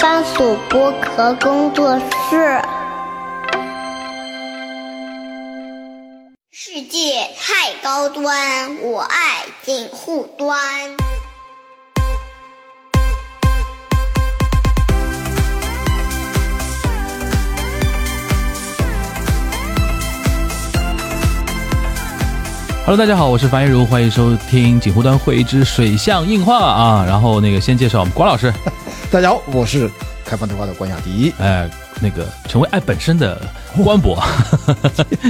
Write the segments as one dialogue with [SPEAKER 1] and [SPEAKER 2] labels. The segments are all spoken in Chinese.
[SPEAKER 1] 番薯剥壳工作室，世界太高端，我爱锦户端。
[SPEAKER 2] Hello，大家好，我是樊一茹，欢迎收听锦湖端会之水象硬化啊。然后那个先介绍我们瓜老师，
[SPEAKER 3] 大家好，我是开放对话的关雅迪。
[SPEAKER 2] 哎，那个成为爱本身的官 博，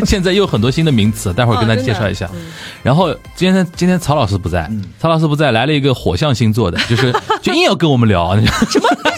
[SPEAKER 2] 现在又有很多新的名词，待会儿跟大家介绍一
[SPEAKER 3] 哦
[SPEAKER 2] 下。
[SPEAKER 3] 啊嗯
[SPEAKER 2] 然后今天今天曹老师不在，曹老师不在，来了一个火象星座的，就是 就硬要跟我们聊，啊你知道吗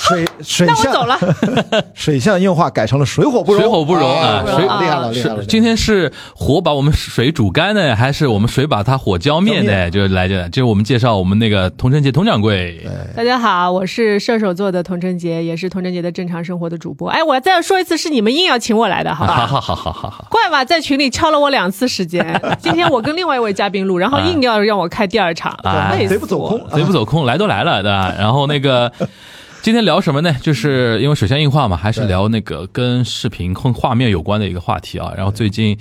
[SPEAKER 3] 水水
[SPEAKER 4] 那我走
[SPEAKER 3] 象
[SPEAKER 4] 了，
[SPEAKER 3] 水象硬化改成了水火不容，
[SPEAKER 2] 水火不容啊，
[SPEAKER 4] 哎
[SPEAKER 2] 水
[SPEAKER 4] 啊
[SPEAKER 3] 厉害了厉害了！
[SPEAKER 2] 是 今天是火把我们水煮干呢，还是我们水把它火浇灭
[SPEAKER 3] 浇
[SPEAKER 2] 呢？就是来着，就是我们介绍我们那个童晨杰佟掌柜，
[SPEAKER 4] 大家好，我是射手座的童晨杰，也是童晨杰的正常生活的主播。哎，我再说一次，是你们硬要请我来的，好
[SPEAKER 2] 好
[SPEAKER 4] 吧？
[SPEAKER 2] 好好好好好。
[SPEAKER 4] 怪吧，在群里敲了我两次时间。今天我跟另外一位嘉宾录，然后硬要让我开第二场，
[SPEAKER 2] 啊
[SPEAKER 4] 累死
[SPEAKER 3] 贼不走
[SPEAKER 4] 我
[SPEAKER 3] 空
[SPEAKER 4] 了。，
[SPEAKER 2] 贼不走空，来都来了，对吧？然后那个。今天聊什么呢？就是因为水象硬化嘛，还是聊那个跟视频、跟画面有关的一个话题啊。然后最近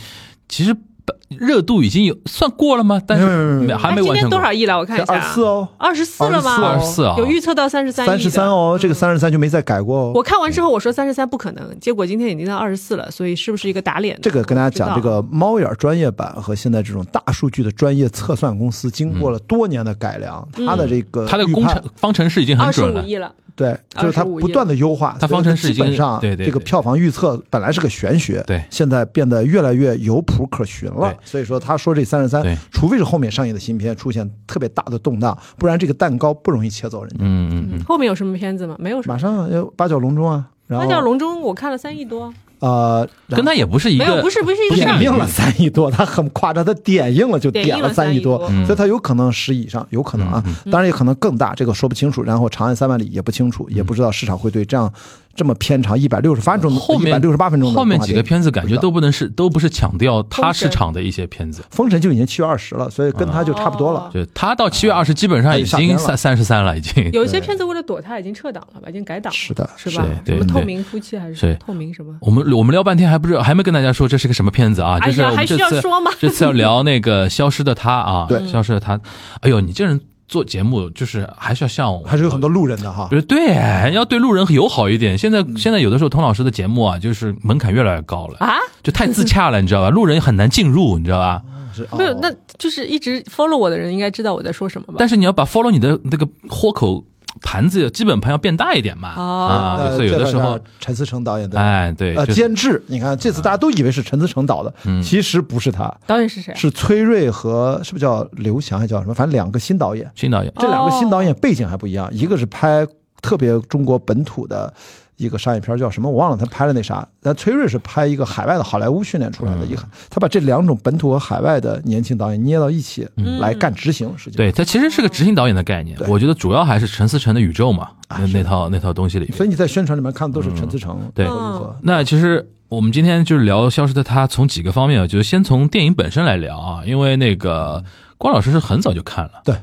[SPEAKER 2] 其实本热度已经有算过了吗？但是
[SPEAKER 3] 没有没有没有
[SPEAKER 2] 还
[SPEAKER 4] 哎
[SPEAKER 2] 没
[SPEAKER 4] 今
[SPEAKER 2] 完
[SPEAKER 4] 天
[SPEAKER 2] 全过
[SPEAKER 4] 多少亿了？我看一下，
[SPEAKER 3] 二十四，哦，
[SPEAKER 4] 二十四了吗？
[SPEAKER 2] 24啊
[SPEAKER 4] 有预测到三十三亿，
[SPEAKER 3] 三十三。哦，这个三十三就没再改过
[SPEAKER 4] 我
[SPEAKER 3] 哦。
[SPEAKER 4] 看完之后我说三十三不可能，结果今天已经到二十四了，所以是不是一个打脸呢？
[SPEAKER 3] 这个跟大家讲，
[SPEAKER 4] 我不
[SPEAKER 3] 这
[SPEAKER 4] 知道
[SPEAKER 3] 个猫眼专业版和现在这种大数据的专业测算公司，经过了多年的改良，
[SPEAKER 4] 嗯
[SPEAKER 3] 它的这个
[SPEAKER 2] 它的
[SPEAKER 3] 预
[SPEAKER 2] 工
[SPEAKER 3] 判
[SPEAKER 2] 程方程式已经很
[SPEAKER 4] 二十
[SPEAKER 2] 准
[SPEAKER 4] 五
[SPEAKER 2] 了，
[SPEAKER 4] 亿了，
[SPEAKER 3] 对，就是它
[SPEAKER 4] 25
[SPEAKER 3] 不断的优化，
[SPEAKER 2] 它
[SPEAKER 3] 所以
[SPEAKER 2] 方程式已
[SPEAKER 3] 基
[SPEAKER 2] 经
[SPEAKER 3] 本上
[SPEAKER 2] 对对
[SPEAKER 3] 这个
[SPEAKER 2] 对
[SPEAKER 3] 票房预测本来是个玄学，
[SPEAKER 2] 对
[SPEAKER 3] 现在变得越来越有谱可循了
[SPEAKER 2] 对。
[SPEAKER 3] 所以说他说这三十三
[SPEAKER 2] 对，
[SPEAKER 3] 除非是后面上映的新片出现特别大的动荡，不然这个蛋糕不容易切走人家。
[SPEAKER 2] 嗯嗯嗯，
[SPEAKER 4] 后面有什么片子吗？没有什么
[SPEAKER 3] 马。上要八角笼中啊，然
[SPEAKER 4] 那
[SPEAKER 3] 后
[SPEAKER 4] 叫《龙中》，我看了三亿多，
[SPEAKER 3] 呃，然
[SPEAKER 2] 跟
[SPEAKER 3] 后
[SPEAKER 2] 它也不是一
[SPEAKER 4] 没有，
[SPEAKER 2] 个
[SPEAKER 4] 不是不是一个事
[SPEAKER 2] 不
[SPEAKER 4] 儿
[SPEAKER 2] 是
[SPEAKER 3] 点映了三亿多，他很夸张，他点映了就
[SPEAKER 4] 点
[SPEAKER 3] 点
[SPEAKER 4] 映了
[SPEAKER 3] 了
[SPEAKER 4] 三
[SPEAKER 3] 三
[SPEAKER 4] 亿
[SPEAKER 3] 亿
[SPEAKER 4] 多
[SPEAKER 3] 多
[SPEAKER 2] 嗯，
[SPEAKER 3] 所以他有可能十以上，有可能啊，当然也可能更大，这个说不清楚。然后《长安三万里》也不清楚，
[SPEAKER 2] 嗯
[SPEAKER 3] 也不知道市场会对这样这么偏长一百六十八分钟、
[SPEAKER 2] 后
[SPEAKER 3] 一百
[SPEAKER 2] 面
[SPEAKER 3] 六十八分钟的
[SPEAKER 2] 后面
[SPEAKER 3] 动画
[SPEAKER 2] 几个
[SPEAKER 3] 电影
[SPEAKER 2] 片子感觉都不能是都不是抢掉它
[SPEAKER 4] 封神
[SPEAKER 2] 市场的一些片子，
[SPEAKER 3] 《封神》就已经七月二十了，所以跟他就差不多
[SPEAKER 4] 哦
[SPEAKER 3] 了。
[SPEAKER 2] 就它到七月二十基本上已
[SPEAKER 3] 哎夏天
[SPEAKER 2] 经
[SPEAKER 3] 了
[SPEAKER 2] 三三十三了，已经
[SPEAKER 4] 有一些片子为了躲它已经撤档了吧，已经改档了，
[SPEAKER 3] 是的
[SPEAKER 4] 是吧？
[SPEAKER 2] 是对
[SPEAKER 4] 什么
[SPEAKER 2] 对
[SPEAKER 4] 透明夫妻还是什么
[SPEAKER 2] 是
[SPEAKER 4] 透明什么？
[SPEAKER 2] 我们我们聊半天还不是还没跟大家说这是个什么片子啊？
[SPEAKER 4] 哎呀
[SPEAKER 2] 就是我们
[SPEAKER 4] 还
[SPEAKER 2] 这
[SPEAKER 4] 需
[SPEAKER 2] 次
[SPEAKER 4] 要说吗
[SPEAKER 2] 这次要聊那个《消失的她》啊，
[SPEAKER 3] 对
[SPEAKER 2] 消失的她》。哎呦，你这人做节目就是还是要像我，
[SPEAKER 3] 还是有很多路人的哈
[SPEAKER 2] 不，是对，要对路人友好一点。现在
[SPEAKER 3] 嗯
[SPEAKER 2] 现在有的时候，童老师的节目啊，就是门槛越来越高了，
[SPEAKER 4] 啊？
[SPEAKER 2] 就太自洽了，你知道吧？路人很难进入，你知道吧？
[SPEAKER 3] 是哦
[SPEAKER 4] 没有，那就是一直 follow 我的人应该知道我在说什么吧？
[SPEAKER 2] 但是你要把 follow 你的那个豁口盘子基本盘要变大一点嘛，
[SPEAKER 4] 哦
[SPEAKER 2] 啊，
[SPEAKER 3] 呃
[SPEAKER 2] 所以有的时候
[SPEAKER 3] 这个是，陈思诚导演的
[SPEAKER 2] 哎，对，
[SPEAKER 3] 呃
[SPEAKER 2] 就是嗯
[SPEAKER 3] 监制，你看这次大家都以为是陈思诚导的，其实不是他，
[SPEAKER 4] 导演是谁啊？
[SPEAKER 3] 是崔瑞和是不是叫刘翔还叫什么？反正两个新导演，
[SPEAKER 2] 新导演。
[SPEAKER 3] 这两个新导演背景还不一样，一个是拍特别中国本土的一个商业片儿，叫什么我忘了，他拍了那啥。但崔瑞是拍一个海外的好莱坞训练出
[SPEAKER 2] 嗯
[SPEAKER 3] 来的，一个他把这两种本土和海外的年轻导演捏到一起来干执行事情。
[SPEAKER 2] 嗯对，它其实是个执行导演的概念，我觉得主要还是陈思诚的宇宙嘛，
[SPEAKER 3] 啊
[SPEAKER 2] 那那套那套东西里面。
[SPEAKER 3] 所以你在宣传里面看的都是陈思诚、
[SPEAKER 2] 对
[SPEAKER 3] 如何
[SPEAKER 2] 那其实我们今天就是聊《消失的她》，从几个方面啊，就是先从电影本身来聊啊，因为那个关老师是很早就看了，
[SPEAKER 3] 对，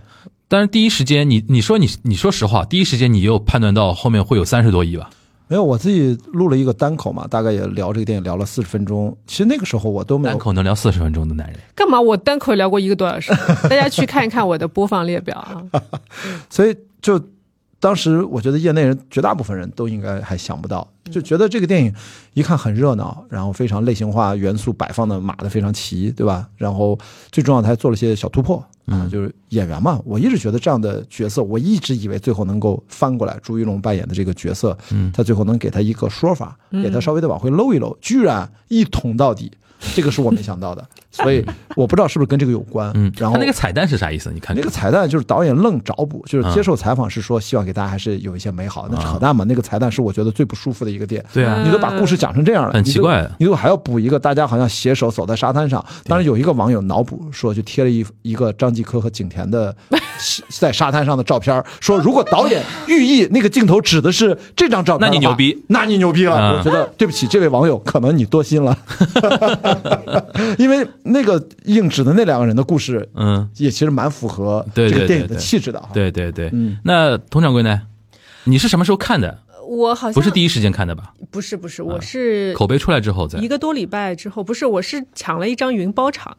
[SPEAKER 2] 但是第一时间你你说你你说实话，第一时间你有判断到后面会有三十多亿吧？
[SPEAKER 3] 没有，我自己录了一个单口嘛，大概也聊这个电影聊了四十分钟。其实那个时候我都没
[SPEAKER 2] 单
[SPEAKER 3] 有，
[SPEAKER 2] 口能聊四十分钟的男人，
[SPEAKER 4] 干嘛？我单口聊过一个多 小时，大家去看一看我的播放列表啊。
[SPEAKER 3] 所以就当时我觉得业内人绝大部分人都应该还想不到，
[SPEAKER 2] 嗯
[SPEAKER 3] 就觉得这个电影一看很热闹，然后非常类型化元素摆放的码的非常齐，对吧？然后最重要的还做了些小突破。
[SPEAKER 2] 嗯
[SPEAKER 3] 啊，就是演员嘛，我一直觉得这样的角色，我一直以为最后能够翻过来，朱一龙扮演的这个角色，
[SPEAKER 2] 嗯
[SPEAKER 3] 他最后能给他一个说法，给他稍微的往回搂一搂，居然一捅到底，这个是我没想到的，所以我不知道是不是跟这个有关。
[SPEAKER 2] 嗯，
[SPEAKER 3] 然后
[SPEAKER 2] 他那个彩蛋是啥意思？你看嗯
[SPEAKER 3] 那个彩蛋就是导演愣找补，就是接受采访是说希望给大家还是有一些美好，那扯淡嘛。那个彩蛋是我觉得最不舒服的一个点。
[SPEAKER 2] 对啊
[SPEAKER 3] 你都把故事讲成这样了，
[SPEAKER 2] 很奇怪啊
[SPEAKER 3] 你都你都还要补一个大家好像携 手走在沙滩上。当然有一个网友脑补说，就贴了一一个张继科和景甜的在沙滩上的照片儿，说如果导演寓意那个镜头指的是这张照片，
[SPEAKER 2] 那你牛逼，
[SPEAKER 3] 那你牛逼了。
[SPEAKER 2] 嗯
[SPEAKER 3] 我觉得对不起，这位网友，可能你多心了， 因为那个硬指的那两个人的故事，
[SPEAKER 2] 嗯，
[SPEAKER 3] 也其实蛮符合
[SPEAKER 2] 对
[SPEAKER 3] 这
[SPEAKER 2] 对
[SPEAKER 3] 个电影的
[SPEAKER 2] 对对
[SPEAKER 3] 气质的啊。
[SPEAKER 2] 对对对，
[SPEAKER 3] 嗯
[SPEAKER 2] 那佟掌柜呢？你是什么时候看的？
[SPEAKER 4] 我好像呃
[SPEAKER 2] 不是第一啊时间看的吧？
[SPEAKER 4] 不是不是，我是
[SPEAKER 2] 口碑出来之后再
[SPEAKER 4] 一。个多礼拜之后，不是，我是抢了一张云包场，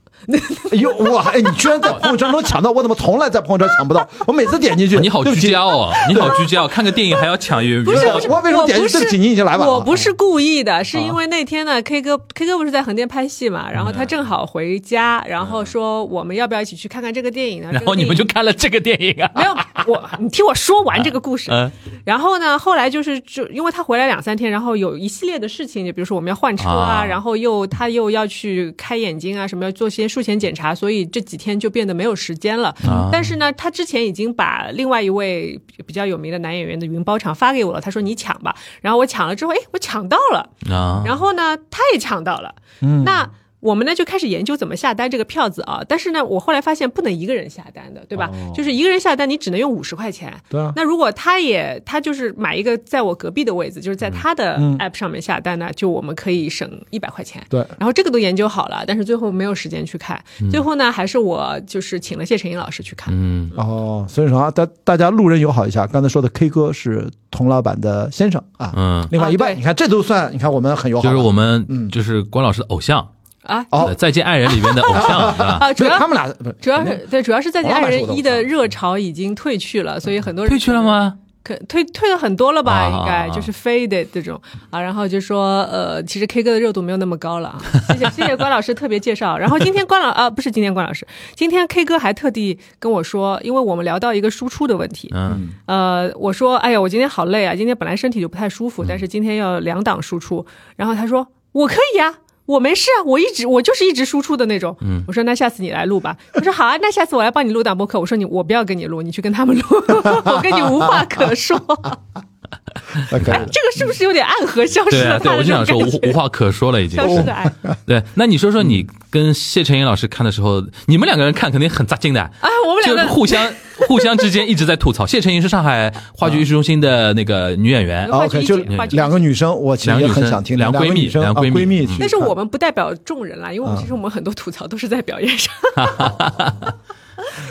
[SPEAKER 3] 哎呦，我还哎你居然在朋友圈中抢到，我怎么从来在朋友圈抢不到？我每次点进 去，
[SPEAKER 2] 你好
[SPEAKER 3] 对不
[SPEAKER 2] 居
[SPEAKER 3] 起
[SPEAKER 2] 家哦，你好居家哦，看个电影还要抢云
[SPEAKER 4] 不是
[SPEAKER 2] 云
[SPEAKER 4] 不是，
[SPEAKER 3] 我为什么点
[SPEAKER 4] 不
[SPEAKER 3] 进去对不起你已经来晚了嗯啊
[SPEAKER 4] 我不是故意的，是因为那天呢，K 哥 K 哥不是在横店拍戏嘛，然后
[SPEAKER 3] 嗯
[SPEAKER 4] 他正好回家，然后说我们要不要一起去看看这个电影呢？
[SPEAKER 2] 然后你们就看了这个电影 啊？
[SPEAKER 4] 没有我，你听我说完这个故事。
[SPEAKER 2] 嗯，
[SPEAKER 4] 然后呢，后来就是就因为他回来两三天，然后有一系列的事情，就比如说我们要换车啊，
[SPEAKER 2] 啊
[SPEAKER 4] 然后又他又要去开眼睛啊，什么要做些术前检查，所以这几天就变得没有时间了。
[SPEAKER 2] 啊
[SPEAKER 4] 但是呢，他之前已经把另外一位比较有名的男演员的云包场发给我了，他说你抢吧，然后我抢了之后，哎，我抢到了。
[SPEAKER 2] 啊，
[SPEAKER 4] 然后呢，他也抢到了。嗯，那我们呢就开始研究怎么下单这个票子啊。但是呢，我后来发现不能一个人下单的，对吧？
[SPEAKER 3] 哦
[SPEAKER 4] 就是一个人下单，你只能用五十块钱。
[SPEAKER 3] 对 啊，
[SPEAKER 4] 那如果他也他就是买一个在我隔壁的位置，就是在他的
[SPEAKER 3] 嗯
[SPEAKER 4] app 上面下单呢，就我们可以省一百块钱。
[SPEAKER 3] 对
[SPEAKER 4] 然后这个都研究好了，但是最后没有时间去看。
[SPEAKER 3] 嗯
[SPEAKER 4] 最后呢，还是我就是请了谢晨英老师去看。
[SPEAKER 2] 嗯，
[SPEAKER 3] 哦，所以说啊，大大家路人友好一下。刚才说的 K 哥是佟老板的先生啊，
[SPEAKER 2] 嗯
[SPEAKER 3] 另外一
[SPEAKER 4] 啊
[SPEAKER 3] 半，
[SPEAKER 4] 对
[SPEAKER 3] 你看这都算，你看我们很友好，
[SPEAKER 2] 就是我们
[SPEAKER 3] 嗯
[SPEAKER 2] 就是关老师的偶像，
[SPEAKER 4] 啊
[SPEAKER 3] 哦
[SPEAKER 2] 呃再见爱人》里面的偶 像，是吧？
[SPEAKER 4] 啊，主
[SPEAKER 3] 没有
[SPEAKER 4] 要
[SPEAKER 3] 他们俩不是
[SPEAKER 4] 主要是对，主要是在《
[SPEAKER 3] 我老
[SPEAKER 4] 爱
[SPEAKER 3] 板嗯是我
[SPEAKER 4] 人
[SPEAKER 3] 的
[SPEAKER 4] 一》
[SPEAKER 3] 偶
[SPEAKER 4] 的
[SPEAKER 3] 像
[SPEAKER 4] 热潮已经退去了，所以很多人
[SPEAKER 2] 退去了吗？
[SPEAKER 4] 可退退了很多了吧？
[SPEAKER 2] 啊
[SPEAKER 4] 应该就是 faded 这种啊，然后就说呃，其实 K 歌的热度没有那么高了啊。谢谢谢谢关老师特别介绍。然后今天关老啊不是今天关老师，今天 K 歌还特地跟我说，因为我们聊到一个输出的问题，
[SPEAKER 2] 嗯
[SPEAKER 4] 呃，我说哎呀我今天好累啊，今天本来身体就不太舒服，但
[SPEAKER 2] 嗯
[SPEAKER 4] 是今天要两档输出，然后他说我可以呀、我没事啊，我一直我就是一直输出的那种。
[SPEAKER 2] 嗯
[SPEAKER 4] 我说那下次你来录吧。他说好啊，那下次我来帮你录档播客。我说你我不要跟你录，你去跟他们录， 我跟你无话可说。
[SPEAKER 3] 那可以的。
[SPEAKER 4] 这个是不是有点暗合消失
[SPEAKER 2] 对啊，
[SPEAKER 4] 了
[SPEAKER 2] 对，
[SPEAKER 4] 他
[SPEAKER 2] 我
[SPEAKER 4] 的
[SPEAKER 2] 就想
[SPEAKER 4] 那种
[SPEAKER 2] 说哦
[SPEAKER 4] 感
[SPEAKER 2] 无
[SPEAKER 4] 觉？
[SPEAKER 2] 无话可说了已经
[SPEAKER 4] 消。失的啊爱
[SPEAKER 2] 对，那你说说你跟谢晨英老师看的时候，你们两个人看肯定很扎劲的，
[SPEAKER 4] 啊！我们
[SPEAKER 2] 就
[SPEAKER 4] 两
[SPEAKER 2] 是
[SPEAKER 4] 个
[SPEAKER 2] 互相 互相之间一直在吐槽。谢晨英是上海话剧艺术中心的那个女演员
[SPEAKER 4] 嗯，话剧
[SPEAKER 3] 啊 OK，
[SPEAKER 4] 一
[SPEAKER 3] 就
[SPEAKER 4] 姐话剧一姐
[SPEAKER 3] 两个女生，我其实也很想听
[SPEAKER 2] 两
[SPEAKER 3] 两
[SPEAKER 2] 个
[SPEAKER 3] 个
[SPEAKER 2] 女生
[SPEAKER 3] 女生
[SPEAKER 2] 两
[SPEAKER 3] 啊
[SPEAKER 2] 个闺蜜
[SPEAKER 3] 闺蜜
[SPEAKER 2] 嗯
[SPEAKER 3] 去看，
[SPEAKER 4] 但是我们不代表众人啦，因为我们
[SPEAKER 3] 啊
[SPEAKER 4] 其实我们很多吐槽都是在表演上，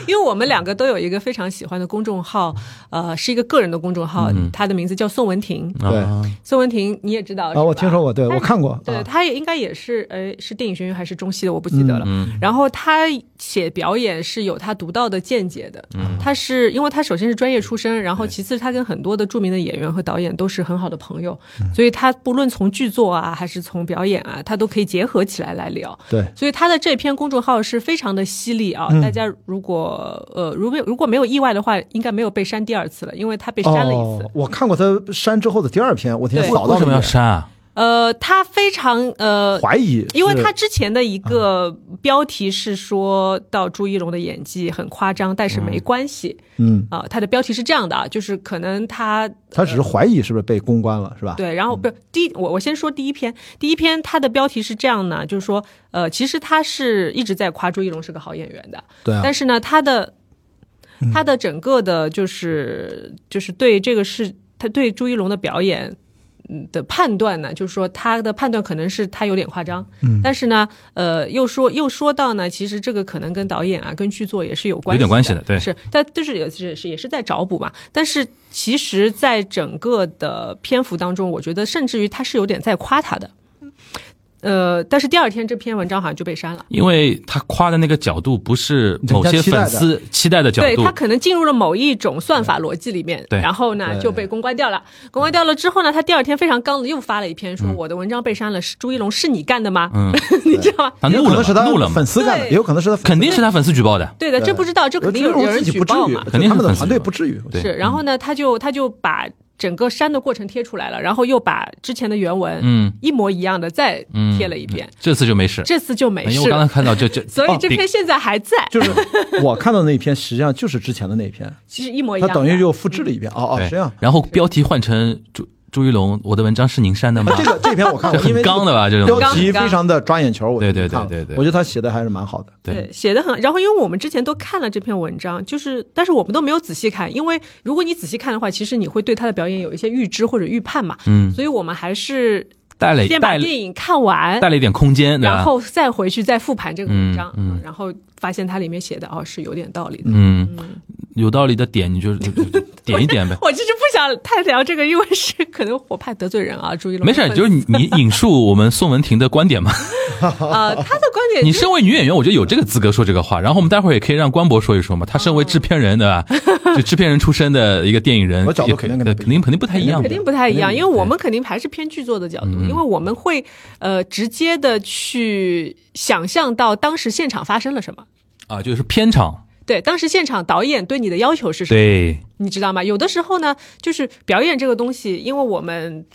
[SPEAKER 4] 因为我们两个都有一个非常喜欢的公众号，呃，是一个个人的公众号，
[SPEAKER 3] 嗯
[SPEAKER 4] 他的名字叫宋文婷。
[SPEAKER 3] 对
[SPEAKER 2] 啊
[SPEAKER 4] 宋文婷你也知道
[SPEAKER 3] 嗯啊，我听说。过，对
[SPEAKER 4] 但
[SPEAKER 3] 我
[SPEAKER 4] 是
[SPEAKER 3] 看过，
[SPEAKER 4] 对，
[SPEAKER 3] 啊
[SPEAKER 4] 他也应该也是，呃，是电影学院还是中戏的，我不记得了。
[SPEAKER 3] 嗯
[SPEAKER 4] 然后他写表演是有他独到的见解的。
[SPEAKER 3] 嗯
[SPEAKER 4] 他是因为他首先是专业出身，然后其次他跟很多的著名的演员和导演都是很好的朋友，
[SPEAKER 3] 嗯
[SPEAKER 4] 所以他不论从剧作啊，还是从表演啊，他都可以结合起来来聊。
[SPEAKER 3] 对，
[SPEAKER 4] 所以他的这篇公众号是非常的犀利啊！
[SPEAKER 3] 嗯
[SPEAKER 4] 大家如果呃，如果如果没有意外的话，应该没有被删第二次了，因为他被删了一次。
[SPEAKER 3] 哦，我看过他删之后的第二篇，我天，
[SPEAKER 4] 对
[SPEAKER 3] 扫
[SPEAKER 2] 为
[SPEAKER 3] 到
[SPEAKER 2] 什么
[SPEAKER 3] 那
[SPEAKER 2] 要
[SPEAKER 3] 个
[SPEAKER 2] 删啊？
[SPEAKER 4] 呃，他非常呃，
[SPEAKER 3] 怀疑，
[SPEAKER 4] 因为他之前的一个标题是说到朱一龙的演技很夸张，但是没关系
[SPEAKER 3] 嗯，
[SPEAKER 4] 啊、他的标题是这样的啊，就是可能他
[SPEAKER 3] 他只是怀疑是不是被公关了，是吧？
[SPEAKER 4] 呃对，然后不是第一我我先说第一篇，第一篇它的标题是这样呢，就是说呃，其实他是一直在夸朱一龙是个好演员的，
[SPEAKER 3] 对啊
[SPEAKER 4] 但，是呢，他的
[SPEAKER 2] 嗯
[SPEAKER 4] 他的整个的就是就是对这个事，他对朱一龙的表演。嗯的判断呢，就是说他的判断可能是他有点夸张，嗯，但是呢，呃，又说又说到呢，其实这个可能跟导演啊、跟剧作也是有
[SPEAKER 2] 有
[SPEAKER 4] 关系的，
[SPEAKER 2] 点关系的，对，
[SPEAKER 4] 是，但就是也是是也是在找补嘛。但是其实，在整个的篇幅当中，我觉得甚至于他是有点在夸他的，呃，但是第二天这篇文章好像就被删了。
[SPEAKER 2] 因为他夸的那个角度不是某些粉丝期待的角
[SPEAKER 4] 对
[SPEAKER 2] 度
[SPEAKER 4] 他，可能进入了某一种算法逻辑里面，
[SPEAKER 2] 对
[SPEAKER 4] 然后呢
[SPEAKER 3] 对
[SPEAKER 4] 就被公关掉了。公关掉了之后呢，他第二天非常刚的又发了一篇说我的文章被删了，是朱一龙是你干的吗？
[SPEAKER 2] 嗯，
[SPEAKER 4] 你知道吗？
[SPEAKER 2] 他
[SPEAKER 3] 也有
[SPEAKER 2] 怒
[SPEAKER 3] 可
[SPEAKER 2] 了
[SPEAKER 3] 能是
[SPEAKER 2] 嘛，怒了
[SPEAKER 3] 他
[SPEAKER 2] 嘛
[SPEAKER 3] 粉，丝干的，
[SPEAKER 4] 对
[SPEAKER 3] 也有可能是他粉丝
[SPEAKER 2] 肯定是他粉丝举报的，
[SPEAKER 4] 对的，这不知道，这肯定有有
[SPEAKER 3] 我
[SPEAKER 4] 人
[SPEAKER 3] 自己
[SPEAKER 4] 举
[SPEAKER 3] 不至
[SPEAKER 4] 报
[SPEAKER 3] 于
[SPEAKER 4] 嘛，。
[SPEAKER 2] 肯定是
[SPEAKER 3] 他们的
[SPEAKER 2] 粉丝
[SPEAKER 3] 团队
[SPEAKER 2] 吧
[SPEAKER 3] 不至于，我觉得
[SPEAKER 2] 对嗯
[SPEAKER 4] 是，然后呢，他就他就把整个删的过程贴出来了，然后又把之前的原文
[SPEAKER 2] 嗯
[SPEAKER 4] 一模一样的再
[SPEAKER 2] 嗯，
[SPEAKER 4] 贴了一遍，
[SPEAKER 2] 这次就没事。
[SPEAKER 4] 这次就没
[SPEAKER 2] 因为
[SPEAKER 4] 事
[SPEAKER 2] 我刚才
[SPEAKER 4] 了。
[SPEAKER 2] 看到就就，
[SPEAKER 4] 所以这篇
[SPEAKER 2] 哦
[SPEAKER 4] 现在还在，
[SPEAKER 3] 就是 我看到那一篇，实际上就是之前的那一篇，
[SPEAKER 4] 其实一模一
[SPEAKER 3] 他
[SPEAKER 4] 样的。嗯
[SPEAKER 3] 等于又复制了一遍。哦哦，
[SPEAKER 2] 对
[SPEAKER 3] 是这样。
[SPEAKER 2] 然后标题换成朱朱一龙，我的文章是您删的吗？
[SPEAKER 3] 这个这篇我看
[SPEAKER 2] 这
[SPEAKER 3] 过，因为
[SPEAKER 2] 很刚的吧？这种
[SPEAKER 3] 标
[SPEAKER 2] 东西
[SPEAKER 3] 题非常的抓眼球，我
[SPEAKER 2] 对对对
[SPEAKER 3] 看了
[SPEAKER 2] 对对
[SPEAKER 3] 我觉得他写的还是蛮好的。
[SPEAKER 2] 对，
[SPEAKER 4] 写的很。然后，因为我们之前都看了这篇文章，就是，但是我们都没有仔细看，因为如果你仔细看的话，其实你会对他的表演有一些预知或者预判嘛。
[SPEAKER 2] 嗯，
[SPEAKER 4] 所以我们还是
[SPEAKER 2] 带了
[SPEAKER 4] 先把
[SPEAKER 2] 带了
[SPEAKER 4] 电影看完
[SPEAKER 2] 带，了一点空间，对吧
[SPEAKER 4] 然后再回去再复盘这个文章，
[SPEAKER 2] 嗯嗯
[SPEAKER 4] 然后发现它里面写的哦是有点道理的。。
[SPEAKER 2] 嗯，有道理的点你就就就就点一点呗
[SPEAKER 4] 我就是不想太聊这个，因为是可能我怕得罪人啊，注意了。
[SPEAKER 2] 没事，就是你你引述我们宋文婷的观点嘛。
[SPEAKER 4] 呃，他的观点
[SPEAKER 2] 你
[SPEAKER 4] 就是
[SPEAKER 2] 身为女演员，我觉得有这个资格说这个话。然后我们待会儿也可以让关博说一说嘛。他身为制片人，对吧？就制片人出身的一个电影人，
[SPEAKER 3] 我角度
[SPEAKER 2] 也可以
[SPEAKER 3] 肯定跟
[SPEAKER 2] 对
[SPEAKER 3] 他
[SPEAKER 2] 肯
[SPEAKER 3] 不一
[SPEAKER 2] 定
[SPEAKER 3] 样
[SPEAKER 2] 肯定不太一样的。
[SPEAKER 4] 肯定不太一样，
[SPEAKER 3] 肯定不
[SPEAKER 4] 因为我们肯定还是偏剧作的角度，因为我们会呃直接的去想象到当时现场发生了什么。
[SPEAKER 2] 啊，就是片场。
[SPEAKER 4] 对，当时现场导演对你的要求是什么？
[SPEAKER 2] 对，
[SPEAKER 4] 你知道吗？有的时候呢，就是表演这个东西，因为我们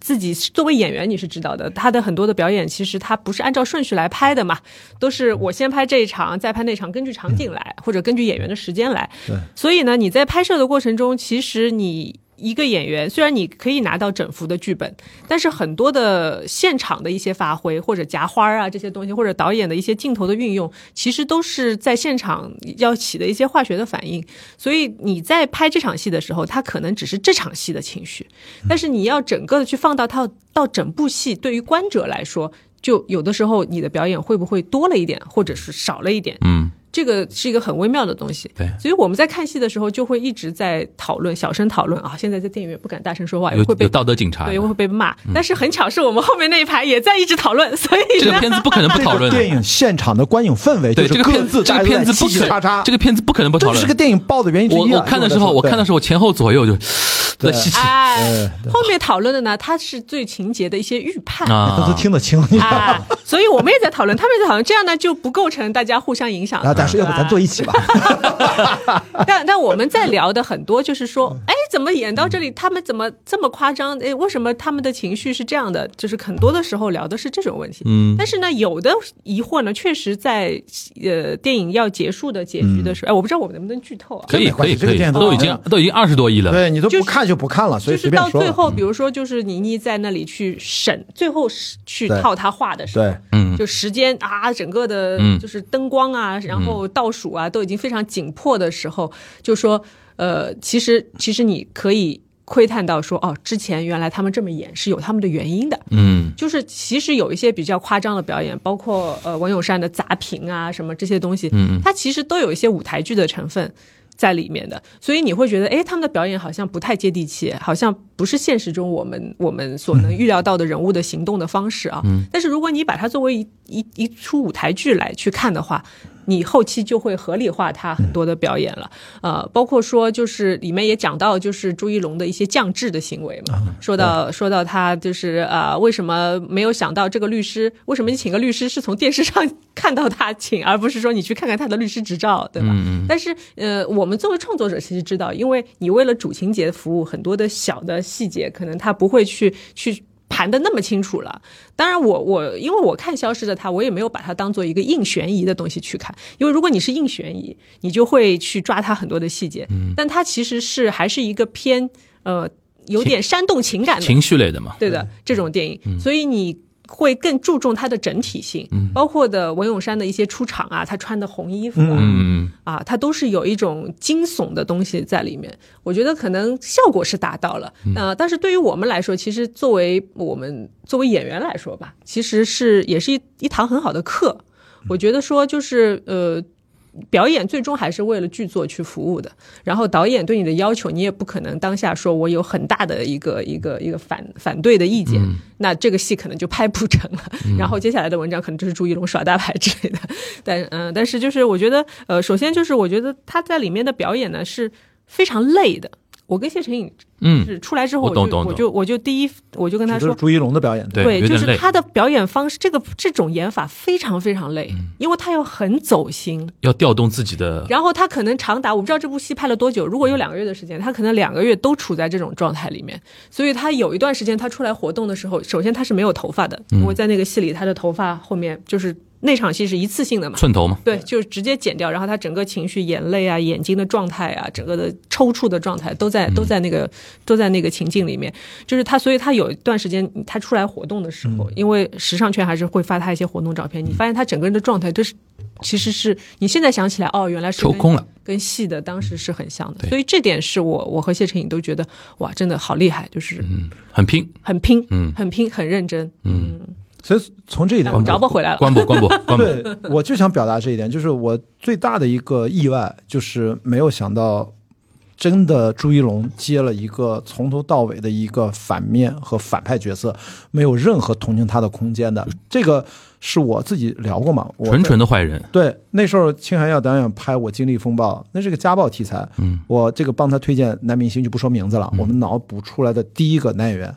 [SPEAKER 4] 自己作为演员，你是知道的，他的很多的表演其实他不是按照顺序来拍的嘛，都是我先拍这一场，再拍那场，根据场景来，或者根据演员的时间来。
[SPEAKER 3] 对
[SPEAKER 4] 所以呢，你在拍摄的过程中，其实你。一个演员虽然你可以拿到整幅的剧本，但是很多的现场的一些发挥或者夹花儿啊这些东西，或者导演的一些镜头的运用，其实都是在现场要起的一些化学的反应。所以你在拍这场戏的时候，它可能只是这场戏的情绪，但是你要整个的去放到它到整部戏，对于观者来说，就有的时候你的表演会不会多了一点，或者是少了一点，
[SPEAKER 2] 嗯，
[SPEAKER 4] 这个是一个很微妙的东西。
[SPEAKER 2] 对
[SPEAKER 4] 所以我们在看戏的时候就会一直在讨论，小声讨论啊，现在在电影院不敢大声说话，
[SPEAKER 2] 有
[SPEAKER 4] 哎会被
[SPEAKER 2] 有。道啊德警察的。
[SPEAKER 4] 对，会被骂。但是很巧，是我们后面那一排也在一直讨论，所以呢
[SPEAKER 2] 这个片子不可能不讨论
[SPEAKER 3] 这
[SPEAKER 2] 的
[SPEAKER 3] 个。电影现场的观影氛围就
[SPEAKER 2] 对，这
[SPEAKER 3] 是
[SPEAKER 2] 个
[SPEAKER 3] 各
[SPEAKER 2] 片
[SPEAKER 3] 自
[SPEAKER 2] 这
[SPEAKER 3] 大
[SPEAKER 2] 个
[SPEAKER 3] 家都在
[SPEAKER 2] 片子不
[SPEAKER 3] 嘁嘁
[SPEAKER 2] 可
[SPEAKER 3] 喳喳，
[SPEAKER 2] 这个片子不可能不讨
[SPEAKER 3] 这是个
[SPEAKER 2] 论。
[SPEAKER 3] 电影爆的原因之
[SPEAKER 2] 我
[SPEAKER 3] 一啊。
[SPEAKER 2] 我看的时候，我看的时
[SPEAKER 3] 候，
[SPEAKER 2] 候，我前后左右就在吸气嗯
[SPEAKER 4] 哎
[SPEAKER 3] 对，对
[SPEAKER 4] 后面讨论的呢，它是对情节的一些预判
[SPEAKER 3] 他都
[SPEAKER 2] 啊。
[SPEAKER 3] 听得清，你知道吗？
[SPEAKER 4] 啊，所以我们也在讨论，他们也在讨论，这样呢就不构成大家互相影响
[SPEAKER 3] 啊，但是要不
[SPEAKER 4] 对吧
[SPEAKER 3] 咱坐一起吧？
[SPEAKER 4] 啊 但但我们在聊的很多就是说，
[SPEAKER 3] 嗯
[SPEAKER 4] 哎，怎么演到这里，他们怎么这么夸张？哎，为什么他们的情绪是这样的？就是很多的时候聊的是这种问题。
[SPEAKER 2] 嗯
[SPEAKER 4] 但是呢，有的疑惑呢，确实在呃电影要结束的结局的
[SPEAKER 3] 嗯
[SPEAKER 4] 时候，哎，我不知道我们能不能剧透啊？
[SPEAKER 2] 可以
[SPEAKER 3] 没
[SPEAKER 2] 可
[SPEAKER 3] 关
[SPEAKER 2] 以
[SPEAKER 3] 系
[SPEAKER 2] 可
[SPEAKER 3] 这个
[SPEAKER 2] 以
[SPEAKER 3] 电，影都
[SPEAKER 2] 都已
[SPEAKER 3] 好
[SPEAKER 2] 经
[SPEAKER 3] 看
[SPEAKER 2] 都已经二十多亿了。
[SPEAKER 3] 对你都
[SPEAKER 4] 就
[SPEAKER 3] 不
[SPEAKER 4] 是
[SPEAKER 3] 看就不看了，所以
[SPEAKER 4] 就
[SPEAKER 3] 随
[SPEAKER 4] 是
[SPEAKER 3] 便
[SPEAKER 4] 到
[SPEAKER 3] 说啊嗯
[SPEAKER 4] 最
[SPEAKER 3] 了。
[SPEAKER 4] 后，比如说，就是倪妮在那里去审，最后是去
[SPEAKER 3] 对
[SPEAKER 4] 套他话的时候，
[SPEAKER 3] 对，
[SPEAKER 2] 嗯
[SPEAKER 4] 就时间啊，整个的
[SPEAKER 2] 嗯
[SPEAKER 4] 就是灯光啊，然后倒数啊，都已经非常紧迫的时候，就说，呃，其实其实你可以窥探到说，哦，之前原来他们这么演是有他们的原因的。
[SPEAKER 2] 嗯，
[SPEAKER 4] 就是其实有一些比较夸张的表演，包括呃王友善的砸屏啊什么这些东西，
[SPEAKER 2] 嗯嗯
[SPEAKER 4] 它其实都有一些舞台剧的成分在里面的，所以你会觉得，哎，他们的表演好像不太接地气，好像不是现实中我们我们所能预料到的人物的行动的方式啊。嗯、但是如果你把它作为一一一出舞台剧来去看的话，你后期就会合理化他很多的表演了，呃，包括说就是里面也讲到就是朱一龙的一些降智的行为嘛，说到说到他就是呃为什么没有想到这个律师，为什么你请个律师是从电视上看到他请，而不是说你去看看他的律师执照，对吧？但是呃，我们作为创作者其实知道，因为你为了主情节服务，很多的小的细节可能他不会去去。盘的那么清楚了，当然我我因为我看《消失的她》，我也没有把它当做一个硬悬疑的东西去看，因为如果你是硬悬疑，你就会去抓它很多的细节，嗯，但它其实是还是一个偏呃有点煽动情感的
[SPEAKER 2] 情绪类的嘛。嗯
[SPEAKER 4] 对的，这种电影，所以你会更注重它的整体性，包括的文咏珊的一些出场啊，她穿的红衣服啊，
[SPEAKER 2] 嗯，
[SPEAKER 4] 啊，它都是有一种惊悚的东西在里面。我觉得可能效果是达到了，
[SPEAKER 2] 嗯
[SPEAKER 4] 呃，但是对于我们来说，其实作为我们作为演员来说吧，其实是也是一一堂很好的课。我觉得说就是呃。表演最终还是为了剧作去服务的，然后导演对你的要求，你也不可能当下说我有很大的一个一个一个反反对的意见，
[SPEAKER 2] 嗯
[SPEAKER 4] 那这个戏可能就拍不成了。然后接下来的文章可能就是朱一龙耍大牌之类的， 但嗯、但是就是我觉得，呃，首先就是我觉得他在里面的表演呢是非常累的。我跟谢晨颖就
[SPEAKER 2] 嗯，
[SPEAKER 4] 是出来之后，
[SPEAKER 2] 我
[SPEAKER 4] 我就
[SPEAKER 2] 懂懂
[SPEAKER 4] 我
[SPEAKER 2] 懂
[SPEAKER 4] 就我就第一我就跟他
[SPEAKER 3] 这是
[SPEAKER 4] 说，
[SPEAKER 3] 朱一龙的表演，
[SPEAKER 2] 对有
[SPEAKER 4] 就
[SPEAKER 2] 点
[SPEAKER 4] 是
[SPEAKER 2] 累
[SPEAKER 4] 他的表演方式，这个这种演法非常非常累，
[SPEAKER 2] 嗯
[SPEAKER 4] 因为他要很走心。
[SPEAKER 2] 要调动自己的
[SPEAKER 4] 然后他可能长达我不知道这部戏拍了多久，如果有两个月的时间，他可能两个月都处在这种状态里面。所以他有一段时间他出来活动的时候，首先他是没有头发的，因为在那个戏里他的头发后面就是那场戏是一次性的嘛，
[SPEAKER 2] 寸头嘛，
[SPEAKER 4] 对，就是直接剪掉，然后他整个情绪、眼泪啊、眼睛的状态啊、整个的抽搐的状态都在都在那个都在那个情境里面。就是他，所以他有一段时间他出来活动的时候，因为时尚圈还是会发他一些活动照片，你发现他整个人的状态都是。其实是你现在想起来，哦，原来是
[SPEAKER 2] 抽
[SPEAKER 4] 跟
[SPEAKER 2] 空了，
[SPEAKER 4] 跟戏的当时是很像的，
[SPEAKER 2] 对
[SPEAKER 4] 所以这点是我我和谢晨颖都觉得哇，真的好厉害，就是
[SPEAKER 2] 嗯，很拼。
[SPEAKER 4] 很拼，
[SPEAKER 2] 嗯
[SPEAKER 4] 很拼，很认真，嗯，
[SPEAKER 3] 所以从这一点
[SPEAKER 4] 我，们着不回来了，
[SPEAKER 2] 关博，关博，关博，
[SPEAKER 3] 对，我就想表达这一点，就是我最大的一个意外，就是没有想到，真的朱一龙接了一个从头到尾的一个反面和反派角色，没有任何同情他的空间的。这个是我自己聊过嘛，我
[SPEAKER 2] 纯纯的坏人。
[SPEAKER 3] 对，那时候青海要导演拍《我经历风暴》，那是个家暴题材。
[SPEAKER 2] 嗯，
[SPEAKER 3] 我这个帮他推荐男明星就不说名字了，我们脑补出来的第一个男演员，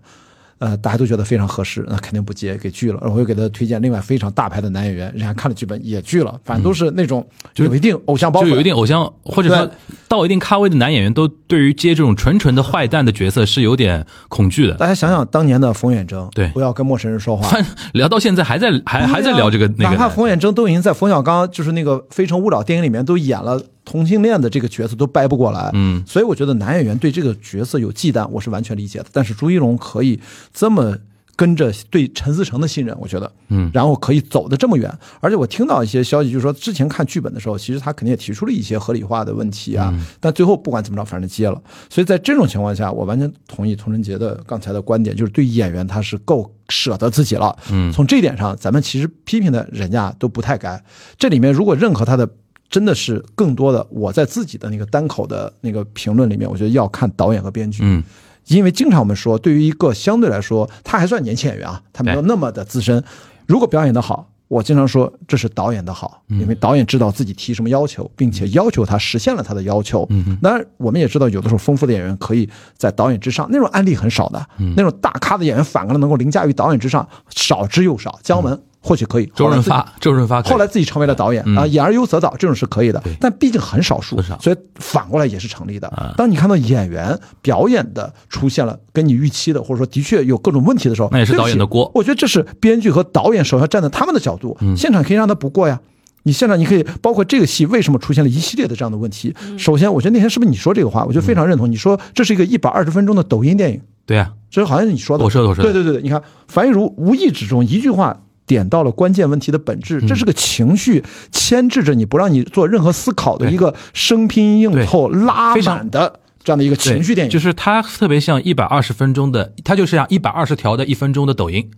[SPEAKER 3] 呃，大家都觉得非常合适，那肯定不接，给拒了。然后我又给他推荐另外非常大牌的男演员，人家看了剧本也拒了，反正都是那种有一定偶像包
[SPEAKER 2] 就
[SPEAKER 3] 袱
[SPEAKER 2] 有一
[SPEAKER 3] 的。
[SPEAKER 2] 定偶像，或者说
[SPEAKER 3] 对
[SPEAKER 2] 到一定咖位的男演员，都对于接这种纯纯的坏蛋的角色是有点恐惧的。
[SPEAKER 3] 大家想想当年的冯远征，
[SPEAKER 2] 对
[SPEAKER 3] 不要跟陌生人说话，
[SPEAKER 2] 但聊到现在还在还还在聊这个
[SPEAKER 3] 对啊
[SPEAKER 2] 那个
[SPEAKER 3] 哪怕
[SPEAKER 2] 呢，
[SPEAKER 3] 冯远征都已经在冯小刚就是那个《非诚勿扰》电影里面都演了同性恋的这个角色，都掰不过来。
[SPEAKER 2] 嗯，
[SPEAKER 3] 所以我觉得男演员对这个角色有忌惮，我是完全理解的。但是朱一龙可以这么跟着对陈思诚的信任，我觉得，
[SPEAKER 2] 嗯
[SPEAKER 3] 然后可以走得这么远。而且我听到一些消息，就是说之前看剧本的时候，其实他肯定也提出了一些合理化的问题啊，
[SPEAKER 2] 嗯
[SPEAKER 3] 但最后不管怎么着，反正接了。所以在这种情况下，我完全同意童晨杰的刚才的观点，就是对演员他是够舍得自己了。
[SPEAKER 2] 嗯
[SPEAKER 3] 从这点上，咱们其实批评的人家都不太该。这里面如果认可他的，真的是更多的我在自己的那个单口的那个评论里面，我觉得要看导演和编剧。
[SPEAKER 2] 嗯，
[SPEAKER 3] 因为经常我们说，对于一个相对来说他还算年轻演员啊，他没有那么的资深，如果表演的好，我经常说这是导演的好，
[SPEAKER 2] 嗯
[SPEAKER 3] 因为导演知道自己提什么要求，并且要求他实现了他的要求。嗯，当然我们也知道，有的时候丰富的演员可以在导演之上，那种案例很少的，
[SPEAKER 2] 嗯
[SPEAKER 3] 那种大咖的演员反过来能够凌驾于导演之上，少之又少。姜文或许可以，
[SPEAKER 2] 嗯周
[SPEAKER 3] 后来
[SPEAKER 2] 润
[SPEAKER 3] 自己
[SPEAKER 2] 发，周润发可以嗯
[SPEAKER 3] 后来自己成为了导演啊，演而优则导，这种是可以的
[SPEAKER 2] 对，
[SPEAKER 3] 但毕竟很少数
[SPEAKER 2] 很少，嗯
[SPEAKER 3] 所以反过来也是成立的。当你看到演员表演的出现了跟你预期的，或者说的确有各种问题的时候，
[SPEAKER 2] 那也是
[SPEAKER 3] 对不起
[SPEAKER 2] 导演的锅嗯
[SPEAKER 3] 我觉得这是编剧和导演首先站在他们的角度，现场可以让他不过呀。你现场你可以包括这个戏为什么出现了一系列的这样的问题。首先，我觉得那天是不是你说这个话，我就非常认
[SPEAKER 2] 嗯
[SPEAKER 3] 同。你说这是一个一百二十分钟的抖音电影，
[SPEAKER 2] 对啊，
[SPEAKER 3] 这好像是你说的，
[SPEAKER 2] 我说的我说的
[SPEAKER 3] 对对对对，你看樊玉茹无意之中一句话点到了关键问题的本
[SPEAKER 2] 嗯
[SPEAKER 3] 质，这是个情绪牵制着你不让你做任何思考的
[SPEAKER 2] 对
[SPEAKER 3] 一个生拼硬凑拉
[SPEAKER 2] 非常
[SPEAKER 3] 满的这样的一个
[SPEAKER 2] 对
[SPEAKER 3] 情绪电影，
[SPEAKER 2] 就是它特别像一百二十分钟的，它就是像一百二十条的一分钟的抖音，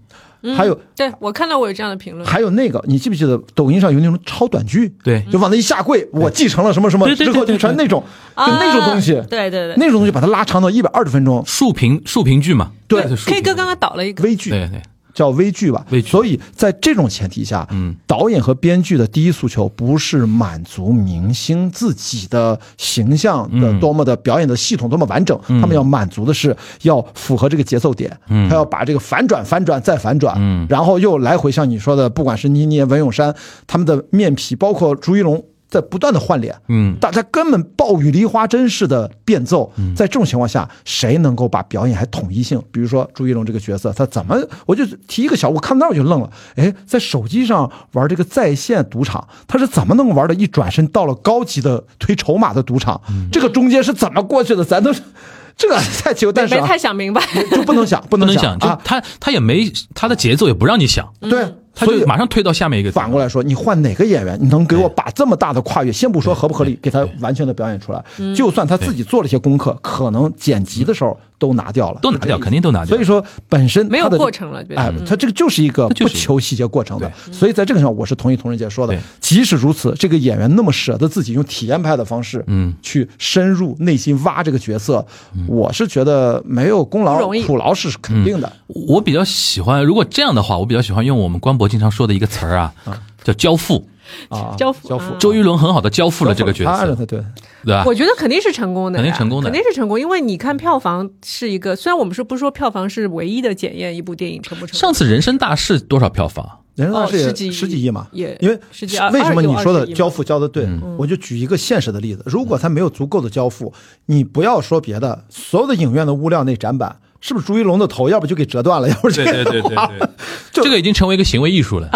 [SPEAKER 3] 还
[SPEAKER 2] 嗯
[SPEAKER 3] 有。
[SPEAKER 4] 对我看到我有这样的评论，
[SPEAKER 3] 还有那个，你记不记得抖音上有那种超短剧？
[SPEAKER 2] 对
[SPEAKER 3] 就往那一下跪，我继承了什么什么
[SPEAKER 2] 对对
[SPEAKER 3] 之
[SPEAKER 2] 对
[SPEAKER 3] 后，
[SPEAKER 2] 对
[SPEAKER 3] 就
[SPEAKER 2] 对
[SPEAKER 3] 传那种，就 那种东西
[SPEAKER 4] 啊，对对对，
[SPEAKER 3] 那种东西把它拉长到一百二十分钟，
[SPEAKER 2] 竖屏竖屏剧嘛，
[SPEAKER 3] 对
[SPEAKER 2] 就是竖屏
[SPEAKER 4] K 哥刚刚导了一个，
[SPEAKER 3] 微剧。
[SPEAKER 2] 对对，
[SPEAKER 3] 叫微剧吧。
[SPEAKER 2] 微剧
[SPEAKER 3] 所以在这种前提下，
[SPEAKER 2] 嗯，
[SPEAKER 3] 导演和编剧的第一诉求不是满足明星自己的形象的多么的表演的系统多么完整，他们要满足的是要符合这个节奏点，嗯，他要把这个反转、反转再反转，嗯，然后又来回像你说的，不管是倪妮、文咏珊他们的面皮，包括朱一龙。在不断的换脸，
[SPEAKER 2] 嗯，
[SPEAKER 3] 大家根本暴雨梨花针似的变奏。在这种情况下，谁能够把表演还统一性？比如说朱一龙这个角色，他怎么？我就提一个小，我看到我就愣了。哎，在手机上玩这个在线赌场，他是怎么能玩的？一转身到了高级的推筹码的赌场，
[SPEAKER 2] 嗯
[SPEAKER 3] 这个中间是怎么过去的？咱都是这个太奇怪，但是、
[SPEAKER 4] 没
[SPEAKER 3] 啊、
[SPEAKER 4] 太想明白，
[SPEAKER 3] 就不能想，不
[SPEAKER 2] 不
[SPEAKER 3] 能
[SPEAKER 2] 能想，就
[SPEAKER 3] 啊！
[SPEAKER 2] 他他也没他的节奏也不让你想，
[SPEAKER 3] 对，
[SPEAKER 2] 他
[SPEAKER 3] 所以
[SPEAKER 2] 就马上推到下面一个字
[SPEAKER 3] 反过来说，你换哪个演员，你能给我把这么大的跨越？先不说合不合理，给他完全的表演出来。
[SPEAKER 4] 嗯
[SPEAKER 3] 就算他自己做了一些功课，可能剪辑的时候都拿掉了，
[SPEAKER 2] 都拿掉，肯定都拿掉
[SPEAKER 3] 所以。说，本身
[SPEAKER 4] 没有
[SPEAKER 3] 他的
[SPEAKER 4] 过程了嗯对
[SPEAKER 3] 哎，他这个就是一个
[SPEAKER 2] 它就
[SPEAKER 3] 不
[SPEAKER 2] 是一个
[SPEAKER 3] 求细节过程的。所以在这个上，我是同意童仁杰说的
[SPEAKER 2] 对。
[SPEAKER 3] 即使如此，这个演员那么舍得自己用体验派的方式，
[SPEAKER 2] 嗯，
[SPEAKER 3] 去深入内心挖这个角色，我是觉得没有功劳
[SPEAKER 4] 不容易
[SPEAKER 3] 苦劳是
[SPEAKER 2] 嗯
[SPEAKER 3] 肯定的。
[SPEAKER 2] 我比较喜欢，如果这样的话，我比较喜欢用我们官博经常说的一个词儿啊，叫交付。
[SPEAKER 3] 啊，
[SPEAKER 4] 交付
[SPEAKER 3] 交付
[SPEAKER 4] 啊
[SPEAKER 2] 周一龙很好的交付了这个角
[SPEAKER 3] 他按照
[SPEAKER 4] 嗯
[SPEAKER 2] 色，
[SPEAKER 3] 他对。
[SPEAKER 2] 对吧
[SPEAKER 4] 我？觉得肯定是成功的呀，
[SPEAKER 2] 肯定成功的
[SPEAKER 4] 肯定是成功，因为你看票房是一个，虽然我们说不是说票房是唯一的检验一部电影成不成功，
[SPEAKER 2] 上次《人生大事》多少票房？
[SPEAKER 3] 人生大
[SPEAKER 4] 哦
[SPEAKER 3] 事也
[SPEAKER 4] 十几亿
[SPEAKER 3] 十几亿嘛，
[SPEAKER 4] 也
[SPEAKER 3] 因为
[SPEAKER 4] 十几二
[SPEAKER 3] 为什么你说
[SPEAKER 4] 二
[SPEAKER 3] 的
[SPEAKER 4] 十亿嘛
[SPEAKER 3] 交付交的对，我就举一个现实的例子，如果他没有足够的交付，你不要说别的，所有的影院的物料那展板。是不是朱一龙的头，要不就给折断了，要不这个
[SPEAKER 2] 对对对对，
[SPEAKER 3] 就
[SPEAKER 2] 这个已经成为一个行为艺术了。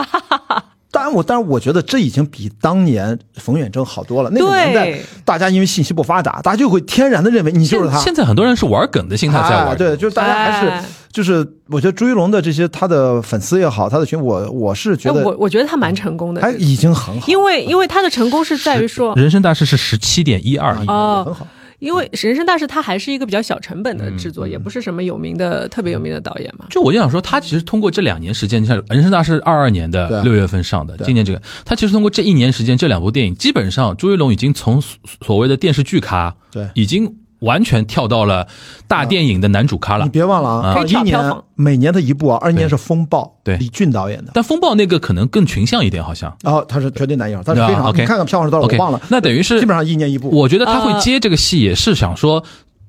[SPEAKER 3] 大然我，但是我觉得这已经比当年冯远征好多了。那个年代
[SPEAKER 4] 对，
[SPEAKER 3] 大家因为信息不发达，大家就会天然的认为你就是他。
[SPEAKER 2] 现在很多人是玩梗的心态在
[SPEAKER 3] 哎
[SPEAKER 2] 玩，
[SPEAKER 3] 对，就是大家还是、
[SPEAKER 4] 哎
[SPEAKER 3] 就是，我觉得朱一龙的这些他的粉丝也好，他的群，我我是觉
[SPEAKER 4] 但
[SPEAKER 3] 得
[SPEAKER 4] 我我觉得他蛮成功的
[SPEAKER 3] 他，已经很好，
[SPEAKER 4] 因为因为他的成功是在于说，
[SPEAKER 2] 人生大事是十七点一二亿，
[SPEAKER 4] 哦
[SPEAKER 3] 很好。
[SPEAKER 4] 因为《人生大事》它还是一个比较小成本的
[SPEAKER 2] 嗯
[SPEAKER 4] 制作，也不是什么有名的特别有名的导演嘛。
[SPEAKER 2] 就我就想说，他其实通过这两年时间，你像《人生大事》二二年的
[SPEAKER 3] 对啊
[SPEAKER 2] 六月份上的，今年这个，他其实通过这一年时间，这两部电影，基本上朱一龙已经从所所谓的电视剧咖，
[SPEAKER 3] 对
[SPEAKER 2] 已经完全跳到了大电影的男主咖了嗯
[SPEAKER 3] 你。别忘了啊，
[SPEAKER 4] 可
[SPEAKER 3] 二
[SPEAKER 4] 以
[SPEAKER 3] 一
[SPEAKER 4] 抢票
[SPEAKER 3] 年
[SPEAKER 4] 房
[SPEAKER 3] 每年的一部啊，二一年是《风暴》，
[SPEAKER 2] 对
[SPEAKER 3] 李俊导演的。
[SPEAKER 2] 但风暴那个可能更群像一点，好像。
[SPEAKER 3] 然后他是绝对男一号，他是非常
[SPEAKER 2] 啊
[SPEAKER 3] 好，
[SPEAKER 2] ，OK
[SPEAKER 3] 你看看票房是多少
[SPEAKER 2] OK，
[SPEAKER 3] 我忘了，
[SPEAKER 2] 那等于是
[SPEAKER 3] 基本上一年一部。
[SPEAKER 2] 我觉得他会接这个戏，也是想说，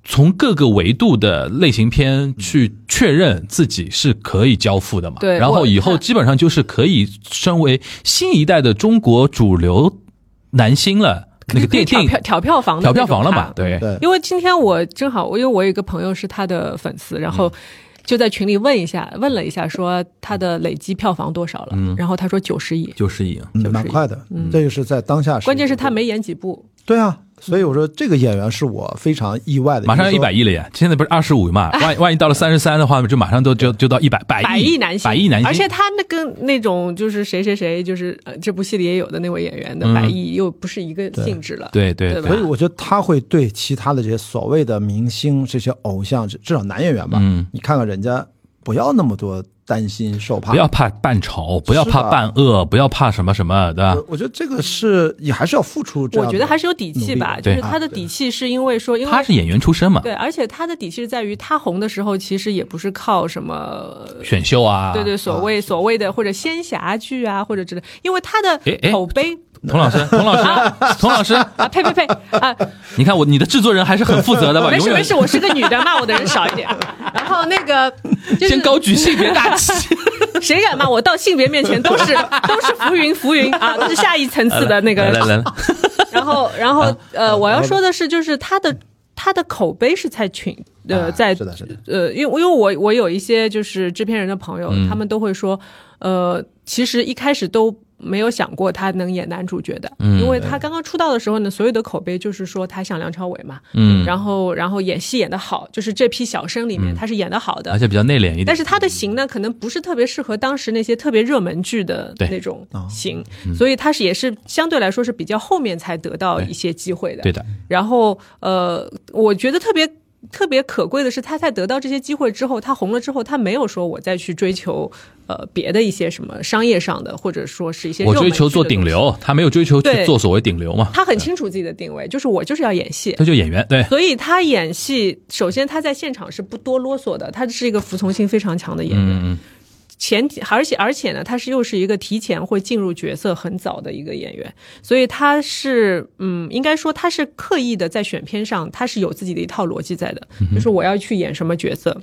[SPEAKER 2] 从各个维度的类型片去确认自己是可以交付的嘛。
[SPEAKER 4] 对
[SPEAKER 2] 然后
[SPEAKER 4] 我
[SPEAKER 2] 以后
[SPEAKER 4] 看
[SPEAKER 2] 基本上就是可以身为新一代的中国主流男星了，那个
[SPEAKER 4] 可
[SPEAKER 2] 电
[SPEAKER 4] 以挑
[SPEAKER 2] 电影
[SPEAKER 4] 票挑票房的
[SPEAKER 2] 调
[SPEAKER 4] 那
[SPEAKER 2] 票
[SPEAKER 4] 种啊
[SPEAKER 2] 房了嘛
[SPEAKER 4] 卡？
[SPEAKER 2] 对，
[SPEAKER 3] 对
[SPEAKER 4] 因为今天我正好，因为我有一个朋友是他的粉丝，然
[SPEAKER 2] 嗯
[SPEAKER 4] 后就在群里问一下，问了一下说他的累积票房多少了，
[SPEAKER 2] 嗯
[SPEAKER 4] 然后他说九十亿，
[SPEAKER 2] 就是赢。
[SPEAKER 4] 就是
[SPEAKER 3] 嗯，蛮快的，这就是在当下。
[SPEAKER 4] 关键是他没演几部，
[SPEAKER 3] 对啊，所以我说这个演员是我非常意外的。
[SPEAKER 2] 马上要一
[SPEAKER 3] 比如说
[SPEAKER 2] 百亿了呀！现在不是二十五嘛？万万一到了三十三的话，就马上都就就到一百百
[SPEAKER 4] 百
[SPEAKER 2] 亿
[SPEAKER 4] 亿男星，
[SPEAKER 2] 哎百亿男星，
[SPEAKER 4] 而且他那跟那种就是谁谁谁，就是呃这部戏里也有的那位演员的
[SPEAKER 2] 嗯
[SPEAKER 4] 百亿又不是一个性质了，
[SPEAKER 2] 对对
[SPEAKER 4] 对吧
[SPEAKER 3] 所以我觉得他会对其他的这些所谓的明星、这些偶像，至至少男演员吧，
[SPEAKER 2] 嗯
[SPEAKER 3] 你看看人家不要那么多担心受怕。
[SPEAKER 2] 不要怕扮丑，不要
[SPEAKER 3] 是
[SPEAKER 2] 怕
[SPEAKER 3] 的
[SPEAKER 2] 扮恶，不要怕什么什么，对吧？
[SPEAKER 3] 我我觉得这个是你还是要付出这
[SPEAKER 4] 我
[SPEAKER 3] 样的。
[SPEAKER 4] 觉得还是有底气吧，
[SPEAKER 3] 努力
[SPEAKER 4] 就是
[SPEAKER 2] 对
[SPEAKER 4] 他的底气是因为说，因为
[SPEAKER 2] 他是演员出身嘛，
[SPEAKER 4] 对，而且他的底气是在于他红的时候，其实也不是靠什么。
[SPEAKER 2] 选秀啊，
[SPEAKER 4] 对对，所谓所谓的或者仙侠剧啊，或者之类，因为他的
[SPEAKER 2] 诶诶
[SPEAKER 4] 口碑
[SPEAKER 2] 童 老师，童老师，童老师，
[SPEAKER 4] 啊，呸呸呸 啊，
[SPEAKER 2] 你看我，你的制作人还是很负责的吧？
[SPEAKER 4] 没
[SPEAKER 2] 永
[SPEAKER 4] 事
[SPEAKER 2] 远
[SPEAKER 4] 没事，我是个女的，骂我的人少一点。然后那个就是
[SPEAKER 2] 先高举性别大旗。
[SPEAKER 4] 谁敢骂我，到性别面前都是都是浮云浮云啊，都是下一层次的
[SPEAKER 2] 来
[SPEAKER 4] 那个
[SPEAKER 2] 来啊来，
[SPEAKER 4] 然后，然后，呃，我要说的是，就是他的他的口碑是在群，呃，
[SPEAKER 3] 啊
[SPEAKER 4] 在
[SPEAKER 3] 是的是的
[SPEAKER 4] 呃，因为因为我我有一些就是制片人的朋友，
[SPEAKER 2] 嗯
[SPEAKER 4] 他们都会说，呃，其实一开始都。没有想过他能演男主角的，
[SPEAKER 2] 嗯
[SPEAKER 4] 因为他刚刚出道的时候呢，所有的口碑就是说他像梁朝伟嘛，
[SPEAKER 2] 嗯，
[SPEAKER 4] 然后然后演戏演得好，就是这批小生里面他是演得好的，
[SPEAKER 2] 而且比较内敛一点。
[SPEAKER 4] 但是它的型呢，可能不是特别适合当时那些特别热门剧的
[SPEAKER 2] 对嗯
[SPEAKER 4] 那种型，所以它是也是相对来说是比较后面才得到一些机会的。
[SPEAKER 2] 对的，
[SPEAKER 4] 然后呃，我觉得特别。特别可贵的是，他在得到这些机会之后，他红了之后，他没有说我再去追求，呃，别的一些什么商业上的，或者说是一些
[SPEAKER 2] 我
[SPEAKER 4] 热门
[SPEAKER 2] 追求
[SPEAKER 4] 剧的
[SPEAKER 2] 做
[SPEAKER 4] 东西
[SPEAKER 2] 顶，流，他没有追求去
[SPEAKER 4] 对
[SPEAKER 2] 做所谓顶流嘛，
[SPEAKER 4] 他很清楚自己的定
[SPEAKER 2] 嗯
[SPEAKER 4] 位，就是我就是要演戏，
[SPEAKER 2] 他就演员。对，
[SPEAKER 4] 所以他演戏，首先他在现场是不多啰嗦的，他是一个服从性非常强的演员。
[SPEAKER 2] 嗯
[SPEAKER 4] 前提，而且而且呢，他是又是一个提前会进入角色很早的一个演员，所以他是嗯，应该说他是刻意的在选片上，他是有自己的一套逻辑在的，就是我要去演什么角色，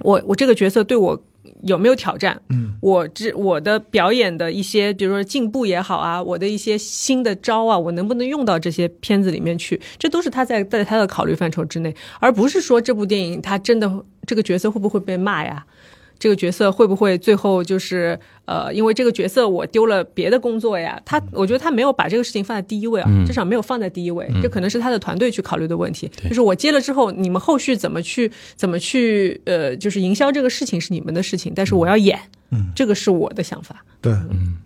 [SPEAKER 4] 我我这个角色对我有没有挑战？嗯，我这我的表演的一些，比如说进步也好啊，我的一些新的招啊，我能不能用到这些片子里面去？这都是他在在他的考虑范畴之内，而不是说这部电影他真的这个角色会不会被骂呀？这个角色会不会最后就是呃，因为这个角色我丢了别的工作呀？
[SPEAKER 2] 嗯
[SPEAKER 4] 他我觉得他没有把这个事情放在第一位啊，至少没有放在第一位，
[SPEAKER 2] 嗯
[SPEAKER 4] 这可能是他的团队去考虑的问题。就是我接了之后，你们后续怎么去怎么去呃，就是营销这个事情是你们的事情，但
[SPEAKER 2] 嗯
[SPEAKER 4] 是我要演，这个是我的想法。
[SPEAKER 3] 对，嗯，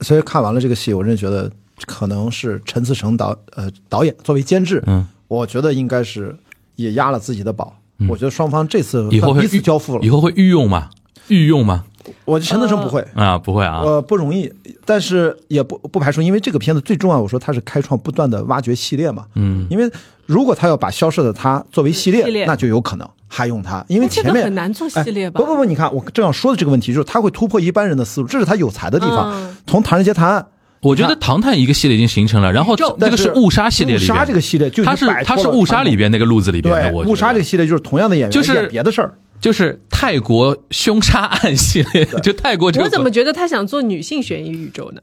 [SPEAKER 3] 所以看完了这个戏，我真的觉得可能是陈思诚导呃导演作为监制，嗯，我觉得应该是也压了自己的宝。我觉得双方这次
[SPEAKER 2] 嗯以后会
[SPEAKER 3] 彼此
[SPEAKER 2] 御
[SPEAKER 3] 交付了
[SPEAKER 2] 以。后会御用吗？御用吗？
[SPEAKER 3] 我陈思诚不会，
[SPEAKER 2] 啊，不会啊。
[SPEAKER 3] 呃，不容易，但是也不不排除，因为这个片子最重要，我说它是开创不断的挖掘系列嘛。嗯，因为如果他要把消失的他作为系列，
[SPEAKER 4] 系列
[SPEAKER 3] 那就有可能还用它，因为
[SPEAKER 4] 那这
[SPEAKER 3] 前
[SPEAKER 4] 个
[SPEAKER 3] 面、
[SPEAKER 4] 很难做系列吧
[SPEAKER 3] 哎不不不，你看我正要说的这个问题，就是他会突破一般人的思路，这是他有才的地方。
[SPEAKER 4] 嗯
[SPEAKER 3] 从《唐人街探案》。
[SPEAKER 2] 我觉得《唐探》一个系列已经形成了，然后这
[SPEAKER 3] 但
[SPEAKER 2] 个是误杀系列里
[SPEAKER 3] 哦误
[SPEAKER 2] 边，
[SPEAKER 3] 杀这个系列就已经
[SPEAKER 2] 他是
[SPEAKER 3] 摆脱
[SPEAKER 2] 他
[SPEAKER 3] 了
[SPEAKER 2] 是误杀里边那个路子里边
[SPEAKER 3] 对
[SPEAKER 2] 的，我觉得
[SPEAKER 3] 误杀这个系列就是同样的演员
[SPEAKER 2] 就是
[SPEAKER 3] 演别的事儿，
[SPEAKER 2] 就是泰国凶杀案系列，就泰国这个
[SPEAKER 4] 我怎么觉得他想做女性悬疑宇宙呢？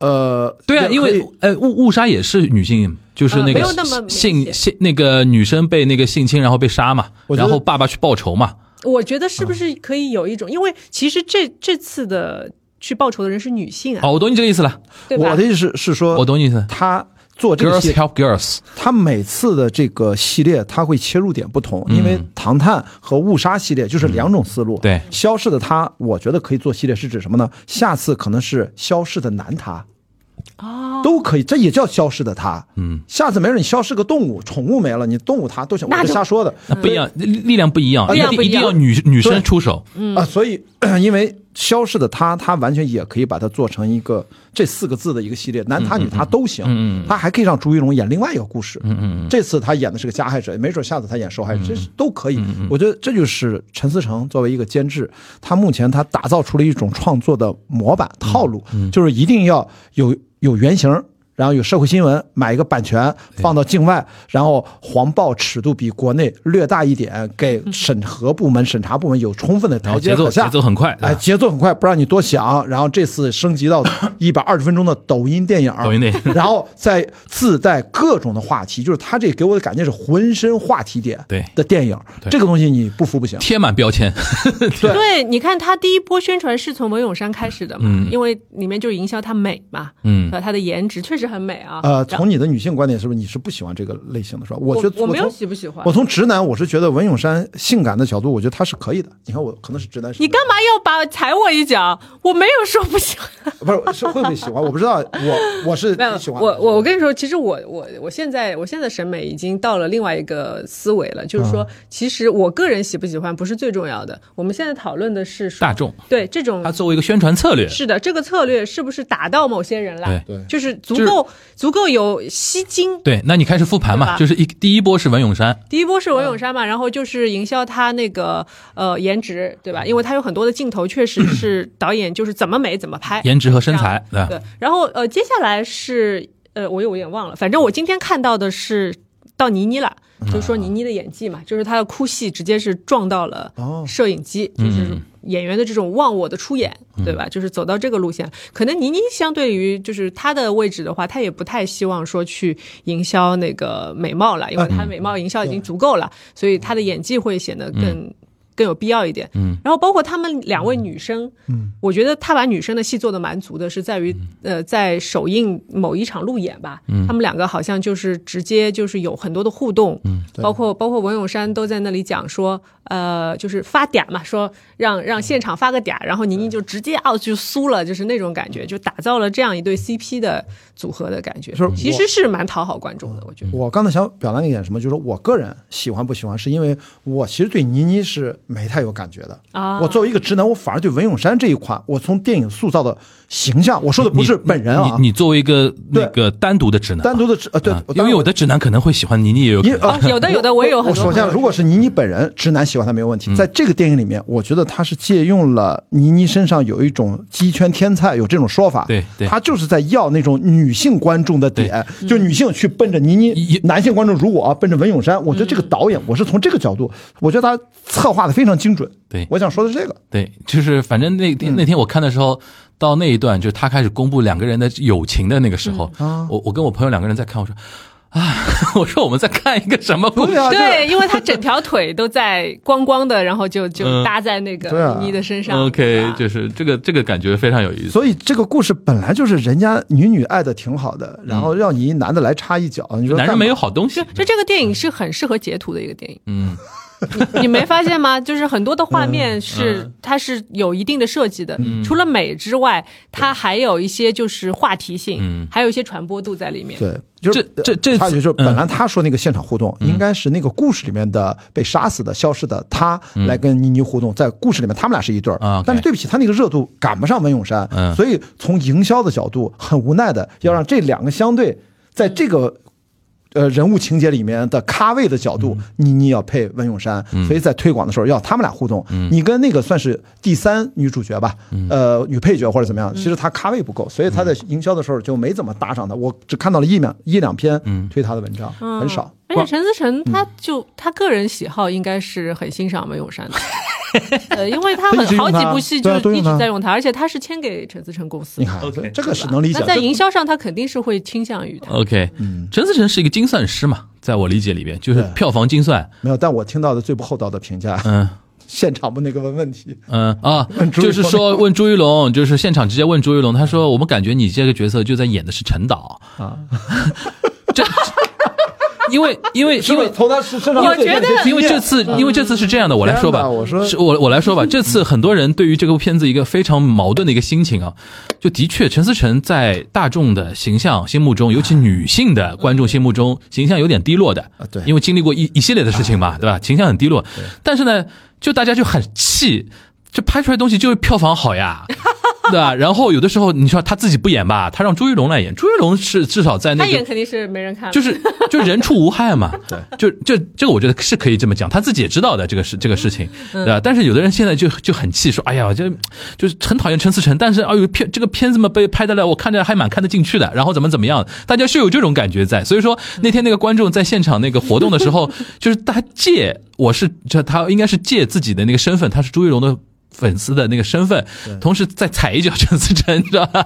[SPEAKER 3] 呃，
[SPEAKER 2] 对啊，
[SPEAKER 3] 也
[SPEAKER 2] 因
[SPEAKER 3] 可以呃
[SPEAKER 2] 为呃误误杀也是女性，就是
[SPEAKER 4] 啊
[SPEAKER 2] 那
[SPEAKER 4] 没
[SPEAKER 2] 个
[SPEAKER 4] 有那么明
[SPEAKER 2] 性
[SPEAKER 4] 显
[SPEAKER 2] 性那个女生被那个性侵，然后被杀嘛，
[SPEAKER 3] 我觉得
[SPEAKER 2] 然后爸爸去报仇嘛，嗯
[SPEAKER 4] 我觉得是不是可以有一种，因为其实这这次的。去报仇的人是女性啊，
[SPEAKER 2] 哦，我懂你这个意思了，
[SPEAKER 4] 对吧？
[SPEAKER 3] 我的意思是说，
[SPEAKER 2] 我懂你意思。
[SPEAKER 3] 他做这
[SPEAKER 2] Girls
[SPEAKER 3] 个戏嗯
[SPEAKER 2] help girls，
[SPEAKER 3] 他每次的这个系列，他会切入点不同，
[SPEAKER 2] 嗯
[SPEAKER 3] 因为《唐探》和《误杀》系列就是两种思路。
[SPEAKER 2] 对
[SPEAKER 3] 消逝的他，我觉得可以做系列，是指什么呢？下次可能是消逝的男他，
[SPEAKER 4] 哦，
[SPEAKER 3] 都可以，这也叫消逝的他。
[SPEAKER 2] 嗯，
[SPEAKER 3] 下次没准你消失个动物，宠物没了，你动物它都行，
[SPEAKER 4] 那
[SPEAKER 3] 我
[SPEAKER 4] 就
[SPEAKER 3] 就瞎说的
[SPEAKER 2] 那不一样，力力量不一样，
[SPEAKER 4] 力
[SPEAKER 2] 一
[SPEAKER 4] 量不
[SPEAKER 2] 定
[SPEAKER 4] 一
[SPEAKER 2] 一
[SPEAKER 4] 样
[SPEAKER 2] 定要女女生
[SPEAKER 3] 对
[SPEAKER 2] 出手。
[SPEAKER 3] 啊。所以，因为消逝的他，他完全也可以把它做成一个这四个字的一个系列，男他女他都行。
[SPEAKER 2] 嗯嗯嗯
[SPEAKER 3] 他还可以让朱一龙演另外一个故事。
[SPEAKER 2] 嗯嗯
[SPEAKER 3] 这次他演的是个加害者，没准下次他演受害者，这是都可
[SPEAKER 2] 嗯
[SPEAKER 3] 以。我觉得这就是陈思诚作为一个监制，他目前他打造出了一种创作的模板
[SPEAKER 2] 嗯
[SPEAKER 3] 套路，就是一定要有有原型。然后有社会新闻，买一个版权放到境外，然后黄报尺度比国内略大一点， 给审核部门、审查部门有充分的
[SPEAKER 2] 然后
[SPEAKER 3] 条
[SPEAKER 2] 节
[SPEAKER 3] 件
[SPEAKER 2] 奏
[SPEAKER 3] 可
[SPEAKER 2] 节
[SPEAKER 3] 下。
[SPEAKER 2] 奏啊很快，对
[SPEAKER 3] 哎，
[SPEAKER 2] 吧
[SPEAKER 3] 节奏很快，不让你多想。然后这次升 级到一百二十分钟的抖音电影，
[SPEAKER 2] 抖音电影
[SPEAKER 3] 然后再自带各种的话题，就是他这给我的感觉是浑身话题点
[SPEAKER 2] 对
[SPEAKER 3] 的电影，
[SPEAKER 2] 对
[SPEAKER 3] 这个东西你不服不
[SPEAKER 4] 啊
[SPEAKER 3] 行。
[SPEAKER 2] 贴满标签。
[SPEAKER 3] 嗯
[SPEAKER 4] 对，你看他第一波宣传是从文咏珊开始的嘛，
[SPEAKER 2] 嗯
[SPEAKER 4] 因为里面就是营销她美嘛，
[SPEAKER 2] 嗯
[SPEAKER 4] 对吧，她的颜值确实很美啊。
[SPEAKER 3] 呃，
[SPEAKER 4] 然后
[SPEAKER 3] 从你的女性观点，是不是你是不喜欢这个类型的是吧？我
[SPEAKER 4] 我
[SPEAKER 3] 觉得
[SPEAKER 4] 我没有
[SPEAKER 3] 从
[SPEAKER 4] 喜不喜欢
[SPEAKER 3] 我，从直男，我是觉得文咏珊性感的角度，我觉得她是可以的。你看我可能是直男审美，
[SPEAKER 4] 你干嘛要把踩我一脚？我没有说不 喜欢。
[SPEAKER 3] 不是是会不会喜欢？我不知道，我我是
[SPEAKER 4] 没有，
[SPEAKER 3] 喜欢的。
[SPEAKER 4] 我我我跟你说，其实我我我现在我现在审美已经到了另外一个思维了，就是说，
[SPEAKER 3] 嗯
[SPEAKER 4] 其实我个人喜不喜欢不是最重要的，我们现在讨论的是说
[SPEAKER 2] 大众
[SPEAKER 4] 对这种
[SPEAKER 2] 它作为一个宣传策略，
[SPEAKER 4] 是的这个策略是不是打到某些人了？
[SPEAKER 2] 对
[SPEAKER 3] 对
[SPEAKER 4] 就是足够、足够有吸睛。
[SPEAKER 2] 对，那你开始复盘
[SPEAKER 4] 对
[SPEAKER 2] 嘛，
[SPEAKER 4] 吧
[SPEAKER 2] 就是一第一波是文咏珊，
[SPEAKER 4] 第一波是文咏珊嘛，然后就是营销她那个呃颜值，对吧？因为她有很多的镜头确实是导演就是怎么美怎么
[SPEAKER 3] 哎
[SPEAKER 4] 拍，
[SPEAKER 2] 颜值和身材，啊对吧
[SPEAKER 4] 对，然后呃，接下来是呃，我有点忘了，反正我今天看到的是到倪妮了，就是说倪妮的演技嘛，就是她的哭戏直接是撞到了
[SPEAKER 3] 哦
[SPEAKER 4] 摄影机，就是演员的这种忘我的出演，对吧？就是走到这个路线，可能倪妮相对于就是她的位置的话，她也不太希望说去营销那个美貌了，因为她美貌营销已经足够了，所以她的演技会显得更。更有必要一点，嗯，然后包括她们两位女生，嗯，我觉得她把女生的戏做的蛮足的，是在于，呃，在首映某一场路演吧，嗯，她们两个好像就是直接就是有很多的互动，嗯，包括包括文咏珊都在那里讲说，呃，就是发嗲嘛，说让让现场发个嗲，然后宁宁就直接哦就酥了，就是那种感觉，就打造了这样一对 CP 的组合的感觉
[SPEAKER 3] 就是我，
[SPEAKER 4] 其实是蛮讨好观众的，我觉得。
[SPEAKER 3] 我刚才想表达一点什么，就是说我个人喜欢不喜欢，是因为我其实对倪妮是没太有感觉的
[SPEAKER 4] 啊
[SPEAKER 3] 我作为一个直男，我反而对文咏珊这一款，我从电影塑造的形象，我说的不是
[SPEAKER 2] 你
[SPEAKER 3] 本人啊
[SPEAKER 2] 你，你作为一个
[SPEAKER 3] 对
[SPEAKER 2] 那个单独的直男啊，
[SPEAKER 3] 单独的直呃对
[SPEAKER 2] 啊，
[SPEAKER 3] 我
[SPEAKER 2] 因为有的直男可能会喜欢倪妮，也有可
[SPEAKER 3] 因为
[SPEAKER 2] 能
[SPEAKER 3] 呃
[SPEAKER 4] 哦有的有的我也有很多
[SPEAKER 3] 首先
[SPEAKER 4] 朋，友
[SPEAKER 3] 如果是倪妮本人，直男喜欢她没有问
[SPEAKER 2] 嗯
[SPEAKER 3] 题。在这个电影里面，我觉得他是借用了倪妮身上有一种鸡圈天菜，有这种说法。
[SPEAKER 2] 对对
[SPEAKER 3] 他就是在要那种女性观众的点，就女性去奔着倪妮
[SPEAKER 2] 嗯也，嗯
[SPEAKER 3] 男性观众如果啊奔着文咏珊，我觉得这个导演，我是从这个角度，我觉得他策划的非常精准。
[SPEAKER 2] 对
[SPEAKER 3] 我想说的是这个。
[SPEAKER 2] 对，就是反正那
[SPEAKER 3] 嗯
[SPEAKER 2] 天那天我看的时候，到那一段就是他开始公布两个人的友情的那个时候，
[SPEAKER 3] 嗯啊
[SPEAKER 2] 我我跟我朋友两个人在看，我说啊， 我说我们在看一个什么故
[SPEAKER 3] 对
[SPEAKER 2] 事？
[SPEAKER 3] 啊，这
[SPEAKER 4] 对，因为她整条腿都在光光的，然后就就
[SPEAKER 2] 嗯
[SPEAKER 4] 搭在那
[SPEAKER 3] 对
[SPEAKER 4] 个
[SPEAKER 3] 啊
[SPEAKER 4] 倪妮的身上。对
[SPEAKER 2] OK，
[SPEAKER 4] 吧
[SPEAKER 2] 就是这个这个感觉非常有意思。
[SPEAKER 3] 所以这个故事本来就是人家女女爱的挺好的，然后让你一男的来插一脚，你说
[SPEAKER 2] 嗯男
[SPEAKER 3] 干
[SPEAKER 2] 人
[SPEAKER 3] 嘛
[SPEAKER 2] 没有好东西，
[SPEAKER 4] 就这个电影是很适合截图的一个电影，
[SPEAKER 2] 嗯，
[SPEAKER 4] 你你没发现吗？就是很多的
[SPEAKER 3] 嗯
[SPEAKER 4] 画面是、它是有一定的设计的，除了美之外，它还有一些就是话题性，
[SPEAKER 2] 嗯
[SPEAKER 4] 还有一些传播度在里面。
[SPEAKER 3] 对，就是
[SPEAKER 2] 这这这
[SPEAKER 3] 他就是
[SPEAKER 2] 次嗯
[SPEAKER 3] 本来他说那个现场互动，应该是那个故事里面的被杀死的、消失的他来跟倪妮互动，在故事里面他们俩是一对儿
[SPEAKER 2] 嗯啊，OK
[SPEAKER 3] 但是对不起，他那个热度赶不上文咏珊
[SPEAKER 2] 嗯，
[SPEAKER 3] 所以从营销的角度，很无奈的要让这两个相对在这个。呃，人物情节里面的咖位的角
[SPEAKER 2] 嗯
[SPEAKER 3] 度，倪妮要配文咏珊，所以在推广的时候要他们俩互动。
[SPEAKER 2] 嗯
[SPEAKER 3] 你跟那个算是第三女主角吧，呃，女配角或者怎
[SPEAKER 2] 嗯
[SPEAKER 3] 么样，其实她咖位不够，所以她在营销的时候就没怎么搭
[SPEAKER 2] 嗯
[SPEAKER 3] 上她。我只看到了一两一两篇推她的文章，
[SPEAKER 4] 嗯
[SPEAKER 3] 很少。
[SPEAKER 4] 而且陈思诚
[SPEAKER 3] 嗯
[SPEAKER 4] 他就、他个人喜好应该是很欣赏文咏 珊的，呃，因为他
[SPEAKER 3] 他
[SPEAKER 4] 很
[SPEAKER 3] 一直用
[SPEAKER 4] 好几
[SPEAKER 3] 他
[SPEAKER 4] 部戏就
[SPEAKER 3] 对啊都
[SPEAKER 4] 是一
[SPEAKER 3] 用
[SPEAKER 4] 直
[SPEAKER 3] 他
[SPEAKER 4] 在用他，而且他是签给陈思诚公司
[SPEAKER 3] 你
[SPEAKER 4] 的。
[SPEAKER 3] 看
[SPEAKER 2] OK，
[SPEAKER 3] 这个是能理解呃的。
[SPEAKER 4] 那在营销上，他肯定是会倾向于他。
[SPEAKER 2] OK，陈思诚是一个精算师嘛，在我理解里边，就是
[SPEAKER 3] 嗯对
[SPEAKER 2] 票房精算。
[SPEAKER 3] 没有，但我听到的最不厚道的评价，
[SPEAKER 2] 嗯，
[SPEAKER 3] 现场问那个问问题，
[SPEAKER 2] 嗯啊
[SPEAKER 3] 问，朱一
[SPEAKER 2] 就
[SPEAKER 3] 龙
[SPEAKER 2] 是说问朱一龙，就是现场直接问朱一龙，他说我们感觉你这个角色就在演的是陈导
[SPEAKER 3] 啊，
[SPEAKER 2] 这。因为因为
[SPEAKER 3] 是
[SPEAKER 2] 因
[SPEAKER 3] 不
[SPEAKER 2] 为
[SPEAKER 3] 是从他身身上
[SPEAKER 4] 我
[SPEAKER 3] 借鉴
[SPEAKER 4] 觉得
[SPEAKER 3] 一些经验
[SPEAKER 2] 因为这次，因为这次是这样的，我来说
[SPEAKER 3] 天
[SPEAKER 2] 吧，
[SPEAKER 3] 哪我说
[SPEAKER 2] 是我我来说 吧，这次很多人对于这个片子一个非常矛盾的一个心情啊，就的确陈思诚在大众的形象心目中，尤其女性的观众心目中，形象有点低落的
[SPEAKER 3] 啊，对啊
[SPEAKER 2] 因为经历过一一系列的事情嘛，对吧？形象很低落，但是呢，就大家就很气，这拍出来的东西就是票房好呀。 对吧？然后有的时候你说他自己不演吧，他让朱一龙来演，朱一龙是至少在那
[SPEAKER 4] 他
[SPEAKER 2] 个
[SPEAKER 4] 演肯定是没人看 了，
[SPEAKER 2] 就是就人畜无害 嘛，对，就这这个我觉得是可以这么讲，他自己也知道的这个事这个事情，
[SPEAKER 3] 嗯
[SPEAKER 2] 对吧？但是有的人现在就就很气，说哎呀，这就是很讨厌陈思诚，但是哎呦片这个片子嘛被拍的来，我看着还蛮看得进去的，然后怎么怎么样，大家是有这种感觉在，所以说
[SPEAKER 3] 嗯
[SPEAKER 2] 那天那个观众在现场那个活动的时 候，就是他借我是这他应该是借自己的那个身份，他是朱一龙的。粉丝的那个身份，同时再踩一脚 陈思诚，你知道吧？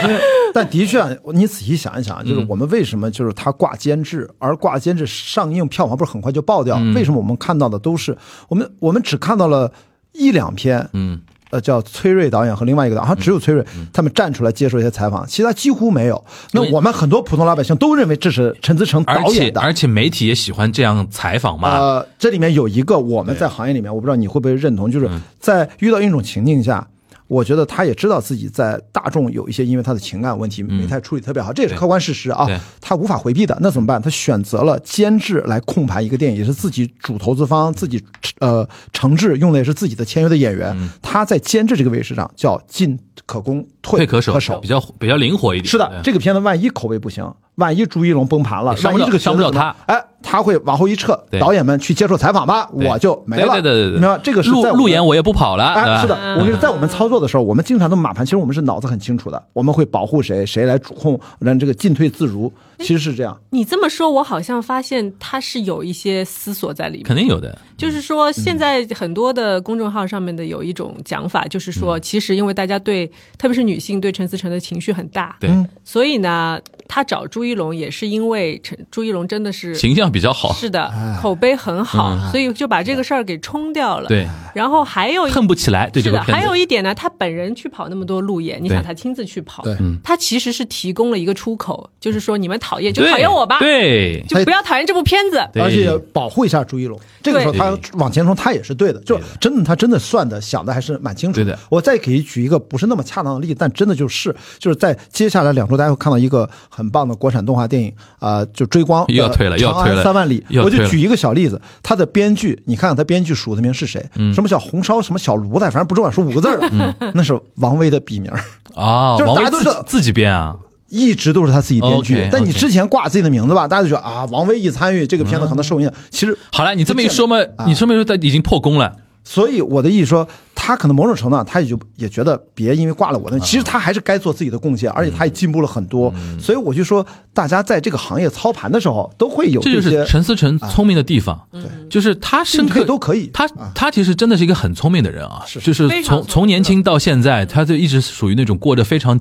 [SPEAKER 3] 但的确，你仔细想一想，
[SPEAKER 2] 嗯
[SPEAKER 3] 就是我们为什么就是它挂监制，而挂监制上映票房不是很快就爆掉？
[SPEAKER 2] 嗯
[SPEAKER 3] 为什么我们看到的都是我们我们只看到了一两篇，
[SPEAKER 2] 嗯，
[SPEAKER 3] 呃，叫崔瑞导演和另外一个导演，好像只有崔瑞、他们站出来接受一些采访，其他几乎没有。那
[SPEAKER 2] 对
[SPEAKER 3] 我们很多普通老百姓都认为这是陈思诚
[SPEAKER 2] 而
[SPEAKER 3] 导
[SPEAKER 2] 且
[SPEAKER 3] 演的。
[SPEAKER 2] 而且媒体也喜欢这样采访嘛，
[SPEAKER 3] 呃，这里面有一个我们在行业里面，我不知道你会不会认同，就是
[SPEAKER 2] 嗯
[SPEAKER 3] 在遇到一种情境下，我觉得他也知道自己在大众有一些因为他的情感问题没太处理特别好，这也是客观事实啊
[SPEAKER 2] 嗯对，
[SPEAKER 3] 他无法回避的。那怎么办？他选择了监制来控盘一个电影，也是自己主投资方，自己呃承制用的也是自己的签约的演员，
[SPEAKER 2] 嗯
[SPEAKER 3] 他在监制这个位置上叫进可攻，退
[SPEAKER 2] 退可守，
[SPEAKER 3] 可守
[SPEAKER 2] 比。较比较灵活一点。嗯
[SPEAKER 3] 是的，
[SPEAKER 2] 对
[SPEAKER 3] 这个片子万一口碑不行，万一朱一龙崩盘了，
[SPEAKER 2] 上
[SPEAKER 3] 万
[SPEAKER 2] 不
[SPEAKER 3] 一
[SPEAKER 2] 了
[SPEAKER 3] 这个角色
[SPEAKER 2] 上不了
[SPEAKER 3] 怎么
[SPEAKER 2] 他
[SPEAKER 3] 哎，他会往后一撤，
[SPEAKER 2] 对
[SPEAKER 3] 导演们去接受采访吧，
[SPEAKER 2] 对
[SPEAKER 3] 我就没了。
[SPEAKER 2] 对对对对
[SPEAKER 3] 你知道这个是
[SPEAKER 2] 路
[SPEAKER 3] 在
[SPEAKER 2] 路演，
[SPEAKER 3] 我
[SPEAKER 2] 我也不跑了，
[SPEAKER 3] 们。哎，是
[SPEAKER 2] 对吧
[SPEAKER 3] 的，
[SPEAKER 4] 嗯
[SPEAKER 3] 我跟你说，在我们操作的时候，我们经常都码盘，其实我们是脑子很清楚的，我们会保护谁，谁来主控，让这个进退自如，其实是这样。
[SPEAKER 4] 你这么说，我好像发现他是有一些思索在里面。
[SPEAKER 2] 嗯肯定有的。
[SPEAKER 4] 就是
[SPEAKER 2] 嗯
[SPEAKER 4] 说，现在很多的公众号上面的有一种讲法，就是说，
[SPEAKER 2] 嗯
[SPEAKER 4] 其实因为大家对，特别是女性对陈思诚的情绪很大，
[SPEAKER 2] 对，
[SPEAKER 3] 嗯
[SPEAKER 4] 所以呢，他找朱一龙也是因为陈朱一龙真的是
[SPEAKER 2] 形象比较好，嗯
[SPEAKER 4] 是的，口碑很好，所以就把这个事儿给冲掉了。
[SPEAKER 2] 对，
[SPEAKER 4] 然后还有一
[SPEAKER 2] 恨不起来对这
[SPEAKER 4] 是
[SPEAKER 2] 个
[SPEAKER 4] 的，
[SPEAKER 2] 片
[SPEAKER 4] 还有
[SPEAKER 2] 子。
[SPEAKER 4] 一点呢，他本人去跑那么多路演，你想
[SPEAKER 2] 对嗯
[SPEAKER 4] 他亲自去跑
[SPEAKER 3] 对，
[SPEAKER 4] 他其实是提供了一个出口，就是说你们讨厌就
[SPEAKER 2] 对
[SPEAKER 4] 讨厌我吧，
[SPEAKER 2] 对，
[SPEAKER 4] 就不要讨厌这部片子。
[SPEAKER 2] 对
[SPEAKER 3] 而且保护一下朱一龙，这个时候他往前冲，他也是对的，就是真的，他真的算的想的还是蛮清楚。
[SPEAKER 2] 对的
[SPEAKER 3] 我再给举一个不是那么恰当的例子，但真的就是，就是在接下来两周，大家会看到一个很棒的国产动画电影啊、呃就《追光》
[SPEAKER 2] 又要退了
[SPEAKER 3] 呃
[SPEAKER 2] 又要
[SPEAKER 3] 长
[SPEAKER 2] 退
[SPEAKER 3] 安
[SPEAKER 2] 了
[SPEAKER 3] 三万里
[SPEAKER 2] 又》，要
[SPEAKER 3] 我
[SPEAKER 2] 退了
[SPEAKER 3] 就举一个小例子，他的编剧，你看看他编剧署的名是谁？
[SPEAKER 2] 嗯
[SPEAKER 3] 什么小红烧，什么小炉子，反正不重要，是五个字儿的， 那是王威的笔名儿。
[SPEAKER 2] 啊，
[SPEAKER 3] 就是
[SPEAKER 2] 王
[SPEAKER 3] 大
[SPEAKER 2] 威
[SPEAKER 3] 家都
[SPEAKER 2] 自
[SPEAKER 3] 知道
[SPEAKER 2] 己自己编啊，
[SPEAKER 3] 一直都是他自己编剧。
[SPEAKER 2] OK，OK
[SPEAKER 3] 但你之前挂自己的名字吧，大家就觉得啊，王威一参与这个片子可能受影响。
[SPEAKER 2] 嗯
[SPEAKER 3] 其实
[SPEAKER 2] 好了，你这么一说嘛，
[SPEAKER 3] 啊
[SPEAKER 2] 你说明说他已经破功了，
[SPEAKER 3] 所以我的意思说，他可能某种程度上，他也就也觉得别因为挂了我的，
[SPEAKER 2] 嗯
[SPEAKER 3] 其实他还是该做自己的贡献，而且他也进步了很多。所以我就说，大家在这个行业操盘的时候，都会有
[SPEAKER 2] 这就
[SPEAKER 3] 些啊
[SPEAKER 2] 是陈思诚聪明的地方，就是他深
[SPEAKER 3] 进
[SPEAKER 2] 刻
[SPEAKER 3] 退都可以
[SPEAKER 2] 他
[SPEAKER 3] 啊
[SPEAKER 2] 他其实真的是一个很聪明的人啊，
[SPEAKER 3] 是
[SPEAKER 2] 就是
[SPEAKER 4] 非常聪
[SPEAKER 2] 从
[SPEAKER 4] 明
[SPEAKER 2] 从年轻到现在，他就一直属于那种过着非常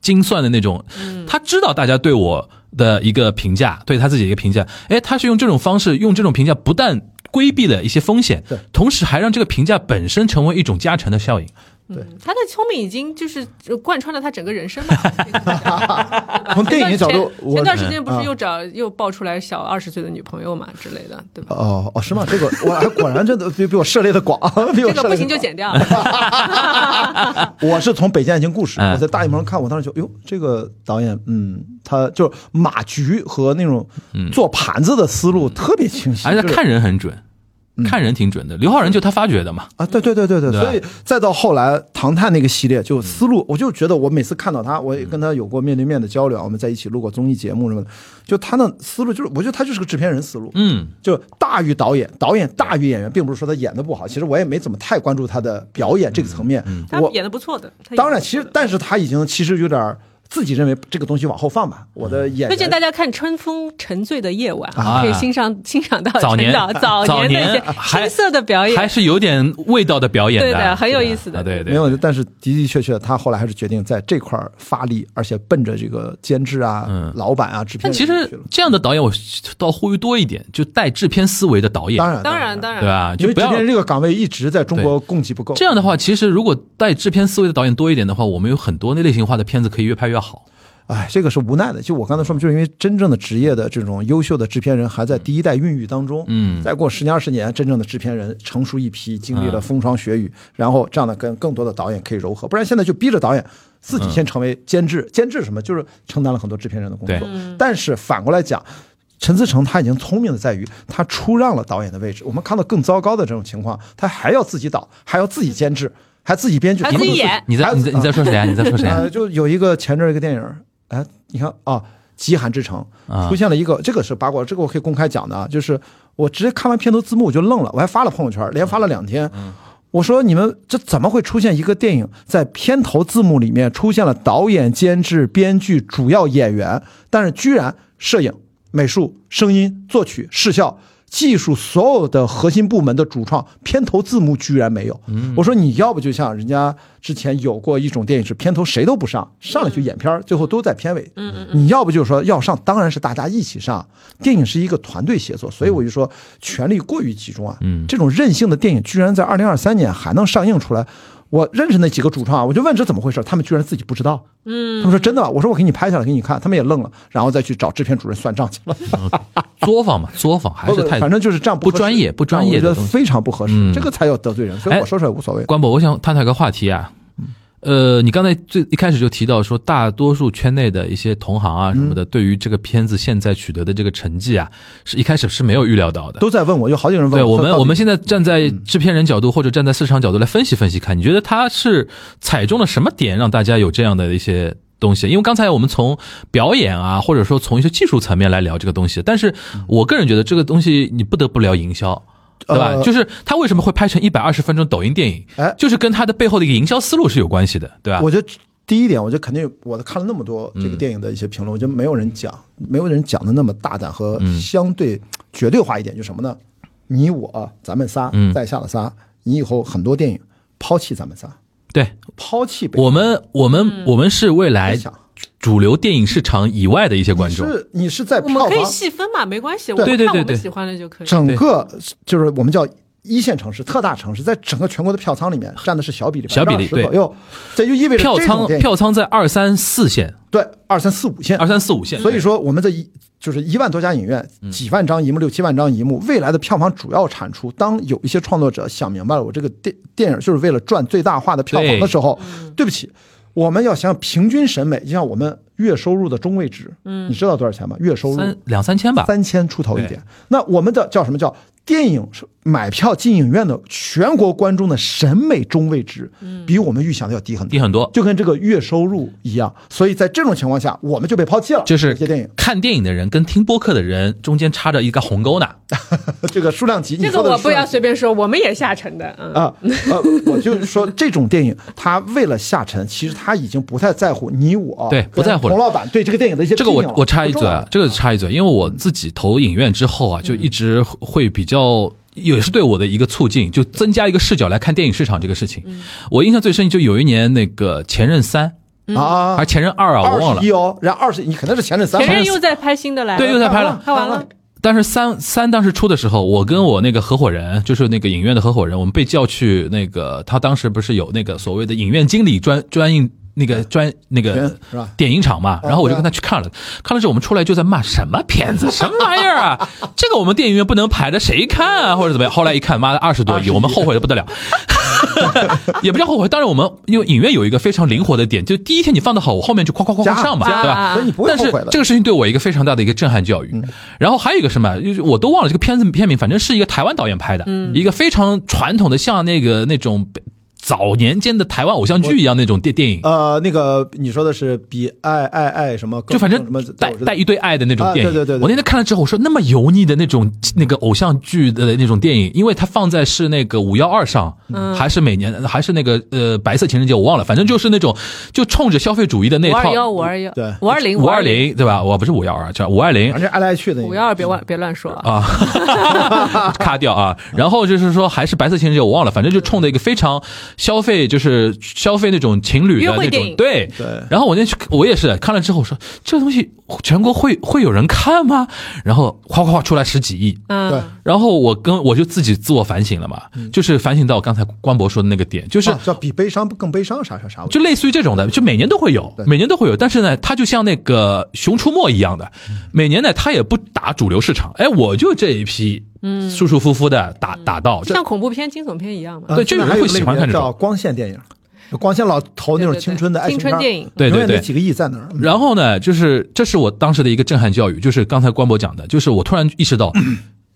[SPEAKER 2] 精算的那种，
[SPEAKER 4] 嗯
[SPEAKER 2] 他知道大家对我的一个评价，对他自己的一个评价，哎，他是用这种方式，用这种评价，不但规避了一些风险
[SPEAKER 3] 对，
[SPEAKER 2] 同时还让这个评价本身成为一种加成的效应。
[SPEAKER 4] 他的聪明已经就是呃贯穿了他整个 人生吧。啊
[SPEAKER 3] 从电影角度，
[SPEAKER 4] 前
[SPEAKER 3] 我嗯
[SPEAKER 4] 前段时间不是又找又爆出来小二十岁的女朋友嘛之类的，对吧？
[SPEAKER 3] 哦哦是吗？这个我还果然真的比比我涉猎的 广，比我涉猎的
[SPEAKER 4] 这个不行
[SPEAKER 3] 广
[SPEAKER 4] 就剪掉。了。
[SPEAKER 3] 我是从《北京爱情故事》，
[SPEAKER 2] 嗯
[SPEAKER 3] 我在大荧幕上看，我当时就，哟，这个导演，嗯，他就是马局和那种做盘子的思路特别清晰，
[SPEAKER 2] 嗯而且
[SPEAKER 3] 就是
[SPEAKER 2] 看人很准，
[SPEAKER 3] 嗯
[SPEAKER 2] 看人挺准的。刘浩然就他发掘的嘛，
[SPEAKER 3] 啊，对对对对对，
[SPEAKER 2] 嗯对吧嗯
[SPEAKER 3] 所以再到后来唐探那个系列，就思路，我就觉得我每次看到他，我也跟他有过面对面的交流，我们在一起录过综艺节目什么的，就他那思路就是，我觉得他就是个制片人思路，
[SPEAKER 2] 嗯，
[SPEAKER 3] 就大于导演，导演大于演员，并不是说他演的不好，其实我也没怎么太关注他的表演这个层面，
[SPEAKER 4] 他
[SPEAKER 3] 我
[SPEAKER 2] 嗯
[SPEAKER 4] 演的不错的，他演得
[SPEAKER 3] 当然，
[SPEAKER 4] 不错
[SPEAKER 3] 其实
[SPEAKER 4] 的
[SPEAKER 3] 但是他已经其实有点儿自己认为这个东西往后放吧。我
[SPEAKER 2] 嗯
[SPEAKER 3] 的演
[SPEAKER 4] 推荐
[SPEAKER 3] 员
[SPEAKER 4] 大家看《春风沉醉的夜晚》，
[SPEAKER 2] 啊
[SPEAKER 4] 可以欣赏欣赏到
[SPEAKER 2] 早年
[SPEAKER 4] 陈导
[SPEAKER 2] 早
[SPEAKER 4] 早年的
[SPEAKER 2] 年
[SPEAKER 4] 一些
[SPEAKER 2] 还
[SPEAKER 4] 青涩的表演，
[SPEAKER 2] 还是有点味道的表演
[SPEAKER 4] 哎对
[SPEAKER 2] 的，
[SPEAKER 4] 的很有意思的
[SPEAKER 2] 啊对对
[SPEAKER 3] 没，有，但是的的确确，他后来还是决定在这块儿发力，而且奔着这个监制啊、
[SPEAKER 2] 嗯
[SPEAKER 3] 老板啊、制
[SPEAKER 2] 但
[SPEAKER 3] 片人
[SPEAKER 2] 其
[SPEAKER 3] 去
[SPEAKER 2] 实
[SPEAKER 3] 了
[SPEAKER 2] 这样的导演，我倒呼吁多一点，就带制片思维的导演，
[SPEAKER 3] 当然
[SPEAKER 4] 当然当然
[SPEAKER 2] 对吧？
[SPEAKER 3] 因
[SPEAKER 2] 啊就
[SPEAKER 3] 为
[SPEAKER 2] 不
[SPEAKER 3] 制
[SPEAKER 2] 要
[SPEAKER 3] 片人这个岗位一直在中国供给不够。
[SPEAKER 2] 这样的话，其实如果带制片思维的导演多一点的话，我们有很多那类型化的片子可以越拍越好。
[SPEAKER 3] 哎，这个是无奈的。就我刚才说嘛，就是因为真正的职业的这种优秀的制片人还在第一代孕育当中。
[SPEAKER 2] 嗯
[SPEAKER 3] 再过十年二十年，真正的制片人成熟一批，经历了风霜雪雨，然后这样的跟更多的导演可以柔合。不然现在就逼着导演自
[SPEAKER 2] 嗯
[SPEAKER 3] 己先成为监制，监制什么就是承担了很多制片人的工作
[SPEAKER 2] 对。
[SPEAKER 4] 嗯
[SPEAKER 3] 但是反过来讲。陈思诚他已经聪明的在于，他出让了导演的位置。我们看到更糟糕的这种情况，他还要自己导，还要自己监制，还自己编剧，
[SPEAKER 4] 还自己
[SPEAKER 3] 不是
[SPEAKER 4] 演
[SPEAKER 2] 你在
[SPEAKER 3] 还
[SPEAKER 2] 你在你在说谁啊？你在说谁啊
[SPEAKER 3] 呃，？就有一个前阵儿一个电影儿，哎，你看啊，《极寒之城
[SPEAKER 2] 啊》
[SPEAKER 3] 出现了一个，这个是八卦，这个我可以公开讲的啊，就是我直接看完片头字幕我就愣了，我还发了朋友圈，连发了两天。
[SPEAKER 2] 嗯
[SPEAKER 3] 我说你们这怎么会出现一个电影在片头字幕里面出现了导演、监制、编剧、主要演员，但是居然摄影、美术、声音、作曲、视效。技术所有的核心部门的主创，片头字幕居然没有。
[SPEAKER 2] 嗯
[SPEAKER 3] 我说你要不就像人家之前有过一种电影是片头谁都不上，上来就演片儿，最后都在片尾。你要不就是说要上，当然是大家一起上。电影是一个团队协作，所以我就说权力过于集中啊。
[SPEAKER 2] 嗯
[SPEAKER 3] 这种任性的电影居然在二零二三年还能上映出来。我认识那几个主创啊，我就问这怎么回事，他们居然自己不知道。嗯，他们说真的吧，我说我给你拍下来给你看，他们也愣了，然后再去找制片主任算账去了。
[SPEAKER 2] 作坊嘛，作坊还是太
[SPEAKER 3] 呃 反正就是这样
[SPEAKER 2] 不
[SPEAKER 3] 合适
[SPEAKER 2] 专业不专业
[SPEAKER 3] 我觉
[SPEAKER 2] 的
[SPEAKER 3] 得
[SPEAKER 2] 东西
[SPEAKER 3] 非常不合适，
[SPEAKER 2] 嗯
[SPEAKER 3] 这个才叫得罪人。所以
[SPEAKER 2] 哎
[SPEAKER 3] 我说出来无所谓。
[SPEAKER 2] 关博，我想探讨一个话题啊。
[SPEAKER 3] 嗯
[SPEAKER 2] 呃，你刚才最一开始就提到说，大多数圈内的一些同行啊什么
[SPEAKER 3] 嗯
[SPEAKER 2] 的，对于这个片子现在取得的这个成绩啊，是一开始是没有预料到的。
[SPEAKER 3] 都在问我，有好几个人问
[SPEAKER 2] 对我们，
[SPEAKER 3] 到底嗯
[SPEAKER 2] 我们现在站在制片人角度或者站在市场角度来分析分析看，你觉得他是踩中了什么点，让大家有这样的一些东西？因为刚才我们从表演啊，或者说从一些技术层面来聊这个东西，但是
[SPEAKER 3] 嗯
[SPEAKER 2] 我个人觉得这个东西你不得不聊营销。对吧？
[SPEAKER 3] 呃
[SPEAKER 2] 就是他为什么会拍成一百二十分钟抖音电影，
[SPEAKER 3] 哎
[SPEAKER 2] 就是跟他的背后的一个营销思路是有关系的，对吧？
[SPEAKER 3] 我觉得第一点，我觉得肯定有，我看了那么多这个电影的一些评论，我觉得没有人讲，没有人讲的那么大胆和
[SPEAKER 2] 嗯
[SPEAKER 3] 相对绝对化一点，就什么呢？你我咱们仨
[SPEAKER 2] 嗯，
[SPEAKER 3] 在下的仨，你以后很多电影抛弃咱们仨，
[SPEAKER 2] 对
[SPEAKER 3] 抛弃北
[SPEAKER 2] 我们，我们，我们是未来
[SPEAKER 3] 别想
[SPEAKER 2] 主流电影市场以外的一些观众，
[SPEAKER 3] 是你是在
[SPEAKER 4] 我们
[SPEAKER 3] 票
[SPEAKER 4] 可以
[SPEAKER 3] 房
[SPEAKER 4] 细分嘛，没关系，我
[SPEAKER 3] 对
[SPEAKER 4] 们
[SPEAKER 2] 对
[SPEAKER 4] 看
[SPEAKER 2] 对
[SPEAKER 4] 我
[SPEAKER 2] 对
[SPEAKER 4] 们喜欢的就可以。
[SPEAKER 3] 整个就是我们叫。一线城市、特大城市，在整个全国的票仓里面占的是小比例，
[SPEAKER 2] 小比例
[SPEAKER 3] 10%左右，这就意味着
[SPEAKER 2] 票
[SPEAKER 3] 这种
[SPEAKER 2] 仓
[SPEAKER 3] 电影
[SPEAKER 2] 票仓在二三四线、
[SPEAKER 3] 对二三四五线
[SPEAKER 2] 二三四五线，
[SPEAKER 3] 所以说，我们这一就是一万多家影院，
[SPEAKER 2] 嗯
[SPEAKER 3] 几万张银幕，六七万张银幕，未来的票房主要产出，当有一些创作者想明白了，我这个电电影就是为了赚最大化的票房的时候，对不起，我们要想平均审美，就像我们月收入的中位值，嗯，你知道多少钱吗？月收入
[SPEAKER 2] 三两三千吧，
[SPEAKER 3] 三千出头一
[SPEAKER 2] 对
[SPEAKER 3] 点。那我们的叫什么叫电影是买票进影院的全国观众的审美中位值，比我们预想的要低很
[SPEAKER 2] 低
[SPEAKER 3] 多。
[SPEAKER 2] 很多。
[SPEAKER 3] 就跟这个月收入一样，所以在这种情况下，我们就被抛弃了。
[SPEAKER 2] 就是
[SPEAKER 3] 这些电影，
[SPEAKER 2] 看电影的人跟听播客的人中间插着一个鸿沟呢。
[SPEAKER 3] 这个数量级，你
[SPEAKER 4] 这个
[SPEAKER 3] 说的
[SPEAKER 4] 我
[SPEAKER 3] 是数
[SPEAKER 4] 不
[SPEAKER 3] 量
[SPEAKER 4] 要
[SPEAKER 3] 级
[SPEAKER 4] 随便说，我们也下沉的，嗯，
[SPEAKER 3] 啊，呃，我就是说，这种电影，他为了下沉，其实他已经不太在乎你我，
[SPEAKER 2] 对不在乎了
[SPEAKER 3] 洪老板对这个电影的一些
[SPEAKER 2] 这个
[SPEAKER 3] 批评
[SPEAKER 2] 我
[SPEAKER 3] 了
[SPEAKER 2] 我插一
[SPEAKER 3] 不
[SPEAKER 2] 嘴
[SPEAKER 3] 重要嗯
[SPEAKER 2] 啊，这个插一嘴，因为我自己投影院之后啊，就一直会比较。也是对我的一个促进，就增加一个视角来看电影市场这个事情。
[SPEAKER 3] 嗯
[SPEAKER 2] 我印象最深就有一年那个《前任三》
[SPEAKER 3] 啊，
[SPEAKER 2] 还是《前任二》啊，我忘
[SPEAKER 3] 二
[SPEAKER 2] 了
[SPEAKER 3] 十一。哦，然后二十，你肯定是前任三
[SPEAKER 4] 嗯前
[SPEAKER 3] 吧，
[SPEAKER 4] 任又在拍新的来了，
[SPEAKER 2] 对又在拍了
[SPEAKER 4] 看完了，
[SPEAKER 2] 但是三三当时出的时候，我跟我那个合伙人，就是那个影院的合伙人，我们被叫去那个，他当时不是有那个所谓的影院经理专专映那个专那个
[SPEAKER 3] 人是吧
[SPEAKER 2] 电影场嘛，然后我就跟他去看了，看了之后我们出来就在骂什么片子，什么玩意儿啊，这个我们电影院不能排的，谁看啊或者怎么样？后来一看，妈的二十多亿，我们后悔的不得了。 也不叫后悔，当然我们因为影院有一个非常灵活的点，就第一天你放的好，我后面就夸夸夸夸上嘛，
[SPEAKER 4] 加
[SPEAKER 2] 对吧？
[SPEAKER 4] 啊
[SPEAKER 3] 所以你不会
[SPEAKER 2] 但
[SPEAKER 3] 后
[SPEAKER 2] 是
[SPEAKER 3] 悔的。嗯
[SPEAKER 2] 这个事情对我一个非常大的一个震撼教育。然后还有一个什么，就是我都忘了
[SPEAKER 4] 嗯
[SPEAKER 2] 这个片子片名，反正是一个台湾导演拍的，一个非常传统的，像那个那种。早年间的台湾偶像剧一样那种电电影，
[SPEAKER 3] 呃，那个你说的是比爱爱爱什么更，
[SPEAKER 2] 就反
[SPEAKER 3] 更什么
[SPEAKER 2] 正带带一堆爱的那种电影。
[SPEAKER 3] 啊对对对对
[SPEAKER 2] 我那天看了之后，我说那么油腻的那种那个偶像剧的那种电影，因为它放在是那个五幺二上，
[SPEAKER 4] 嗯
[SPEAKER 2] 还是每年还是那个呃白色情人节，我忘了，反正就是那种就冲着消费主义的那
[SPEAKER 4] 五
[SPEAKER 2] 套
[SPEAKER 4] 二幺五二幺
[SPEAKER 3] 对
[SPEAKER 4] 五二零
[SPEAKER 2] 五二，零对吧？我不是五幺二，啊叫五二零
[SPEAKER 3] 反。正爱来爱去
[SPEAKER 2] 嗯
[SPEAKER 3] 的那个
[SPEAKER 4] 五幺二别乱别乱说啊！
[SPEAKER 2] 啊，卡掉啊。然后就是说，还是白色情人节，我忘了，反正就冲着一个非常消费，就是消费那种情侣
[SPEAKER 4] 约
[SPEAKER 2] 的
[SPEAKER 4] 会
[SPEAKER 2] 那
[SPEAKER 4] 电
[SPEAKER 2] 种。
[SPEAKER 4] 影
[SPEAKER 2] 对
[SPEAKER 3] 对
[SPEAKER 2] 然后我那天去，我也是看了之后说，这东西全国会会有人看吗？然后哗哗哗出来十几亿。
[SPEAKER 3] 对
[SPEAKER 4] 嗯，
[SPEAKER 2] 然后我跟我就自己自我反省了嘛，就是反省到我刚才关博说的那个点，就是
[SPEAKER 3] 啊叫比悲伤更悲伤啥啥啥，
[SPEAKER 2] 就类似于这种的，就每年都会有，每年都会有。但是呢，它就像那个《熊出没》一样的，每年呢它也不打主流市场，哎，我就这一批，嗯，舒舒服服的打
[SPEAKER 3] 嗯
[SPEAKER 2] 打到，
[SPEAKER 4] 就
[SPEAKER 2] 这嗯
[SPEAKER 4] 像恐怖片、惊悚片一样嘛。
[SPEAKER 3] 啊
[SPEAKER 2] 对就
[SPEAKER 3] 现
[SPEAKER 2] 有
[SPEAKER 3] 在
[SPEAKER 2] 人
[SPEAKER 3] 还
[SPEAKER 2] 会
[SPEAKER 3] 有一类
[SPEAKER 2] 喜欢
[SPEAKER 3] 别
[SPEAKER 2] 看这种
[SPEAKER 3] 叫光线电影，光线老投那种
[SPEAKER 4] 对对对
[SPEAKER 3] 青春的爱情
[SPEAKER 4] 青
[SPEAKER 3] 片
[SPEAKER 4] 春
[SPEAKER 3] 儿
[SPEAKER 4] 电影
[SPEAKER 2] 对对
[SPEAKER 3] 永远
[SPEAKER 2] 对
[SPEAKER 3] 那几个亿在哪儿？嗯
[SPEAKER 2] 然后呢，就是这是我当时的一个震撼教育，就是刚才关博讲的，就是我突然意 识到，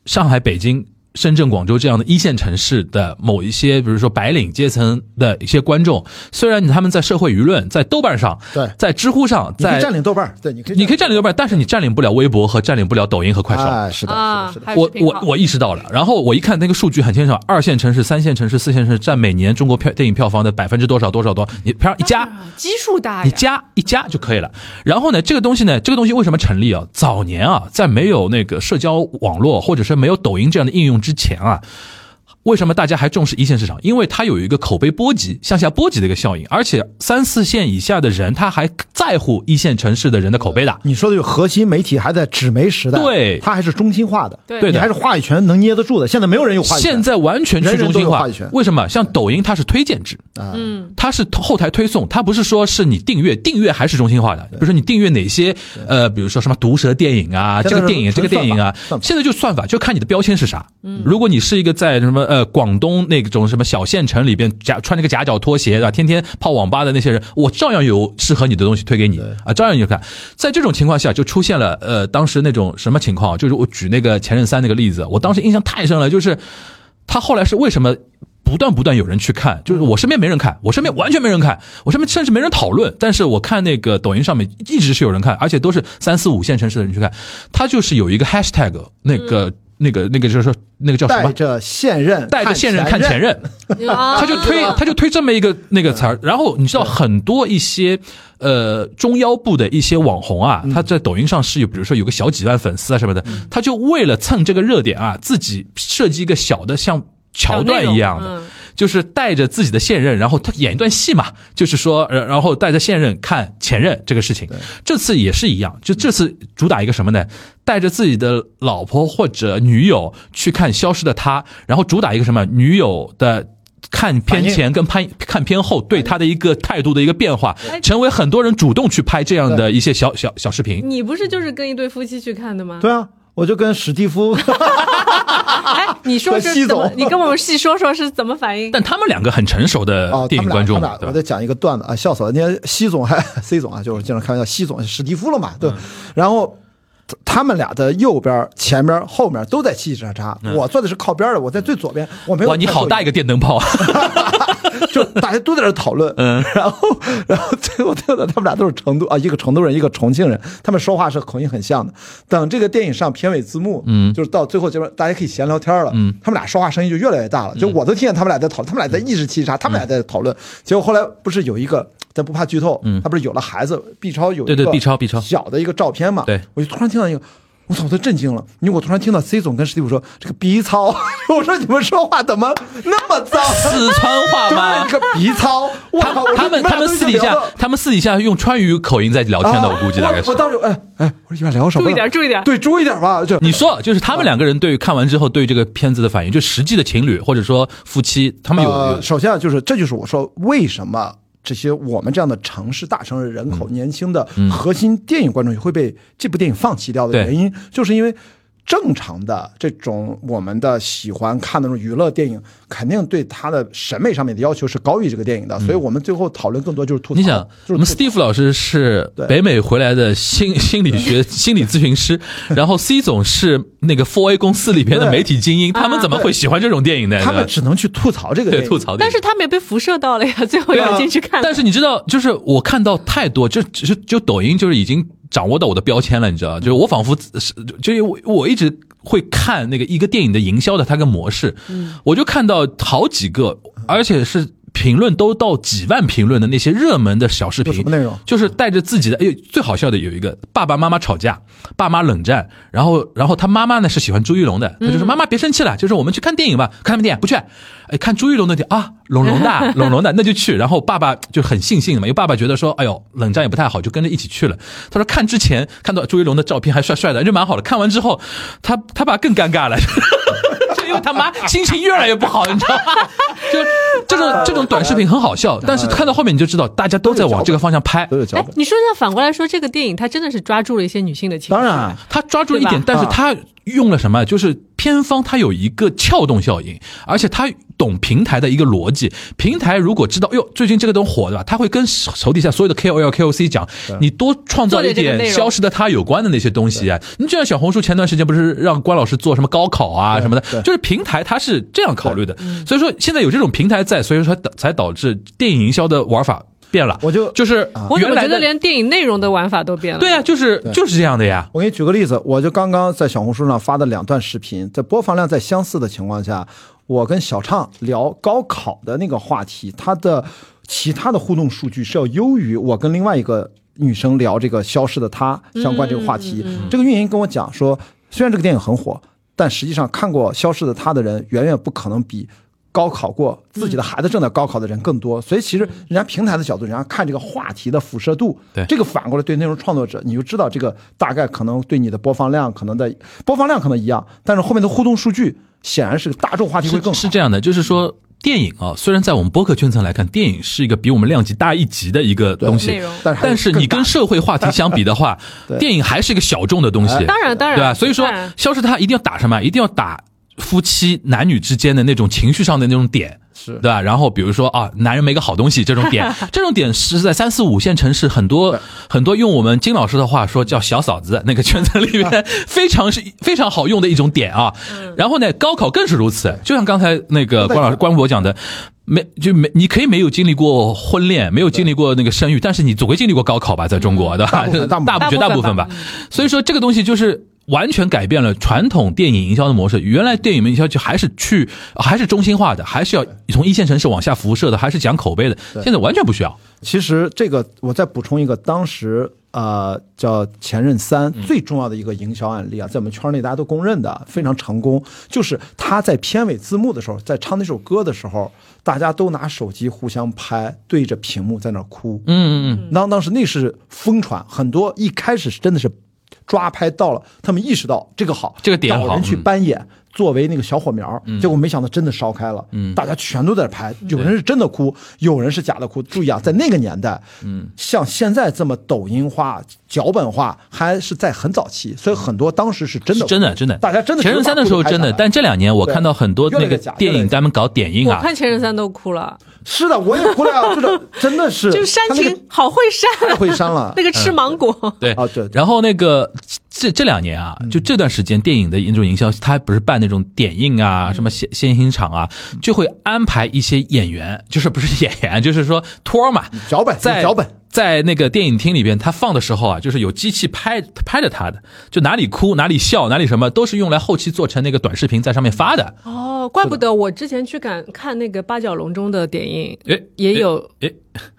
[SPEAKER 2] 上海、北京、深圳、广州这样的一线城市的某一些，比如说白领阶层的一些观众，虽然他们在社会舆论、在豆瓣上、
[SPEAKER 3] 对
[SPEAKER 2] 在知乎上、
[SPEAKER 3] 你可
[SPEAKER 2] 在
[SPEAKER 3] 以占领豆瓣儿，对，你可以
[SPEAKER 2] 你可以占领豆瓣，但是你占领不了微博和占领不了抖音和快手。
[SPEAKER 3] 哎，是的，
[SPEAKER 4] 啊
[SPEAKER 3] 是的，是的，
[SPEAKER 4] 还有
[SPEAKER 2] 我
[SPEAKER 4] 视频
[SPEAKER 2] 我
[SPEAKER 4] 号
[SPEAKER 2] 我意识到了，然后我一看那个数据很清楚，二线城市、三线城市、四线城市占每年中国票电影票房的百分之多少多少多少，你票一加，
[SPEAKER 4] 啊基数大呀，
[SPEAKER 2] 你加一加就可以了。然后呢，这个东西呢，这个东西为什么成立啊？早年啊，在没有那个社交网络或者是没有抖音这样的应用之前啊。为什么大家还重视一线市场？因为它有一个口碑波及、向下波及的一个效应，而且三四线以下的人，他还在乎一线城市的人的口碑的。
[SPEAKER 3] 你说的有核心媒体还在纸媒时代，
[SPEAKER 2] 对
[SPEAKER 3] 它还是中心化的，
[SPEAKER 4] 对对
[SPEAKER 3] 你
[SPEAKER 4] 的
[SPEAKER 3] 还是话语权能捏得住的。现在没有人有话语权，
[SPEAKER 2] 现在完全去中
[SPEAKER 3] 人人都
[SPEAKER 2] 心
[SPEAKER 3] 有
[SPEAKER 2] 化，
[SPEAKER 3] 话语权
[SPEAKER 2] 为什么？像抖音它是推荐制，
[SPEAKER 4] 嗯，
[SPEAKER 2] 它是后台推送，它不是说是你订阅，订阅还是中心化的。比如说你订阅哪些呃，比如说什么毒舌电影啊，
[SPEAKER 3] 现在
[SPEAKER 2] 这个
[SPEAKER 3] 是
[SPEAKER 2] 电影这个
[SPEAKER 3] 纯
[SPEAKER 2] 电影啊
[SPEAKER 3] 算法算，法
[SPEAKER 2] 现在就算法就看你的标签是啥。如果你是一个在什么呃广东那种什么小县城里边夹穿着个夹脚拖鞋对吧，天天泡网吧的那些人，我照样有适合你的东西推给你啊，照样你就看。在这种情况下，就出现了呃当时那种什么情况，就是我举那个《前任三》那个例子，我当时印象太深了，就是。他后来是为什么不断不断有人去看？
[SPEAKER 3] 嗯
[SPEAKER 2] 就是我身边没人看，我身边完全没人看，我身边甚至没人讨论。但是我看那个抖音上面一直是有人看，而且都是三四五线城市的人去看。他就是有一个 hashtag，那个、那个那个就是说那个叫什
[SPEAKER 3] 嗯带
[SPEAKER 2] 么？
[SPEAKER 3] 着现任，
[SPEAKER 2] 带着现任看前
[SPEAKER 3] 任，
[SPEAKER 2] 任，
[SPEAKER 4] 啊嗯
[SPEAKER 2] 他就推他就推这么一个那个词儿，然后你知道很多一些呃中腰部的一些网红啊，
[SPEAKER 4] 嗯
[SPEAKER 2] 他在抖音上是有，比如说有个小几万粉丝啊什么的，他就为了蹭这个热点啊，自己设计一个小的像桥段一样
[SPEAKER 4] 小内容
[SPEAKER 2] 的
[SPEAKER 4] 嗯，
[SPEAKER 2] 就是带着自己的现任，然后他演一段戏嘛，就是说，呃然后带着现任看前任这个事情，这次也是一样，就这次主打一个什么呢？带着自己的老婆或者女友去看《消失的她》，然后主打一个什么女友的。看片前跟拍看片后对她的一个态度的一个变化
[SPEAKER 4] 哎，
[SPEAKER 2] 成为很多人主动去拍这样的一些小小小视频。
[SPEAKER 4] 你不是就是跟一对夫妻去看的吗？
[SPEAKER 3] 对啊，我就跟史蒂夫，
[SPEAKER 4] 哎，你说
[SPEAKER 3] 跟
[SPEAKER 4] 是
[SPEAKER 3] 西
[SPEAKER 4] 怎么
[SPEAKER 3] 总？
[SPEAKER 4] 你跟我们细说说是怎么反应？
[SPEAKER 2] 但他们两个很成熟的
[SPEAKER 3] 哦，
[SPEAKER 2] 电影观众
[SPEAKER 3] 他
[SPEAKER 2] 嘛，
[SPEAKER 3] 们俩他们俩
[SPEAKER 2] 对
[SPEAKER 3] 我
[SPEAKER 2] 吧？
[SPEAKER 3] 在讲一个段子啊，笑死了。那西总还 C 总啊，就是经常开玩笑，西总是史蒂夫了嘛，对。
[SPEAKER 2] 嗯
[SPEAKER 3] 然后他他们俩的右边、前边、后面都在叽叽喳喳，我坐的是靠边的，我在最左边，我没有。
[SPEAKER 2] 嗯哇，你好大一个电灯 泡啊！
[SPEAKER 3] 就大家都在这讨论，嗯， 然后然后最后最后他们俩都是成都啊，一个成都人，一个重庆人，他们说话是口音很像的。等这个电影上片尾字幕，嗯，就是到最后这边大家可以闲聊天了，嗯，他们俩说话声音就越来越大了，
[SPEAKER 2] 嗯
[SPEAKER 3] 就我都听见他们俩在讨论，他们俩在一直叽喳，他们俩在讨论。结果后来不是有一个。咱不怕剧透，嗯，他不是有了孩子，B 超有一
[SPEAKER 2] 对
[SPEAKER 3] 个
[SPEAKER 2] 对，B 超，B 超
[SPEAKER 3] 小的一个照片嘛，
[SPEAKER 2] 对
[SPEAKER 3] 我就突然听到一个，我操，我都震惊了，因为我突然听到 C 总跟史蒂夫说这个 B 超， 我说你们说话怎么那么脏？
[SPEAKER 2] 四川话吗
[SPEAKER 3] 对，？这个皮糙，我
[SPEAKER 2] 他
[SPEAKER 3] 靠！哦我说
[SPEAKER 2] 他们
[SPEAKER 3] 你俩
[SPEAKER 2] 他们
[SPEAKER 3] 都已
[SPEAKER 2] 私
[SPEAKER 3] 经
[SPEAKER 2] 底下
[SPEAKER 3] 聊到，
[SPEAKER 2] 他们私底下用川渝口音在聊天的，我估计大概是
[SPEAKER 3] 我。当时哎哎，我说你们俩聊什么？
[SPEAKER 4] 注意点注意点
[SPEAKER 3] 对，注意点吧。就
[SPEAKER 2] 你说，就是他们两个人对于看完之后对于这个片子的反应，就实际的情侣或者说夫妻，他们有
[SPEAKER 3] 呃，
[SPEAKER 2] 有
[SPEAKER 3] 首先啊，就是这就是我说为什么这些我们这样的城市大城市人口、年轻的核心电影观众会被这部电影放弃掉的
[SPEAKER 2] 嗯对
[SPEAKER 3] 原因，就是因为正常的这种我们的喜欢看那种娱乐电影，肯定对他的审美上面的要求是高于这个电影的，所以我们最后讨论更多就是吐槽。
[SPEAKER 2] 嗯你想，
[SPEAKER 3] 就是
[SPEAKER 2] 我们
[SPEAKER 3] 吐槽
[SPEAKER 2] Steve 老师是
[SPEAKER 3] 对
[SPEAKER 2] 北美回来的心心理 学心理咨询师，然后 C 总是那个 Four A 公司里边的
[SPEAKER 3] 对啊
[SPEAKER 2] 媒体精英，他们怎么会喜欢这种电影呢？
[SPEAKER 3] 他
[SPEAKER 2] 对
[SPEAKER 3] 们
[SPEAKER 2] 吧
[SPEAKER 3] 只能去吐槽这个电
[SPEAKER 2] 对
[SPEAKER 3] 影，
[SPEAKER 2] 吐槽电
[SPEAKER 4] 但
[SPEAKER 2] 影，
[SPEAKER 4] 是他们也被辐射到了呀，最后
[SPEAKER 2] 对啊
[SPEAKER 4] 要进去看了。
[SPEAKER 2] 但是你知道，就是我看到太多，就就就抖音就是已经掌握到我的标签了，你知道吧，就是我仿佛是，就是我我一直会看那个一个电影的营销的它个模式，
[SPEAKER 3] 嗯
[SPEAKER 2] 我就看到好几个，而且是。评论都到几万评论的那些热门的小视频，
[SPEAKER 3] 有什么内容
[SPEAKER 2] 就是带着自己的，哎呦，最好笑的有一个爸爸妈妈吵架，爸妈冷战，然后然后他妈妈呢是喜欢朱一龙的，他就说妈妈别生气了，就是我们去看电影吧，看什么电影？不去，哎，看朱一龙的电影啊，龙龙的龙龙的那就去，然后爸爸就很悻悻的嘛，因为爸爸觉得说，哎呦，冷战也不太好，就跟着一起去了。他说看之前看到朱一龙的照片还帅帅的，就蛮好的，看完之后他他爸更尴尬了。就因为他妈心情越来越不好，你知道吗？就这种这种短视频很好笑，但是看到后面你就知道，大家都在往这个方向拍
[SPEAKER 3] 都。有脚
[SPEAKER 4] 哎
[SPEAKER 3] 本，。
[SPEAKER 4] 你说那反过来说，这个电影它真的是抓住了一些女性的情绪。
[SPEAKER 3] 当然啊，
[SPEAKER 2] 他抓住了一点，
[SPEAKER 4] 对
[SPEAKER 2] 但是他用了什么？就是片方他有一个撬动效应，而且他懂平台的一个逻辑。平台如果知道，哟，最近这个东西火对吧？他会跟手手底下所有的 KOL、KOC 讲，你多创造一
[SPEAKER 4] 做点这个内
[SPEAKER 2] 点
[SPEAKER 4] 容
[SPEAKER 2] 消失的他有关的那些东西啊。你就像小红书前段时间不是让关老师做什么高考啊什么的，
[SPEAKER 3] 对
[SPEAKER 2] 就是平台它是这样考虑的。
[SPEAKER 4] 嗯
[SPEAKER 2] 所以说现在有这种平台在，所以说才导才导致电影营销的玩法变了。
[SPEAKER 3] 我啊就
[SPEAKER 2] 就是
[SPEAKER 4] 我怎
[SPEAKER 2] 原
[SPEAKER 4] 么
[SPEAKER 2] 来
[SPEAKER 4] 觉
[SPEAKER 2] 的
[SPEAKER 4] 得连电影内容的玩法都变了？
[SPEAKER 2] 对啊，就是就是这样的呀。
[SPEAKER 3] 我给你举个例子，我就刚刚在小红书上发的两段视频，在播放量在相似的情况下，我跟小畅聊高考的那个话题，他的其他的互动数据是要优于我跟另外一个女生聊这个消失的她相关这个话题。这个运营跟我讲说，虽然这个电影很火，但实际上看过《消失的她》的人远远不可能比。高考过自己的孩子正在高考的人更多，所以其实人家平台的角度，人家看这个话题的辐射度，
[SPEAKER 2] 对
[SPEAKER 3] 这个反过来对内容创作者，你就知道这个大概可能对你的播放量可能的播放量可能一样，但是后面的互动数据显然是大众话题会更好。
[SPEAKER 2] 是是这样的，就是说。电影啊，虽然在我们播客圈层来看，电影是一个比我们量级大一级的一个东
[SPEAKER 4] 内
[SPEAKER 2] 西
[SPEAKER 4] 容，
[SPEAKER 3] 但是还
[SPEAKER 2] 但是你
[SPEAKER 3] 更大
[SPEAKER 2] 跟社会话题相比的话，
[SPEAKER 3] 对哎
[SPEAKER 2] 电影还是一个小众的东西，
[SPEAKER 4] 当然当然，
[SPEAKER 2] 对吧？所以说
[SPEAKER 4] 当然，
[SPEAKER 2] 消失它一定要打什么？一定要打夫妻男女之间的那种情绪上的那种点，
[SPEAKER 3] 是
[SPEAKER 2] 对吧？然后比如说啊，男人没个好东西这种 点，这种点是在三四五线城市很多很多用我们金老师的话说叫小嫂子那个圈层里 面非常是非常好用的一种点啊。
[SPEAKER 4] 嗯
[SPEAKER 2] 然后呢，高考更是如此，就像刚才那个关老师关博讲的。没就没，你可以没有经历过婚恋，没有经历过那个生育，但是你总会经历过高考吧，在中国，对吧？
[SPEAKER 3] 部分大部分
[SPEAKER 2] 大绝大部分吧。所以说这个东西就是完全改变了传统电影营销的模式。原来电影营销就还是去还是中心化的，还是要从一线城市往下辐射的，还是讲口碑的。现在完全不需要。
[SPEAKER 3] 其实这个我再补充一个，当时呃叫《前任三》
[SPEAKER 2] 嗯
[SPEAKER 3] 最重要的一个营销案例啊，在我们圈内大家都公认的非常成功，就是他在片尾字幕的时候，在唱那首歌的时候，大家都拿手机互相拍，对着屏幕在那儿哭。
[SPEAKER 2] 嗯嗯嗯，
[SPEAKER 3] 当当时那是疯传，很多一开始是真的是抓拍到了，他们意识到这个好，
[SPEAKER 2] 这个点
[SPEAKER 3] 找
[SPEAKER 2] 好
[SPEAKER 3] 人去
[SPEAKER 2] 嗯
[SPEAKER 3] 扮演。作为那个小火苗，结果没想到真的烧开了，
[SPEAKER 2] 嗯
[SPEAKER 3] 大家全都在那拍，有人是真的哭，有人是假的哭。注意啊，在那个年代，嗯，像现在这么抖音化、脚本化，还是在很早期，所以很多当时是真的
[SPEAKER 2] 是
[SPEAKER 3] 哭，
[SPEAKER 2] 真的真的，
[SPEAKER 3] 大家真的
[SPEAKER 2] 前任三的时候真的，但这两年我看到很多
[SPEAKER 3] 对
[SPEAKER 2] 那
[SPEAKER 3] 越来
[SPEAKER 2] 个
[SPEAKER 3] 越假
[SPEAKER 2] 电
[SPEAKER 3] 越来
[SPEAKER 2] 影
[SPEAKER 3] 越假
[SPEAKER 2] 他们搞点映
[SPEAKER 4] 我
[SPEAKER 2] 啊，
[SPEAKER 4] 看《前任三》都哭了，
[SPEAKER 3] 是的，我也哭了呀， 就是真的是，
[SPEAKER 4] 就是煽
[SPEAKER 3] 他那个
[SPEAKER 4] 情好会煽
[SPEAKER 3] 太
[SPEAKER 4] 啊，
[SPEAKER 3] 会删了
[SPEAKER 4] 那，个
[SPEAKER 2] 嗯
[SPEAKER 4] 吃芒果，
[SPEAKER 2] 对
[SPEAKER 3] 啊对对嗯
[SPEAKER 2] 然后那个这这两年啊，就这段时间电影的一种营销，它不是办那种点映
[SPEAKER 3] 嗯
[SPEAKER 2] 啊，什么现现行场啊，就会安排一些演员， 就是不是演员，就是说托儿嘛，
[SPEAKER 3] 脚本
[SPEAKER 2] 在
[SPEAKER 3] 脚本。
[SPEAKER 2] 在那个电影厅里边，他放的时候啊，就是有机器拍拍着他的，就哪里哭哪里笑哪里什么，都是用来后期做成那个短视频在上面发的。
[SPEAKER 4] 哦，怪不得我之前去赶看那个八角笼中的电影，
[SPEAKER 2] 诶，
[SPEAKER 4] 也有，
[SPEAKER 2] 诶，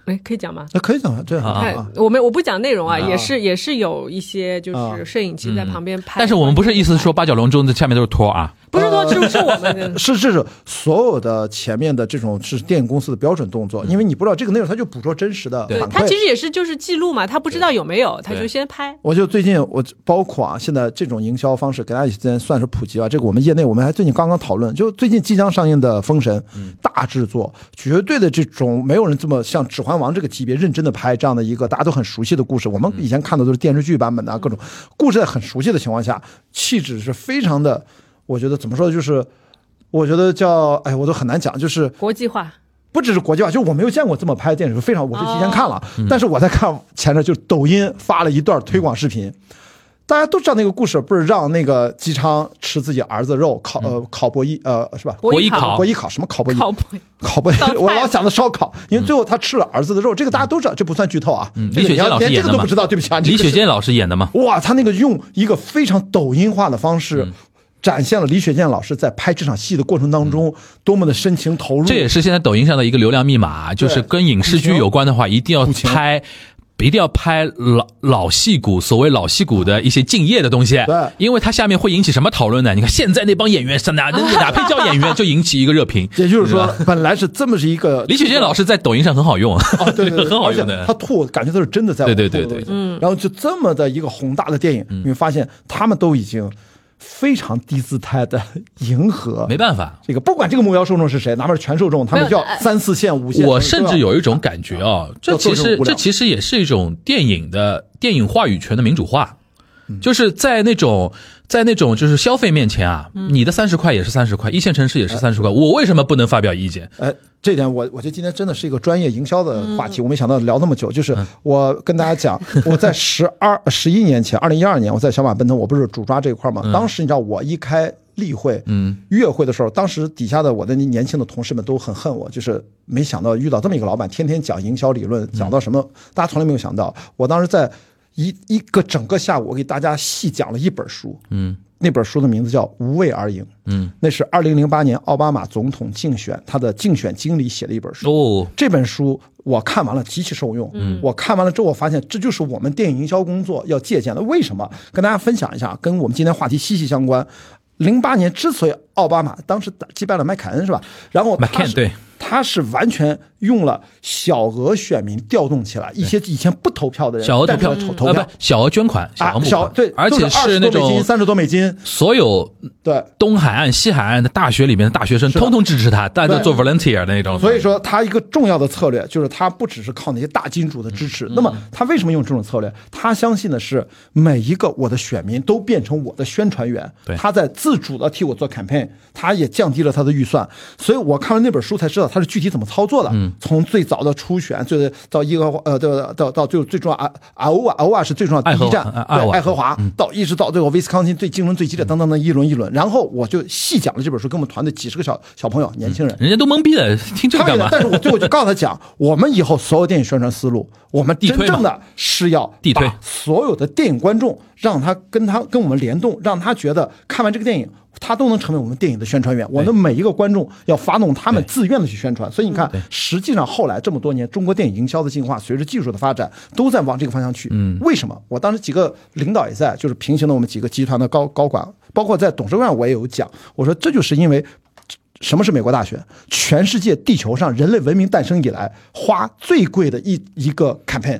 [SPEAKER 4] 哎，可以讲吗？
[SPEAKER 3] 那可以讲啊，对
[SPEAKER 2] 啊
[SPEAKER 4] 哎，我没我不讲内容啊，也是也是有一些就
[SPEAKER 3] 啊
[SPEAKER 4] 是摄影机在旁边拍，
[SPEAKER 2] 但是我们不是意思是说八角笼中的下面都是托儿啊，
[SPEAKER 4] 不是说就是我 们的
[SPEAKER 3] 是这是所有的前面的这种是电影公司的标准动作，因为你不知道这个内容，它就捕捉真实的
[SPEAKER 2] 嗯对
[SPEAKER 4] 对
[SPEAKER 3] 反
[SPEAKER 4] 他
[SPEAKER 3] 馈
[SPEAKER 4] 其。实也是就是记录嘛，他不知道有没有，他就先拍。
[SPEAKER 3] 我就最近我包括啊，现在这种营销方式给大家之间算是普及啊吧。这个我们业内我们还最近刚刚讨论，就最近即将上映的《封神》，大制作，绝对的这种没有人这么像《指环王》这个级别认真的拍这样的一个大家都很熟悉的故事。我们以前看的都是电视剧版本的啊各种故事是在很熟悉的情况下，气质是非常的，我觉得怎么说，就是我觉得叫哎，我都很难讲，就是
[SPEAKER 4] 国际化，
[SPEAKER 3] 不只是国际化，就我没有见过这么拍的电视剧，非常我是提
[SPEAKER 2] 哦
[SPEAKER 3] 前看了，
[SPEAKER 2] 嗯
[SPEAKER 3] 但是我在看前阵就抖音发了一段推广视频。大家都知道那个故事，不是让那个姬昌吃自己儿子肉烤
[SPEAKER 2] 嗯
[SPEAKER 3] 呃烤博弈呃是吧？
[SPEAKER 2] 国艺
[SPEAKER 4] 艺
[SPEAKER 2] 考
[SPEAKER 3] 国艺烤什么烤博弈？
[SPEAKER 4] 靠谱，
[SPEAKER 3] 烤 不
[SPEAKER 4] 烧，菜
[SPEAKER 3] 我老想着烧烤，因为最后他吃了儿子的肉，这个大家都知道，这不算剧透啊。
[SPEAKER 2] 嗯
[SPEAKER 3] 这个
[SPEAKER 2] 李雪健
[SPEAKER 3] 你要
[SPEAKER 2] 老师
[SPEAKER 3] 连这
[SPEAKER 2] 演
[SPEAKER 3] 个
[SPEAKER 2] 的
[SPEAKER 3] 都
[SPEAKER 2] 嘛
[SPEAKER 3] 不知道，对不起啊，
[SPEAKER 2] 李
[SPEAKER 3] 这个
[SPEAKER 2] 雪
[SPEAKER 3] 是
[SPEAKER 2] 健老师演的嘛，
[SPEAKER 3] 哇，他那个用一个非常抖音化的方
[SPEAKER 2] 嗯
[SPEAKER 3] 式。展现了李雪健老师在拍这场戏的过程当中多么的深情投
[SPEAKER 2] 嗯
[SPEAKER 3] 入，
[SPEAKER 2] 这也是现在抖音上的一个流量密码，就是跟影视剧有关的话，一定要拍。一定要拍老老戏骨，所谓老戏骨的一些敬业的东西，
[SPEAKER 3] 对
[SPEAKER 2] 因为它下面会引起什么讨论呢？你看现在那帮演员，哪哪哪配叫演员，就引起一个热 评。
[SPEAKER 3] 也就是说，本来是这么是一 个
[SPEAKER 2] 李雪健老师在抖音上很好用，
[SPEAKER 3] 哦，对对对，
[SPEAKER 2] 很好
[SPEAKER 3] 而且
[SPEAKER 2] 用的
[SPEAKER 3] 他。吐，感觉他是真的在
[SPEAKER 2] 对
[SPEAKER 3] 往
[SPEAKER 2] 对
[SPEAKER 3] 吐
[SPEAKER 2] 对对嗯
[SPEAKER 3] 的东西
[SPEAKER 4] 嗯
[SPEAKER 3] 然后就这么的一个宏大的电影，你会发现他们都已经非常低姿态的迎合，
[SPEAKER 2] 没办法，
[SPEAKER 3] 这个不管这个目标受众是谁，哪怕是全受众，他们
[SPEAKER 4] 没有呃
[SPEAKER 3] 要三四线、五线，
[SPEAKER 2] 我甚至有一种感觉啊，这
[SPEAKER 3] 要做
[SPEAKER 2] 其
[SPEAKER 3] 这种
[SPEAKER 2] 实
[SPEAKER 3] 无聊
[SPEAKER 2] 这其实也是一种电影的电影话语权的民主化，
[SPEAKER 3] 嗯
[SPEAKER 2] 就是在那种在那种就是消费面前啊，
[SPEAKER 3] 嗯
[SPEAKER 2] 你的三十块也是三十块，一线城市也是三十块，我为什么不能发表意见？
[SPEAKER 3] 哎，这点我我觉得今天真的是一个专业营销的话题，我没想到聊那么久。就是我跟大家讲，我在十二十一年前，二零一二年，我在小马奔腾，我不是主抓这一块嘛。当时你知道我一开例会，嗯，月会的时候，当时底下的我的那年轻的同事们都很恨我，就是没想到遇到这么一个老板，天天讲营销理论，讲到什么大家从来没有想到。我当时在一一个整个下午，我给大家细讲了一本书，嗯。那本书的名字叫《无畏而赢》，嗯，那是二零零八年奥巴马总统竞选他的竞选经理写的一本书。
[SPEAKER 2] 哦，
[SPEAKER 3] 这本书我看完了，极其受用。嗯，我看完了之后，我发现这就是我们电影营销工作要借鉴的。为什么？跟大家分享一下，跟我们今天话题息息相关。零八年之所以奥巴马当时打击败了麦凯恩是吧？然后
[SPEAKER 2] 麦凯
[SPEAKER 3] 他
[SPEAKER 2] 恩
[SPEAKER 3] 是
[SPEAKER 2] 对
[SPEAKER 3] 他是完全用了小额选民调动起来一些以前不投票的人
[SPEAKER 2] 小额投
[SPEAKER 3] 站出
[SPEAKER 2] 票
[SPEAKER 3] 来投投
[SPEAKER 2] 啊
[SPEAKER 3] 票
[SPEAKER 2] 不，小额捐款，小额
[SPEAKER 3] 啊
[SPEAKER 2] 募
[SPEAKER 3] 小
[SPEAKER 2] 款，
[SPEAKER 3] 对，
[SPEAKER 2] 而且
[SPEAKER 3] 是
[SPEAKER 2] 那种
[SPEAKER 3] 三十多美金，
[SPEAKER 2] 所有
[SPEAKER 3] 对。
[SPEAKER 2] 东海岸、西海岸的大学里面的大学生，
[SPEAKER 3] 是的
[SPEAKER 2] 通通支持他，大家都
[SPEAKER 3] 对
[SPEAKER 2] 做 volunteer 的那种。
[SPEAKER 3] 所以说，他一个重要的策略就是，他不只是靠那些大金主的支持。那么，他为什么用这种策略？他相信的是，每一个我的选民都变成我的宣传员
[SPEAKER 2] 对，
[SPEAKER 3] 他在自主的替我做 campaign，他也降低了他的预算。所以我看完那本书才知道他是具体怎么操作的。从最早的初选，最到伊个呃，到到到最最重要啊啊欧啊欧啊是最重要的第一站，
[SPEAKER 2] 爱荷华
[SPEAKER 3] 对
[SPEAKER 2] 爱
[SPEAKER 3] 爱荷华到一直到最后威斯康辛最竞争最激烈等等等一轮一轮。然后我就细讲了这本书，跟我们团队几十个小小朋友年轻人。
[SPEAKER 2] 人家都懵逼了，听这个
[SPEAKER 3] 他
[SPEAKER 2] 干
[SPEAKER 3] 们
[SPEAKER 2] 嘛？
[SPEAKER 3] 但是我最后就告诉他讲，我们以后所有电影宣传思路，我们真
[SPEAKER 2] 地推
[SPEAKER 3] 正
[SPEAKER 2] 嘛
[SPEAKER 3] 的是要
[SPEAKER 2] 地推
[SPEAKER 3] 把所有的电影观众，让他跟他跟我们联动，让他觉得看完这个电影，他都能成为我们电影的宣传员。我们每一个观众要发动他们自愿的去宣传。所以你看，实际上后来这么多年，中国电影营销的进化，随着技术的发展，都在往这个方向去。嗯，为什么？我当时几个领导也在，就是平行的我们几个集团的高高管，包括在董事会上我也有讲，我说这就是因为什么是美国大学？全世界地球上人类文明诞生以来花最贵的一一个 campaign，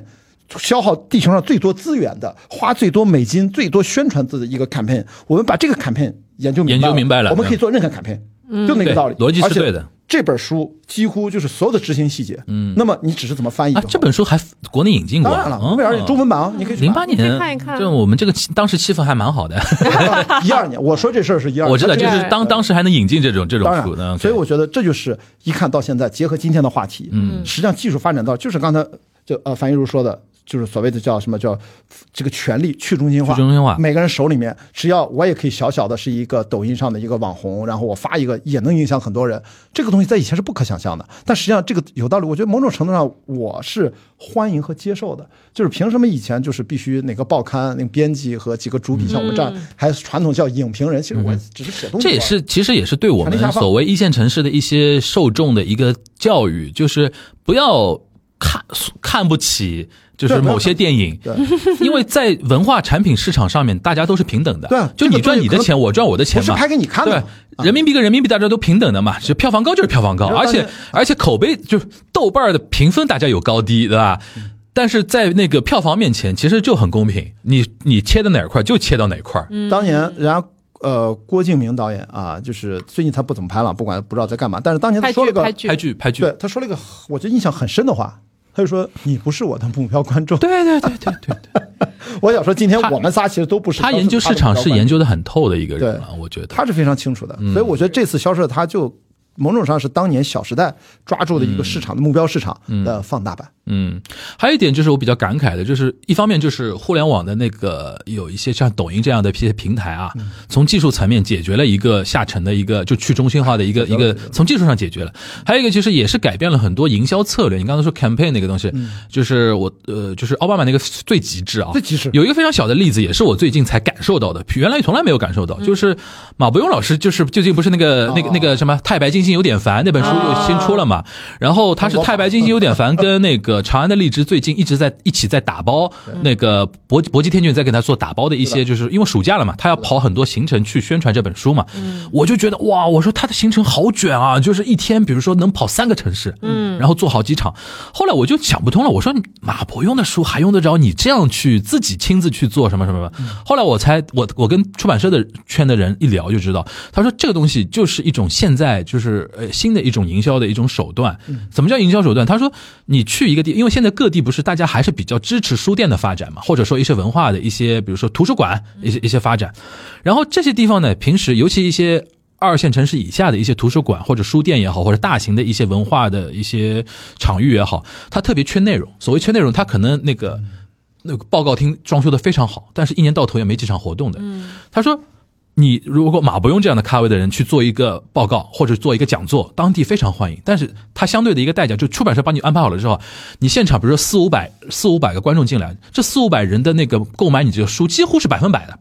[SPEAKER 3] 消耗地球上最多资源的、花最多美金、最多宣传资的一个 campaign。我们把这个 campaign 研究
[SPEAKER 2] 研
[SPEAKER 3] 明白
[SPEAKER 2] 究明白了
[SPEAKER 3] 我们可以做任何 campaign，、就那个道理，
[SPEAKER 2] 对逻辑是
[SPEAKER 3] 而且
[SPEAKER 2] 对的。
[SPEAKER 3] 这本书几乎就是所有的执行细节，嗯，那么你只是怎么翻译就
[SPEAKER 2] 啊
[SPEAKER 3] 好、，
[SPEAKER 2] 这本书还国内引进过，
[SPEAKER 3] 当然了，
[SPEAKER 2] 嗯
[SPEAKER 3] 威尔也中文版啊，你可以去
[SPEAKER 2] 零八
[SPEAKER 4] 你可
[SPEAKER 2] 年
[SPEAKER 4] 以看一看
[SPEAKER 2] 就我们这个气当时气氛还蛮好的，
[SPEAKER 3] 一二年，我说这事儿是一 二，
[SPEAKER 2] 我知道，
[SPEAKER 3] 它
[SPEAKER 2] 就
[SPEAKER 3] 这
[SPEAKER 2] 是当当时还能引进这种这种
[SPEAKER 3] 当然
[SPEAKER 2] 书嗯呢，
[SPEAKER 3] 所以我觉得这就是一看到现在，结合今天的话题，嗯，实际上技术发展到就是刚才就呃樊一茹说的，就是所谓的叫什么叫这个权力去中心化，
[SPEAKER 2] 去中心化
[SPEAKER 3] 每个人手里面，只要我也可以小小的是一个抖音上的一个网红，然后我发一个也能影响很多人，这个东西在以前是不可想象的，但实际上这个有道理，我觉得某种程度上我是欢迎和接受的，就是凭什么以前就是必须哪个报刊那个编辑和几个主笔像我们这样，还传统叫影评人，其实我只是写东
[SPEAKER 2] 嗯这
[SPEAKER 3] 西而已，
[SPEAKER 2] 也是其实也是对我
[SPEAKER 3] 权力
[SPEAKER 2] 们
[SPEAKER 3] 下放
[SPEAKER 2] 所谓一线城市的一些受众的一个教育，就是不要看看不起。就是
[SPEAKER 3] 对
[SPEAKER 2] 某些电影，因为在文化产品市场上面，大家都是平等的。
[SPEAKER 3] 对啊
[SPEAKER 2] 就
[SPEAKER 3] 这个
[SPEAKER 2] 你赚
[SPEAKER 3] 东
[SPEAKER 2] 你
[SPEAKER 3] 西
[SPEAKER 2] 的
[SPEAKER 3] 可能
[SPEAKER 2] 钱，我赚我的钱
[SPEAKER 3] 不是
[SPEAKER 2] 嘛。
[SPEAKER 3] 拍给你看的嘛
[SPEAKER 2] 对，人民币跟人民币大家都平等的嘛，是票房高就是票房高，
[SPEAKER 3] 啊然后
[SPEAKER 2] 而且
[SPEAKER 3] 当然
[SPEAKER 2] 而且口碑就是豆瓣儿的评分大家有高低，对吧？但是在那个票房面前，其实就很公平，你你切的哪块儿就切到哪块儿。
[SPEAKER 4] 嗯
[SPEAKER 3] 当年人家呃郭敬明导演啊，就是最近他不怎么拍了，不管不知道在干嘛，但是当年他
[SPEAKER 4] 拍
[SPEAKER 3] 说了
[SPEAKER 4] 剧
[SPEAKER 3] 个
[SPEAKER 4] 拍剧
[SPEAKER 2] 拍剧拍剧
[SPEAKER 3] 对，他说了一个我觉得印象很深的话，他就说你不是我的目标观众。
[SPEAKER 2] 对对对对对对，
[SPEAKER 3] 我想说，今天
[SPEAKER 2] 他
[SPEAKER 3] 我们仨其实都不是
[SPEAKER 2] 他研究市场是研，究的嗯很透的一个人了，
[SPEAKER 3] 对
[SPEAKER 2] 我觉得。
[SPEAKER 3] 他是非常清楚的。所以我觉得这次销售他就某种上是当年《小时代》抓住的一个市场的目标市场的放大版。
[SPEAKER 2] 嗯，还有一点就是我比较感慨的，就是一方面就是互联网的那个有一些像抖音这样的一些平台啊，从技术层面解决了一个下沉的一个就去中心化的一个一个，从技术上解决了。还有一个就是也是改变了很多营销策略。你刚才说 campaign 那个东西，就是我呃，就是奥巴马那个嗯最极致啊，
[SPEAKER 3] 最极致
[SPEAKER 2] 有一个非常小的例子，也是我最近才感受到的，原来从来没有感受到，就是马伯庸老师就是最近不是那个那个那个什么《太白金星有点烦》那本书又新出了嘛，然后他是《太白金星有点烦》跟那个长安的荔枝最近一直在一起在打包，那个搏搏击天骏在给他做打包的一些，就是嗯因为暑假了嘛，他要跑很多行程去宣传这本书嘛，我就觉得哇，我说他的行程好卷啊，就是一天比如说能跑三个城市，嗯，然后做好几场，后来我就想不通了，我说马伯庸的书还用得着你这样去自己亲自去做什么什么什么？后来我才我我跟出版社的圈的人一聊就知道，他说这个东西就是一种现在就是呃新的一种营销的一种手段。怎么叫营销手段？他说你去一个地，因为现在各地不是大家还是比较支持书店的发展嘛，或者说一些文化的一些，比如说图书馆一些一些发展，然后这些地方呢，平时尤其一些二线城市以下的一些图书馆或者书店也好，或者大型的一些文化的一些场域也好，它特别缺内容。所谓缺内容，它可能那个那个报告厅装修的非常好，但是一年到头也没几场活动的。他说。你如果马伯庸这样的咖位的人去做一个报告或者做一个讲座，当地非常欢迎。但是他相对的一个代价，就出版社帮你安排好了之后，你现场比如说四五百四五百个观众进来，这四五百人的那个购买你这个书几乎是百分百的，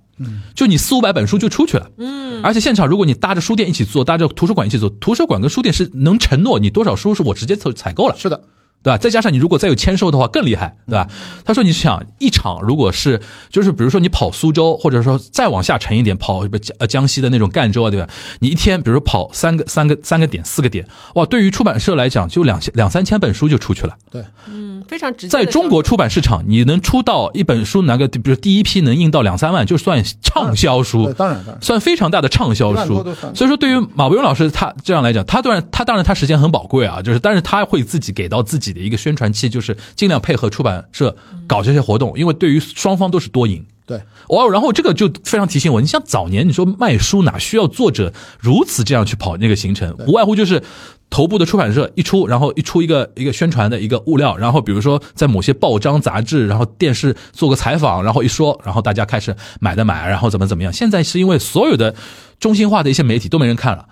[SPEAKER 2] 就你四五百本书就出去了，嗯。而且现场如果你搭着书店一起做，搭着图书馆一起做，图书馆跟书店是能承诺你多少书是我直接采采购了，
[SPEAKER 3] 是的，
[SPEAKER 2] 对吧？再加上你如果再有签售的话更厉害，对吧？他说你想一场如果是就是比如说你跑苏州，或者说再往下沉一点跑什么江呃江西的那种赣州啊，对吧？你一天比如跑三个三个三个点四个点，哇，对于出版社来讲就两千两三千本书就出去了。
[SPEAKER 3] 对，
[SPEAKER 4] 嗯，非常直接。
[SPEAKER 2] 在中国，出版市场，你能出到一本书，拿个比如第一批能印到两三万，就算畅销书
[SPEAKER 3] 嗯对，当然当然
[SPEAKER 2] 算非常大的畅销
[SPEAKER 3] 一万
[SPEAKER 2] 书
[SPEAKER 3] 多都算。
[SPEAKER 2] 所以说，对于马伯庸老师他这样来讲，他当然他当然他时间很宝贵啊，就是但是他会自己给到自己的一个宣传期，就是尽量配合出版社搞这些活动，因为对于双方都是多赢。
[SPEAKER 3] 对，
[SPEAKER 2] 哦，然后这个就非常提醒我，你像早年你说卖书哪需要作者如此这样去跑那个行程，无外乎就是。头部的出版社一出，然后一出一个一个宣传的一个物料，然后比如说在某些报章、杂志，然后电视做个采访，然后一说，然后大家开始买的买，然后怎么怎么样。现在是因为所有的中心化的一些媒体都没人看了，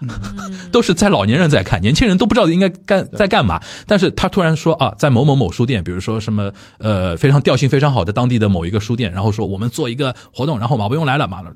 [SPEAKER 2] 都是在老年人在看，年轻人都不知道应该干在干嘛。但是他突然说啊，在某某某书店，比如说什么呃非常调性非常好的当地的某一个书店，然后说我们做一个活动，然后马伯庸来了，马了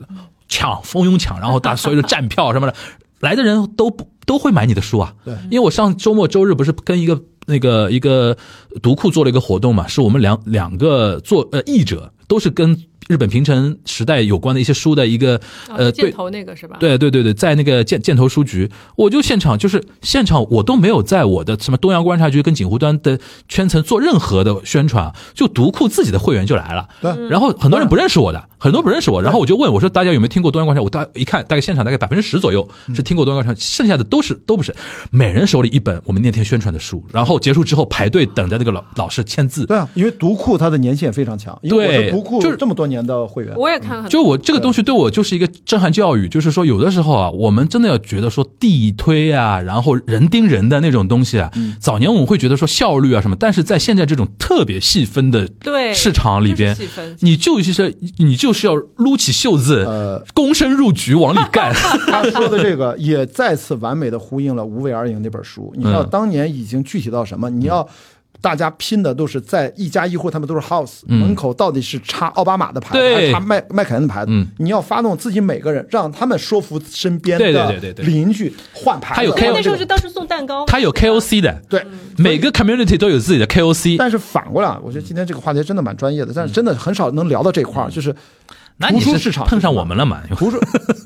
[SPEAKER 2] 抢蜂拥抢，然后大所有的站票什么的，来的人都不都会买你的书啊。
[SPEAKER 3] 对
[SPEAKER 2] 因为我上周末周日不是跟一个那个一个读库做了一个活动嘛，是我们两两个作呃译者都是跟。日本平成时代有关的一些书的一个呃
[SPEAKER 4] 呃，
[SPEAKER 2] 对
[SPEAKER 4] 箭头那个是吧？，
[SPEAKER 2] 对对对对，在那个箭箭头书局，我就现场就是现场，我都没有在我的什么东阳观察局跟锦湖端的圈层做任何的宣传，就读库自己的会员就来了。
[SPEAKER 3] 对
[SPEAKER 2] 然后很多人不认识我的，很多不认识我，然后我就问我说大家有没有听过东阳观察？我大一看，大概现场大概百分之十左右是听过东阳观察，剩下的都是都不是，每人手里一本我们那天宣传的书，然后结束之后排队等着那个老老师签字。
[SPEAKER 3] 对啊，因为读库它的粘性也非常强，因为我
[SPEAKER 2] 对
[SPEAKER 3] 是读库
[SPEAKER 2] 就是
[SPEAKER 3] 这么多年的会员，
[SPEAKER 4] 我也看了很
[SPEAKER 2] 就
[SPEAKER 4] 多。
[SPEAKER 2] 我这个东西对我就是一个震撼教育，就是说有的时候啊，我们真的要觉得说地推啊，然后人盯人的那种东西啊，
[SPEAKER 4] 嗯
[SPEAKER 2] 早年我们会觉得说效率啊什么，但是在现在这种特别细分的
[SPEAKER 4] 对
[SPEAKER 2] 市场里边
[SPEAKER 4] 就是细分，
[SPEAKER 2] 你就是你就是要撸起袖子
[SPEAKER 3] 呃，
[SPEAKER 2] 躬身入局往里 干。
[SPEAKER 3] 他说的这个也再次完美的呼应了《无为而赢》那本书。你知
[SPEAKER 2] 嗯
[SPEAKER 3] 道当年已经具体到什么？你要大家拼的都是在一家一户，他们都是 house，、门口到底是插奥巴马的牌
[SPEAKER 2] 嗯对
[SPEAKER 3] 子，还是插麦麦凯恩的牌子？
[SPEAKER 2] 嗯
[SPEAKER 3] 你要发动自己每个人，让他们说服身边
[SPEAKER 2] 对对
[SPEAKER 3] 的
[SPEAKER 2] 对对对
[SPEAKER 3] 邻居换牌子。
[SPEAKER 2] 他有
[SPEAKER 4] 因
[SPEAKER 2] KO
[SPEAKER 3] 让
[SPEAKER 4] 为那
[SPEAKER 3] 这
[SPEAKER 4] 时候
[SPEAKER 3] 个
[SPEAKER 4] 就到处送蛋糕嘛，
[SPEAKER 2] 它有 KOC 的，
[SPEAKER 3] 对。
[SPEAKER 2] 每个 community 都有自己的 KOC。
[SPEAKER 3] 啊
[SPEAKER 2] 嗯
[SPEAKER 3] 但是反过来，我觉得今天这个话题真的蛮专业的，但是真的很少能聊到这一块儿，就是
[SPEAKER 2] 那你
[SPEAKER 3] 图书
[SPEAKER 2] 是
[SPEAKER 3] 市场
[SPEAKER 2] 碰上我们了嘛？
[SPEAKER 3] 图书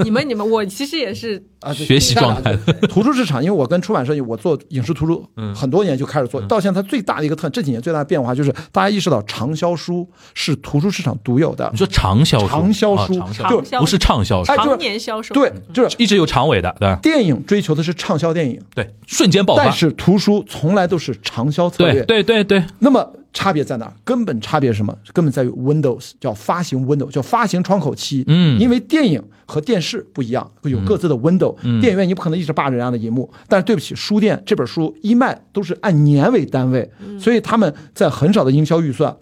[SPEAKER 4] 你们你们，我其实也是
[SPEAKER 3] 啊，对
[SPEAKER 2] 学习状态。
[SPEAKER 3] 图书市场，因为我跟出版社，我做影视图书
[SPEAKER 2] 嗯
[SPEAKER 3] 很多年就开始做，到现在它最大的一个特这几年最大的变化就是大家意识到畅销书是图书市场独有的
[SPEAKER 2] 你，说长销书，
[SPEAKER 3] 畅销
[SPEAKER 2] 啊
[SPEAKER 3] 书
[SPEAKER 2] 嗯长
[SPEAKER 3] 就
[SPEAKER 4] 畅销
[SPEAKER 2] 不是畅销书嗯
[SPEAKER 3] 哎，就是
[SPEAKER 4] 常年销售，
[SPEAKER 3] 对，就是
[SPEAKER 2] 一直有长尾的，对吧？
[SPEAKER 3] 电影追求的是畅销电影，
[SPEAKER 2] 对，瞬间爆发
[SPEAKER 3] 但。是图书从来都是畅销策略
[SPEAKER 2] 哦对。对对对，
[SPEAKER 3] 那么差别在哪儿？根本差别是什么？根本在于 Windows 叫发行 Window，叫发行窗口期。
[SPEAKER 2] 嗯
[SPEAKER 3] 因为电影和电视不一样，有各自的 Window、电影院你不可能一直霸着人家的荧幕，但是对不起，书店这本书一卖都是按年为单位，所以他们在很少的营销预算。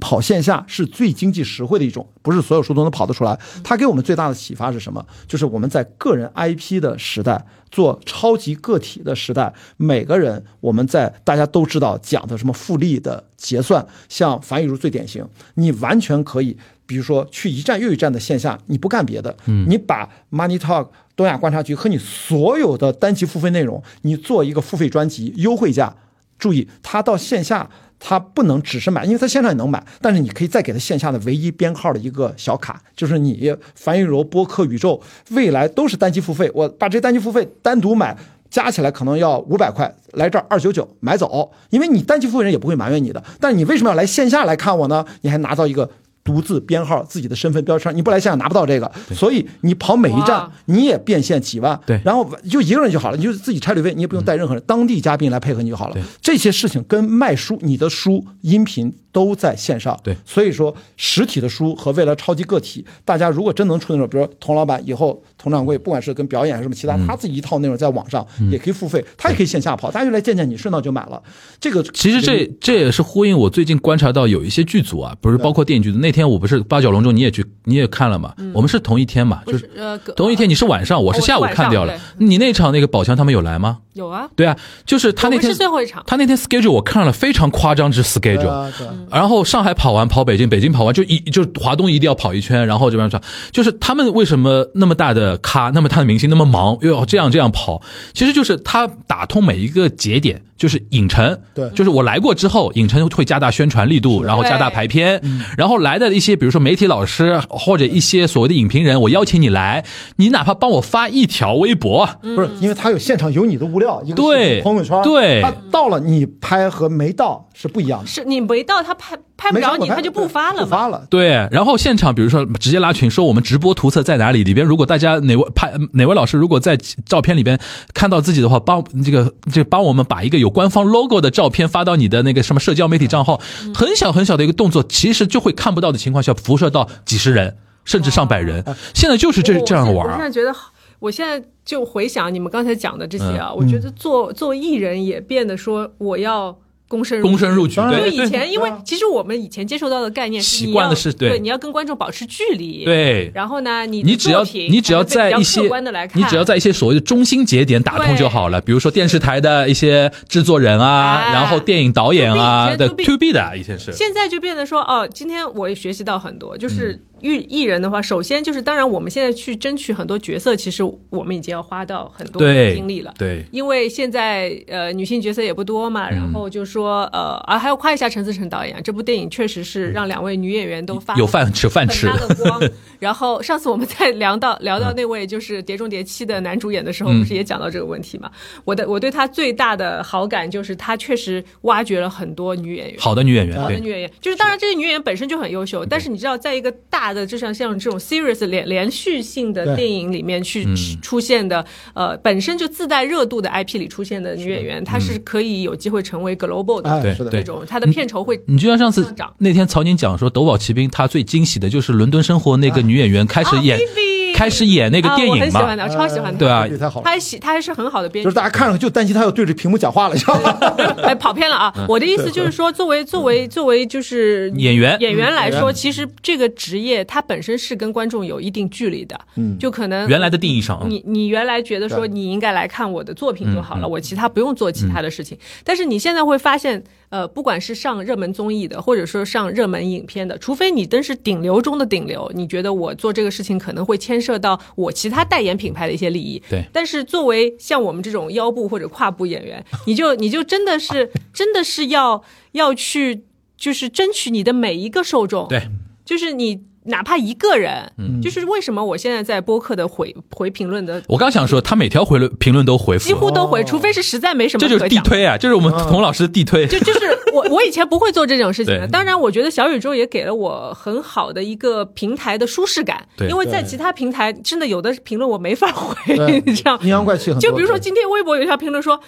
[SPEAKER 3] 跑线下是最经济实惠的一种，不是所有书都能跑得出来。它给我们最大的启发是什么？就是我们在个人 IP 的时代，做超级个体的时代，每个人我们在大家都知道讲的什么复利的结算，像樊雨茹最典型，你完全可以。比如说去一站又一站的线下，你不干别的，你把 Money Talk 东亚观察局和你所有的单集付费内容，你做一个付费专辑，优惠价。注意，它到线下它不能只是买，因为它线上也能买，但是你可以再给它线下的唯一编号的一个小卡，就是你樊玉柔播客宇宙未来都是单期付费，我把这单期付费单独买。加起来可能要五百块，来这儿二九九买走，因为你单期付费人也不会埋怨你的。但是你为什么要来线下来看我呢？你还拿到一个独自编号、自己的身份标签，你不来线下拿不到这个。所以你跑每一站
[SPEAKER 4] 哇，
[SPEAKER 3] 你也变现几万。
[SPEAKER 2] 对嗯
[SPEAKER 3] 然后就一个人就好了，你就自己差旅费，你也不用带任何人，当地嘉宾来配合你就好了
[SPEAKER 2] 对。
[SPEAKER 3] 这些事情跟卖书、你的书、音频都在线上。
[SPEAKER 2] 对
[SPEAKER 3] 所以说实体的书和未来超级个体，大家如果真能出那种，比如说童老板以后童掌柜，不管是跟表演还是什么其他，
[SPEAKER 2] 嗯
[SPEAKER 3] 他自己一套内容在网上也可以付费，他也可以线下跑，大家就来见见你，顺道就买了。这个
[SPEAKER 2] 其实这这也是呼应我最近观察到有一些剧组啊，不是包括电影剧组。那天我不是八角笼中你也去你也看了嘛？我们是同一天嘛，
[SPEAKER 4] 嗯不
[SPEAKER 2] 就是是
[SPEAKER 4] 呃隔
[SPEAKER 2] 同一天，你是晚上，我是
[SPEAKER 4] 我是
[SPEAKER 2] 下午
[SPEAKER 4] 晚
[SPEAKER 2] 看
[SPEAKER 4] 上
[SPEAKER 2] 掉了
[SPEAKER 4] 对。
[SPEAKER 2] 你那场那个宝强他们有来吗？
[SPEAKER 4] 有啊，
[SPEAKER 2] 对啊，就是他
[SPEAKER 4] 我
[SPEAKER 2] 那
[SPEAKER 4] 们
[SPEAKER 2] 天
[SPEAKER 4] 是最后一场，
[SPEAKER 2] 他那天 schedule 我看了非常夸张之 schedule，、
[SPEAKER 3] 啊对啊
[SPEAKER 2] 然后上海跑完跑北京，北京跑完就一就是华东一定要跑一圈，然后这边转，就是他们为什么那么大的咖，那么大的明星那么忙，又要这样这样跑，其实就是他打通每一个节点，就是影城，
[SPEAKER 3] 对
[SPEAKER 2] 就是我来过之后，影城会加大宣传力度，然后加大排片，然后来的一些比如说媒体老师或者一些所谓的影评人，我邀请你来，你哪怕帮我发一条微博，
[SPEAKER 3] 不是，因为他有现场有你的物料，一个
[SPEAKER 2] 对
[SPEAKER 3] 是朋友圈，
[SPEAKER 2] 对
[SPEAKER 3] 他到了你拍和没到是不一样的。
[SPEAKER 4] 是你没到他拍拍不
[SPEAKER 3] 没上
[SPEAKER 4] 了
[SPEAKER 3] 过
[SPEAKER 4] 你，他就不发了
[SPEAKER 3] 不
[SPEAKER 4] 嘛。
[SPEAKER 3] 发了。
[SPEAKER 2] 对，然后现场比如说直接拉群，说我们直播图册在哪里？里边如果大家哪位拍哪位老师如果在照片里边看到自己的话，帮这个这帮我们把一个有官方 logo 的照片发到你的那个什么社交媒体账号，
[SPEAKER 4] 嗯
[SPEAKER 2] 很小很小的一个动作，其实就会看不到的情况下辐射到几十人甚至上百人。
[SPEAKER 4] 嗯
[SPEAKER 2] 现在就是这
[SPEAKER 4] 我
[SPEAKER 2] 这样
[SPEAKER 4] 现
[SPEAKER 2] 玩
[SPEAKER 4] 我
[SPEAKER 2] 儿，
[SPEAKER 4] 现
[SPEAKER 2] 啊
[SPEAKER 4] 在觉得好，我现在就回想你们刚才讲的这些
[SPEAKER 2] 嗯
[SPEAKER 4] 啊，我觉得做做艺人也变得说我要躬身
[SPEAKER 2] 躬身入
[SPEAKER 4] 局
[SPEAKER 2] 局，
[SPEAKER 3] 当然
[SPEAKER 4] 因为
[SPEAKER 2] 对
[SPEAKER 4] 以
[SPEAKER 2] 对
[SPEAKER 4] 前，因为
[SPEAKER 3] 对啊
[SPEAKER 4] 其实我们以前接受到的概念是
[SPEAKER 2] 习
[SPEAKER 4] 你
[SPEAKER 2] 惯
[SPEAKER 4] 要
[SPEAKER 2] 的是对
[SPEAKER 4] 对，你要跟观众保持距离，。
[SPEAKER 2] 对。
[SPEAKER 4] 然后呢，你
[SPEAKER 2] 你
[SPEAKER 4] 你
[SPEAKER 2] 只要你只要在一些
[SPEAKER 4] 客观的来看，
[SPEAKER 2] 你只要在一些所谓的中心节点打通就好了，比如说电视台的一些制作人啊，
[SPEAKER 4] 哎
[SPEAKER 2] 然后电影导演啊
[SPEAKER 4] to
[SPEAKER 2] 的
[SPEAKER 4] B，以前
[SPEAKER 2] to B 的啊以前是，
[SPEAKER 4] 现在就变得说，哦，今天我也学习到很多，
[SPEAKER 2] 嗯
[SPEAKER 4] 就是艺艺人的话，首先就是，当然我们现在去争取很多角色，其实我们已经要花到很多
[SPEAKER 2] 对
[SPEAKER 4] 精力了。
[SPEAKER 2] 对，
[SPEAKER 4] 因为现在呃女性角色也不多
[SPEAKER 2] 嗯
[SPEAKER 4] 嘛，然后就说呃啊还要夸一下陈思诚导演，这部电影确实是让两位女演员都发
[SPEAKER 2] 有饭吃饭吃
[SPEAKER 4] 很大
[SPEAKER 2] 的，
[SPEAKER 4] 的 光。然后上次我们在聊到聊到那位就是《碟中谍七》的男主演的时候，
[SPEAKER 2] 嗯
[SPEAKER 4] 不是也讲到这个问题嘛？我的我对他最大的好感就是他确实挖掘了很多女演员。
[SPEAKER 2] 好的女演员，
[SPEAKER 4] 好的
[SPEAKER 2] 对
[SPEAKER 4] 女演员，就是当然这些女演员本身就很优秀，但是你知道，在一个大的就像像这种 serious 连连续性的
[SPEAKER 3] 对
[SPEAKER 4] 电影里面去
[SPEAKER 2] 嗯
[SPEAKER 4] 出现的，呃，本身就自带热度的 IP 里出现的女演
[SPEAKER 2] 嗯
[SPEAKER 4] 员，她是可以有机会成为 global 的
[SPEAKER 2] 对
[SPEAKER 3] 哎，是的，
[SPEAKER 4] 这种，她的
[SPEAKER 2] 嗯
[SPEAKER 4] 片酬会
[SPEAKER 2] 你就像上次
[SPEAKER 4] 上涨
[SPEAKER 2] 那天曹宁讲说，《斗宝奇兵》他最惊喜的就是《伦敦生活》那个女演员开始演
[SPEAKER 4] 啊，，Vivi
[SPEAKER 2] 开始演那个
[SPEAKER 4] 啊
[SPEAKER 2] 电
[SPEAKER 4] 我
[SPEAKER 2] 影
[SPEAKER 4] 很喜
[SPEAKER 2] 嘛，
[SPEAKER 4] 欢的，我超喜欢的。
[SPEAKER 2] 对啊
[SPEAKER 3] 这太好了
[SPEAKER 4] 他。还喜，他还是很好的编
[SPEAKER 3] 就
[SPEAKER 4] 剧
[SPEAKER 3] 是。大家看上去就担心他要对着屏幕讲话了，你知道吗？
[SPEAKER 4] 哎，跑偏了啊！我的意思就是说，作为作为作为就是
[SPEAKER 2] 嗯演员嗯
[SPEAKER 4] 演员来
[SPEAKER 3] 演
[SPEAKER 4] 说，其实这个职业它本身是跟观众有一定距离的，嗯，就可能
[SPEAKER 2] 原来的定义上，
[SPEAKER 4] 你你原来觉得说
[SPEAKER 3] 对
[SPEAKER 4] 你应该来看我的作品就好了，我其他不用做其他的事情。但是你现在会发现，呃，不管是上热门综艺的，或者说上热门影片的，除非你真是顶流中的顶流，你觉得我做这个事情可能会牵涉到我其他代言品牌的一些利益。
[SPEAKER 2] 对
[SPEAKER 4] 但是作为像我们这种腰部或者胯部演员， 你就你就真的是真的是要要去就是争取你的每一个受众。
[SPEAKER 2] 对。
[SPEAKER 4] 就是你。哪怕一个人，
[SPEAKER 2] 嗯
[SPEAKER 4] 就是为什么我现在在播客的回回评论的
[SPEAKER 2] 我刚想说，他每条回论评论都回复
[SPEAKER 4] 几
[SPEAKER 2] 了，
[SPEAKER 4] 乎都回，除非是实在没什
[SPEAKER 2] 哦
[SPEAKER 4] 么
[SPEAKER 2] 这就是
[SPEAKER 4] 可
[SPEAKER 2] 地
[SPEAKER 4] 讲的。
[SPEAKER 2] 推啊，就是我们童老师的地推。
[SPEAKER 4] 就就是我我以前不会做这种事情的。
[SPEAKER 2] 对
[SPEAKER 4] 当然，我觉得小宇宙也给了我很好的一个平台的舒适感，
[SPEAKER 2] 对
[SPEAKER 4] 因为在
[SPEAKER 3] 对
[SPEAKER 4] 其他平台真的有的评论我没法回，
[SPEAKER 3] 对
[SPEAKER 4] 你知道？
[SPEAKER 3] 阴阳怪气很多。
[SPEAKER 4] 就比如说今天微博有一条评论说。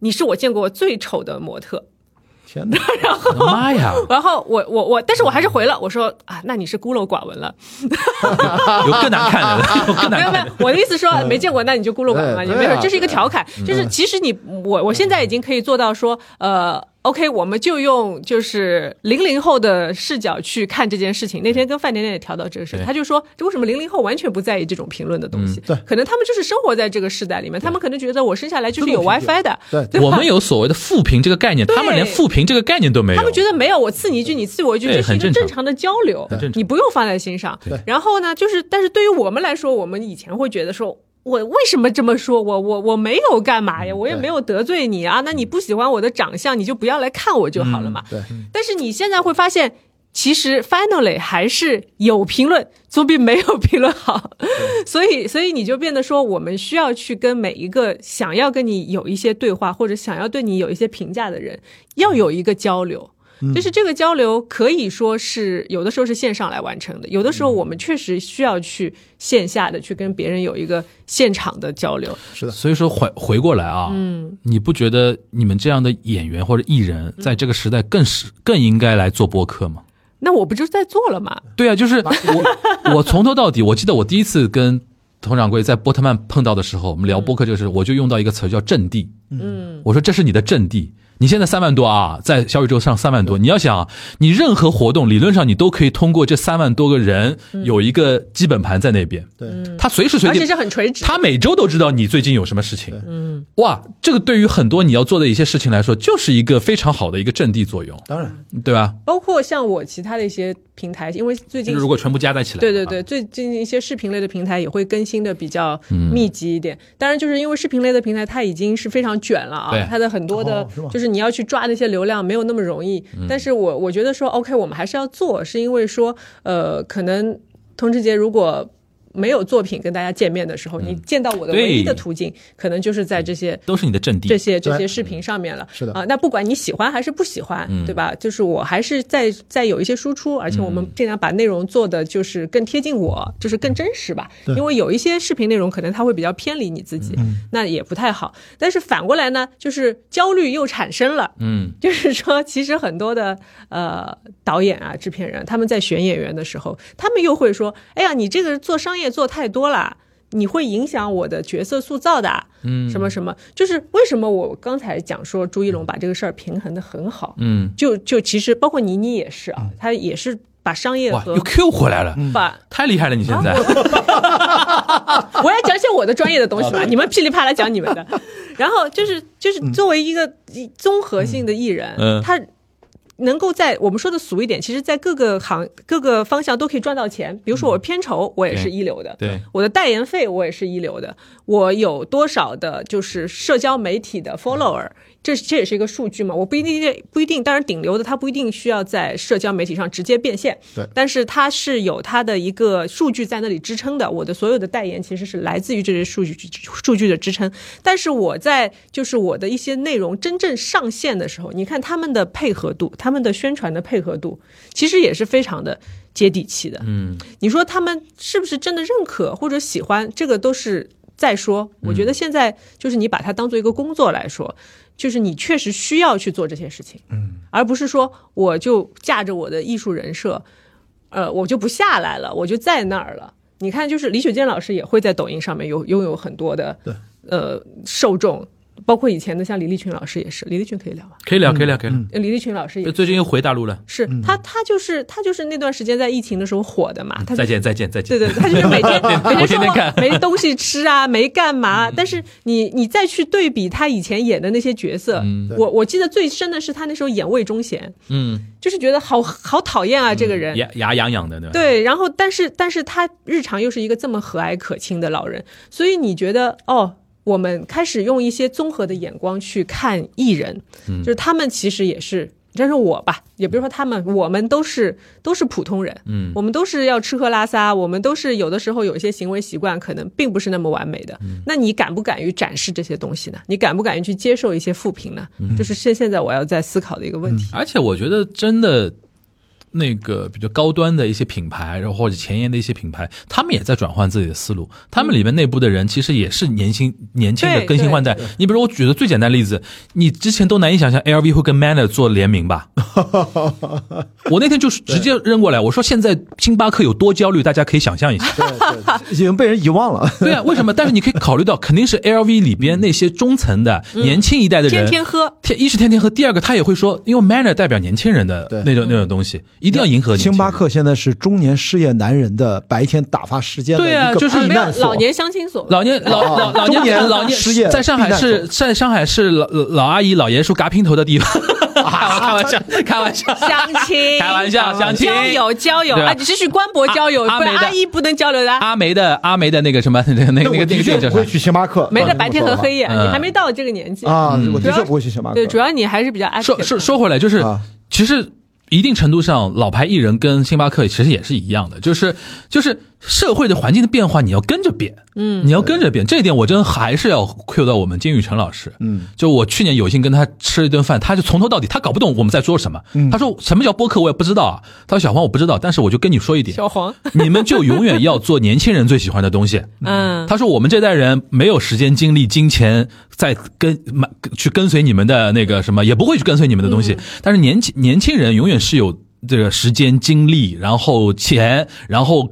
[SPEAKER 4] 你是我见过最丑的模特，
[SPEAKER 3] 天 哪，
[SPEAKER 2] 我的妈呀，
[SPEAKER 4] 然后我我我，但是我还是回了，我说啊，那你是孤陋寡闻了。
[SPEAKER 2] 有更难看 的，有更
[SPEAKER 4] 没
[SPEAKER 2] 难
[SPEAKER 4] 有没
[SPEAKER 2] 看
[SPEAKER 4] 有
[SPEAKER 2] 的。，
[SPEAKER 4] 我的意思说没见过，那你就孤陋寡闻嘛，
[SPEAKER 3] 嗯对对
[SPEAKER 4] 也
[SPEAKER 3] 啊嗯
[SPEAKER 4] 没有，这是一个调侃，就是其实你我我现在已经可以做到说，呃，OK，我们就用就是零零后的视角去看这件事情。那天跟范甜甜也聊到这个事，
[SPEAKER 2] 对
[SPEAKER 4] 他就说，这为什么零零后完全不在意这种评论的东西？
[SPEAKER 3] 嗯对
[SPEAKER 4] 可能他们就是生活在这个时代里面，他们可能觉得我生下来就是有
[SPEAKER 3] 自动理解
[SPEAKER 4] WiFi 的，
[SPEAKER 3] 对
[SPEAKER 4] 对吧
[SPEAKER 2] 我们有所谓的复评这个概念，他们连复评这个概念都没有。
[SPEAKER 4] 他们觉得没有，我刺你一句，你刺我一句，
[SPEAKER 2] 对
[SPEAKER 4] 这是一
[SPEAKER 2] 很
[SPEAKER 4] 个
[SPEAKER 2] 正常
[SPEAKER 4] 正常的交流
[SPEAKER 2] 很正，常
[SPEAKER 4] 你不用放在心上。然后呢，就是，但是对于我们来说，我们以前会觉得说。我为什么这么说？我我我没有干嘛
[SPEAKER 2] 嗯
[SPEAKER 4] 呀，我也没有得罪你啊。那你不喜欢我的长相，你就不要来看我就好了嘛。
[SPEAKER 2] 嗯
[SPEAKER 3] 对，嗯
[SPEAKER 4] 但是你现在会发现，其实 finally 还是有评论，总比没有评论好。所以，所以你就变得说，我们需要去跟每一个想要跟你有一些对话，或者想要对你有一些评价的人，要有一个交流。
[SPEAKER 2] 嗯
[SPEAKER 4] 就是这个交流可以说是有的时候是线上来完成的，有的时候
[SPEAKER 2] 嗯
[SPEAKER 4] 我们确实需要去线下的去跟别人有一个现场的交流。
[SPEAKER 2] 所以说回回过来啊，嗯，你不觉得你们这样的演员或者艺人，在这个时代更是更应该来做播客吗？
[SPEAKER 4] 那我不就是在做了吗？
[SPEAKER 2] 对啊，就是 我我从头到底，我记得我第一次跟佟掌柜在波特曼碰到的时候，我们聊播客这
[SPEAKER 4] 嗯
[SPEAKER 2] 个事，我就用到一个词儿叫阵地。嗯，我说这是你的阵地。你现在三万多啊，在小宇宙上三万
[SPEAKER 4] 嗯
[SPEAKER 2] 多，你要想，啊你任何活动理论上你都可以通过这三万多个人有一个基本盘在那边，
[SPEAKER 3] 对，
[SPEAKER 2] 他随时随
[SPEAKER 4] 嗯而且
[SPEAKER 2] 地
[SPEAKER 4] 是很垂直。
[SPEAKER 2] 他每周都知道你最近有什么事情。嗯，哇，这个对于很多你要做的一些事情来说，就是一个非常好的一个阵地作用，
[SPEAKER 3] 当然，
[SPEAKER 2] 对吧？
[SPEAKER 4] 包括像我其他的一些平台，因为最
[SPEAKER 2] 就
[SPEAKER 4] 近
[SPEAKER 2] 是如果全部加在起来，
[SPEAKER 4] 对对对，，最近一些视频类的平台也会更新的比较
[SPEAKER 2] 嗯
[SPEAKER 4] 密集一点。当然，就是因为视频类的平台它已经是非常卷了
[SPEAKER 2] 对
[SPEAKER 4] 啊，它的很多的
[SPEAKER 3] 哦是吗
[SPEAKER 4] 就是你要去抓那些流量没有那么容易。
[SPEAKER 2] 嗯
[SPEAKER 4] 但是我我觉得说，OK，我们还是要做，是因为说，呃，可能童志杰如果。没有作品跟大家见面的时候，你见到我的唯一的
[SPEAKER 2] 嗯对
[SPEAKER 4] 途径，可能就是在这些
[SPEAKER 2] 都是你的阵地。
[SPEAKER 4] 这些这些
[SPEAKER 3] 对
[SPEAKER 4] 视频上面了。
[SPEAKER 3] 是的嗯
[SPEAKER 4] 啊，那不管你喜欢还是不喜欢，对吧？就是我还是在在有一些输出，而且我
[SPEAKER 3] 嗯
[SPEAKER 4] 们尽量把内容做的就是更贴近我，就是更真实吧。因为有一些视频内容可能它会比较偏离你自己，
[SPEAKER 3] 嗯
[SPEAKER 4] 那也不太好。但是反过来呢，就是焦虑又产生了。
[SPEAKER 2] 嗯，
[SPEAKER 4] 就是说，其实很多的呃导演啊、制片人，他们在选演员的时候，他们又会说：“哎呀，你这个做商业做太多了，你会影响我的角色塑造的。”嗯，什么什么，就是为什么我刚才讲说朱一龙把这个事儿平衡的很好，
[SPEAKER 2] 嗯，
[SPEAKER 4] 就就其实包括倪妮也是啊，她也是把商 业
[SPEAKER 2] 哇，
[SPEAKER 4] 和
[SPEAKER 2] 又 Q 回来了，
[SPEAKER 4] 把
[SPEAKER 2] 太厉害了！你现在，
[SPEAKER 4] 啊 我要讲一些我的专业的东西
[SPEAKER 2] 啊
[SPEAKER 4] 吧，你们噼里啪啦讲你们 的。然后就是就是作为一个一综合性的艺人，
[SPEAKER 2] 嗯
[SPEAKER 4] 他能够在我们说的俗一点，其实，在各个行各个方向都可以赚到钱。比如说我片酬，我也是一流的，
[SPEAKER 2] 嗯 对
[SPEAKER 4] 我的代言费我也是一流的，我有多少的就是社交媒体的 follower，这这也是一个数据嘛。我不一定不一定，当然顶流的他不一定需要在社交媒体上直接变现，
[SPEAKER 3] 对
[SPEAKER 4] 但是它是有它的一个数据在那里支撑的。我的所有的代言其实是来自于这些数据数据的支撑，但是我在就是我的一些内容真正上线的时候，你看他们的配合度，他们的宣传的配合度，其实也是非常的接地气的。
[SPEAKER 2] 嗯，
[SPEAKER 4] 你说他们是不是真的认可或者喜欢，这个都是再说。我觉得现在就是你把它当做一个工作来说，就是你确实需要去做这些事情，嗯，而不是说我就架着我的艺术人设，呃，我就不下来了，我就在那儿了。你看，就是李雪健老师也会在抖音上面有拥有很多的
[SPEAKER 3] 对
[SPEAKER 4] 呃受众，包括以前的像李立群老师也是，李立群可以聊吧？
[SPEAKER 2] 可以聊，可以聊，可以聊。
[SPEAKER 4] 呃嗯李立群老师也
[SPEAKER 2] 最近又回大陆了，
[SPEAKER 4] 是他，他就是他就是那段时间在疫情的时候火的嘛，他
[SPEAKER 2] 再见，再见，再
[SPEAKER 4] 对
[SPEAKER 2] 见。
[SPEAKER 4] 对，他就是 每天每
[SPEAKER 2] 我
[SPEAKER 4] 天
[SPEAKER 2] 天
[SPEAKER 4] 说
[SPEAKER 2] 天看
[SPEAKER 4] 我没东西吃啊，没干嘛。但是你你再去对比他以前演的那些角色，我我记得最深的是他那时候演魏忠贤，
[SPEAKER 2] 嗯，
[SPEAKER 4] 就是觉得好好讨厌啊这个人。
[SPEAKER 2] 牙牙痒痒的，
[SPEAKER 3] 嗯
[SPEAKER 2] 对吧？
[SPEAKER 4] 对，然后但是但是他日常又是一个这么和蔼可亲的老人，所以你觉得哦，我
[SPEAKER 3] 嗯
[SPEAKER 4] 们开始用一些综合的眼光去看艺人，就是他们其实也是真是我吧，也别说他们，我们都是都是普通人，嗯，我们都是要吃喝拉撒，我们都是有的时候有一些行为习惯可能并不是那么完美的。
[SPEAKER 3] 嗯
[SPEAKER 4] 那你敢不敢于展示这些东西呢？你敢不敢于去接受一些负评呢？
[SPEAKER 3] 嗯
[SPEAKER 4] 这是现现在我要在思考的一个问题。
[SPEAKER 2] 而且我觉得真的。那个比较高端的一些品牌，然后或者前沿的一些品牌，他们也在转换自己的思路。他们里面内部的人其实也是年轻、年轻的
[SPEAKER 4] 对
[SPEAKER 2] 更新换代。你比如我举个最简单的例子，你之前都难以想象 LV 会跟 Manner 做联名吧？我那天就是直接扔过来，我说现在星巴克有多焦虑，大家可以想象一下。
[SPEAKER 3] 对对，已经被人遗 忘了。
[SPEAKER 2] 对啊，为什么？但是你可以考虑到，肯定是 LV 里边那些中层的年轻一代的人
[SPEAKER 4] 天，天喝，
[SPEAKER 2] 天一是天天喝，第二个他也会说，因为 Manner 代表年轻人的
[SPEAKER 3] 对
[SPEAKER 2] 那种那种东西，一定要迎合年轻人
[SPEAKER 3] 星巴克现在是中年失业男人的白天打发时间的
[SPEAKER 2] 对啊
[SPEAKER 3] 一个
[SPEAKER 2] 就是
[SPEAKER 3] 避
[SPEAKER 4] 没有
[SPEAKER 3] 难所。
[SPEAKER 4] 老年相亲所，
[SPEAKER 2] 老年老老老
[SPEAKER 3] 中年
[SPEAKER 2] 老年
[SPEAKER 3] 失业
[SPEAKER 2] 在上海
[SPEAKER 3] 避
[SPEAKER 2] 是
[SPEAKER 3] 难
[SPEAKER 2] 在上海是老老老阿姨老爷叔嘎平头的地方，开玩笑，开玩笑，
[SPEAKER 4] 相亲，哦
[SPEAKER 2] 开玩笑相亲
[SPEAKER 4] 交友交友
[SPEAKER 2] 对吧啊
[SPEAKER 4] 啊，你是去官博交友，
[SPEAKER 2] 阿
[SPEAKER 4] 不
[SPEAKER 2] 阿
[SPEAKER 4] 然
[SPEAKER 2] 梅的
[SPEAKER 4] 阿姨不能交流的啊。
[SPEAKER 2] 阿梅的阿梅的那个什么那个那个那个
[SPEAKER 3] 我的
[SPEAKER 2] 那
[SPEAKER 3] 确
[SPEAKER 2] 个
[SPEAKER 3] 不
[SPEAKER 2] 叫
[SPEAKER 3] 会
[SPEAKER 2] 啥？
[SPEAKER 3] 去星巴克，
[SPEAKER 4] 没
[SPEAKER 3] 啊
[SPEAKER 4] 了白天和黑夜，
[SPEAKER 2] 嗯
[SPEAKER 4] 你还没到这个年纪。
[SPEAKER 3] 啊，我的
[SPEAKER 4] 主
[SPEAKER 3] 确
[SPEAKER 4] 要
[SPEAKER 3] 不会去星巴克。
[SPEAKER 4] 对，主要你还是比较 active。
[SPEAKER 2] 说说说回来，就是、
[SPEAKER 3] 啊
[SPEAKER 2] 其实一定程度上，老牌艺人跟星巴克其实也是一样的，就是就是社会的环境的变化，你要跟着变，嗯，你要跟着变。这一点我真还是要 cue 到我们金宇澄老师，
[SPEAKER 3] 嗯，
[SPEAKER 2] 就我去年有幸跟他吃了一顿饭，他就从头到底他搞不懂我们在说什么，
[SPEAKER 3] 嗯
[SPEAKER 2] 他说什么叫播客我也不知道啊，他说小黄我不知道，但是我就跟你说一点，
[SPEAKER 4] 小黄，
[SPEAKER 2] 你们就永远要做年轻人最喜欢的东西，
[SPEAKER 4] 嗯，
[SPEAKER 2] 他说：“我们这代人没有时间、精力、金钱在跟买去跟随你们的那个什么，也不会去跟随你们的东西。但是年轻年轻人永远是有这个时间、精力，然后钱，然后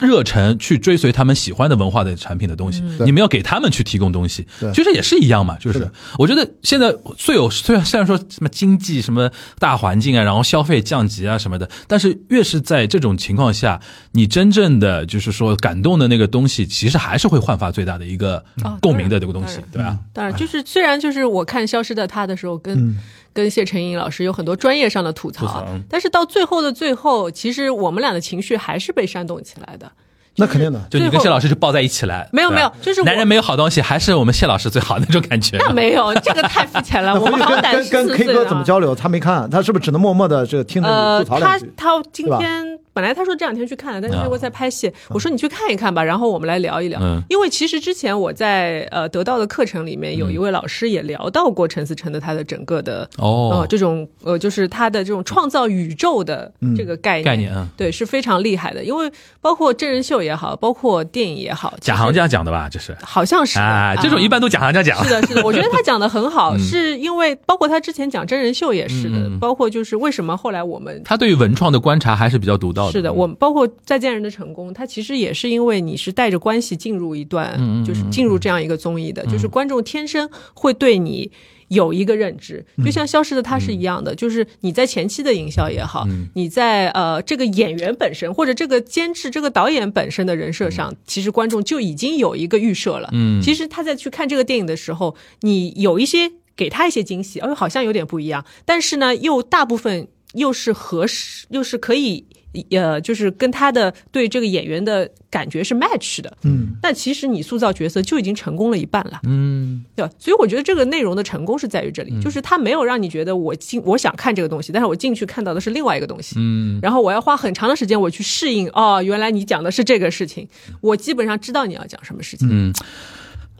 [SPEAKER 2] 热忱去追随他们喜欢的文化的产品的东西。你们要给他们去提供东西
[SPEAKER 3] 对，
[SPEAKER 2] 其实也是一样嘛。就是
[SPEAKER 3] 是的
[SPEAKER 2] 我觉得现在最有虽然虽然说什么经济什么大环境啊，然后消费降级啊什么的，但是越是在这种情况下，你真正的就是说感动的那个东西，其实还是会焕发最大的一个
[SPEAKER 4] 哦
[SPEAKER 2] 共鸣的这个东西，对
[SPEAKER 4] 当
[SPEAKER 2] 吧？
[SPEAKER 4] 当然嗯就是虽然就是我看《消失的她》的时候，
[SPEAKER 3] 嗯
[SPEAKER 4] 跟跟谢晨颖老师有很多专业上的吐
[SPEAKER 2] 吐槽
[SPEAKER 4] 槽，但是到最后的最后，其实我们俩的情绪还是被煽动起来的。
[SPEAKER 3] 那肯定的，
[SPEAKER 2] 就你跟
[SPEAKER 4] 最后
[SPEAKER 2] 谢老师就抱在一起来，
[SPEAKER 4] 没有
[SPEAKER 2] 对吧
[SPEAKER 4] 没有就是我
[SPEAKER 2] 男人没有好东西，还是我们谢老师最好那种感觉。
[SPEAKER 4] 那没 有，这个太肤浅了。
[SPEAKER 3] 那
[SPEAKER 4] 我
[SPEAKER 3] 回
[SPEAKER 4] 们
[SPEAKER 3] 去
[SPEAKER 4] 好
[SPEAKER 3] 跟
[SPEAKER 4] 歹
[SPEAKER 3] 跟跟
[SPEAKER 4] 14
[SPEAKER 3] K
[SPEAKER 4] 岁
[SPEAKER 3] 哥
[SPEAKER 4] 了啊
[SPEAKER 3] 怎么交流？他没看，他是不是只能默默的这个听着
[SPEAKER 4] 呃，
[SPEAKER 3] 你吐槽
[SPEAKER 4] 他
[SPEAKER 3] 两句？
[SPEAKER 4] 他今
[SPEAKER 3] 对吧
[SPEAKER 4] 天本来他说这两天去看了，但是
[SPEAKER 2] 啊
[SPEAKER 4] 因为在拍戏，我说你去看一看吧，然后我们来聊一聊。
[SPEAKER 2] 嗯
[SPEAKER 4] 因为其实之前我在呃得到的课程里面，有
[SPEAKER 2] 嗯
[SPEAKER 4] 一位老师也聊到过陈思诚的他的整个的
[SPEAKER 2] 哦
[SPEAKER 4] 呃这种呃就是他的这种创造宇宙的这个概念，
[SPEAKER 2] 概念嗯
[SPEAKER 4] 对是非常厉害的，因为包括真人秀也好，包括电影也好，
[SPEAKER 2] 贾行家讲的吧，这是
[SPEAKER 4] 好像是
[SPEAKER 2] 啊，这种一般都贾行家讲。
[SPEAKER 4] 是的， 是的，我觉得他讲的很好，是因为包括他之前讲真人秀也是的，
[SPEAKER 2] 嗯嗯嗯
[SPEAKER 4] 包括就是为什么后来我们
[SPEAKER 2] 他对于文创的观察还是比较独到的。嗯
[SPEAKER 4] 是的，我们包括《再见人的成功》，它其实也是因为你是带着关系进入一段，
[SPEAKER 2] 嗯
[SPEAKER 4] 就是进入这样一个综艺的，就是观众天生会对你。有一个认知，
[SPEAKER 2] 嗯
[SPEAKER 4] 就像《消失的她》是一样的，就是你在前期的营销也好，
[SPEAKER 2] 嗯
[SPEAKER 4] 你在呃这个演员本身或者这个监制、这个导演本身的人设上，其实观众就已经有一个预设了。
[SPEAKER 2] 嗯
[SPEAKER 4] 其实他在去看这个电影的时候，你有一些给他一些惊喜，哎，好像有点不一样，但是呢，又大部分又是合适，又是可以。呃，就是跟他的对这个演员的感觉是 match 的，
[SPEAKER 3] 嗯，
[SPEAKER 4] 那其实你塑造角色就已经成功了一半了，
[SPEAKER 2] 嗯，
[SPEAKER 4] 对吧？所以我觉得这个内容的成功是在于这里，就是他没有让你觉得我进我想看这个东西，但是我进去看到的是另外一个东西，
[SPEAKER 2] 嗯，
[SPEAKER 4] 然后我要花很长的时间我去适应，哦，原来你讲的是这个事情，我基本上知道你要讲什么事
[SPEAKER 2] 嗯
[SPEAKER 4] 情，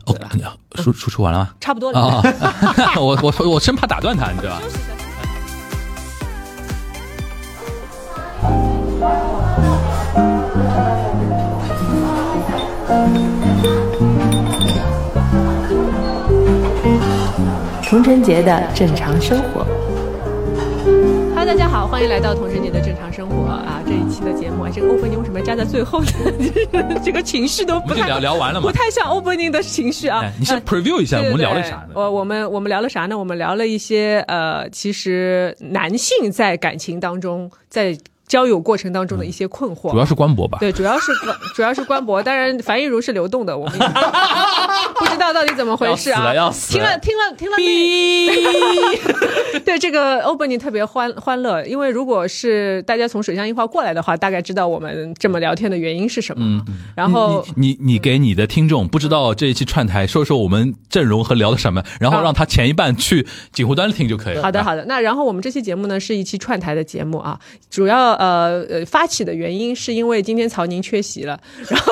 [SPEAKER 2] 哦，输输出完了吗？
[SPEAKER 4] 差不多了。
[SPEAKER 2] 啊、 我我我生怕打断他，你知道吧？
[SPEAKER 5] 童晨杰的正常生活。
[SPEAKER 4] Hello，大家好，欢迎来到《同时你的正常生活》啊！这一期的节目啊，这个 opening 为什么要加在最后呢？ 就是这个情绪都
[SPEAKER 2] 我
[SPEAKER 4] 不
[SPEAKER 2] 们就
[SPEAKER 4] 太
[SPEAKER 2] 聊聊完了嘛
[SPEAKER 4] 不。太像 opening 的情绪啊
[SPEAKER 2] 哎。你先
[SPEAKER 4] 呃
[SPEAKER 2] preview 一下，
[SPEAKER 4] 对
[SPEAKER 2] 我们
[SPEAKER 4] 对
[SPEAKER 2] 聊了
[SPEAKER 4] 对
[SPEAKER 2] 啥呢？
[SPEAKER 4] 我我们我们聊了啥呃呢？我们聊了一些呃，其实男性在感情当中在。交友过程当中的一些困惑。
[SPEAKER 2] 主要是官博吧？
[SPEAKER 4] 对，主要是关，主要是官博。当然，樊亦茹是流动的，我们不知道到底怎么回事 啊！
[SPEAKER 2] 要死
[SPEAKER 4] 听
[SPEAKER 2] 了要死了
[SPEAKER 4] 了听了听了那， 对这个 opening 特别欢欢乐，因为如果是大家从水象一块过来的话，大概知道我们这么聊天的原因是什么。然后
[SPEAKER 2] 嗯你你你给你的听众不知道这一期串台说说我们阵容和聊的什么，然后
[SPEAKER 4] 好
[SPEAKER 2] 让他前一半去锦湖端听就可以了。
[SPEAKER 4] 好的，好的。那然后我们这期节目呢是一期串台的节目啊，主要呃呃发起的原因是因为今天曹宁缺席了，然后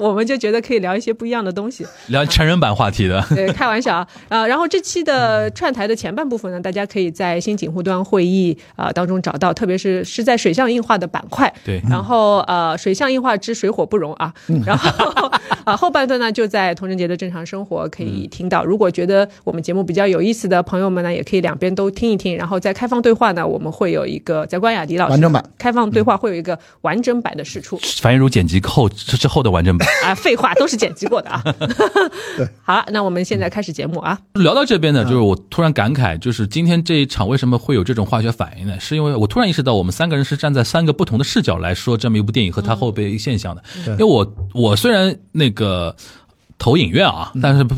[SPEAKER 4] 我们就觉得可以聊一些不一样的东西。
[SPEAKER 2] 聊成人版话题的。
[SPEAKER 4] 对，开玩笑啊。呃，然后这期
[SPEAKER 3] 嗯
[SPEAKER 4] 的串台的前半部分呢，大家可以在新景户端会议啊、呃当中找到，特别是是在水象硬化的板块。
[SPEAKER 2] 对
[SPEAKER 4] 然后呃，水象硬化之水火不容啊。
[SPEAKER 3] 嗯
[SPEAKER 4] 然后啊、呃后半段呢就在童晨杰的正常生活可
[SPEAKER 3] 嗯
[SPEAKER 4] 以听到。如果觉得我们节目比较有意思的朋友们呢，也可以两边都听一听。然后在开放对话呢，我们会有一个在关雅迪老师
[SPEAKER 3] 完整版
[SPEAKER 4] 开放对话会有一个完整版的试出。
[SPEAKER 2] 樊亦茹剪辑后之之后的完整版。
[SPEAKER 4] 啊，废话都是剪辑过的啊。
[SPEAKER 3] 嗯
[SPEAKER 4] 好了，那我们现在开始节目啊。
[SPEAKER 2] 聊到这边
[SPEAKER 3] 嗯
[SPEAKER 2] 呢，就是我突然感慨，就是今天这一场为什么会有这种化学反应呢？是因为我突然意识到，我们三个人是站在三个不同的视角来说这么一部电影和它后备现象的。
[SPEAKER 3] 嗯
[SPEAKER 2] 因为我我虽然那个投影院啊，
[SPEAKER 3] 嗯
[SPEAKER 2] 但是不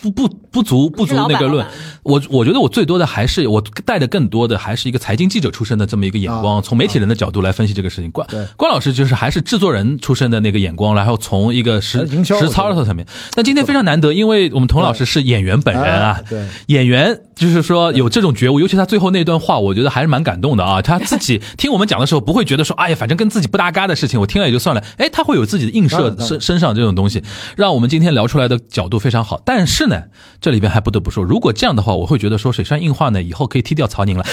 [SPEAKER 2] 不不不不足不足
[SPEAKER 4] 老板
[SPEAKER 2] 那个论
[SPEAKER 4] 老板，
[SPEAKER 2] 我我觉得我最多的还是我带的更多的还是一个财经记者出身的这么一个眼光，
[SPEAKER 3] 啊
[SPEAKER 2] 从媒体人的角度来分析这个事情。关
[SPEAKER 3] 对
[SPEAKER 2] 关老师就是还是制作人出身的那个眼光，然后从一个实
[SPEAKER 3] 营销
[SPEAKER 2] 实操的层面。但今天非常难得，因为我们童老师是演员本人啊
[SPEAKER 3] 哎，对
[SPEAKER 2] 演员就是说有这种觉悟，尤其他最后那段话，我觉得还是蛮感动的 啊。他自己听我们讲的时候，不会觉得说，哎呀，反正跟自己不搭嘎的事情，我听了也就算了。哎，他会有自己的映
[SPEAKER 3] 当
[SPEAKER 2] 射
[SPEAKER 3] 然当然
[SPEAKER 2] 身身上这种东西，让我们今天聊出来的角度非常好。但是呢，这里边还不得不说，如果这样的话，我会觉得说水上硬化呢，以后可以踢掉曹 宁了。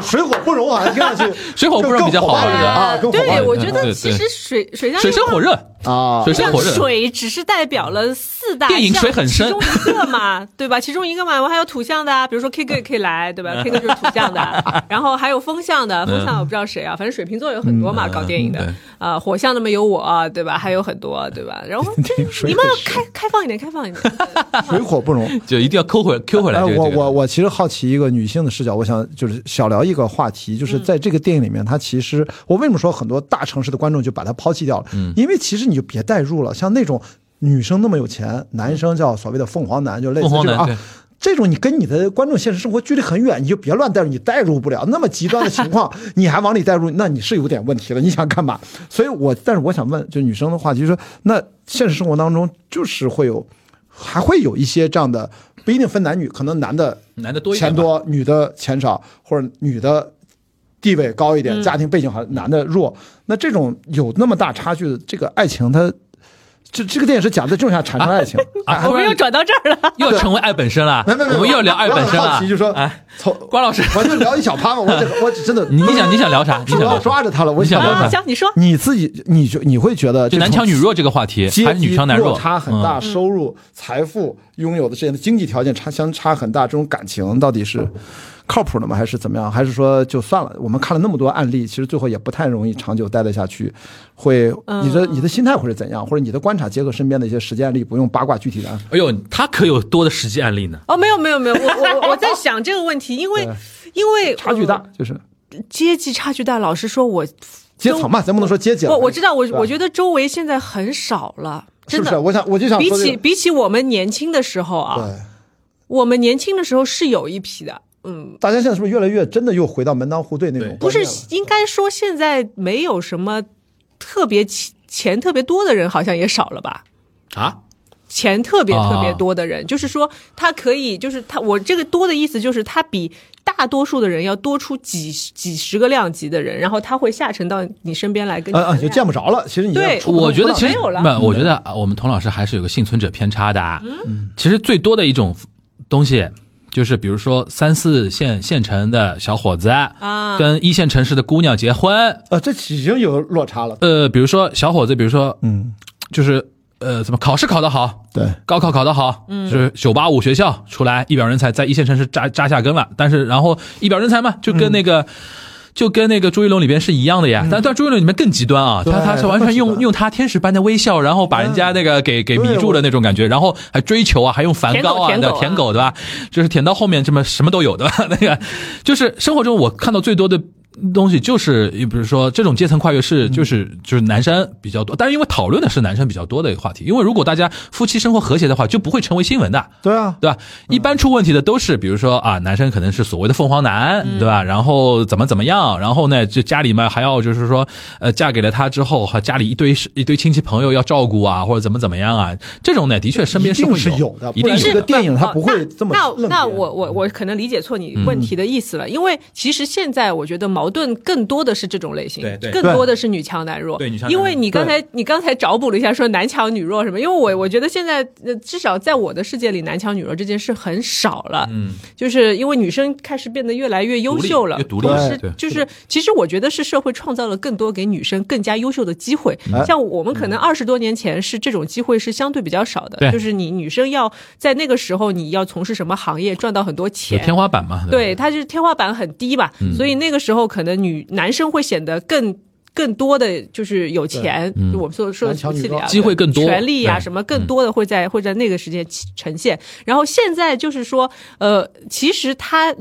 [SPEAKER 3] 水火不 容啊，听上去
[SPEAKER 2] 水火不容比较好
[SPEAKER 3] 就更火爆一点啊，更火爆一
[SPEAKER 4] 对，
[SPEAKER 3] 点
[SPEAKER 4] 我觉
[SPEAKER 2] 对
[SPEAKER 4] 得其实水水上
[SPEAKER 2] 水深
[SPEAKER 4] 运动
[SPEAKER 2] 火热，
[SPEAKER 3] 啊
[SPEAKER 2] 水深
[SPEAKER 4] 像
[SPEAKER 2] 火 热。
[SPEAKER 4] 水只是代表了四大
[SPEAKER 2] 电影水很深
[SPEAKER 4] 项其中一个嘛，对吧？其中一个嘛，我还有土象的啊，比如说 K 哥也可以来，对吧？K 哥就是土象的，啊然后还有风象的，风象我不知道谁啊，反正水瓶座有很多嘛，
[SPEAKER 2] 嗯
[SPEAKER 4] 搞电影的
[SPEAKER 2] 对
[SPEAKER 4] 啊，火象的嘛有我，对吧？还有很多，对吧？然后这
[SPEAKER 3] 水
[SPEAKER 4] 你们要
[SPEAKER 3] 很深
[SPEAKER 4] 开开放一点，开放 一点，
[SPEAKER 3] 啊水火不容。
[SPEAKER 2] 就一定要抠回 Q 回来
[SPEAKER 3] 哎，
[SPEAKER 2] 这个。
[SPEAKER 3] 我
[SPEAKER 2] 这个
[SPEAKER 3] 我我其实好奇一个女性的视角，我想就是小聊一个话题，就是
[SPEAKER 2] 嗯
[SPEAKER 3] 在这个电影里面，它其实我为什么说很多大城市的观众就把它抛弃掉了？
[SPEAKER 2] 嗯
[SPEAKER 3] 因为其实你就别代入了，像那种女生那么有钱，男生叫所谓的凤凰男，就类似
[SPEAKER 2] 凤凰
[SPEAKER 3] 这种
[SPEAKER 2] 男
[SPEAKER 3] 啊
[SPEAKER 2] 对。
[SPEAKER 3] 这种你跟你的观众现实生活距离很远，你就别乱代入，你代入不了那么极端的情 况，你还往里代入，那你是有点问题了。你想干嘛？所以我，但是我想问，就女生的话，就是说那现实生活当中就是会有，还会有一些这样的，不一定分男女，可能男的
[SPEAKER 2] 男的多一点吧
[SPEAKER 3] 钱多，女的钱少，或者女的地位高一点，家庭背景好，男的弱。那这种有那么大差距的这个爱情，它这这个电影是讲在这种下产生爱情。
[SPEAKER 2] 啊，
[SPEAKER 4] 我
[SPEAKER 2] 突
[SPEAKER 4] 们
[SPEAKER 2] 然
[SPEAKER 4] 又转到这儿了。
[SPEAKER 2] 又要成为爱本身了，
[SPEAKER 3] 没没没，
[SPEAKER 2] 我们又要聊爱
[SPEAKER 3] 爱
[SPEAKER 2] 本身
[SPEAKER 3] 好
[SPEAKER 2] 了
[SPEAKER 3] 奇。就说
[SPEAKER 2] 哎，
[SPEAKER 3] 从
[SPEAKER 2] 关 老师，
[SPEAKER 3] 我就聊一小趴嘛，我这我真的
[SPEAKER 2] 你你想你想聊啥？你想
[SPEAKER 3] 主要
[SPEAKER 2] 聊啥？
[SPEAKER 3] 抓着他了，我
[SPEAKER 2] 你想聊
[SPEAKER 4] 啊，
[SPEAKER 2] 啥
[SPEAKER 3] 想
[SPEAKER 4] 行，你说
[SPEAKER 3] 你自己你就你会觉得
[SPEAKER 2] 就
[SPEAKER 3] 这
[SPEAKER 2] 男
[SPEAKER 3] 种
[SPEAKER 2] 强女弱这个话题，
[SPEAKER 3] 阶
[SPEAKER 2] 还是女
[SPEAKER 3] 级
[SPEAKER 2] 强男弱？嗯
[SPEAKER 3] 落差很
[SPEAKER 4] 嗯
[SPEAKER 3] 大，收入、财富、拥有的这些经济条件差相差很大，这种感情到底是靠谱的吗？还是怎么样？还是说就算了？我们看了那么多案例，其实最后也不太容易长久待得下去。会你
[SPEAKER 4] 嗯
[SPEAKER 3] 的你的心态会是怎样？或者你的观察结合身边的一些实践案例，不用八卦具体的案例。
[SPEAKER 2] 嗯。哎呦，他可有多的实际案例呢？
[SPEAKER 4] 哦，没有没有没有，我我我我在想这个问题，因为因为嗯
[SPEAKER 3] 差距大，就是
[SPEAKER 4] 阶级差距大。老实说，我
[SPEAKER 3] 阶层嘛，咱不能说阶级了。
[SPEAKER 4] 我我知道，我
[SPEAKER 3] 是吧
[SPEAKER 4] 我觉得周围现在很少了，
[SPEAKER 3] 是
[SPEAKER 4] 真
[SPEAKER 3] 不
[SPEAKER 4] 的。
[SPEAKER 3] 是？我想我就想
[SPEAKER 4] 比
[SPEAKER 3] 说这
[SPEAKER 4] 起
[SPEAKER 3] 个
[SPEAKER 4] 比起我们年轻的时候啊，
[SPEAKER 3] 对。
[SPEAKER 4] 我们年轻的时候是有一批的，嗯，
[SPEAKER 3] 大家现在是不是越来越真的又回到门当户对那种
[SPEAKER 2] 对
[SPEAKER 4] 不
[SPEAKER 3] 观
[SPEAKER 4] 是
[SPEAKER 3] 念了？
[SPEAKER 4] 应该说现在没有什么特别钱钱特别多的人，好像也少了吧？
[SPEAKER 2] 啊，
[SPEAKER 4] 钱特别
[SPEAKER 2] 啊
[SPEAKER 4] 特别多的人，就是说他可以，就是他我这个多的意思就是他比大多数的人要多出几几十个量级的人，然后他会下沉到你身边来跟你
[SPEAKER 3] 嗯嗯，就
[SPEAKER 4] 谈恋爱
[SPEAKER 3] 见不着了。其实你
[SPEAKER 4] 对
[SPEAKER 3] 出不
[SPEAKER 2] 我觉得
[SPEAKER 3] 出不
[SPEAKER 2] 其
[SPEAKER 3] 了
[SPEAKER 2] 实
[SPEAKER 4] 没有了
[SPEAKER 2] 不，我觉得啊我们童老师还是有个幸存者偏差的啊。
[SPEAKER 3] 嗯
[SPEAKER 2] 其实最多的一种东西，就是比如说三四线县城的小伙子
[SPEAKER 4] 啊
[SPEAKER 2] 跟一线城市的姑娘结婚，
[SPEAKER 3] 呃，这已经有落差了。
[SPEAKER 2] 呃，比如说小伙子，比如说，
[SPEAKER 3] 嗯，
[SPEAKER 2] 就是呃，怎么考试考得好，
[SPEAKER 3] 对，
[SPEAKER 2] 高考考得好，嗯，就是九八五学校出来一表人才，在一线城市扎扎下根了。但是然后一表人才嘛，就跟
[SPEAKER 3] 嗯
[SPEAKER 2] 那个。就跟那个朱一龙里边是一样的呀，但但朱一龙里面更极端啊，
[SPEAKER 3] 对
[SPEAKER 2] 他他是完全
[SPEAKER 3] 更极
[SPEAKER 2] 用
[SPEAKER 3] 端嗯
[SPEAKER 2] 用他天使般的微笑，然后把人家那个给给迷住的那种感觉，然后还追求啊，还用梵高啊，
[SPEAKER 4] 舔狗舔
[SPEAKER 2] 对
[SPEAKER 4] 狗 啊
[SPEAKER 2] 舔狗对吧？就是舔到后面这么什么都有对吧？那个就是生活中我看到最多的东西就是，比如说这种阶层跨越是
[SPEAKER 3] 嗯
[SPEAKER 2] 就是就是男生比较多，但是因为讨论的是男生比较多的一个话题，因为如果大家夫妻生活和谐的话，就不会成为新闻的。
[SPEAKER 3] 对啊，
[SPEAKER 2] 对吧？一般出问题的都是，比如说啊，男生可能是所谓的凤凰男，
[SPEAKER 3] 嗯
[SPEAKER 2] 对吧？然后怎么怎么样，然后呢，就家里面还要就是说，呃，嫁给了他之后，和家里一堆一堆亲戚朋友要照顾啊，或者怎么怎么样啊，这种呢，的确身边
[SPEAKER 3] 一
[SPEAKER 2] 会
[SPEAKER 3] 定是有的，
[SPEAKER 2] 一
[SPEAKER 3] 不
[SPEAKER 2] 定
[SPEAKER 3] 然
[SPEAKER 2] 有
[SPEAKER 3] 这
[SPEAKER 2] 的
[SPEAKER 3] 个电影它不会这么
[SPEAKER 4] 哦那
[SPEAKER 3] 愣嗯
[SPEAKER 4] 那
[SPEAKER 3] 点
[SPEAKER 4] 我我我可能理解错你问题的意思了，因为其实现在我觉得矛盾更多的是这种类型，
[SPEAKER 2] 对对
[SPEAKER 4] 更多的是女强男弱。
[SPEAKER 2] 对女强男
[SPEAKER 4] 因
[SPEAKER 2] 弱
[SPEAKER 4] 为你刚才你刚才找补了一下说男强女弱什么，因为我我觉得现在呃至少在我的世界里，男强女弱这件事很少了，
[SPEAKER 2] 嗯，
[SPEAKER 4] 就是因为女生开始变得越来越优秀了，
[SPEAKER 2] 独立
[SPEAKER 3] 对
[SPEAKER 2] 越独立
[SPEAKER 4] 是
[SPEAKER 2] 了，对，
[SPEAKER 4] 就是，其实我觉得是社会创造了更多给女生更加优秀的机会
[SPEAKER 3] 哎。
[SPEAKER 4] 像我们可能二十多年前是这种机会是相对比较少
[SPEAKER 2] 嗯对
[SPEAKER 4] 的，就是你女生要在那个时候你要从事什么行业赚到很多
[SPEAKER 2] 有天
[SPEAKER 4] 钱。
[SPEAKER 2] 花板嘛，
[SPEAKER 4] 对，
[SPEAKER 2] 吧，
[SPEAKER 4] 它就是天花板很低吧，
[SPEAKER 2] 嗯
[SPEAKER 4] 所以那个时候可能女男生会显得更更多的就是有钱，就我们说说的
[SPEAKER 3] 男强女
[SPEAKER 4] 气里啊，
[SPEAKER 3] 弱
[SPEAKER 2] 嗯机会更多
[SPEAKER 4] 权利啊
[SPEAKER 2] 对
[SPEAKER 4] 什么更多的会在会在那个时间起呈现。然后现在就是说，呃，其实它。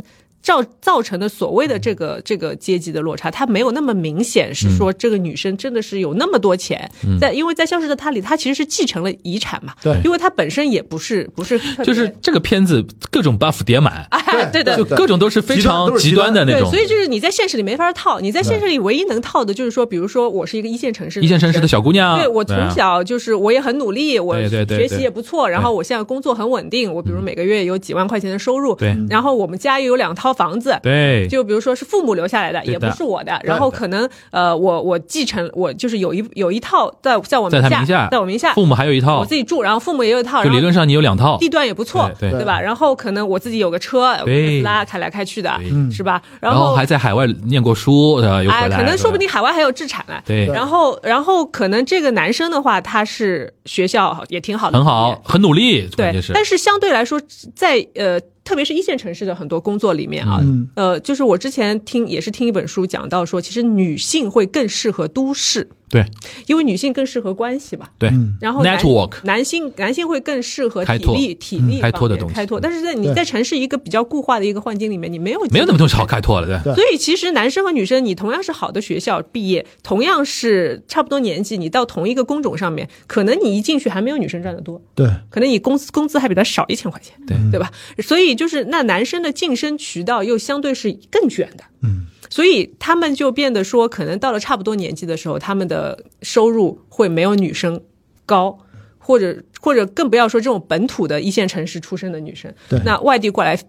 [SPEAKER 4] 造造成的所谓的这个这个阶级的落差，它没有那么明显，是
[SPEAKER 2] 嗯
[SPEAKER 4] 说这个女生真的是有那么多钱，在因为在《消失的她》里，她其实是继承了遗产嘛，
[SPEAKER 3] 对
[SPEAKER 4] 因为她本身也不是不是特别
[SPEAKER 2] 就是这个片子各种 buff 叠满，
[SPEAKER 4] 哎， 对的，
[SPEAKER 2] 就各种都是非常极
[SPEAKER 3] 极
[SPEAKER 2] 端
[SPEAKER 3] 端
[SPEAKER 2] 的
[SPEAKER 3] 都
[SPEAKER 2] 那种
[SPEAKER 4] 对，所。以就是你在现实里没法套，你在现实里唯一能套的就是说，比如说我是一个一线城市，
[SPEAKER 2] 一线城市的。小姑娘，
[SPEAKER 4] 对，我从
[SPEAKER 2] 啊
[SPEAKER 4] 小就是我也很努力，我
[SPEAKER 2] 对对对
[SPEAKER 4] 学习
[SPEAKER 2] 对嗯
[SPEAKER 4] 也不错，然后我现在工作很稳定，我比如每个月有几万块钱的收入，
[SPEAKER 2] 对嗯
[SPEAKER 4] 然后我们家又有两套房子，
[SPEAKER 2] 对，
[SPEAKER 4] 就比如说是父母留下来的，
[SPEAKER 2] 对
[SPEAKER 4] 也
[SPEAKER 2] 的
[SPEAKER 4] 不是我的，然后可能呃，我我继承我就是有一有一套在在我
[SPEAKER 2] 在她名下
[SPEAKER 4] 下，在我名下，
[SPEAKER 2] 父母还有一套
[SPEAKER 4] 我自，己住，然后父母也有一套，
[SPEAKER 2] 就
[SPEAKER 4] 然
[SPEAKER 2] 理
[SPEAKER 4] 后
[SPEAKER 2] 论上你有两套
[SPEAKER 4] 地，段也不错，
[SPEAKER 2] 对对
[SPEAKER 4] 吧？然后可能我自己有个车，我
[SPEAKER 2] 对
[SPEAKER 4] 拉开来开去的
[SPEAKER 2] 对，
[SPEAKER 4] 是吧？
[SPEAKER 2] 然
[SPEAKER 4] 后
[SPEAKER 2] 还在海外念过书，对吧？又
[SPEAKER 4] 哎，
[SPEAKER 2] 回来，
[SPEAKER 4] 可能说不
[SPEAKER 2] 对
[SPEAKER 4] 定
[SPEAKER 2] 吧
[SPEAKER 4] 海外还有制产呢。
[SPEAKER 2] 对。
[SPEAKER 4] 然后，然后可能这个男生的话，他是学校也挺好的，
[SPEAKER 2] 很好，，很努力，关
[SPEAKER 4] 对
[SPEAKER 2] 键。是
[SPEAKER 4] 但是相对来说，在呃，特别是一线城市的很多工作里面啊，
[SPEAKER 3] 嗯
[SPEAKER 4] 呃，就是我之前听也是听一本书讲到说，其实女性会更适合都市，
[SPEAKER 2] 对
[SPEAKER 4] 因为女性更适合关系嘛。
[SPEAKER 2] 对，
[SPEAKER 4] 然后男
[SPEAKER 2] Network
[SPEAKER 4] 男性男性会更适合
[SPEAKER 2] 开
[SPEAKER 4] 体
[SPEAKER 2] 拓
[SPEAKER 4] 力体力
[SPEAKER 2] 开拓的
[SPEAKER 4] 方面
[SPEAKER 2] 东西
[SPEAKER 4] 开拓，但是在你
[SPEAKER 3] 对
[SPEAKER 4] 在城市一个比较固化的一个环境里面，你没有
[SPEAKER 2] 没有那么
[SPEAKER 4] 多。
[SPEAKER 2] 多好开拓了，对
[SPEAKER 3] 对
[SPEAKER 4] 所以其实男生和女生，你同样是好的学校毕业，同样是差不多年纪，你到同一个工种上面，可能你一进去还没有女生赚的多，
[SPEAKER 3] 对，
[SPEAKER 4] 可能你工资工资还比他少一千块钱，
[SPEAKER 2] 对
[SPEAKER 4] 对吧？所以就是那男生的晋升渠道又相对是更卷的，嗯，所以他们就变得说，可能到了差不多年纪的时候，他们的收入会没有女生高。或者或者更不要说这种本土的一线城市出生的女生
[SPEAKER 3] 对，
[SPEAKER 4] 那外地过来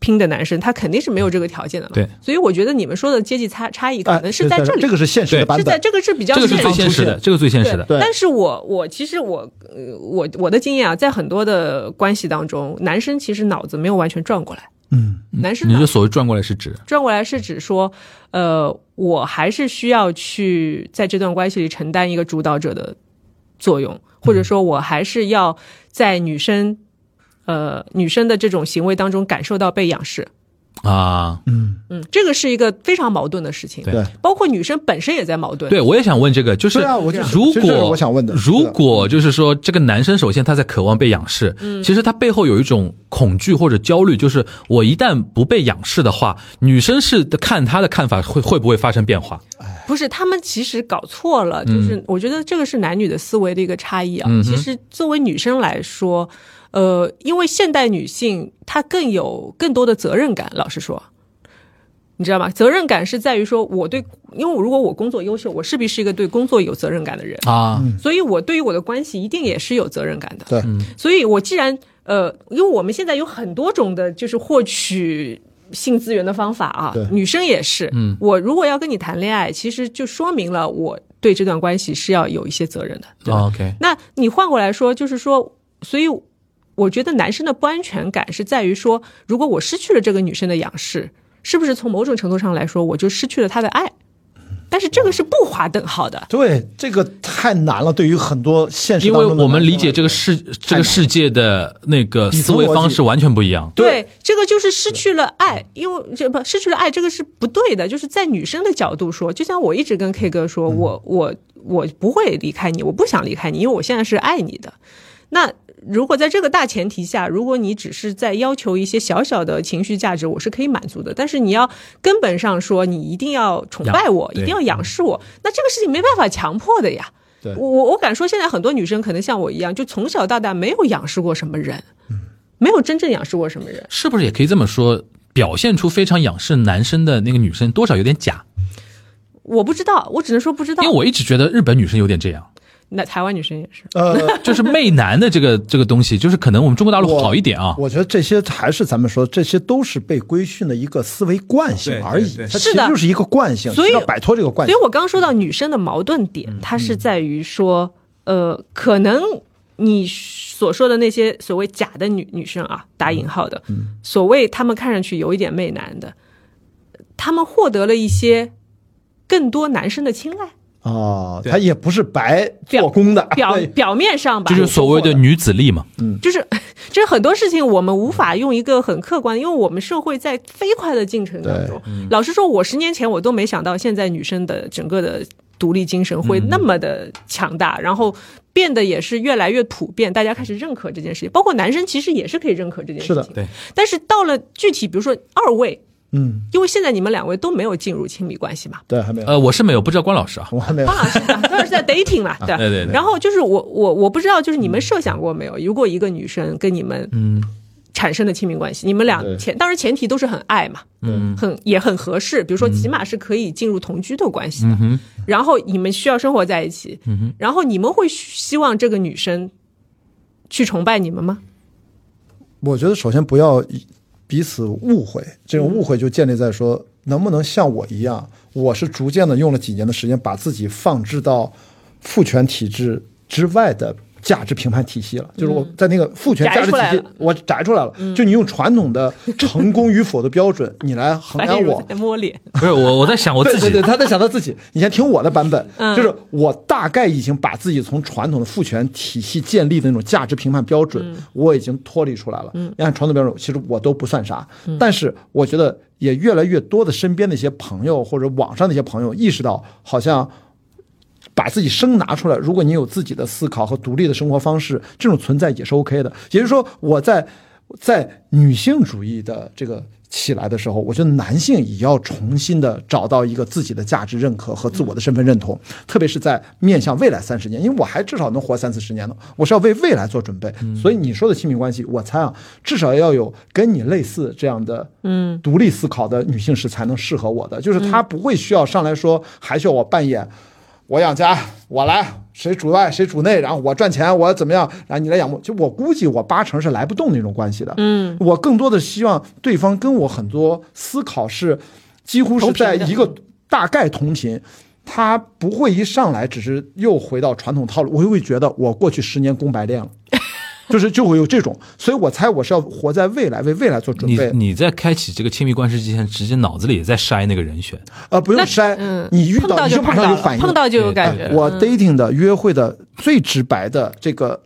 [SPEAKER 4] 拼的男生，他肯定是没有这个条件的嘛。
[SPEAKER 2] 对，啊
[SPEAKER 4] 所以我觉觉得你们说的阶级差差异可
[SPEAKER 3] 哎，
[SPEAKER 4] 能是在
[SPEAKER 3] 对
[SPEAKER 4] 这里，
[SPEAKER 3] 这个是现实的版
[SPEAKER 4] 是在
[SPEAKER 3] 本，
[SPEAKER 4] 这个是比较
[SPEAKER 2] 这个是最现实的，这个最现实的，
[SPEAKER 3] 对
[SPEAKER 4] 但是我我其实我呃我我的经验啊，在很多的关系当中，男生其实脑子没有完全转过来，
[SPEAKER 3] 嗯，
[SPEAKER 4] 男生
[SPEAKER 2] 你
[SPEAKER 4] 脑
[SPEAKER 2] 这所谓转过来是指
[SPEAKER 4] 转过来是指说，呃，我还是需要去在这段关系里承担一个主导者的作用，或者说，我还是要在女生。呃，女生的这种行为当中感受到被仰视，
[SPEAKER 2] 啊？
[SPEAKER 3] 嗯，
[SPEAKER 4] 嗯，这个是一个非常矛盾的事情，
[SPEAKER 2] 对
[SPEAKER 3] 对
[SPEAKER 4] 包括女生本身也在矛盾，
[SPEAKER 2] 对，我也想问这个，就是
[SPEAKER 3] 对啊我就
[SPEAKER 2] 如
[SPEAKER 3] 其实这是
[SPEAKER 2] 果
[SPEAKER 3] 我想问的
[SPEAKER 2] 如果就是说这个男生首先他在渴望被仰视，其实他背后有一种恐惧或者焦虑，就是我一旦不被仰视的话，女生是看他的看法会会不会发生变化？
[SPEAKER 4] 不是，他们其实搞错了，就是我觉得这个是男女的思维的一个差异啊。
[SPEAKER 2] 嗯嗯哼
[SPEAKER 4] 其实作为女生来说，呃，因为现代女性她更有更多的责任感，老实说。你知道吗？责任感是在于说，我对，因为我如果我工作优秀，我势必是一个对工作有责任感的人，
[SPEAKER 2] 啊，
[SPEAKER 3] 嗯
[SPEAKER 4] 所以我对于我的关系一定也是有责任感的。
[SPEAKER 3] 对，
[SPEAKER 2] 嗯
[SPEAKER 4] 所以我既然呃，因为我们现在有很多种的，就是获取。性资源的方法啊
[SPEAKER 3] 对，
[SPEAKER 4] 女生也是。嗯，我如果要跟你谈恋爱，其实就说明了我对这段关系是要有一些责任的，对吧？
[SPEAKER 2] 啊 OK，
[SPEAKER 4] 那你换过来说，就是说，所以我觉得男生的不安全感是在于说，如果我失去了这个女生的仰视，是不是从某种程度上来说，我就失去了她的爱？但是这个是不划等号的，
[SPEAKER 3] 对，这个太难了，对于很多现实
[SPEAKER 2] 因
[SPEAKER 3] 当中
[SPEAKER 2] 为
[SPEAKER 3] 的
[SPEAKER 2] 我们理解这个
[SPEAKER 3] 男生
[SPEAKER 2] 世这个世界的那个思维方式完全不一样。
[SPEAKER 3] 对
[SPEAKER 4] 对，这个就是失去了爱，因为这不失去了爱，这个是不对的。就是在女生的角度说，就像我一直跟 K 哥说，我我我不会离开你，我不想离开你，因为我现在是爱你的。那如果在这个大前提下，如果你只是在要求一些小小的情绪价值，我是可以满足的。但是你要根本上说，你一定要崇拜我，一
[SPEAKER 2] 对
[SPEAKER 4] 定要仰视我，那这个事情没办法强迫的呀。
[SPEAKER 3] 对
[SPEAKER 4] 我我我敢说，现在很多女生可能像我一样，就从小到大没有仰视过什么人，没有真正仰视过什么人。
[SPEAKER 2] 是不是也可以这么说？表现出非常仰视男生的那个女生，多少有点假，
[SPEAKER 4] 我不知道，我只能说不知道。
[SPEAKER 2] 因为我一直觉得日本女生有点这样，
[SPEAKER 4] 那台湾女生也是，
[SPEAKER 3] 呃，
[SPEAKER 2] 就是媚男的这个这个东西，就是可能我们中国大陆好一点啊。
[SPEAKER 3] 我觉得这些还是咱们说，这些都是被规训的一个思维惯性
[SPEAKER 6] 对
[SPEAKER 3] 而已，
[SPEAKER 6] 对对
[SPEAKER 3] 它
[SPEAKER 4] 是
[SPEAKER 3] 其实
[SPEAKER 4] 的
[SPEAKER 3] 就是一个惯性，
[SPEAKER 4] 所以
[SPEAKER 3] 是要摆脱这个惯
[SPEAKER 4] 所以
[SPEAKER 3] 性。
[SPEAKER 4] 我刚刚说到女生的矛盾点，它是在于说，呃，可能你所说的那些所谓假的女女生啊，打引号的，所谓她们看上去有一点媚男的，她们获得了一些更多男生的青睐，
[SPEAKER 3] 哦，
[SPEAKER 6] 对
[SPEAKER 3] 它也不是白做
[SPEAKER 4] 表
[SPEAKER 3] 工的，
[SPEAKER 4] 表
[SPEAKER 3] 对
[SPEAKER 4] 表面上吧，
[SPEAKER 2] 这就是所谓的女子力嘛，
[SPEAKER 4] 就是 就是很多事情我们无法用一个很客观，因为我们社会在飞快的进程当中。老实说，我十年前我都没想到，现在女生的整个的独立精神会那么的强大，然后变得也是越来越普遍，大家开始认可这件事情，包括男生其实也是可以认可这件事
[SPEAKER 3] 是的
[SPEAKER 4] 情。
[SPEAKER 2] 对。
[SPEAKER 4] 但是到了具体，比如说二位，
[SPEAKER 3] 嗯，
[SPEAKER 4] 因为现在你们两位都没有进入亲密关系嘛，
[SPEAKER 3] 对，还没有，
[SPEAKER 2] 呃，我是没有，不知道关老师啊，
[SPEAKER 3] 我还没有
[SPEAKER 4] 当。然是当然是在 dating 嘛，对吧
[SPEAKER 2] 对对对
[SPEAKER 4] 然后就是我我我不知道，就是你们设想过没有，如果一个女生跟你们嗯产生的亲密关系，你们俩
[SPEAKER 3] 对
[SPEAKER 4] 前当然前提都是很爱嘛，嗯，很也很合适，比如说起码是可以进入同居的关系的，
[SPEAKER 2] 哼
[SPEAKER 4] 然后你们需要生活在一起，嗯、然后你们会希望这个女生去崇拜你们吗？
[SPEAKER 3] 我觉得首先不要彼此误会，这种误会就建立在说能不能像我一样，我是逐渐的用了几年的时间，把自己放置到父权体制之外的。价值评判体系了，就是我在那个父权价值
[SPEAKER 4] 嗯摘出来
[SPEAKER 3] 体系
[SPEAKER 4] 了，
[SPEAKER 3] 我摘出来了。就你用传统的成功与否的标准，你来衡
[SPEAKER 4] 白
[SPEAKER 3] 量
[SPEAKER 4] 如
[SPEAKER 3] 我
[SPEAKER 4] 此，在摸脸，
[SPEAKER 2] 不是我我在想我
[SPEAKER 3] 对
[SPEAKER 2] 自己嗯
[SPEAKER 3] 对对，他在想他自己。你先听我的版本，就是我大概已经把自己从传统的父权体系建立的那种价值评判标准，
[SPEAKER 2] 嗯
[SPEAKER 3] 我已经脱离出来了。你按传统标准，其实我都不算啥。
[SPEAKER 2] 嗯
[SPEAKER 3] 但是我觉得也越来越多的身边的一些朋友或者网上的一些朋友意识到，好像。把自己生拿出来，如果你有自己的思考和独立的生活方式，这种存在也是 OK 的。也就是说，我在在女性主义的这个起来的时候，我觉得男性也要重新的找到一个自己的价值认可和自我的身份认同，特别是在面向未来三十年，因为我还至少能活三四十年呢，我是要为未来做准备。所以你说的亲密关系，我猜啊，至少要有跟你类似这样的嗯独立思考的女性是才能适合我的，就是她不会需要上来说还需要我扮演。我养家，我来，谁主外谁主内，然后我赚钱，我怎么样，然后你来养我。就我估计我八成是来不动那种关系的。嗯，我更多的希望对方跟我很多思考是几乎是在一个大概同频。他不会一上来只是又回到传统套路，我就会觉得我过去十年功白练 了，就是就会有这种，所以我猜我是要活在未来，为未来做准
[SPEAKER 2] 你
[SPEAKER 3] 备。
[SPEAKER 2] 你在开启这个亲密关系之前，直接脑子里也在筛那个人选，
[SPEAKER 3] 呃，不用筛，
[SPEAKER 4] 嗯，
[SPEAKER 3] 你遇
[SPEAKER 4] 碰
[SPEAKER 3] 到你
[SPEAKER 4] 就
[SPEAKER 3] 马
[SPEAKER 4] 碰
[SPEAKER 3] 上
[SPEAKER 4] 到
[SPEAKER 3] 有
[SPEAKER 4] 了
[SPEAKER 3] 反应，
[SPEAKER 4] 碰到就有感觉
[SPEAKER 2] 对
[SPEAKER 4] 了。
[SPEAKER 3] 哎我 dating 的约会的最直白的这个，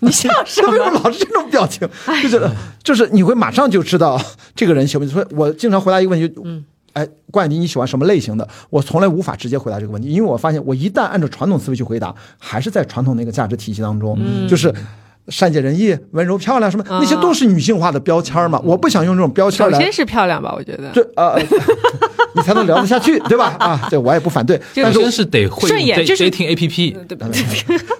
[SPEAKER 4] 你笑什
[SPEAKER 3] 为什
[SPEAKER 4] 么？哎
[SPEAKER 3] 么老是这种表情？就觉得就是你会马上就知道这个人喜欢。所以我经常回答一个问题，嗯，哎，关雅迪，你喜欢什么类型的？我从来无法直接回答这个问题，因为我发现我一旦按照传统思维去回答，还是在传统那个价值体系当中，
[SPEAKER 4] 嗯
[SPEAKER 3] 就是。善解人意、温柔、漂亮，什么那些都是女性化的标签嘛？我不想用这种标签
[SPEAKER 4] 啊嗯
[SPEAKER 3] 来
[SPEAKER 4] 首先是漂亮吧，我觉得
[SPEAKER 3] 对呃， 你才能聊得下去，对吧？啊，对我也不反对，但
[SPEAKER 2] 但
[SPEAKER 3] 是
[SPEAKER 2] 真是得会用
[SPEAKER 4] 顺眼
[SPEAKER 2] dat-
[SPEAKER 4] 就是
[SPEAKER 2] dating A P P，
[SPEAKER 4] 对吧？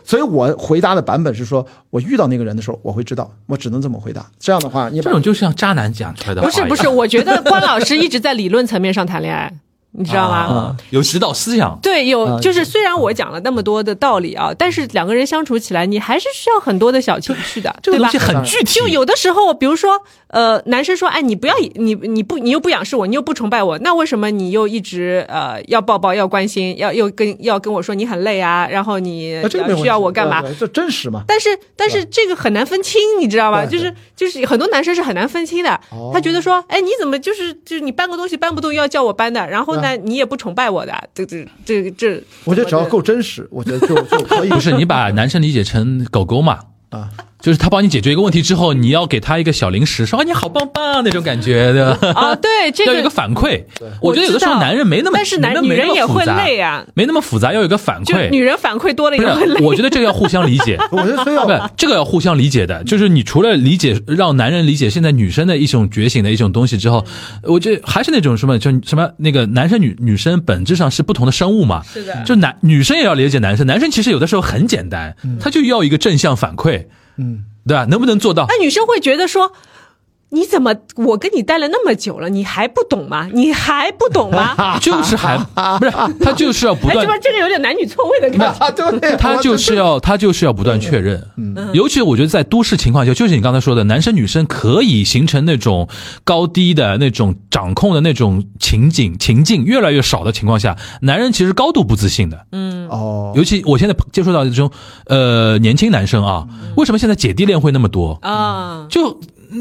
[SPEAKER 3] 所以我回答的版本是说，我遇到那个人的时候，我会知道，我只能这么回答。这样的话，你把
[SPEAKER 2] 这种就像渣男讲出来的话
[SPEAKER 4] 不
[SPEAKER 2] 一
[SPEAKER 4] 是
[SPEAKER 2] 样，啊
[SPEAKER 4] 不是，我觉得关老师一直在理论层面上谈恋爱，你知道吗？
[SPEAKER 3] 嗯
[SPEAKER 2] 啊，有指导思想。
[SPEAKER 4] 对，有就是虽然我讲了那么多的道理啊，但是两个人相处起来，你还是需要很多的小情绪的，
[SPEAKER 2] 这个
[SPEAKER 4] 对
[SPEAKER 2] 东
[SPEAKER 4] 吧
[SPEAKER 2] 西？很具体，
[SPEAKER 4] 就有的时候，比如说，呃，男生说，哎，你不要你你不你又不仰视我，你又不崇拜我，那为什么你又一直呃要抱抱要关心，要又跟要跟我说你很累啊，然后你
[SPEAKER 3] 啊这个没有问题
[SPEAKER 4] 需要我干嘛？
[SPEAKER 3] 对对这真实嘛？
[SPEAKER 4] 但是但是这个很难分清，你知道吧？
[SPEAKER 3] 对
[SPEAKER 4] 就是就是很多男生是很难分清的
[SPEAKER 3] 哦，
[SPEAKER 4] 他觉得说，哎，你怎么就是就是你搬个东西搬不动，要叫我搬的，然后呢你也不崇拜我的，这这这这，
[SPEAKER 3] 我觉得只要够真实，我觉得就就可以。
[SPEAKER 2] 不是你把男生理解成狗狗嘛？
[SPEAKER 3] 啊，
[SPEAKER 2] 就是他帮你解决一个问题之后，你要给他一个小零食，说啊你好棒棒啊那种感觉，对吧？
[SPEAKER 4] 啊，对这
[SPEAKER 2] 要有一个
[SPEAKER 4] 个。
[SPEAKER 2] 反馈，
[SPEAKER 4] 我
[SPEAKER 2] 觉得有的时
[SPEAKER 4] 知
[SPEAKER 2] 候
[SPEAKER 4] 道
[SPEAKER 2] 男人没那么，
[SPEAKER 4] 但是男
[SPEAKER 2] 没那么
[SPEAKER 4] 女人也
[SPEAKER 2] 复
[SPEAKER 4] 会
[SPEAKER 2] 杂
[SPEAKER 4] 累啊，
[SPEAKER 2] 没那么复杂，要有一个反
[SPEAKER 4] 就
[SPEAKER 2] 馈。
[SPEAKER 4] 女人反馈多了
[SPEAKER 2] 不
[SPEAKER 4] 也会累
[SPEAKER 2] 是，，我觉得这个要互相理解，
[SPEAKER 3] 我觉得所以要
[SPEAKER 2] 啊不，这个要互相理解的，就是你除了理解让男人理解现在女生的一种觉醒的一种东西之后，我觉得还是那种什么，就什么那个男生女女生本质上是不同的生物嘛，
[SPEAKER 4] 是的
[SPEAKER 2] 就男女生也要理解男生，男生其实有的时候很简单，
[SPEAKER 4] 嗯
[SPEAKER 2] 他就要一个正向反馈，
[SPEAKER 3] 嗯，
[SPEAKER 2] 对吧？能不能做到？
[SPEAKER 4] 那女生会觉得说，你怎么我跟你待了那么久了，你还不懂吗？你还不懂 吗？
[SPEAKER 2] 就是 还不是他就是要不
[SPEAKER 4] 哎，
[SPEAKER 2] 断
[SPEAKER 4] 这不这个有点男女错位的感 觉。
[SPEAKER 3] 啊，对，
[SPEAKER 2] 他就是 要他就是要不断确认，
[SPEAKER 4] 嗯
[SPEAKER 2] 尤其我觉得在都市情况下，就是你刚才说的，男生女生可以形成那种高低的那种掌控的那种情景情境越来越少的情况下，男人其实高度不自信的，
[SPEAKER 4] 嗯
[SPEAKER 3] 哦，
[SPEAKER 2] 尤其我现在接触到的这种呃年轻男生啊，
[SPEAKER 4] 嗯
[SPEAKER 2] 为什么现在姐弟恋会那么多？
[SPEAKER 4] 啊，
[SPEAKER 2] 就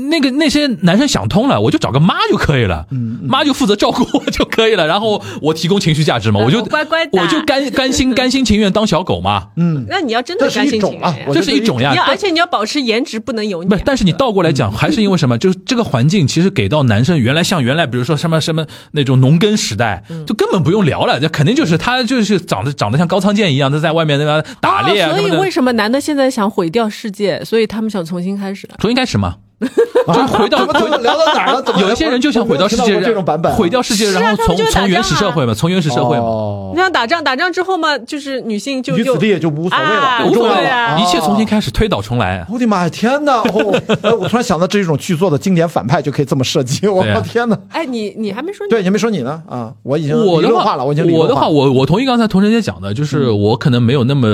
[SPEAKER 2] 那个那些男生想通了，我就找个妈就可以了，
[SPEAKER 4] 嗯
[SPEAKER 2] 妈就负责照顾我就可以了，然后我提供情绪价值嘛，
[SPEAKER 4] 嗯
[SPEAKER 2] 我就
[SPEAKER 4] 我乖乖打
[SPEAKER 2] 我就甘甘心甘心情愿当小狗嘛，
[SPEAKER 3] 嗯，
[SPEAKER 4] 那你要真
[SPEAKER 3] 这
[SPEAKER 4] 的
[SPEAKER 3] 是
[SPEAKER 4] 甘
[SPEAKER 3] 一
[SPEAKER 4] 心
[SPEAKER 3] 种
[SPEAKER 4] 情
[SPEAKER 3] 啊
[SPEAKER 4] 愿，呀
[SPEAKER 3] 我
[SPEAKER 2] 这
[SPEAKER 3] 觉
[SPEAKER 2] 是
[SPEAKER 3] 得
[SPEAKER 2] 一种呀
[SPEAKER 4] 你要，而且你要保持颜值不能油腻啊
[SPEAKER 2] 不，。但是你倒过来讲，还是因为什么？就是这个环境其实给到男生，原来像原来，比如说什么什么那种农耕时代，
[SPEAKER 3] 嗯
[SPEAKER 2] 就根本不用聊了，这肯定就是他就是长得长得像高仓健一样，他在外面那个打猎啊
[SPEAKER 4] 哦
[SPEAKER 2] 什
[SPEAKER 4] 所
[SPEAKER 2] 么
[SPEAKER 4] 以
[SPEAKER 2] 的
[SPEAKER 4] 为。什么男的现在想毁掉世界，所以他们想重新开始？
[SPEAKER 2] 从一开始嘛，就是回到
[SPEAKER 3] 啊怎么怎么聊到哪 儿了？怎么
[SPEAKER 2] 有一些人就想毁掉世
[SPEAKER 3] 我没有
[SPEAKER 2] 界，
[SPEAKER 3] 听到过这种版本啊，
[SPEAKER 2] 毁掉世界，
[SPEAKER 4] 是啊
[SPEAKER 2] 然后
[SPEAKER 4] 他
[SPEAKER 2] 从
[SPEAKER 4] 们就会打
[SPEAKER 2] 从原始
[SPEAKER 4] 仗啊
[SPEAKER 2] 社会嘛，从原始社会嘛，
[SPEAKER 3] 哦
[SPEAKER 4] 你想打仗，打仗之后嘛，就是女性就
[SPEAKER 3] 女
[SPEAKER 4] 就
[SPEAKER 3] 子力也就无所谓了，
[SPEAKER 4] 啊
[SPEAKER 2] 无
[SPEAKER 3] 不哦重
[SPEAKER 2] 所
[SPEAKER 3] 要
[SPEAKER 2] 谓
[SPEAKER 3] 了，
[SPEAKER 4] 对
[SPEAKER 3] 哦
[SPEAKER 4] 啊
[SPEAKER 2] 一切重新。开始，推倒重来。
[SPEAKER 3] 我的妈呀！天哪！哦，哎，我突然想到，这一种剧作的经典反派就可以这么设计。我
[SPEAKER 2] 对啊
[SPEAKER 3] 天哪！
[SPEAKER 4] 哎，你你还没说 你
[SPEAKER 3] 对，你没说你呢啊，我已经
[SPEAKER 2] 我
[SPEAKER 3] 理
[SPEAKER 2] 的
[SPEAKER 3] 论
[SPEAKER 2] 话
[SPEAKER 3] 化，了，嗯我已经理论
[SPEAKER 2] 我的
[SPEAKER 3] 化
[SPEAKER 2] 话，
[SPEAKER 3] 了
[SPEAKER 2] 我我同意刚才童晨姐讲的，就是我可能没有那么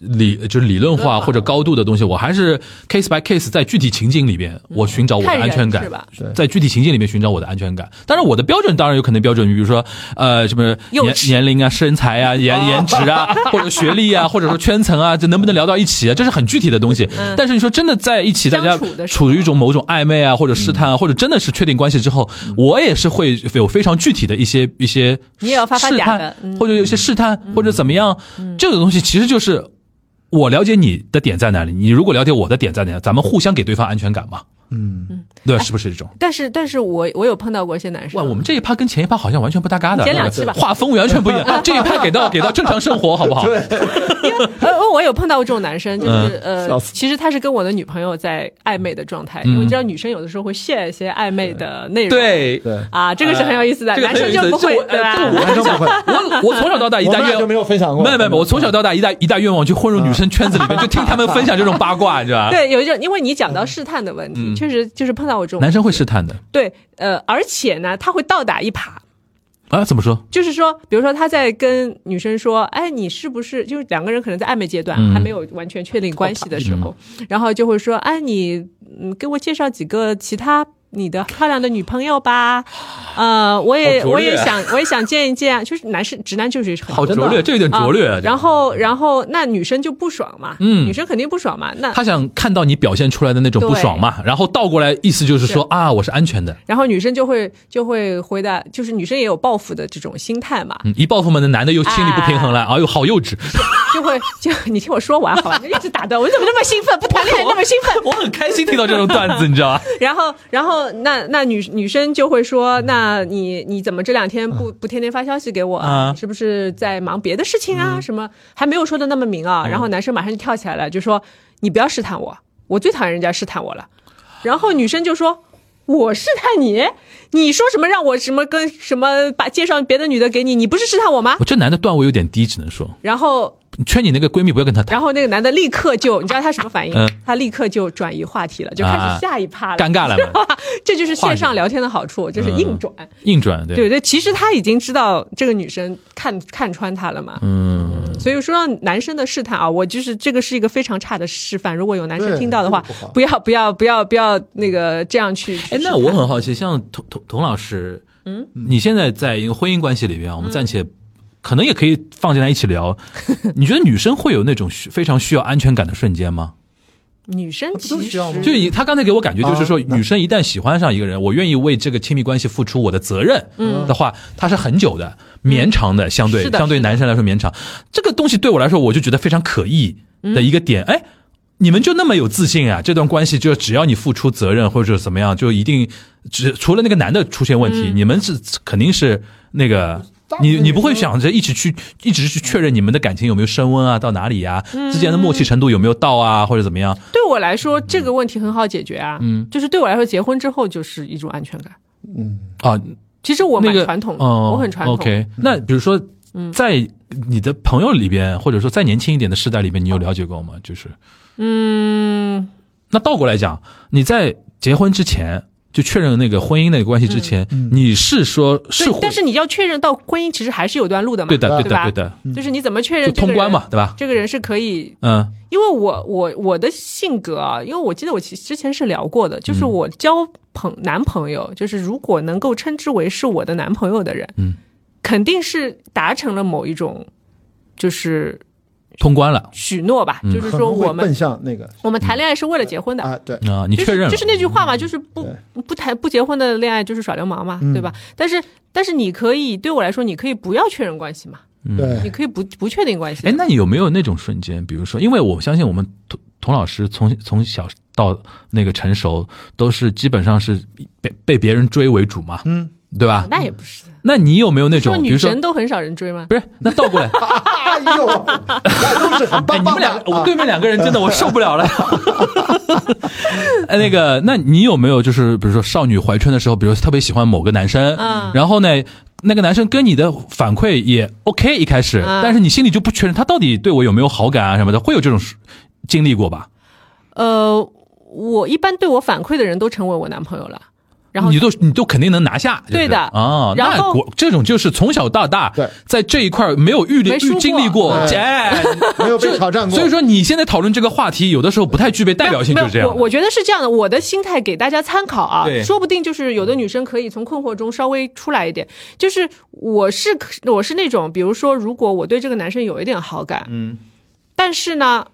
[SPEAKER 2] 理，就是理论化或者高度的东西，我还是 case by case，在具体情景里边，我寻找我的
[SPEAKER 4] 看人
[SPEAKER 2] 安全感
[SPEAKER 4] 是吧，
[SPEAKER 3] 嗯对
[SPEAKER 2] 在具体情境里面寻找我的安全感。当然，我的标准当然有可能标准于，比如说呃什么
[SPEAKER 4] 幼
[SPEAKER 2] 年
[SPEAKER 4] 稚哦
[SPEAKER 2] 年龄啊、身材 啊、颜颜值啊，或者学历啊，或者说圈层啊，这能不能聊到一起啊，这是很具体的东西。但是你说真的在一起，大
[SPEAKER 4] 嗯相
[SPEAKER 2] 家
[SPEAKER 4] 处的时候
[SPEAKER 2] 处于一种某种暧昧啊，或者试探
[SPEAKER 3] 嗯
[SPEAKER 2] 啊，或者真的是确定关系之后，我也是会有非常具体的一些一些
[SPEAKER 4] 你也要发发
[SPEAKER 2] 试
[SPEAKER 4] 嗲
[SPEAKER 2] 探
[SPEAKER 4] 的嗯
[SPEAKER 2] 或者有些试探，或者怎么样，这个东西其实就是我了解你的点在哪里，你如果了解我的点在哪里，咱们互相给对方安全感嘛，嗯，对，是不是这种？
[SPEAKER 4] 但是但是我我有碰到过一些男生，
[SPEAKER 2] 哇，我们这一趴跟前一趴好像完全不搭嘎的，
[SPEAKER 4] 前两期吧
[SPEAKER 2] 画风完全不一 样。这一趴给到给到正常生活好不好？对，
[SPEAKER 4] 呃，我有碰到过这种男生，就是、
[SPEAKER 3] 笑
[SPEAKER 2] 嗯
[SPEAKER 4] 呃，
[SPEAKER 3] 死
[SPEAKER 4] 其实他是跟我的女朋友在暧昧的状态，因为你知道女生有的时候会 share 一些暧昧的内容，
[SPEAKER 3] 对，
[SPEAKER 4] 啊，这个是很有意思的，
[SPEAKER 2] 呃这个
[SPEAKER 4] 男
[SPEAKER 2] 很有
[SPEAKER 4] 生
[SPEAKER 2] 意思
[SPEAKER 4] 就不会
[SPEAKER 2] 这我
[SPEAKER 4] 对吧？
[SPEAKER 2] 这
[SPEAKER 3] 男生 不会，
[SPEAKER 2] 我我从小到大一
[SPEAKER 3] 我
[SPEAKER 2] 哎大
[SPEAKER 3] 们俩
[SPEAKER 2] 愿
[SPEAKER 3] 就没有分享过。
[SPEAKER 2] 没有没有没有，我从小到大一大一大愿望就混入女生圈子里面，就听他们分享这种八卦，你知道吧？，
[SPEAKER 4] 对，有一种，因为你讲到试探的问题，确实就是碰到我这种
[SPEAKER 2] 嗯男生会试探的
[SPEAKER 4] 对，呃，而且呢，他会倒打一耙，
[SPEAKER 2] 啊？怎么说？
[SPEAKER 4] 就是说，比如说他在跟女生说，哎，你是不是就是两个人可能在暧昧阶段，
[SPEAKER 2] 嗯
[SPEAKER 4] 还没有完全确定关系的时候，然后就会说，哎，你嗯，给我介绍几个其他。你的漂亮的女朋友吧，呃，我也
[SPEAKER 2] 好拙
[SPEAKER 4] 我
[SPEAKER 2] 劣啊
[SPEAKER 4] 也想 我也想见一见，啊就是男生直男就是很
[SPEAKER 2] 好
[SPEAKER 4] 真
[SPEAKER 2] 拙
[SPEAKER 4] 的
[SPEAKER 2] 劣，这有点
[SPEAKER 4] 啊
[SPEAKER 2] 拙劣。这
[SPEAKER 4] 然后然后那女生就不爽嘛，
[SPEAKER 2] 嗯
[SPEAKER 4] 女生肯定不爽嘛，那
[SPEAKER 2] 他想看到你表现出来的那种不爽嘛，然后倒过来意思就是说啊，我是安全的。
[SPEAKER 4] 然后女生就会就会回答，就是女生也有报复的这种心态嘛，
[SPEAKER 2] 嗯，一报复嘛，那男的又心里不平衡了，哎呦，好幼稚！
[SPEAKER 4] 就会就 你听我说完好吧，你一直打断我，你怎么那么兴奋？不谈恋爱那么兴奋？
[SPEAKER 2] 我很开心听到这种段子，你知道吧？
[SPEAKER 4] 然后然后那那女女生就会说，那你你怎么这两天不不天天发消息给我
[SPEAKER 2] 嗯啊嗯
[SPEAKER 4] 啊？是不是在忙别的事情啊？什么还没有说的那么明啊？然后男生马上就跳起来了，就说你不要试探我，我最讨厌人家试探我了。然后女生就说。我试探你，你说什么让我什么跟什么把介绍别的女的给你，你不是试探我吗
[SPEAKER 2] 我？这男的段位有点低，只能说，
[SPEAKER 4] 然后
[SPEAKER 2] 劝你那个闺蜜不要跟他谈
[SPEAKER 4] 然，后那个男的立刻 就，你知道他什么反应？
[SPEAKER 2] 嗯啊
[SPEAKER 4] 他立刻就转移话题了，就开始下一趴了，
[SPEAKER 2] 尴尬了嘛，
[SPEAKER 4] 这就是线上聊天的好处，就是硬转。
[SPEAKER 2] 硬转嗯对
[SPEAKER 4] 对对，其实他已经知道这个女生看看穿他了嘛，
[SPEAKER 2] 嗯，
[SPEAKER 4] 所以说让男生的试探啊，我就是这个是一个非常差的示范。如果有男生
[SPEAKER 3] 对
[SPEAKER 4] 听到的话
[SPEAKER 3] 这个不好，
[SPEAKER 4] 不要不要不要不要那个这样去。去
[SPEAKER 2] 哎，那
[SPEAKER 4] 试探
[SPEAKER 2] 我很好奇，像童童童老师，嗯，你现在在一个婚姻关系里边，我们暂且、可能也可以放进来一起聊。你觉得女生会有那种需非常需要安全感的瞬间吗？
[SPEAKER 4] 女生
[SPEAKER 3] 都
[SPEAKER 4] 其
[SPEAKER 3] 需
[SPEAKER 4] 实
[SPEAKER 3] 要吗
[SPEAKER 2] 就以他刚才给我感觉就是说，
[SPEAKER 3] 啊那
[SPEAKER 2] 女生一旦喜欢上一个人，我愿意为这个亲密关系付出我的责任，嗯的话，它是很久的、绵长的，相对
[SPEAKER 4] 嗯是的
[SPEAKER 2] 相对
[SPEAKER 4] 是的
[SPEAKER 2] 男生来说绵长。这个东西对我来说，我就觉得非常可疑的一个点。哎，你们就那么有自信啊？这段关系就只要你付出责任或者怎么样，就一定只除了那个男的出现问
[SPEAKER 4] 嗯
[SPEAKER 2] 题，你们是肯定是那个。你你不会想着一起去一直去确认你们的感情有没有升温啊，到哪里呀、
[SPEAKER 4] 嗯
[SPEAKER 2] 之间的默契程度有没有到啊，或者怎么样？
[SPEAKER 4] 对我来说，这个问题很好解决啊。嗯，就是对我来说，结婚之后就是一种安全感。
[SPEAKER 2] 啊，
[SPEAKER 4] 其实我
[SPEAKER 2] 那
[SPEAKER 4] 蛮
[SPEAKER 2] 个
[SPEAKER 4] 传统的，嗯
[SPEAKER 2] 哦
[SPEAKER 4] 我很传统。
[SPEAKER 2] OK，那比如说，在你的朋友里边，或者说再年轻一点的世代里边，你有了解过吗？就是，
[SPEAKER 4] 嗯，
[SPEAKER 2] 那倒过来讲，你在结婚之前就确认那个婚姻那个关系之前，你是说是
[SPEAKER 4] 嗯对
[SPEAKER 2] 会，
[SPEAKER 4] 但是你要确认到婚姻其实还是有段路的嘛。
[SPEAKER 2] 对的，对的，
[SPEAKER 4] 吧
[SPEAKER 2] 对的，
[SPEAKER 3] 嗯
[SPEAKER 4] 就是你怎么确认
[SPEAKER 2] 就
[SPEAKER 4] 这个
[SPEAKER 2] 通
[SPEAKER 4] 人
[SPEAKER 2] 关嘛，？对吧？
[SPEAKER 4] 这个人是可以，
[SPEAKER 2] 嗯
[SPEAKER 4] 因为我我我的性格啊，因为我记得我其之前是聊过
[SPEAKER 2] 嗯
[SPEAKER 4] 的，就是我交朋男朋友，就是如果能够称之为是我的男朋友的人，
[SPEAKER 2] 嗯，
[SPEAKER 4] 肯定是达成了某一种就是
[SPEAKER 2] 通关了
[SPEAKER 4] 许诺吧，
[SPEAKER 2] 嗯
[SPEAKER 4] 就是
[SPEAKER 3] 可
[SPEAKER 4] 说
[SPEAKER 3] 能会
[SPEAKER 4] 我们
[SPEAKER 3] 奔向那个
[SPEAKER 4] 我们谈恋爱是为了结婚的，
[SPEAKER 3] 啊，对，
[SPEAKER 2] 啊、你
[SPEAKER 4] 就
[SPEAKER 2] 确
[SPEAKER 4] 是
[SPEAKER 2] 认了，
[SPEAKER 4] 就是那句话嘛，就是不不谈不结婚的恋爱就是耍流氓嘛，对吧？但是但是你可以对我来说，你可以不要确认关系嘛，你
[SPEAKER 3] 对，
[SPEAKER 4] 可以不不确定关系。
[SPEAKER 2] 哎，那你有没有那种瞬间？比如说，因为我相信我们童童老师从从小到那个成熟，都是基本上是被被别人追为主嘛，嗯，对吧？
[SPEAKER 4] 那也不是，
[SPEAKER 2] 那你有没有那
[SPEAKER 4] 说
[SPEAKER 2] 种，比
[SPEAKER 4] 女
[SPEAKER 2] 如说
[SPEAKER 4] 神，都很少人追吗？
[SPEAKER 2] 不是，那倒过 来，
[SPEAKER 3] 哎呦，那都是很
[SPEAKER 2] 哎，
[SPEAKER 3] 棒
[SPEAKER 2] 你们
[SPEAKER 3] 棒的
[SPEAKER 2] 两个，我
[SPEAKER 3] 啊
[SPEAKER 2] 对面两个人真的我受不了了。 哎，那个，那你有没有就是比如说少女怀春的时候，比如特别喜欢某个男生，
[SPEAKER 4] 嗯
[SPEAKER 2] 然后呢，那个男生跟你的反馈也 OK 一开始，
[SPEAKER 4] 嗯
[SPEAKER 2] 但是你心里就不确认他到底对我有没有好感啊什么的，会有这种经历过吧？
[SPEAKER 4] 呃，我一般对我反馈的人都成为我男朋友了，然后
[SPEAKER 2] 你都你都肯定能拿下，就是
[SPEAKER 4] 对的
[SPEAKER 2] 啊，
[SPEAKER 4] 然
[SPEAKER 2] 那
[SPEAKER 4] 后
[SPEAKER 2] 国这种就是从小到大
[SPEAKER 3] 对，
[SPEAKER 2] 在这一块没有预历
[SPEAKER 4] 没输
[SPEAKER 2] 预
[SPEAKER 4] 过嗯
[SPEAKER 2] 经历过，
[SPEAKER 3] 对
[SPEAKER 2] 哎，
[SPEAKER 3] 没有被
[SPEAKER 2] 就
[SPEAKER 3] 挑战过，
[SPEAKER 2] 所以说你现在讨论这个话题，有的时候不太具备代表性，
[SPEAKER 4] 没
[SPEAKER 2] 就
[SPEAKER 4] 有
[SPEAKER 2] 是这样
[SPEAKER 4] 我。我觉得是这样的，我的心态给大家参考啊
[SPEAKER 2] 对，
[SPEAKER 4] 说不定就是有的女生可以从困惑中稍微出来一点。就是我是我是那种，比如说，如果我对这个男生有一点好感，
[SPEAKER 2] 嗯，
[SPEAKER 4] 但是呢，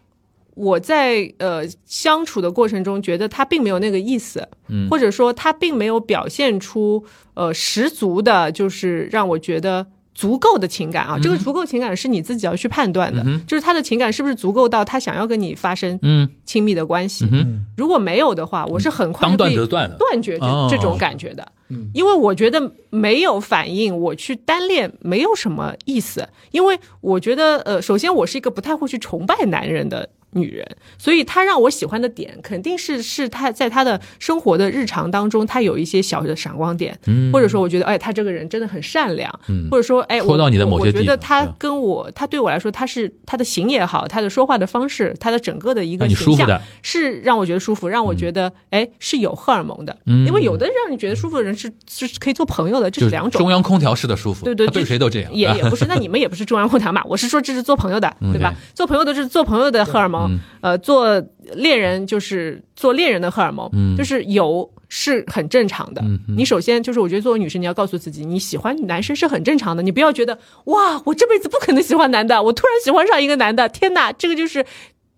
[SPEAKER 4] 我在呃相处的过程中觉得他并没有那个意思，嗯，或者说他并没有表现出呃十足的，就是让我觉得。足够的情感啊，
[SPEAKER 2] 嗯
[SPEAKER 4] 这个足够情感是你自己要去判断的，就是他的情感是不是足够到他想要跟你发生
[SPEAKER 2] 嗯
[SPEAKER 4] 亲密的关系。
[SPEAKER 2] 哼
[SPEAKER 4] 如果没有的话，我是很快
[SPEAKER 2] 当
[SPEAKER 4] 就
[SPEAKER 2] 断
[SPEAKER 4] 可以
[SPEAKER 2] 则断的。
[SPEAKER 4] 断绝这、
[SPEAKER 2] 哦嗯
[SPEAKER 4] 这种感觉的。因为我觉得没有反应，我去单恋没有什么意思。因为我觉得，呃，首先我是一个不太会去崇拜男人的女人，所以她让我喜欢的点，肯定是是她在她的生活的日常当中，她有一些小的闪光点，
[SPEAKER 2] 嗯
[SPEAKER 4] 或者说我觉得，哎，她这个人真的很善良，或者说，哎，
[SPEAKER 2] 戳到
[SPEAKER 4] 我
[SPEAKER 2] 你的某些
[SPEAKER 4] 我我觉
[SPEAKER 2] 地
[SPEAKER 4] 得
[SPEAKER 2] 方
[SPEAKER 4] 她
[SPEAKER 2] 对
[SPEAKER 4] 跟我，她对我来说，她是她的型也好，她的说话的方式，她的整个的一个
[SPEAKER 2] 让你舒
[SPEAKER 4] 形
[SPEAKER 2] 服
[SPEAKER 4] 象，
[SPEAKER 2] 的
[SPEAKER 4] 是让我觉得舒服，让我觉得哎是有荷尔蒙的，因为有的让你觉得舒服的人是是可以做朋友的，这
[SPEAKER 2] 就是是
[SPEAKER 4] 两
[SPEAKER 2] 中
[SPEAKER 4] 种。
[SPEAKER 2] 央空调式的舒服，
[SPEAKER 4] 对对，
[SPEAKER 2] 他对
[SPEAKER 4] 就是
[SPEAKER 2] 谁都这样，
[SPEAKER 4] 也
[SPEAKER 2] 啊
[SPEAKER 4] 也不是。那你们也不是中央空调嘛？我是说这是做朋友的，对吧
[SPEAKER 2] OK？
[SPEAKER 4] 做朋友的是做朋友的荷尔
[SPEAKER 2] 嗯
[SPEAKER 4] 蒙，呃，做恋人就是做恋人的荷尔蒙，
[SPEAKER 2] 嗯
[SPEAKER 4] 就是有是很正常的。你首先就是我觉得作为女生，你要告诉自己，你喜欢男生是很正常的，你不要觉得哇，我这辈子不可能喜欢男的，我突然喜欢上一个男的，天哪，这个就是。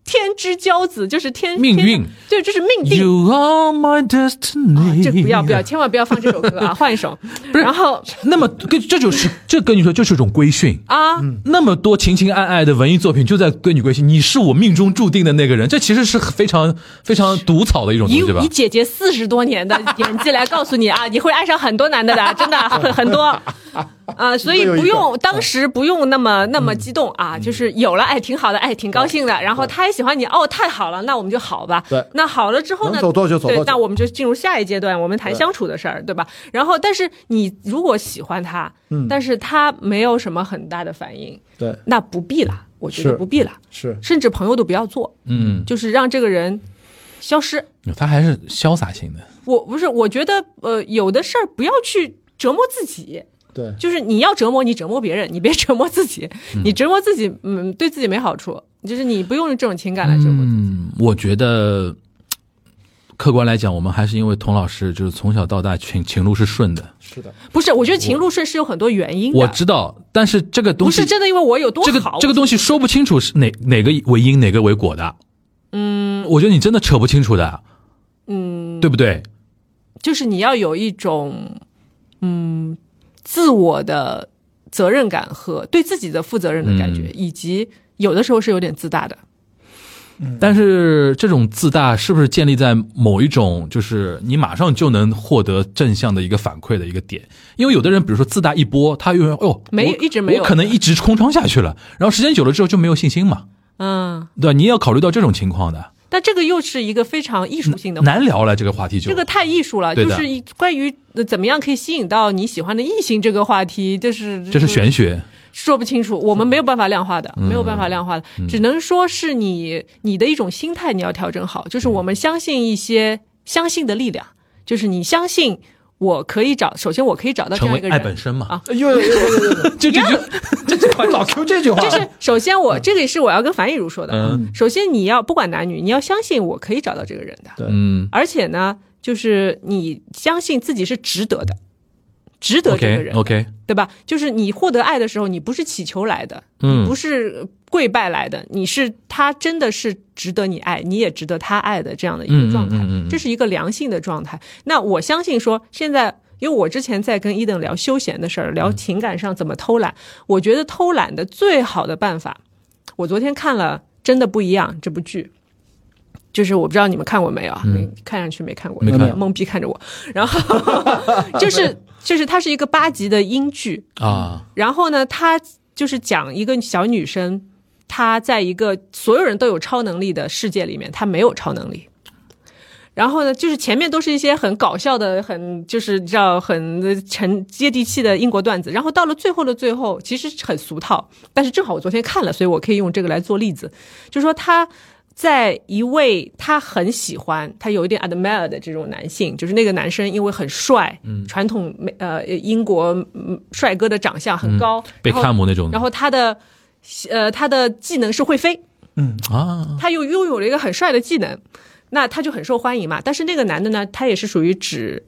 [SPEAKER 4] 天之骄子就是天
[SPEAKER 2] 命
[SPEAKER 4] 天
[SPEAKER 2] 运
[SPEAKER 4] 对，这是命定
[SPEAKER 2] You are my
[SPEAKER 4] 啊
[SPEAKER 2] destiny。
[SPEAKER 4] 这不要不要，千万不要放这首 歌啊，换一首。然后
[SPEAKER 2] 那么跟这就是这跟你说就是一种规训。
[SPEAKER 4] 啊，
[SPEAKER 2] 那么多情情爱爱的文艺作品就在跟你规训，你是我命中注定的那个人，这其实是非常非常毒草的一种东
[SPEAKER 4] 以
[SPEAKER 2] 西吧
[SPEAKER 4] 以？姐姐四十多年的演技来告诉你啊，你会爱上很多男的的，真的很很多啊，所以不用当时不用那么那
[SPEAKER 3] 嗯
[SPEAKER 4] 么激动啊，就是有了哎，挺好的，哎，挺高兴的。然后他也喜欢你，哦，太好了，那我们就好吧。
[SPEAKER 3] 对
[SPEAKER 4] 那好了之后呢？
[SPEAKER 3] 能走多久走多久
[SPEAKER 4] 对，那我们就进入下一阶段，我们谈相处的事儿，对吧？然后，但是你如果喜欢他，
[SPEAKER 3] 嗯
[SPEAKER 4] 但是他没有什么很大的反应，
[SPEAKER 3] 对
[SPEAKER 4] 那不必了，我觉
[SPEAKER 3] 是
[SPEAKER 4] 得不必了，
[SPEAKER 3] 是
[SPEAKER 4] 甚至朋友都不要做，
[SPEAKER 2] 嗯，
[SPEAKER 4] 就是让这个人消失。
[SPEAKER 2] 他嗯还是潇洒型的。
[SPEAKER 4] 我不是，我觉得呃，有的事儿不要去折磨自己，
[SPEAKER 3] 对，
[SPEAKER 4] 就是你要折磨你折磨别人，你别 折磨自己，你折磨自己，嗯，对自己没好处。就是你不用这种情感来折磨自己，
[SPEAKER 2] 嗯，我觉得客观来讲，我们还是因为童老师就是从小到大情情路是顺的，
[SPEAKER 3] 是的，
[SPEAKER 4] 不是？我觉得情路顺是有很多原因的，
[SPEAKER 2] 我知道，但是这个
[SPEAKER 4] 不
[SPEAKER 2] 东西
[SPEAKER 4] 是真的因为我有多
[SPEAKER 2] 这个
[SPEAKER 4] 好，
[SPEAKER 2] 这个东西说不清楚是哪哪个为因哪个为果的。嗯，我觉得你真的扯不清楚的。嗯，对不对？
[SPEAKER 4] 就是你要有一种嗯自我的责任
[SPEAKER 2] 嗯
[SPEAKER 4] 感和对自己的负责任的感觉，以及有的时候是有点自大的。
[SPEAKER 2] 但是这种自大是不是建立在某一种就是你马上就能获得正向的一个反馈的一个点？因为有的人，比如说自大一波，他永远哦，
[SPEAKER 4] 没
[SPEAKER 2] 我
[SPEAKER 4] 一直没有
[SPEAKER 2] 我可能一直空窗下去了，然后时间久了之后就没有信心嘛，
[SPEAKER 4] 嗯，
[SPEAKER 2] 对吧？你也要考虑到这种情况的，
[SPEAKER 4] 但这个又是一个非常艺术性的话题，
[SPEAKER 2] 难聊了这个话题就
[SPEAKER 4] 这个太艺术了，
[SPEAKER 2] 对
[SPEAKER 4] 就
[SPEAKER 2] 的
[SPEAKER 4] 是一关于呃怎么样可以吸引到你喜欢的异性这个话题，就是
[SPEAKER 2] 这是嗯玄学，
[SPEAKER 4] 说不清楚，我们没有办法量化的，没有办法量化的，
[SPEAKER 2] 嗯
[SPEAKER 4] 只能说是你你的一种心态你要调整好，
[SPEAKER 2] 嗯
[SPEAKER 4] 就是我们相信一些相信的力量，就是你相信我可以找，首先我可以找啊到这
[SPEAKER 2] 成
[SPEAKER 4] 样
[SPEAKER 2] 为
[SPEAKER 4] 一个
[SPEAKER 2] 爱本
[SPEAKER 4] 人。
[SPEAKER 2] 身嘛
[SPEAKER 4] 啊，
[SPEAKER 3] 哎又又又又又 又
[SPEAKER 2] 就这就这句话
[SPEAKER 3] 老 Q 这句话，
[SPEAKER 4] 就是首先我，这个也是我要跟樊亦茹说的。啊
[SPEAKER 2] 嗯
[SPEAKER 4] 首先，你要不管男女，你要相信我可以找到这个人的，
[SPEAKER 2] 嗯。
[SPEAKER 4] 而且呢，就是你相信自己是值得的，值得这
[SPEAKER 2] OK
[SPEAKER 4] 个
[SPEAKER 2] 哦
[SPEAKER 4] 人的
[SPEAKER 2] OK，
[SPEAKER 4] 对吧？就是你获得爱的时候，你不是祈求来的，
[SPEAKER 2] 嗯
[SPEAKER 4] 你不是跪拜来的，你是他真的是值得你爱，你也值得他爱的这样的一个状
[SPEAKER 2] 嗯
[SPEAKER 4] 态，
[SPEAKER 2] 嗯嗯嗯嗯
[SPEAKER 4] 这是一个良性的状态。那我相信说，现在因为我之前在跟伊登聊休闲的事儿，
[SPEAKER 2] 嗯
[SPEAKER 4] 聊情感上怎么偷懒，我觉得偷懒的最好的办法，我昨天看了《真的不一样》这部剧。就是我不知道你们看过没有啊？你看上去没看过，
[SPEAKER 2] 嗯没看
[SPEAKER 4] 你们懵逼看着我。然后 就是就是它是一个八集的英剧，
[SPEAKER 2] 啊，
[SPEAKER 4] 然后呢，他就是讲一个小女生，她在一个所有人都有超能力的世界里面，她没有超能力。然后呢，就是前面都是一些很搞笑的、很就是你知道很沉接地气的英国段子，然后到了最后的最后，其实很俗套。但是正好我昨天看了，所以我可以用这个来做例子，就是说她在一位她很喜欢、她有一点 admire 的这种男性，就是那个男生因为很帅，嗯，传统美呃英国嗯帅哥的长相很高，
[SPEAKER 2] 贝
[SPEAKER 4] 然后
[SPEAKER 2] 克汉姆那种的
[SPEAKER 4] 然后他的呃他的技能是会飞，
[SPEAKER 2] 啊，
[SPEAKER 4] 他又拥有了一个很帅的技能，那他就很受欢迎嘛。但是那个男的呢，他也是属于只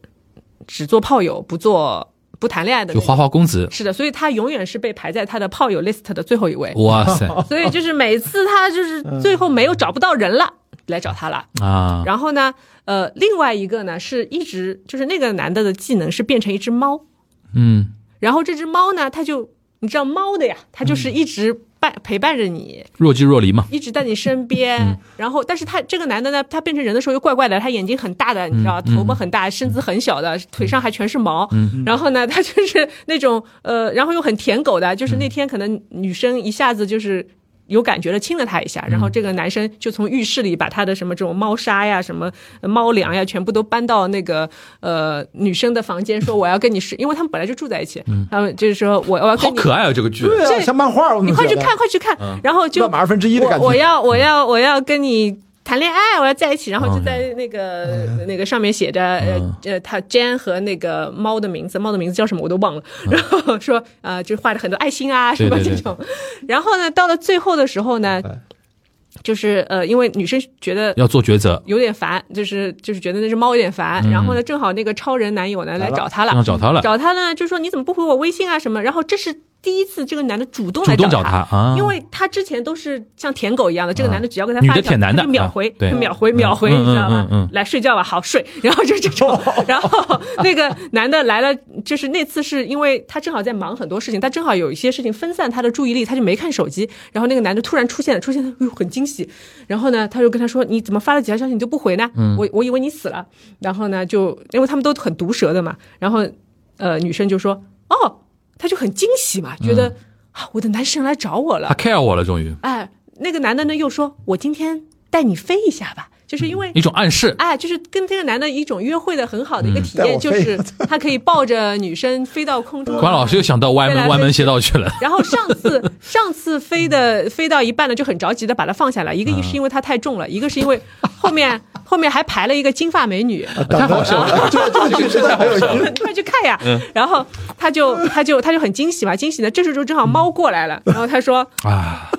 [SPEAKER 4] 只做炮友，不做不谈恋爱的
[SPEAKER 2] 就
[SPEAKER 4] 那种，
[SPEAKER 2] 花花公子，
[SPEAKER 4] 是的，所以他永远是被排在他的炮友 list 的最后一位。
[SPEAKER 2] 哇 塞
[SPEAKER 4] 所以就是每次他就是最后没有找不到人了，来找他了。
[SPEAKER 2] 啊，
[SPEAKER 4] 然后呢，呃，另外一个呢是一直就是那个男的的技能是变成一只猫，
[SPEAKER 2] 嗯，
[SPEAKER 4] 然后这只猫呢，它就你知道猫的呀，它就是
[SPEAKER 2] 嗯
[SPEAKER 4] 一直伴陪伴着你，
[SPEAKER 2] 若即若离嘛，
[SPEAKER 4] 一直在你身边。然后，但是他这个男的呢，他变成人的时候又怪怪的，他眼睛很大的，你知道，头发很大，身子很小的，腿上还全是毛。
[SPEAKER 2] 嗯
[SPEAKER 4] 然后呢，他就是那种呃，然后又很舔狗的，就是那天可能女生一下子就是。有感觉了，亲了他一下，然后这个男生就从浴室里把他的什么这种猫砂呀、什么猫粮呀，全部都搬到那个呃女生的房间，说我要跟你睡，因为他们本来就住在一起，他们就是说我我要跟
[SPEAKER 2] 好
[SPEAKER 4] 你
[SPEAKER 2] 可爱啊，这个剧，
[SPEAKER 3] 对啊，像漫画，我
[SPEAKER 4] 你
[SPEAKER 3] 们
[SPEAKER 4] 快去看，快去看，
[SPEAKER 2] 嗯
[SPEAKER 4] 然后就
[SPEAKER 3] 乱码二分之一的感觉
[SPEAKER 4] 我我要我要我要跟你谈恋爱，我要在一起，然后就
[SPEAKER 2] 哦
[SPEAKER 4] 在那个、
[SPEAKER 2] 嗯
[SPEAKER 4] 那个上面写着呃呃，他 Jan 和那个猫的名字，猫的名字叫什么我都忘了， 然后说呃就画着很多爱心啊什
[SPEAKER 2] 嗯
[SPEAKER 4] 么
[SPEAKER 2] 对对嗯
[SPEAKER 4] 这
[SPEAKER 2] 对
[SPEAKER 4] 种，然后呢到了最后的时候呢
[SPEAKER 3] 哎，
[SPEAKER 4] 就是呃因为女生觉得
[SPEAKER 2] 要做抉择，
[SPEAKER 4] 有点烦，就是就是觉得那只猫有点烦，然后呢，正好那个超人男友呢来
[SPEAKER 3] 了
[SPEAKER 4] 找她了，
[SPEAKER 2] 要找嗯他了，
[SPEAKER 4] 找他呢，就说你怎么不回我微信啊什么？然后这是第一次这个男的主动来
[SPEAKER 2] 主动找
[SPEAKER 4] 他。
[SPEAKER 2] 他啊，
[SPEAKER 4] 因为他之前都是像舔狗一样的，这个男的只要给他
[SPEAKER 2] 女
[SPEAKER 4] 发
[SPEAKER 2] 的
[SPEAKER 4] 一条
[SPEAKER 2] 舔男的
[SPEAKER 4] 他就秒回
[SPEAKER 2] 啊，对
[SPEAKER 4] 他秒回，秒回，
[SPEAKER 2] 嗯
[SPEAKER 4] 你知道
[SPEAKER 2] 嗯？
[SPEAKER 4] 吗
[SPEAKER 2] 嗯嗯
[SPEAKER 4] 来睡觉吧，好睡。然后就这种，然后那个男的来了，就是那次是因为他正好在忙很多事情，他正好有一些事情分散他的注意力，他就没看手机。然后那个男的突然出现了，出现了，哎呦，很惊喜。然后呢，他就跟他说：“你怎么发了几条消息你就不回呢？我我以为你死了。”然后呢，就因为他们都很毒舌的嘛，然后呃，女生就说：“哦。”他就很惊喜嘛，觉得、啊，我的男神来找我了
[SPEAKER 2] 他。care 我了，终于
[SPEAKER 4] 哎，那个男的呢又说，我今天带你飞一下吧，就是因为。
[SPEAKER 2] 一种暗示，
[SPEAKER 4] 哎，就是跟这个男的一种约会的很好的一个体
[SPEAKER 3] 带
[SPEAKER 4] 验，
[SPEAKER 3] 我
[SPEAKER 4] 就
[SPEAKER 3] 飞
[SPEAKER 4] 是他可以抱着女生飞到空中。
[SPEAKER 2] 关老师又想到歪
[SPEAKER 4] 对
[SPEAKER 2] 门
[SPEAKER 4] 啊
[SPEAKER 2] 歪门邪道去了，
[SPEAKER 4] 然后上次上次飞的飞到一半呢，就很着急的把它放下来，一个一是因为它太重了，一个是因为后面后面还排了一个金发美女，
[SPEAKER 3] 太好笑了，这这个剧真的很有意思。
[SPEAKER 4] 你快去看呀！
[SPEAKER 2] 嗯
[SPEAKER 4] 然后他就他就他就很惊喜嘛，惊喜呢，这时候正好猫过来了，然后他说
[SPEAKER 2] 啊，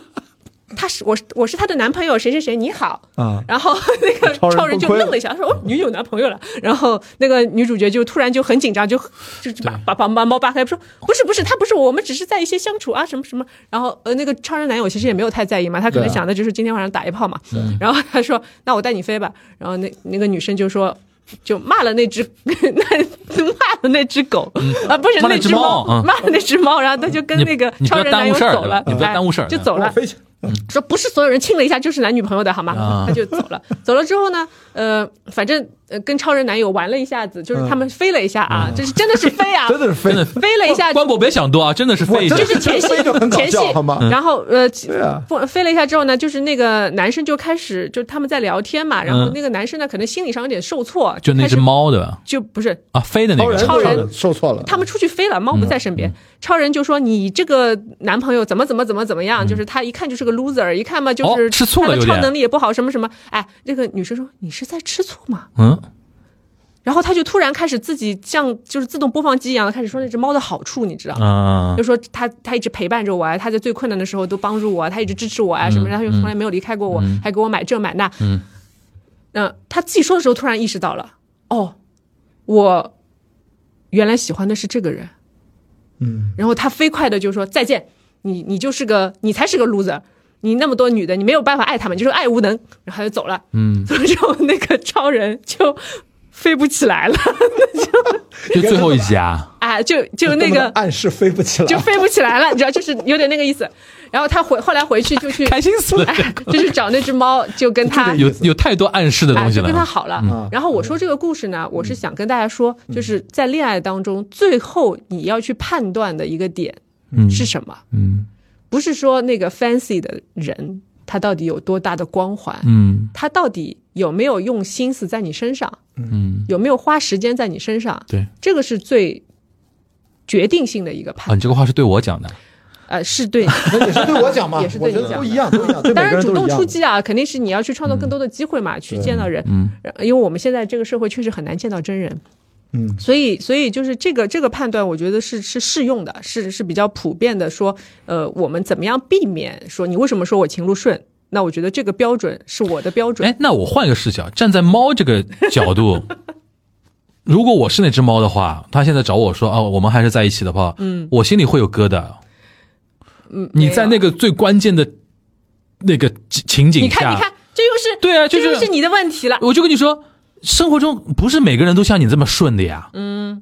[SPEAKER 4] 他是我是我是他的男朋友谁谁谁，你好
[SPEAKER 3] 啊
[SPEAKER 4] 然后 那个
[SPEAKER 3] 超人
[SPEAKER 4] 超人就
[SPEAKER 3] 崩溃了
[SPEAKER 4] 愣了一下，他说：“哦，你有男朋友了？”然后那个女主角就突然就很紧张，就就就把把把把猫扒开，说：“不是不是，他不是我，我们只是在一些相处啊，什么什么。”然后呃，那个超人男友其实也没有太在意嘛，他可能
[SPEAKER 3] 对啊
[SPEAKER 4] 想的就是今天晚上打一炮嘛。 然后他说：“那我带你飞吧。”然后那那个女生就说。就骂了那只， 那骂了那只狗、啊，不是
[SPEAKER 2] 嗯骂了
[SPEAKER 4] 那
[SPEAKER 2] 只
[SPEAKER 4] 只猫，
[SPEAKER 2] 猫嗯
[SPEAKER 4] 骂了那只猫，然后他就跟
[SPEAKER 2] 你
[SPEAKER 4] 那个
[SPEAKER 2] 你不
[SPEAKER 4] 超
[SPEAKER 2] 要
[SPEAKER 4] 人
[SPEAKER 2] 耽
[SPEAKER 4] 男
[SPEAKER 2] 误
[SPEAKER 4] 友
[SPEAKER 2] 事儿
[SPEAKER 4] 走
[SPEAKER 2] 对吧
[SPEAKER 4] 了，
[SPEAKER 2] 你不要
[SPEAKER 4] 哎
[SPEAKER 2] 耽误事儿对
[SPEAKER 4] 就
[SPEAKER 2] 吧
[SPEAKER 4] 走了。
[SPEAKER 3] 哦飞起来
[SPEAKER 4] 说不是所有人亲了一下就是男女朋友的好吗
[SPEAKER 2] 啊？
[SPEAKER 4] 他就走了。走了之后呢，呃，反正呃跟超人男友玩了一下子，就是他们飞了一下啊，这是真的是飞啊，
[SPEAKER 3] 真的是飞，
[SPEAKER 2] 真的
[SPEAKER 4] 飞了一下，
[SPEAKER 2] 关博别想多啊，真的是废一下
[SPEAKER 4] 就是前戏
[SPEAKER 3] 飞就很搞
[SPEAKER 4] 前戏
[SPEAKER 3] 笑，好吗？
[SPEAKER 4] 然后呃，
[SPEAKER 3] 啊
[SPEAKER 4] 飞飞了一下之后呢，就是那个男生就开始就他们在聊天嘛，然后那个男生呢可能心理上有点受挫，
[SPEAKER 2] 就那
[SPEAKER 4] 开始
[SPEAKER 2] 只猫对吧？
[SPEAKER 4] 就不是
[SPEAKER 2] 啊，飞的那个
[SPEAKER 4] 超人
[SPEAKER 3] 受挫了，
[SPEAKER 4] 他们出去飞了，猫
[SPEAKER 2] 嗯
[SPEAKER 4] 不在身边。超人就说：“你这个男朋友怎么怎么怎么怎么样？就是他一看就是个 loser，一看嘛就
[SPEAKER 2] 嗯哦
[SPEAKER 4] 是
[SPEAKER 2] 吃醋了
[SPEAKER 4] 他的
[SPEAKER 2] 有点
[SPEAKER 4] 超能力也不好，什么什么。”哎，那个女生说：“你是在吃醋吗
[SPEAKER 2] 嗯，？”
[SPEAKER 4] 然后他就突然开始自己像就是自动播放机一样的开始说那只猫的好处，你知道吗？
[SPEAKER 2] 啊
[SPEAKER 4] 就，说他他一直陪伴着我啊，他在最困难的时候都帮助我啊，他一直支持我啊什么的，他又从来没有离开过我，还给我买这买那。
[SPEAKER 2] 嗯，
[SPEAKER 4] 那他自己说的时候，突然意识到了，哦，我原来喜欢的是这个人。
[SPEAKER 3] 嗯，
[SPEAKER 4] 然后他飞快的就说再见，你你就是个你才是个 loser。你那么多女的，你没有办法爱她们，你就是爱无能，然后他就走了。嗯，走了之后，那个超人就飞不起来了，
[SPEAKER 2] 就最后一集啊，
[SPEAKER 4] 啊，就就那
[SPEAKER 3] 根本
[SPEAKER 4] 个
[SPEAKER 3] 暗示飞不起来，
[SPEAKER 4] 就飞不起来了，你知道，就是有点那个意思。然后他回后来回去就去
[SPEAKER 2] 开心死 了，
[SPEAKER 4] 哎，就是找那只猫，就跟他
[SPEAKER 2] 有有太多暗示的
[SPEAKER 4] 啊，
[SPEAKER 2] 东西
[SPEAKER 4] 就
[SPEAKER 2] 了嗯
[SPEAKER 4] 跟。他好了。
[SPEAKER 3] 嗯
[SPEAKER 4] 然后我说这个故事呢，我是想跟大家说，就是在恋爱当中，最后你要去判断的一个点是什么？
[SPEAKER 2] 嗯
[SPEAKER 4] 不是说那个 fancy 的人他到底有多大的光环，
[SPEAKER 2] 嗯
[SPEAKER 4] 他到底有没有用心思在你身上，
[SPEAKER 2] 嗯，
[SPEAKER 4] 有没有花时间在你身上，
[SPEAKER 2] 对
[SPEAKER 4] 这个是最决定性的一个
[SPEAKER 2] 啊，
[SPEAKER 4] 判
[SPEAKER 2] 你，这个话是对我讲的，
[SPEAKER 4] 呃，是对。
[SPEAKER 3] 那也是对我讲嘛，
[SPEAKER 4] 也是
[SPEAKER 3] 我
[SPEAKER 4] 对你
[SPEAKER 3] 觉
[SPEAKER 4] 讲
[SPEAKER 3] 得都一样，都一样，对每
[SPEAKER 4] 当
[SPEAKER 3] 个
[SPEAKER 4] 然，
[SPEAKER 3] 人
[SPEAKER 4] 主
[SPEAKER 3] 都
[SPEAKER 4] 动
[SPEAKER 3] 一样
[SPEAKER 4] 出。击啊，肯定是你要去创造更多的机会嘛，去见到人。
[SPEAKER 2] 嗯，
[SPEAKER 4] 因为我们现在这个社会确实很难见到真人，
[SPEAKER 3] 嗯，
[SPEAKER 4] 所以所以就是这个这个判断，我觉得是是适用的，是是比较普遍的。说，呃，我们怎么样避免说你为什么说我情路顺？那我觉得这个标准是我的标准。
[SPEAKER 2] 哎，那我换一个视角，站在猫这个角度， 如果我是那只猫的话，它现在找我说啊，我们还是在一起的话，嗯，我心里会有疙瘩。嗯，你在那个最关键的那个情情景
[SPEAKER 4] 啊你
[SPEAKER 2] 下，
[SPEAKER 4] 看你看，这又是
[SPEAKER 2] 对啊
[SPEAKER 4] 这
[SPEAKER 2] 就是
[SPEAKER 4] 又是你的问题了。
[SPEAKER 2] 我就跟你说，生活中不是每个人都像你这么顺的呀。嗯，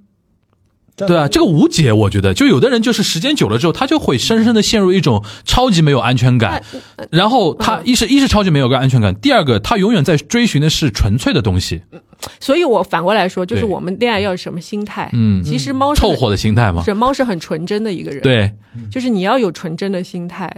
[SPEAKER 2] 对啊，这个无解，我觉得就有的人就是时间久了之后，他就会深深的陷入一种超级没有安全
[SPEAKER 4] 哎
[SPEAKER 2] 感，
[SPEAKER 4] 呃
[SPEAKER 2] 然后他
[SPEAKER 4] 嗯
[SPEAKER 2] 一是一是超级没有个安全感，第二个他永远在追寻的是纯粹的东西，
[SPEAKER 4] 嗯所以我反过来说，就是
[SPEAKER 2] 对
[SPEAKER 4] 我们恋爱要有什么心态？
[SPEAKER 2] 嗯
[SPEAKER 4] 其实猫是
[SPEAKER 2] 凑合的心态嘛。
[SPEAKER 4] 是猫是很纯真的一个人，，
[SPEAKER 2] 对，
[SPEAKER 4] 就是你要有纯真的心态。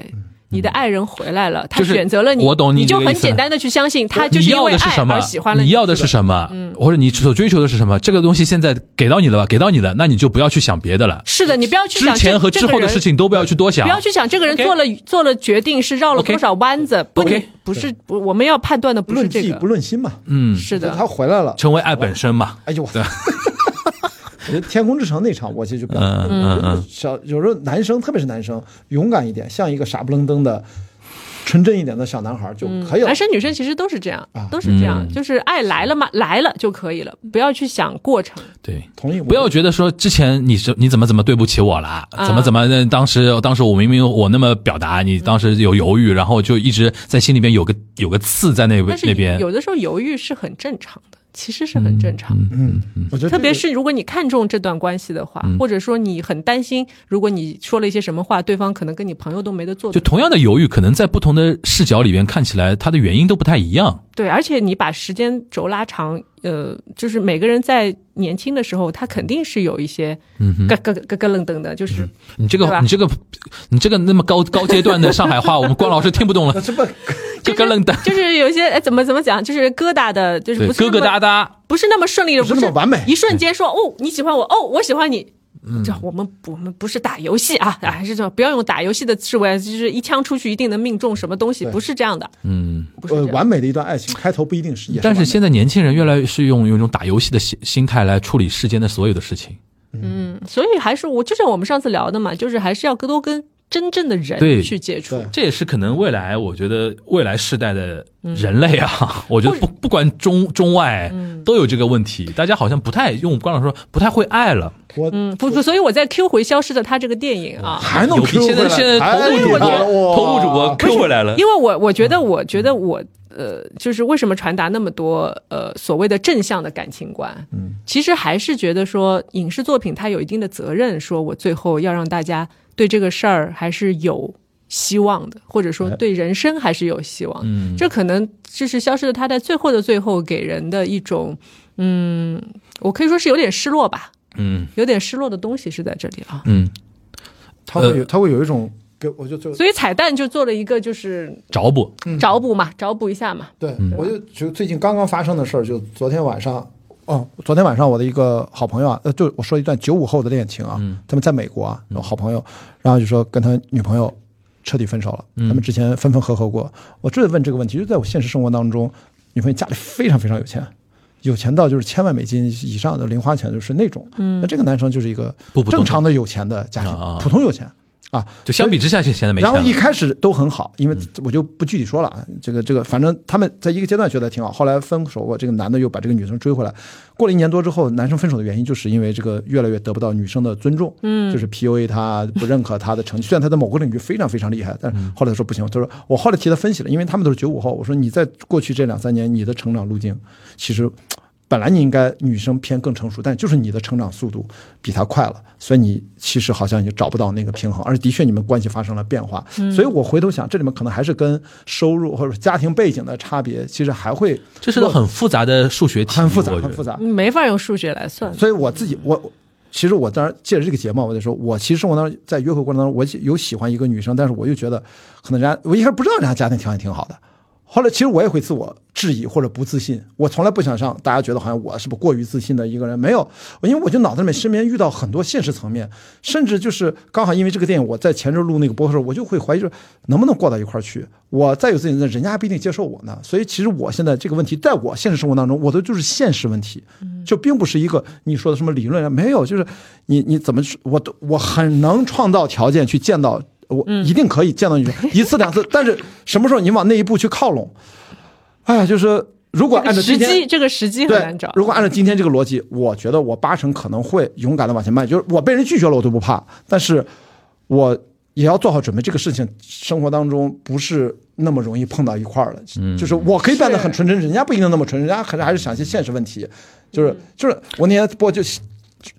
[SPEAKER 4] 你的爱人回来了，他
[SPEAKER 2] 嗯就是
[SPEAKER 4] 选择了你，
[SPEAKER 2] 我懂你
[SPEAKER 4] 你
[SPEAKER 2] 这
[SPEAKER 4] 就
[SPEAKER 2] 个
[SPEAKER 4] 很
[SPEAKER 2] 意思
[SPEAKER 4] 简单的去相信他，就
[SPEAKER 2] 你
[SPEAKER 4] 是因
[SPEAKER 2] 要
[SPEAKER 4] 为
[SPEAKER 2] 的是
[SPEAKER 4] 爱
[SPEAKER 2] 什么
[SPEAKER 4] 而喜欢？了
[SPEAKER 2] 你要的是什么？
[SPEAKER 4] 嗯
[SPEAKER 2] 或者你所追求的是什么？这个东西现在给到你了吧？给到你了，那你就不要去想别的了。
[SPEAKER 4] 是的，你不要去
[SPEAKER 2] 之
[SPEAKER 4] 想
[SPEAKER 2] 前
[SPEAKER 4] 这
[SPEAKER 2] 和之后的事，情都不要去多
[SPEAKER 4] 这
[SPEAKER 2] 想
[SPEAKER 4] 个人不。要去想这个人
[SPEAKER 2] OK
[SPEAKER 4] 做了做了决定是绕了
[SPEAKER 2] OK
[SPEAKER 4] 多少弯子，不
[SPEAKER 2] OK
[SPEAKER 4] 不是不，我们要判断的不是
[SPEAKER 3] 论
[SPEAKER 4] 这
[SPEAKER 3] 迹
[SPEAKER 4] 个
[SPEAKER 3] 不，论心嘛，
[SPEAKER 2] 嗯，
[SPEAKER 4] 是
[SPEAKER 3] 就
[SPEAKER 4] 的
[SPEAKER 3] 是，他回来了，
[SPEAKER 2] 成为爱本身嘛。
[SPEAKER 4] 哦
[SPEAKER 3] 哎呦我操！我觉得《 天空之城》那场，我其实就不想看。
[SPEAKER 2] 嗯嗯嗯
[SPEAKER 3] 小有时候男生，特别是男生，勇敢一点，像一个傻不愣登的、纯真一点的小男孩就可
[SPEAKER 2] 嗯
[SPEAKER 3] 以了。
[SPEAKER 4] 男生女生其实都是这样
[SPEAKER 3] 啊，
[SPEAKER 4] 都是这样，就是爱来了嘛，来了就可以了，不要去想过程。
[SPEAKER 2] 对，
[SPEAKER 3] 同意我
[SPEAKER 2] 不要觉得说之前你是你怎么怎么对不起我啦，
[SPEAKER 4] 啊
[SPEAKER 2] 怎么怎么那当时当时我明明我那么表达，你当时有犹豫，然后就一直在心里边有个有个刺在那
[SPEAKER 4] 但
[SPEAKER 2] 边
[SPEAKER 4] 是
[SPEAKER 2] 那边。
[SPEAKER 4] 有的时候犹豫是很正常的，其实是很正常的。
[SPEAKER 3] 嗯，我觉得这个
[SPEAKER 4] 特别是如果你看重这段关系的话，
[SPEAKER 2] 嗯
[SPEAKER 4] 或者说你很担心，如果你说了一些什么话，对方可能跟你朋友都没得做
[SPEAKER 2] 就
[SPEAKER 4] 的。
[SPEAKER 2] 同样的犹豫，可能在不同的视角里边看起来，它的原因都不太一样。
[SPEAKER 4] 对，而且你把时间轴拉长，呃，就是每个人在年轻的时候，他肯定是有一些
[SPEAKER 2] 嗯
[SPEAKER 4] 咯咯咯咯楞噔的，就是
[SPEAKER 2] 你这
[SPEAKER 4] 嗯对
[SPEAKER 2] 个，
[SPEAKER 4] 吧
[SPEAKER 2] 你这个，你这个那么高高阶段的上海话，我们关老师听不懂了
[SPEAKER 3] 那，这不
[SPEAKER 2] 咯咯楞的，
[SPEAKER 4] 就是有一些哎怎么怎么讲，就是疙瘩的，就是
[SPEAKER 2] 对，
[SPEAKER 4] 不是
[SPEAKER 2] 疙
[SPEAKER 4] 那
[SPEAKER 2] 疙
[SPEAKER 4] 么
[SPEAKER 2] 瘩瘩，
[SPEAKER 4] 不是那么顺利的，
[SPEAKER 3] 不是
[SPEAKER 4] 不
[SPEAKER 3] 那么完美嗯
[SPEAKER 4] 一瞬间说哦，你喜欢我，哦，我喜欢你。这我们我们不是打游戏啊，啊还是说不要用打游戏的思维，就是一枪出去一定能命中什么东西，
[SPEAKER 3] 对
[SPEAKER 4] 不是这样的，
[SPEAKER 2] 嗯。
[SPEAKER 4] 不是
[SPEAKER 3] 呃
[SPEAKER 4] 这样。
[SPEAKER 3] 完美的一段爱情，开头不一定是也
[SPEAKER 2] 但
[SPEAKER 3] 是完
[SPEAKER 2] 是
[SPEAKER 3] 美
[SPEAKER 2] 现在年轻人越来越是用用一种打游戏的心心态来处理世间的所有的事情。
[SPEAKER 4] 所以还是我就像我们上次聊的嘛，就是还是要多跟真正的
[SPEAKER 2] 对
[SPEAKER 4] 人去接触
[SPEAKER 3] 对。
[SPEAKER 2] 这也是可能未来，我觉得未来世代的人类啊， 我觉得不不管中中外、都有这个问题，大家好像不太用关老师说不太会爱了。
[SPEAKER 3] 我
[SPEAKER 4] 嗯，不不，所以我在 Q 回《消失的她》这个电影啊，
[SPEAKER 3] 还能
[SPEAKER 2] 有
[SPEAKER 3] Q
[SPEAKER 2] 现在
[SPEAKER 3] 回来
[SPEAKER 2] 现在头
[SPEAKER 3] 哎
[SPEAKER 2] 部主播、
[SPEAKER 3] 我觉得哇
[SPEAKER 2] 头部主播 Q 回来了。
[SPEAKER 4] 因为我我觉得，我觉得我呃，就是为什么传达那么多呃所谓的正向的感情观，嗯，其实还是觉得说影视作品它有一定的责任，说我最后要让大家对这个事儿还是有希望的，或者说
[SPEAKER 3] 哎
[SPEAKER 4] 对人生还是有希望的。
[SPEAKER 2] 嗯
[SPEAKER 4] 这可能就是消失了他在最后的最后给人的一种，嗯，我可以说是有点失落吧，
[SPEAKER 2] 嗯
[SPEAKER 4] 有点失落的东西是在这里啊。
[SPEAKER 2] 嗯，
[SPEAKER 3] 他会有他会有一
[SPEAKER 2] 呃
[SPEAKER 3] 种给我就就
[SPEAKER 4] 所以彩蛋就做了一个就是
[SPEAKER 2] 找补，
[SPEAKER 4] 找补嘛，找补一下嘛。
[SPEAKER 3] 对，
[SPEAKER 2] 嗯
[SPEAKER 3] 我就就最近刚刚发生的事儿，就昨天晚上。哦，昨天晚上我的一个好朋友啊，呃，就我说一段九五后的恋情啊，
[SPEAKER 2] 嗯
[SPEAKER 3] 他们在美国啊，有好朋友，然后就说跟他女朋友彻底分手了，
[SPEAKER 2] 嗯
[SPEAKER 3] 他们之前分分合合过。我这问这个问题，就在我现实生活当中，女朋友家里非常非常有钱，有钱到就是千万美金以上的零花钱，就是那种。
[SPEAKER 2] 嗯
[SPEAKER 3] 那这个男生就是一个
[SPEAKER 2] 普普通通
[SPEAKER 3] 正常的有钱的家庭
[SPEAKER 2] 啊，
[SPEAKER 3] 普通有钱啊，
[SPEAKER 2] 就相比之下现现在没钱
[SPEAKER 3] 然后
[SPEAKER 2] 了嗯
[SPEAKER 3] 一。开始都很好，因为我就不具体说了啊，这个这个，反正他们在一个阶段觉得挺好，后来分手过，这个男的又把这个女生追回来。过了一年多之后，男生分手的原因就是因为这个越来越得不到女生的尊重，嗯，就是 PUA 她，不认可她 的成绩。虽然她在某个领域非常非常厉害，但是后来说不行，他说我后来替他分析了，因为他们都是九五后，我说你在过去这两三年你的成长路径，其实本来你应该女生偏更成熟，但就是你的成长速度比她快了，所以你其实好像也找不到那个平衡，而的确你们关系发生了变化。
[SPEAKER 2] 嗯
[SPEAKER 3] 所以我回头想，这里面可能还是跟收入或者家庭背景的差别，其实还会
[SPEAKER 2] 这是个很复杂的数学题，
[SPEAKER 3] 很复杂，
[SPEAKER 2] 我觉
[SPEAKER 3] 很
[SPEAKER 2] 得嗯
[SPEAKER 3] 复杂。
[SPEAKER 4] 没法用数学来算，
[SPEAKER 3] 所以我自己，我我其实我当然借着这个节目，我就说，我其实生活当中在约会过程当中，我有喜欢一个女生，但是我又觉得可能人家我一开始不知道人家家庭条件挺好的，后来其实我也会自我质疑或者不自信，我从来不想让大家觉得好像我是不是过于自信的一个人，没有，因为我就脑子里面身边遇到很多现实层面，甚至就是刚好因为这个电影，我在前周录那个播客的时候，我就会怀疑说能不能过到一块儿去，我再有自信的人家还不一定接受我呢，所以其实我现在这个问题，在我现实生活当中，我的就是现实问题，就并不是一个你说的什么理论，啊没有，就是你你怎么去我都我很能创造条件去见到。我一定可以见到女生、一次两次，但是什么时候你往那一步去靠拢？哎呀，就是如果按照
[SPEAKER 4] 时
[SPEAKER 3] 今
[SPEAKER 4] 机
[SPEAKER 3] 天
[SPEAKER 4] 这个时机很
[SPEAKER 3] 对
[SPEAKER 4] 难找，。
[SPEAKER 3] 如果按照今天这个逻辑，我觉得我八成可能会勇敢的往前迈，就是我被人拒绝了我都不怕，但是我也要做好准备，这个事情生活当中不是那么容易碰到一块儿的，
[SPEAKER 2] 嗯
[SPEAKER 3] 就是我可以变得很纯真，人家不一定那么纯，人家可能还是想一些现实问题，
[SPEAKER 4] 嗯
[SPEAKER 3] 就是就是我那天播就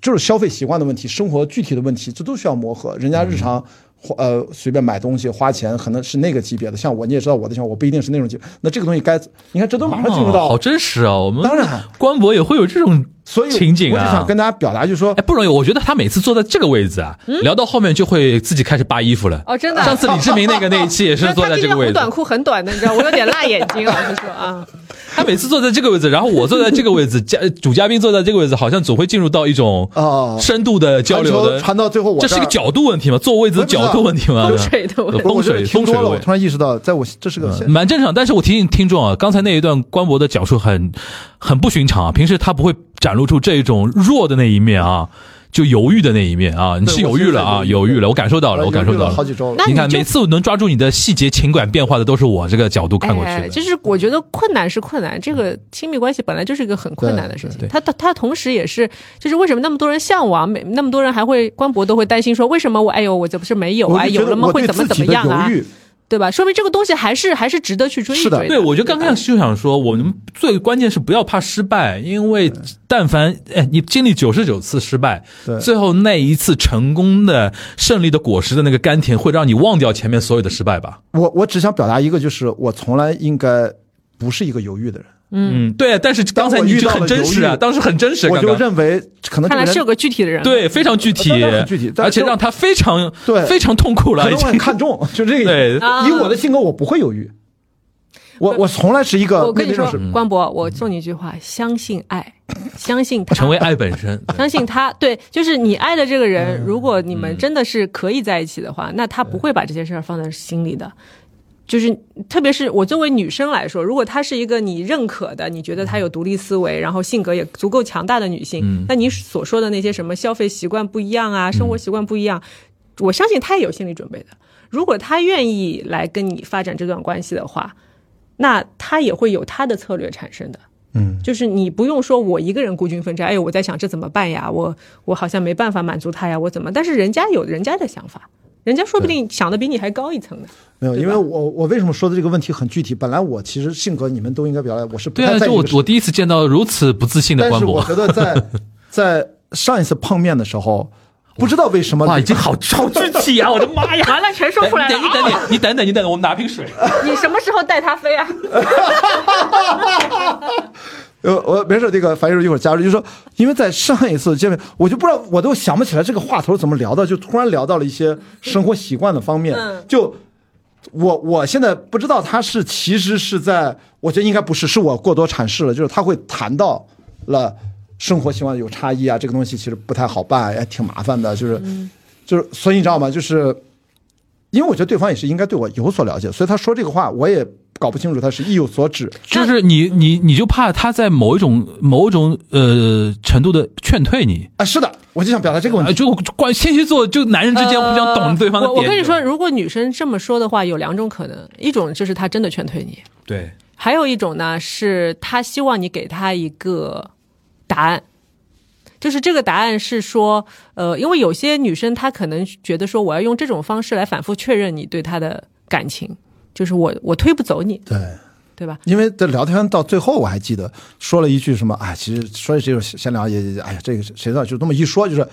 [SPEAKER 3] 就是消费习惯的问题，生活具体的问题，这都需要磨合。人家
[SPEAKER 2] 嗯
[SPEAKER 3] 日常。花呃，随便买东西花钱，可能是那个级别的。像我，你也知道我的情况，我不一定是那种级别。那这个东西该，你看这都马上进入
[SPEAKER 2] 哦
[SPEAKER 3] 到
[SPEAKER 2] 好真实啊！我们
[SPEAKER 3] 当然
[SPEAKER 2] 官博也会有这种
[SPEAKER 3] 所以
[SPEAKER 2] 情景啊。
[SPEAKER 3] 我只想跟大家表达，就是说
[SPEAKER 2] 哎，，不容易。我觉得他每次坐在这个位置啊，聊到后面就会自己开始扒衣服了。
[SPEAKER 4] 嗯哦真的啊
[SPEAKER 2] 上次李志明那个那一期也是
[SPEAKER 4] 他
[SPEAKER 2] 坐在这个位
[SPEAKER 4] 红
[SPEAKER 2] 置，
[SPEAKER 4] 短裤很短的，你知道，我有点辣眼睛， 老实说啊，
[SPEAKER 2] 他每次坐在这个位置，然后我坐在这个位置，嘉主嘉宾坐在这个位置，好像总会进入到一种
[SPEAKER 3] 哦
[SPEAKER 2] 深度的交流的。
[SPEAKER 3] 传球传到最后我
[SPEAKER 2] 这
[SPEAKER 3] 这儿
[SPEAKER 2] 是一个角度问题吗？坐位子的角度问题吗？呃
[SPEAKER 4] 我也不知道风水的问题
[SPEAKER 2] 风
[SPEAKER 3] 我觉
[SPEAKER 2] 水
[SPEAKER 3] 得
[SPEAKER 2] 风
[SPEAKER 3] 听
[SPEAKER 2] 水嗯
[SPEAKER 3] 多
[SPEAKER 2] 的
[SPEAKER 3] 了，
[SPEAKER 2] 问
[SPEAKER 3] 我
[SPEAKER 2] 题
[SPEAKER 3] 突然意识到，在我这是个现
[SPEAKER 2] 蛮正常。但是我提醒听众啊，刚才那一段官博的讲述很很不寻常啊，平时他不会展露出这种弱的那一面啊，就犹豫的那一面啊，你是犹豫了啊，
[SPEAKER 3] 我是
[SPEAKER 2] 犹
[SPEAKER 3] 犹豫
[SPEAKER 2] 豫了，我感受到了，我感受
[SPEAKER 3] 犹豫
[SPEAKER 2] 到
[SPEAKER 3] 了好几周了
[SPEAKER 4] 那。
[SPEAKER 2] 你看，
[SPEAKER 4] 你就
[SPEAKER 2] 每次我能抓住你的细节情感变化的，都是我这个角度看过去的。
[SPEAKER 4] 哎，就是我觉得困难是困难，这个亲密关系本来就是一个很困难的事
[SPEAKER 2] 对
[SPEAKER 4] 情
[SPEAKER 2] 对。
[SPEAKER 4] 他他他同时也是，就是为什么那么多人向往，每那么多人还会官博都会担心说，为什么我哎呦我这不是没有
[SPEAKER 3] 我
[SPEAKER 4] 啊，
[SPEAKER 3] 就
[SPEAKER 4] 有
[SPEAKER 3] 觉
[SPEAKER 4] 了
[SPEAKER 3] 得
[SPEAKER 4] 吗
[SPEAKER 3] 我
[SPEAKER 4] 会
[SPEAKER 3] 对
[SPEAKER 4] 怎么
[SPEAKER 3] 自
[SPEAKER 4] 怎
[SPEAKER 3] 己
[SPEAKER 4] 么
[SPEAKER 3] 的
[SPEAKER 4] 样啊
[SPEAKER 3] 犹？豫，
[SPEAKER 4] 对吧？说明这个东西还是还是值得去追一
[SPEAKER 3] 是的
[SPEAKER 4] 追
[SPEAKER 2] 对，我就刚
[SPEAKER 4] 对
[SPEAKER 2] 刚
[SPEAKER 4] 吧
[SPEAKER 2] 就想说，我们最关键是不要怕失败，因为但凡哎，你经历九十九次失败
[SPEAKER 3] 对，
[SPEAKER 2] 最后那一次成功的胜利的果实的那个甘甜，会让你忘掉前面所有的失败吧？
[SPEAKER 3] 我我只想表达一个，就是我从来应该不是一个犹豫的人，
[SPEAKER 2] 嗯，对。但是刚才
[SPEAKER 3] 当我
[SPEAKER 2] 你
[SPEAKER 3] 遇
[SPEAKER 2] 就
[SPEAKER 3] 到
[SPEAKER 2] 很
[SPEAKER 3] 了
[SPEAKER 2] 真实啊，
[SPEAKER 3] 犹豫
[SPEAKER 2] 当时很真实，
[SPEAKER 3] 我
[SPEAKER 2] 刚
[SPEAKER 3] 就
[SPEAKER 2] 刚。
[SPEAKER 3] 认为可能这
[SPEAKER 4] 看
[SPEAKER 3] 个
[SPEAKER 4] 来
[SPEAKER 3] 人
[SPEAKER 4] 是有个具体的人，，
[SPEAKER 2] 对，非常具体
[SPEAKER 3] 当然很具体，但
[SPEAKER 2] 而且
[SPEAKER 3] 就
[SPEAKER 2] 让他非常
[SPEAKER 3] 对
[SPEAKER 2] 非常痛苦了，
[SPEAKER 3] 可
[SPEAKER 2] 已
[SPEAKER 3] 能我很
[SPEAKER 2] 经。
[SPEAKER 3] 看重，就这
[SPEAKER 2] 对
[SPEAKER 3] 个。以我的性格，我不会犹豫。我我从来是一个，
[SPEAKER 4] 啊我跟你
[SPEAKER 3] 那
[SPEAKER 4] 说
[SPEAKER 2] 嗯
[SPEAKER 3] 种是，
[SPEAKER 4] 官博，我送你一句话：相信爱，相信他
[SPEAKER 2] 成为爱本 身，
[SPEAKER 4] 相信他，对，就是你爱的这个人，如果你们真的是可以在一起的话，那他不会把这些事儿放在心里的。就是，特别是我作为女生来说，如果她是一个你认可的，你觉得她有独立思维，然后性格也足够强大的女性，那你所说的那些什么消费习惯不一样啊，生活习惯不一样，我相信她也有心理准备的。如果她愿意来跟你发展这段关系的话，那她也会有她的策略产生的。就是你不用说我一个人孤军奋战，哎呦，我在想这怎么办呀？我我好像没办法满足他呀，我怎么？但是人家有人家的想法，人家说不定想的比你还高一层呢。
[SPEAKER 3] 没有，
[SPEAKER 4] 对吧
[SPEAKER 3] 因为我我为什么说的这个问题很具体？本来我其实性格你们都应该表达，我是不
[SPEAKER 2] 对
[SPEAKER 3] 太
[SPEAKER 2] 啊，
[SPEAKER 3] 在
[SPEAKER 2] 就
[SPEAKER 3] 意这
[SPEAKER 2] 我
[SPEAKER 3] 个事
[SPEAKER 2] 我第一次见到如此不自信的
[SPEAKER 3] 但
[SPEAKER 2] 官
[SPEAKER 3] 是
[SPEAKER 2] 博
[SPEAKER 3] 我觉得在在上一次碰面的时候，不知道为什么
[SPEAKER 2] 哇，已 经好好具体啊！我的妈呀！
[SPEAKER 4] 完了，全说出来 了
[SPEAKER 2] 等你。等
[SPEAKER 4] 啊
[SPEAKER 2] 你你等等你等等，我们拿瓶 水。
[SPEAKER 4] 你什么时候带他 飞啊？
[SPEAKER 3] 呃，我没事，这个樊一茹一会儿加入，就是说，因为在上一次见面，我就不知道，我都想不起来这个话头怎么聊的，就突然聊到了一些生活习惯的方面。
[SPEAKER 4] 嗯
[SPEAKER 3] 就我我现在不知道他是其实是在，我觉得应该不是，是我过多阐释了，就是他会谈到了生活习惯有差异啊，这个东西其实不太好办，也挺麻烦的，就是、就是，所以你知道吗？就是因为我觉得对方也是应该对我有所了解，所以他说这个话我也搞不清楚他是意有所指。
[SPEAKER 2] 就是你你你就怕他在某一种某一种呃程度的劝退你，
[SPEAKER 3] 啊，是的，我就想表达这个问
[SPEAKER 2] 啊
[SPEAKER 3] 题。
[SPEAKER 2] 就关于天蝎座就男人之间互相懂对方的点。
[SPEAKER 4] 呃我我跟你说，，如果女生这么说的话，有两种可能，一种就是她真的劝退你，
[SPEAKER 2] 对，
[SPEAKER 4] 还有一种呢是她希望你给她一个答案。就是这个答案是说，呃，因为有些女生她可能觉得说，我要用这种方式来反复确认你对她的感情，就是我我推不走你，
[SPEAKER 3] 对，
[SPEAKER 4] 对吧？
[SPEAKER 3] 因为这聊天到最后，我还记得说了一句什么，哎，其实说这种闲聊也，也哎呀，这个谁知道，就这么一说，就是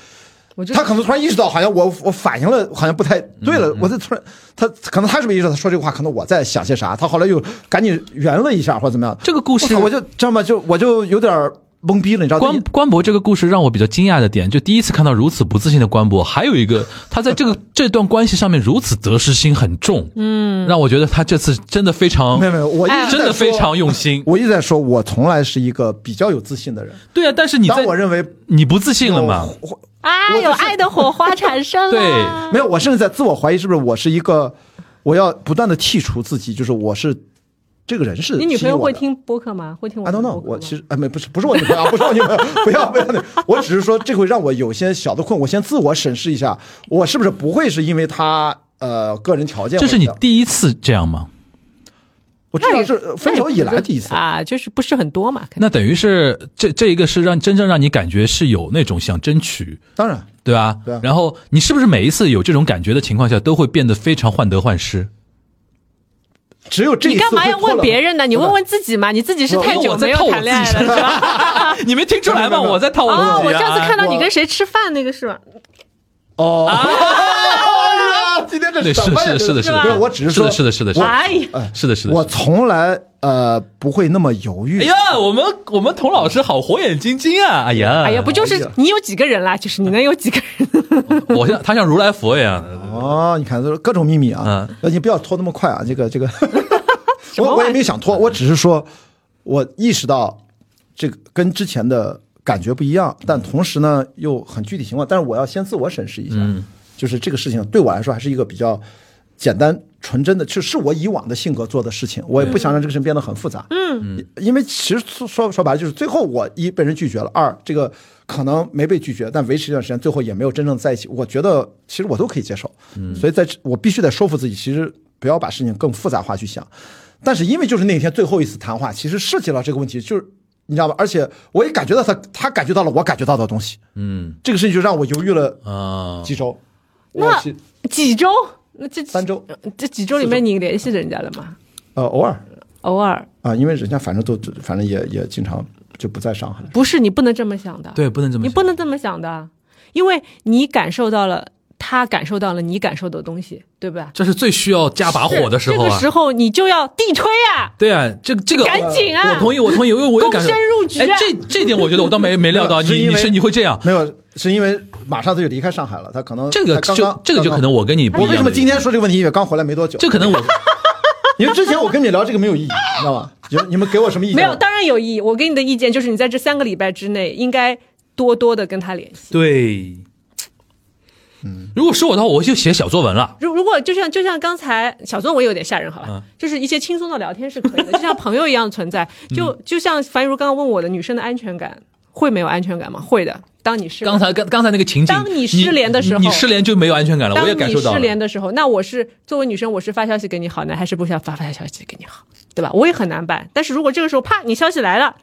[SPEAKER 4] 我就
[SPEAKER 3] 他可能突然意识到，好像我我反应了，好像不太对
[SPEAKER 2] 嗯
[SPEAKER 3] 了，我就突然他可能他是不是意识到他说这个话，可能我在想些啥，他后来又赶紧圆了一下或者怎么样，
[SPEAKER 2] 这个故事
[SPEAKER 3] 我操我就这么就我就有点懵逼了，你知道
[SPEAKER 2] 关
[SPEAKER 3] 吗？
[SPEAKER 2] 关博这个故事让我比较惊讶的点，就第一次看到如此不自信的关博，还有一个他在这个 这段关系上面如此得失心很重，嗯，让我觉得他这次真的非常
[SPEAKER 3] 没有没有，我一直在
[SPEAKER 2] 真的
[SPEAKER 3] 说
[SPEAKER 2] 非常。用心。
[SPEAKER 3] 我一直在说，我从来是一个比较有自信的人。
[SPEAKER 2] 对啊，但是你在
[SPEAKER 3] 当我认为
[SPEAKER 2] 你不自信了嘛？
[SPEAKER 3] 我
[SPEAKER 4] 啊，有爱的火花产生了。
[SPEAKER 2] 对
[SPEAKER 3] 没有，我甚至在自我怀疑是不是我是一个，我要不断的剔除自己，就是我是这个人是
[SPEAKER 4] 你女朋友会
[SPEAKER 3] 吸引
[SPEAKER 4] 听播客吗？会听
[SPEAKER 3] 我
[SPEAKER 4] 我
[SPEAKER 3] 的。I
[SPEAKER 4] 们
[SPEAKER 3] don't know，
[SPEAKER 4] 的播客吗？
[SPEAKER 3] 我其实啊，没不是不是我女朋友啊，不是我女朋友，不要不要，我只是说这会让我有些小的困，我先自我审视一下，我是不是不会是因为他呃个人条件或
[SPEAKER 2] 这
[SPEAKER 3] 者
[SPEAKER 2] 是
[SPEAKER 3] 怎
[SPEAKER 2] 你
[SPEAKER 3] 样，
[SPEAKER 2] 第一次这样吗？
[SPEAKER 3] 我至少
[SPEAKER 2] 哎
[SPEAKER 3] 是分手以来第一次，
[SPEAKER 4] 啊，就是不是很多嘛，肯定
[SPEAKER 2] 那等于是这这一个是让真正让你感觉是有那种想争取，
[SPEAKER 3] 当然
[SPEAKER 2] 对吧？
[SPEAKER 3] 对啊
[SPEAKER 2] 然后你是不是每一次有这种感觉的情况下，都会变得非常患得患 失？
[SPEAKER 3] 只有这一
[SPEAKER 4] 你
[SPEAKER 3] 次
[SPEAKER 4] 干嘛要
[SPEAKER 3] 会破
[SPEAKER 4] 问
[SPEAKER 3] 了
[SPEAKER 4] 别人呢？你
[SPEAKER 3] 对吧
[SPEAKER 4] 问问自己嘛，你自己是
[SPEAKER 3] 我
[SPEAKER 4] 太
[SPEAKER 2] 因为
[SPEAKER 4] 久
[SPEAKER 2] 我在
[SPEAKER 4] 没有
[SPEAKER 2] 套我
[SPEAKER 4] 谈恋爱
[SPEAKER 2] 自己
[SPEAKER 4] 了，是吧？
[SPEAKER 2] 你没听出来
[SPEAKER 3] 没
[SPEAKER 2] 吗？
[SPEAKER 3] 有没有
[SPEAKER 2] 我在套我
[SPEAKER 4] 哦，
[SPEAKER 2] 自己、啊。
[SPEAKER 4] 我上次看到你
[SPEAKER 3] 我
[SPEAKER 4] 跟谁吃饭那个是吧？
[SPEAKER 3] 哦。哎呀今天这
[SPEAKER 2] 对
[SPEAKER 3] 什么呀
[SPEAKER 2] 是的是的是的
[SPEAKER 3] 这
[SPEAKER 2] 是的
[SPEAKER 3] 不我只是说，
[SPEAKER 2] 是的是的是的
[SPEAKER 4] 哎呀，
[SPEAKER 2] 是的，是的。
[SPEAKER 3] 我从来呃不会那么犹豫。
[SPEAKER 2] 哎呀，我们我们童老师好火眼金睛啊！哎呀，
[SPEAKER 4] 哎呀，不就是你有几个人 啦？就是你能有几个人？，
[SPEAKER 2] 我像他像如来佛一样，
[SPEAKER 3] 哦，你看，都是各种秘密啊
[SPEAKER 2] 嗯！
[SPEAKER 3] 那、你不要拖那么快啊！这个这个
[SPEAKER 4] 什么玩意
[SPEAKER 3] 我我也没想拖，我只是说，我意识到这个跟之前的感觉不一样，
[SPEAKER 4] 嗯
[SPEAKER 3] 但同时呢又很具体情况，但是我要先自我审视一下，
[SPEAKER 4] 嗯
[SPEAKER 3] 就是这个事情对我来说还是一个比较简单纯真的，是是我以往的性格做的事情，我也不想让这个事情变得很复杂。嗯，因为其实说说说白了就是最后我一被人拒绝了，二这个可能没被拒绝，但维持一段时间，最后也没有真正在一起。我觉得其实我都可以接受，
[SPEAKER 4] 嗯
[SPEAKER 3] 所以在这我必须得说服自己，其实不要把事情更复杂化去想。但是因为就是那天最后一次谈话，其实涉及到这个问题，就是你知道吧？而且我也感觉到他，他感觉到了我感觉到的东西，
[SPEAKER 2] 嗯
[SPEAKER 3] 这个事情就让我犹豫了
[SPEAKER 2] 啊，
[SPEAKER 3] 几周，我
[SPEAKER 4] 那
[SPEAKER 3] 其
[SPEAKER 4] 几周？那这
[SPEAKER 3] 三周，
[SPEAKER 4] 这几周里面你联系人家了吗？
[SPEAKER 3] 呃偶尔
[SPEAKER 4] 偶尔
[SPEAKER 3] 啊，因为人家反正都反正也也经常就不在上海，
[SPEAKER 4] 不是，你不能这么想的。
[SPEAKER 2] 对，不能这么
[SPEAKER 4] 你
[SPEAKER 2] 想，
[SPEAKER 4] 不能这么想的，因为你感受到了，他感受到了你感受的东西，对吧？
[SPEAKER 2] 这是最需要加把火的时候
[SPEAKER 4] 这个
[SPEAKER 2] 啊。
[SPEAKER 4] 时候你就要地推啊！
[SPEAKER 2] 对啊，这个这个，
[SPEAKER 4] 赶紧啊
[SPEAKER 2] 我同意，我同意，因为我有感受。
[SPEAKER 4] 躬身入局啊
[SPEAKER 2] 哎，这这点我觉得我倒 没没料到，
[SPEAKER 3] 没有是
[SPEAKER 2] 你
[SPEAKER 3] 因为
[SPEAKER 2] 你是你会这样，
[SPEAKER 3] 没有是因为马上他就离开上海了，他可能
[SPEAKER 2] 这个
[SPEAKER 3] 才刚
[SPEAKER 2] 就
[SPEAKER 3] 刚
[SPEAKER 2] 这个就可能。我跟你不
[SPEAKER 3] 刚
[SPEAKER 2] 一
[SPEAKER 3] 我
[SPEAKER 2] 样的
[SPEAKER 3] 为什么今天说这个问题？因为刚回来没多久，
[SPEAKER 2] 这可 能我
[SPEAKER 3] 因为之前我跟你聊这个没有意义，你知道吧？你们你们给我什么意见？
[SPEAKER 4] 没有，当然有意义。我给你的意见就是，你在这三个礼拜之内应该多多的跟他联系。
[SPEAKER 2] 对，嗯，如果是我的话，我就写小作文了。
[SPEAKER 4] 如如果就像就像刚才小作文有点吓人，好吧，
[SPEAKER 2] 嗯
[SPEAKER 4] 就是一些轻松的聊天是可 以的，就像朋友一样存在。就就像樊如刚刚问我的，女生的安全感会没有安全感吗？会的。当你失
[SPEAKER 2] 刚才刚刚才那个情景，
[SPEAKER 4] 当你失联的时候
[SPEAKER 2] 你你失联就没有安全感了，
[SPEAKER 4] 当
[SPEAKER 2] 我也感
[SPEAKER 4] 你
[SPEAKER 2] 受到
[SPEAKER 4] 失
[SPEAKER 2] 了。
[SPEAKER 4] 联的时候，那我是作为女生，我是发消息给你好呢，还是不想发发消息给你好，对吧？我也很难办。但是如果这个时候啪，你消息来了，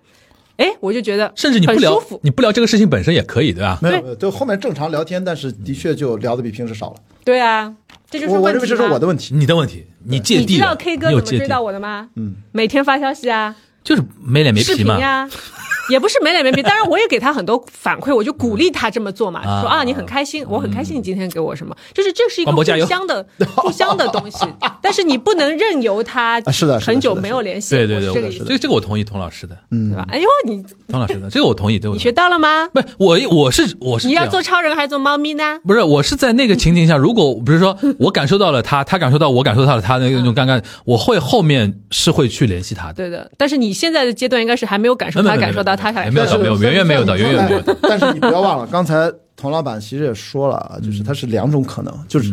[SPEAKER 4] 哎，我就觉得
[SPEAKER 2] 甚至你不
[SPEAKER 4] 很舒
[SPEAKER 2] 聊
[SPEAKER 4] 服，，
[SPEAKER 2] 你不聊这个事情本身也可以，对吧？
[SPEAKER 3] 没有，没有就后面正常聊天，但是的确就聊的比平时少了。
[SPEAKER 4] 对啊，这就是
[SPEAKER 3] 我我
[SPEAKER 4] 问
[SPEAKER 3] 认
[SPEAKER 4] 题
[SPEAKER 3] 为这是
[SPEAKER 4] 嘛
[SPEAKER 3] 我的问题。
[SPEAKER 2] 你的问题，你芥
[SPEAKER 4] 你
[SPEAKER 2] 蒂
[SPEAKER 4] 知
[SPEAKER 2] 了，
[SPEAKER 4] 道 K 哥
[SPEAKER 2] 你有
[SPEAKER 4] 怎么
[SPEAKER 2] 芥
[SPEAKER 4] 追
[SPEAKER 2] 蒂，
[SPEAKER 4] 到我的吗？嗯，每天发消息啊，
[SPEAKER 2] 就是没脸没
[SPEAKER 4] 视
[SPEAKER 2] 皮
[SPEAKER 4] 频
[SPEAKER 2] 嘛。
[SPEAKER 4] 啊，也不是没脸没皮，当然我也给他很多反馈，我就鼓励他这么做嘛，
[SPEAKER 2] 啊
[SPEAKER 4] 说啊你很开心，我很开心你今天给我什么，就是这是一个
[SPEAKER 2] 王博
[SPEAKER 4] 互
[SPEAKER 2] 加油
[SPEAKER 4] 相的互相的东 西，但是你不能任由他
[SPEAKER 3] 啊是的是的
[SPEAKER 4] 很久
[SPEAKER 3] 是的
[SPEAKER 4] 没有联系，
[SPEAKER 2] 对对对，
[SPEAKER 4] 我是这个
[SPEAKER 2] 我
[SPEAKER 4] 意思，
[SPEAKER 2] 这个这个我同意童老师的，
[SPEAKER 4] 对吧？哎呦，你
[SPEAKER 2] 童老师的这个我同意，对我
[SPEAKER 4] 你
[SPEAKER 2] 同
[SPEAKER 4] 学
[SPEAKER 2] 意
[SPEAKER 4] 到了吗？
[SPEAKER 2] 不是我我是我是
[SPEAKER 4] 你
[SPEAKER 2] 这
[SPEAKER 4] 要
[SPEAKER 2] 样
[SPEAKER 4] 做超人还是做猫咪呢？
[SPEAKER 2] 不是，我是在那个情景下，如果比如说我感受到了 他，他感受到我感受到了他的那种尴尬，我会后面是会去联系他的。
[SPEAKER 4] 对的，但是你现在的阶段应该是还没有感受
[SPEAKER 2] 没有
[SPEAKER 4] 他
[SPEAKER 2] 没有
[SPEAKER 4] 感受到他
[SPEAKER 2] 没有
[SPEAKER 4] 感
[SPEAKER 2] 没有
[SPEAKER 4] 受到
[SPEAKER 2] 没有远远没有的远远没有的
[SPEAKER 3] 但是你不要忘了，刚才童老板其实也说了啊，就是它是两种可能，就是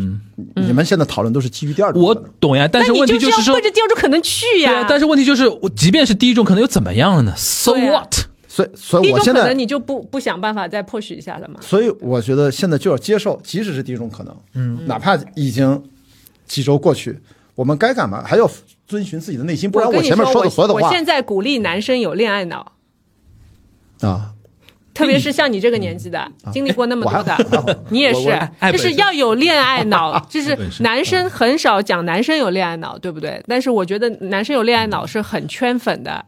[SPEAKER 3] 你们现在讨论都是基于第二种可
[SPEAKER 2] 我
[SPEAKER 3] 能。
[SPEAKER 2] 懂呀，但是
[SPEAKER 4] 那
[SPEAKER 2] 问
[SPEAKER 4] 你
[SPEAKER 2] 题
[SPEAKER 4] 就是是要
[SPEAKER 2] 说
[SPEAKER 4] 奔，着第二种可能去
[SPEAKER 2] 对
[SPEAKER 4] 呀
[SPEAKER 2] 啊，。但是问题就是，我即便是第一种，可能又怎么样了呢？So
[SPEAKER 4] 对啊
[SPEAKER 2] what？
[SPEAKER 3] 所以，所
[SPEAKER 4] 第
[SPEAKER 3] 以
[SPEAKER 4] 一
[SPEAKER 3] 我
[SPEAKER 4] 种
[SPEAKER 3] 现
[SPEAKER 4] 可能
[SPEAKER 3] 在，
[SPEAKER 4] 你就不不想办法再 push 一下了嘛？
[SPEAKER 3] 所以我觉得现在就要接受，即使是第一种可能，嗯，哪怕已经几周过去，我们该干嘛还要遵循自己的内心，不然
[SPEAKER 4] 我跟你
[SPEAKER 3] 前面
[SPEAKER 4] 说
[SPEAKER 3] 的所有的
[SPEAKER 4] 我
[SPEAKER 3] 话
[SPEAKER 4] 现在鼓励男生有恋爱脑，
[SPEAKER 3] 啊，
[SPEAKER 4] 特别是像你这个年纪的，经历过那么多
[SPEAKER 3] 哎嗯我还
[SPEAKER 4] 的， 你也
[SPEAKER 3] 我我
[SPEAKER 4] 是
[SPEAKER 2] 爱，本
[SPEAKER 4] 就
[SPEAKER 2] 身
[SPEAKER 4] 是要有恋爱 脑。就是
[SPEAKER 2] 本身
[SPEAKER 4] 男
[SPEAKER 3] 嗯
[SPEAKER 4] 生很少讲男生有恋爱脑，对不对？但是我觉得男生有恋爱脑是很圈粉的，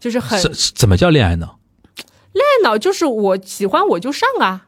[SPEAKER 4] 就是很
[SPEAKER 2] 是是怎么叫恋爱呢？
[SPEAKER 4] 恋爱脑，就是我喜欢我就上啊，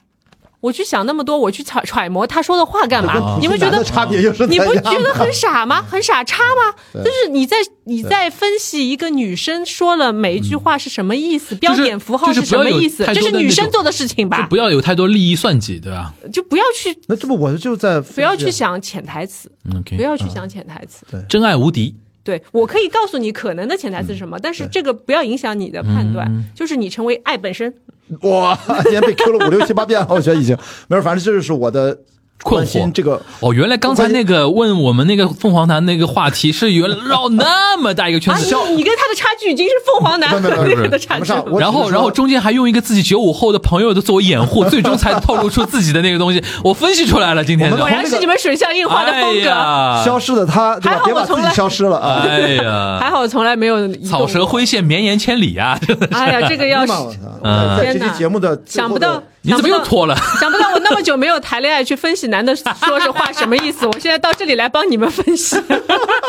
[SPEAKER 4] 我去想那么多，我去揣揣摩他说的话干嘛？你会觉
[SPEAKER 3] 男
[SPEAKER 4] 得
[SPEAKER 3] 的差别又是
[SPEAKER 4] 你不
[SPEAKER 3] 怎样
[SPEAKER 4] 觉得
[SPEAKER 3] 的
[SPEAKER 4] 很傻吗？很傻叉吗？就是你在你在分析一个女生说了每一句话是什么意思，标点符
[SPEAKER 2] 嗯
[SPEAKER 4] 号
[SPEAKER 2] 就是
[SPEAKER 4] 什么意思，
[SPEAKER 2] 不要有太
[SPEAKER 4] 这
[SPEAKER 2] 多的那
[SPEAKER 4] 是
[SPEAKER 2] 种
[SPEAKER 4] 女生做的事情
[SPEAKER 2] 就
[SPEAKER 4] 吧
[SPEAKER 2] 不？要有太多利益算计，对吧
[SPEAKER 4] 就不要去
[SPEAKER 3] 那这不我就在
[SPEAKER 4] 不要去想潜台词，
[SPEAKER 2] 嗯
[SPEAKER 4] 不
[SPEAKER 2] ？OK，
[SPEAKER 4] 要去想潜台词。
[SPEAKER 2] 真爱无敌。
[SPEAKER 4] 对我可以告诉你可能的潜台
[SPEAKER 2] 嗯
[SPEAKER 4] 词是什么，但是这个不要影响你的判断，就是你成为爱本身。
[SPEAKER 3] 哇， 今天被 Q 了五六七八遍了，我觉得已经没有，反正这就是我的
[SPEAKER 2] 困惑
[SPEAKER 3] 关心这个。
[SPEAKER 2] 哦，原来刚才那个问我们那个凤凰男那个话题是原来绕那么大一个圈
[SPEAKER 4] 啊，
[SPEAKER 3] 哎
[SPEAKER 2] 子，
[SPEAKER 4] 你你跟他的差距已经是凤凰男
[SPEAKER 3] 不
[SPEAKER 4] 和
[SPEAKER 3] 是不是不是
[SPEAKER 4] 那个的差
[SPEAKER 3] 不
[SPEAKER 4] 距
[SPEAKER 3] 是
[SPEAKER 4] 了。
[SPEAKER 3] 我
[SPEAKER 2] 然
[SPEAKER 3] 只
[SPEAKER 2] 后，
[SPEAKER 3] 是
[SPEAKER 2] 然后
[SPEAKER 3] 说
[SPEAKER 2] 中间还用一个自己九五后的朋友的自我掩护，最终才透露出自己的那个东西。我分析出来了，今天的
[SPEAKER 3] 我
[SPEAKER 4] 果
[SPEAKER 3] 们
[SPEAKER 4] 然是你们水象硬化的风格。
[SPEAKER 2] 哎
[SPEAKER 3] 消
[SPEAKER 2] 呀，
[SPEAKER 3] 失的他，对
[SPEAKER 4] 还
[SPEAKER 3] 吧
[SPEAKER 4] 好？
[SPEAKER 3] 别
[SPEAKER 4] 我
[SPEAKER 3] 把自
[SPEAKER 4] 从
[SPEAKER 3] 己
[SPEAKER 4] 来
[SPEAKER 3] 消失了啊！
[SPEAKER 2] 哎
[SPEAKER 4] 还
[SPEAKER 2] 呀，
[SPEAKER 4] 好我从来没有移动
[SPEAKER 2] 草蛇
[SPEAKER 4] 过。
[SPEAKER 2] 灰线绵延千里 啊！真的
[SPEAKER 4] 哎呀，这个 要
[SPEAKER 3] 哎
[SPEAKER 4] 是
[SPEAKER 3] 呀我操！
[SPEAKER 2] 嗯
[SPEAKER 3] 在这
[SPEAKER 4] 天
[SPEAKER 3] 期
[SPEAKER 4] 哪
[SPEAKER 3] 节目的最
[SPEAKER 4] 想
[SPEAKER 3] 后
[SPEAKER 4] 不
[SPEAKER 3] 的
[SPEAKER 4] 到，
[SPEAKER 2] 你怎么又脱了？
[SPEAKER 4] 想不到我那么久没有谈恋爱去分析男的说这话什么意思，我现在到这里来帮你们分析。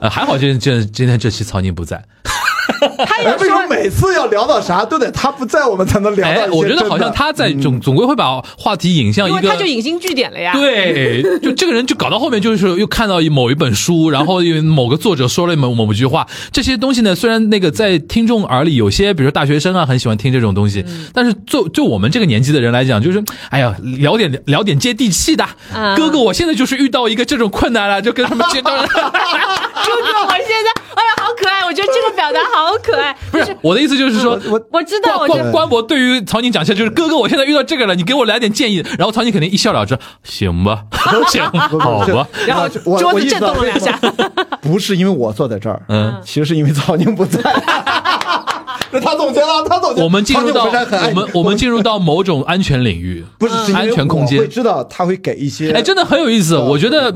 [SPEAKER 2] 呃还好今这今天这期曹宁不在。
[SPEAKER 4] 他
[SPEAKER 3] 哎，
[SPEAKER 4] 有
[SPEAKER 3] 为什么
[SPEAKER 4] 说，
[SPEAKER 3] 每次要聊到啥都得他不在，我们才能聊到一
[SPEAKER 2] 哎，
[SPEAKER 3] 些
[SPEAKER 2] 我觉
[SPEAKER 3] 真
[SPEAKER 2] 得
[SPEAKER 3] 的嗯
[SPEAKER 2] 好像他在总总归会把话题引向
[SPEAKER 4] 因
[SPEAKER 2] 一
[SPEAKER 4] 为
[SPEAKER 2] 个
[SPEAKER 4] 他就。引经据典了呀。
[SPEAKER 2] 对，就这个人就搞到后面，就是又看到某一本书，然后又某个作者说了某某句话，这些东西呢，虽然那个在听众耳里有些，比如说大学生啊，很喜欢听这种东西，
[SPEAKER 4] 嗯
[SPEAKER 2] 但是就就我们这个年纪的人来讲，就是哎呀，聊点聊点接地气的。
[SPEAKER 4] 啊
[SPEAKER 2] 哥哥，我现在就是遇到一个这种困难了，就跟他们接到了。
[SPEAKER 4] 哥哥，我现在，哎呀，好可爱！我觉得这个表达好可爱。
[SPEAKER 2] 不是我的意思，就是说。
[SPEAKER 3] 我
[SPEAKER 4] 我知道，
[SPEAKER 2] 关
[SPEAKER 4] 我就
[SPEAKER 2] 关关博对于曹宁讲一下，就是哥哥，我现在遇到这个了，你给我来点建议。然后曹宁肯定一笑了之，行吧， 行，
[SPEAKER 3] 不
[SPEAKER 2] 好
[SPEAKER 3] 不
[SPEAKER 2] 吧，
[SPEAKER 3] 这
[SPEAKER 4] 然后
[SPEAKER 3] 我我
[SPEAKER 4] 桌
[SPEAKER 3] 我
[SPEAKER 4] 子
[SPEAKER 3] 意识
[SPEAKER 4] 震
[SPEAKER 3] 到
[SPEAKER 4] 动了两下。
[SPEAKER 3] 不是因为我坐在这儿，
[SPEAKER 2] 嗯，
[SPEAKER 3] 其实是因为曹宁不在。 那他总结了，他总 结。
[SPEAKER 2] 我们进入到
[SPEAKER 3] 曹宁本身很爱
[SPEAKER 2] 我
[SPEAKER 3] 你
[SPEAKER 2] 们我们进入到某种安全领 域，
[SPEAKER 3] 不是是因为
[SPEAKER 2] 安全空间
[SPEAKER 3] 我会知道他会给一些。
[SPEAKER 2] 哎，真的很有意
[SPEAKER 3] 啊
[SPEAKER 2] 思。我觉得，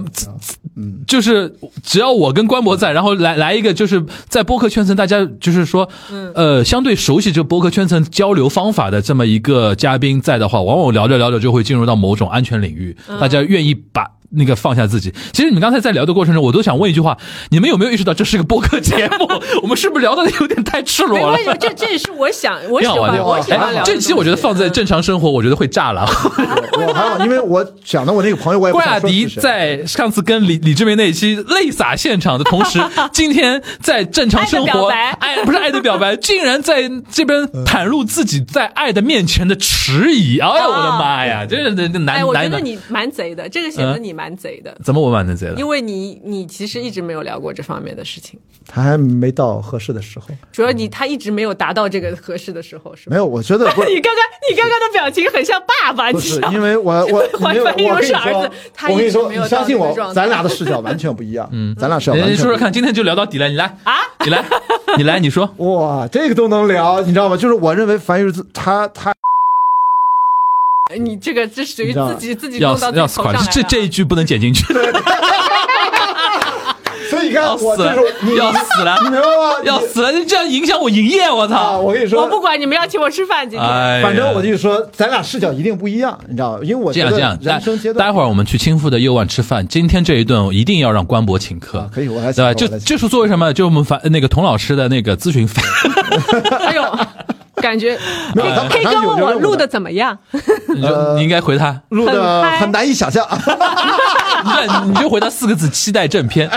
[SPEAKER 3] 嗯
[SPEAKER 2] 就是只要我跟关博在，然后来来一个，就是在播客圈层，大家 就是说，
[SPEAKER 4] 嗯
[SPEAKER 2] 呃，相对熟悉这播客圈层交流方法的这么一个嘉宾在的话，往往聊着聊着就会进入到某种安全领域，
[SPEAKER 4] 嗯
[SPEAKER 2] 大家愿意把。那个放下自己。其实你们刚才在聊的过程中，我都想问一句话：你们有没有意识到这是个播客节目？ 我们是不是聊的有点太赤
[SPEAKER 4] 没
[SPEAKER 2] 裸了
[SPEAKER 4] 关？系，这这也是我想，我喜
[SPEAKER 2] 挺好玩
[SPEAKER 4] 欢，
[SPEAKER 2] 的。
[SPEAKER 4] 我喜欢
[SPEAKER 2] 哎
[SPEAKER 4] 聊的东，西。嗯
[SPEAKER 2] 这期我觉得放在正常生活，我觉得会炸 了。
[SPEAKER 3] 的，我 还好，因为我讲的我那个朋友，我也不
[SPEAKER 2] 郭
[SPEAKER 3] 想
[SPEAKER 2] 亚
[SPEAKER 3] 说
[SPEAKER 2] 迪
[SPEAKER 3] 是谁。
[SPEAKER 2] 在上次跟李李志明那一期泪洒现场的同时，今天在正常生
[SPEAKER 4] 爱的
[SPEAKER 2] 活，
[SPEAKER 4] 表白
[SPEAKER 2] 爱不是爱的表 白，竟然在这边袒露自己在爱的面前的迟疑。哎呀，我的妈呀，这是这这
[SPEAKER 4] 啊哎，
[SPEAKER 2] 难
[SPEAKER 4] 我觉
[SPEAKER 2] 难
[SPEAKER 4] 得
[SPEAKER 2] 难，
[SPEAKER 4] 你蛮贼的，这个显得
[SPEAKER 2] 嗯
[SPEAKER 4] 你蛮贼的，
[SPEAKER 2] 怎么我蛮能贼了？
[SPEAKER 4] 因为你你其实一直没有聊过这方面的事情，
[SPEAKER 3] 他还没到合适的时候。
[SPEAKER 4] 主要
[SPEAKER 2] 嗯
[SPEAKER 4] 你他一直没有达到这个合适的时候，是吧
[SPEAKER 3] 没？有，我觉得不 是
[SPEAKER 4] 你刚刚你刚刚的表情很像爸爸，
[SPEAKER 3] 不
[SPEAKER 4] 你
[SPEAKER 3] 是
[SPEAKER 4] 知道，吗
[SPEAKER 3] 因为我我
[SPEAKER 4] 怀
[SPEAKER 3] 没有我
[SPEAKER 4] 疑
[SPEAKER 3] 跟
[SPEAKER 4] 我
[SPEAKER 3] 你
[SPEAKER 4] 是儿子
[SPEAKER 3] 说，
[SPEAKER 4] 他
[SPEAKER 3] 我跟
[SPEAKER 4] 一
[SPEAKER 3] 你
[SPEAKER 4] 直
[SPEAKER 3] 说，
[SPEAKER 4] 没有
[SPEAKER 3] 你
[SPEAKER 4] 到
[SPEAKER 3] 相信
[SPEAKER 4] 那个
[SPEAKER 3] 我
[SPEAKER 4] 状，态
[SPEAKER 3] 咱俩的视角完全不一样。嗯，咱俩视角完
[SPEAKER 2] 哎你
[SPEAKER 3] 全
[SPEAKER 2] 说
[SPEAKER 3] 不
[SPEAKER 2] 说
[SPEAKER 3] 一样。
[SPEAKER 2] 看，今天就聊到底了，你来啊，你来，你来，你 说，
[SPEAKER 3] 哇，这个都能聊，你知道吗？就是我认为樊玉自他他
[SPEAKER 4] 你这个这属于
[SPEAKER 3] 你知道
[SPEAKER 4] 自己自己
[SPEAKER 2] 要
[SPEAKER 4] 弄
[SPEAKER 2] 死
[SPEAKER 4] 到自己
[SPEAKER 2] 要
[SPEAKER 4] 头
[SPEAKER 2] 死
[SPEAKER 4] 上
[SPEAKER 2] 垮
[SPEAKER 4] 来
[SPEAKER 2] 了，
[SPEAKER 4] 了。
[SPEAKER 2] 这这一句不能剪进 去，
[SPEAKER 3] 所以你
[SPEAKER 2] 要
[SPEAKER 3] 看，我
[SPEAKER 2] 死
[SPEAKER 3] 就
[SPEAKER 2] 了
[SPEAKER 3] 是你，，
[SPEAKER 2] 要死了
[SPEAKER 3] 你，明白吗？
[SPEAKER 2] 要死了，这样影响我营业，我
[SPEAKER 3] 啊！
[SPEAKER 2] 操！
[SPEAKER 3] 我跟你
[SPEAKER 4] 我
[SPEAKER 3] 说，
[SPEAKER 4] 不管你们要请我吃饭，今天、
[SPEAKER 2] 哎呀，
[SPEAKER 3] 反正我就说，咱俩视角一定不一样，你知道吗？因为我
[SPEAKER 2] 这
[SPEAKER 3] 觉
[SPEAKER 2] 样这
[SPEAKER 3] 得
[SPEAKER 2] 样，
[SPEAKER 3] 人生
[SPEAKER 2] 待
[SPEAKER 3] 阶段，
[SPEAKER 2] 待会儿我们去青富的右腕吃饭。今天这一顿我一定要让关博请客，
[SPEAKER 3] 啊可以我来
[SPEAKER 2] 对吧？
[SPEAKER 3] 请
[SPEAKER 2] 就
[SPEAKER 3] 我来请
[SPEAKER 2] 就 是作为什么？就我们樊那个童老师的那个咨询费，
[SPEAKER 4] 哎呦，感觉
[SPEAKER 3] 没有他
[SPEAKER 4] K
[SPEAKER 3] 马上
[SPEAKER 4] 哥
[SPEAKER 3] 有
[SPEAKER 4] 问
[SPEAKER 3] 就
[SPEAKER 4] 我
[SPEAKER 3] 问我
[SPEAKER 4] 录的怎么样？
[SPEAKER 2] 你
[SPEAKER 3] 呃
[SPEAKER 2] 就你应该回他，
[SPEAKER 3] 录
[SPEAKER 4] 很
[SPEAKER 3] 的
[SPEAKER 4] 嗨
[SPEAKER 3] 很难以想象。
[SPEAKER 2] 那你就回他四个字：期待正片。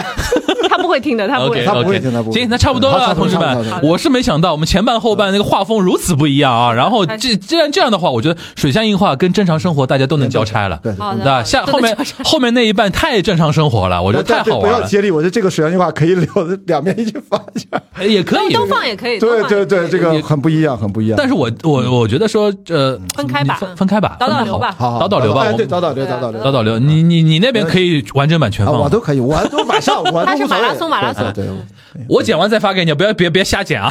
[SPEAKER 4] 他不会听的，他不
[SPEAKER 2] OK
[SPEAKER 4] 会。
[SPEAKER 3] 他不会
[SPEAKER 2] OK，
[SPEAKER 3] 听他不会
[SPEAKER 2] 行，那差不多
[SPEAKER 3] 他
[SPEAKER 2] 了，
[SPEAKER 3] 他
[SPEAKER 2] 同志
[SPEAKER 3] 他他他
[SPEAKER 2] 们，我是没想到我们前半后半那个画风如此不一样
[SPEAKER 3] 嗯
[SPEAKER 2] 啊。然后这既然这样的话，我觉得水象硬化跟正常生活大家都能交差了。
[SPEAKER 3] 对，
[SPEAKER 4] 好的
[SPEAKER 2] 那下
[SPEAKER 4] 都
[SPEAKER 2] 后
[SPEAKER 4] 能
[SPEAKER 2] 面
[SPEAKER 4] 交差
[SPEAKER 2] 后面那一半太正常生活了，我
[SPEAKER 3] 我
[SPEAKER 2] 觉得太好
[SPEAKER 3] 不
[SPEAKER 2] 玩
[SPEAKER 3] 要
[SPEAKER 2] 了，
[SPEAKER 3] 接力，我觉得这个水象计划可以留 的两面一起发一下。
[SPEAKER 2] 哎也可以
[SPEAKER 4] 都放也可以，都
[SPEAKER 3] 对
[SPEAKER 4] 放
[SPEAKER 3] 对对，这个
[SPEAKER 2] 也
[SPEAKER 3] 很不一样，很不一样。
[SPEAKER 2] 但是我我我觉得说，呃，
[SPEAKER 4] 分开吧
[SPEAKER 2] 你分分开吧，
[SPEAKER 4] 导导
[SPEAKER 2] 分开
[SPEAKER 4] 流吧
[SPEAKER 3] 好好
[SPEAKER 2] 导导流吧，
[SPEAKER 3] 哎
[SPEAKER 2] 我
[SPEAKER 3] 对，
[SPEAKER 2] 们
[SPEAKER 3] 导导流，
[SPEAKER 4] 对啊
[SPEAKER 3] 导导流，嗯
[SPEAKER 2] 导导流，你你你那边可以完整版全
[SPEAKER 3] 啊，
[SPEAKER 2] 放
[SPEAKER 3] 我
[SPEAKER 2] 吗，
[SPEAKER 3] 都可以，我都晚上我都
[SPEAKER 4] 他是
[SPEAKER 3] 无所谓哎
[SPEAKER 4] 马拉松马拉松
[SPEAKER 3] 对对，对
[SPEAKER 2] 我剪完再发给你，不要别别瞎 剪啊，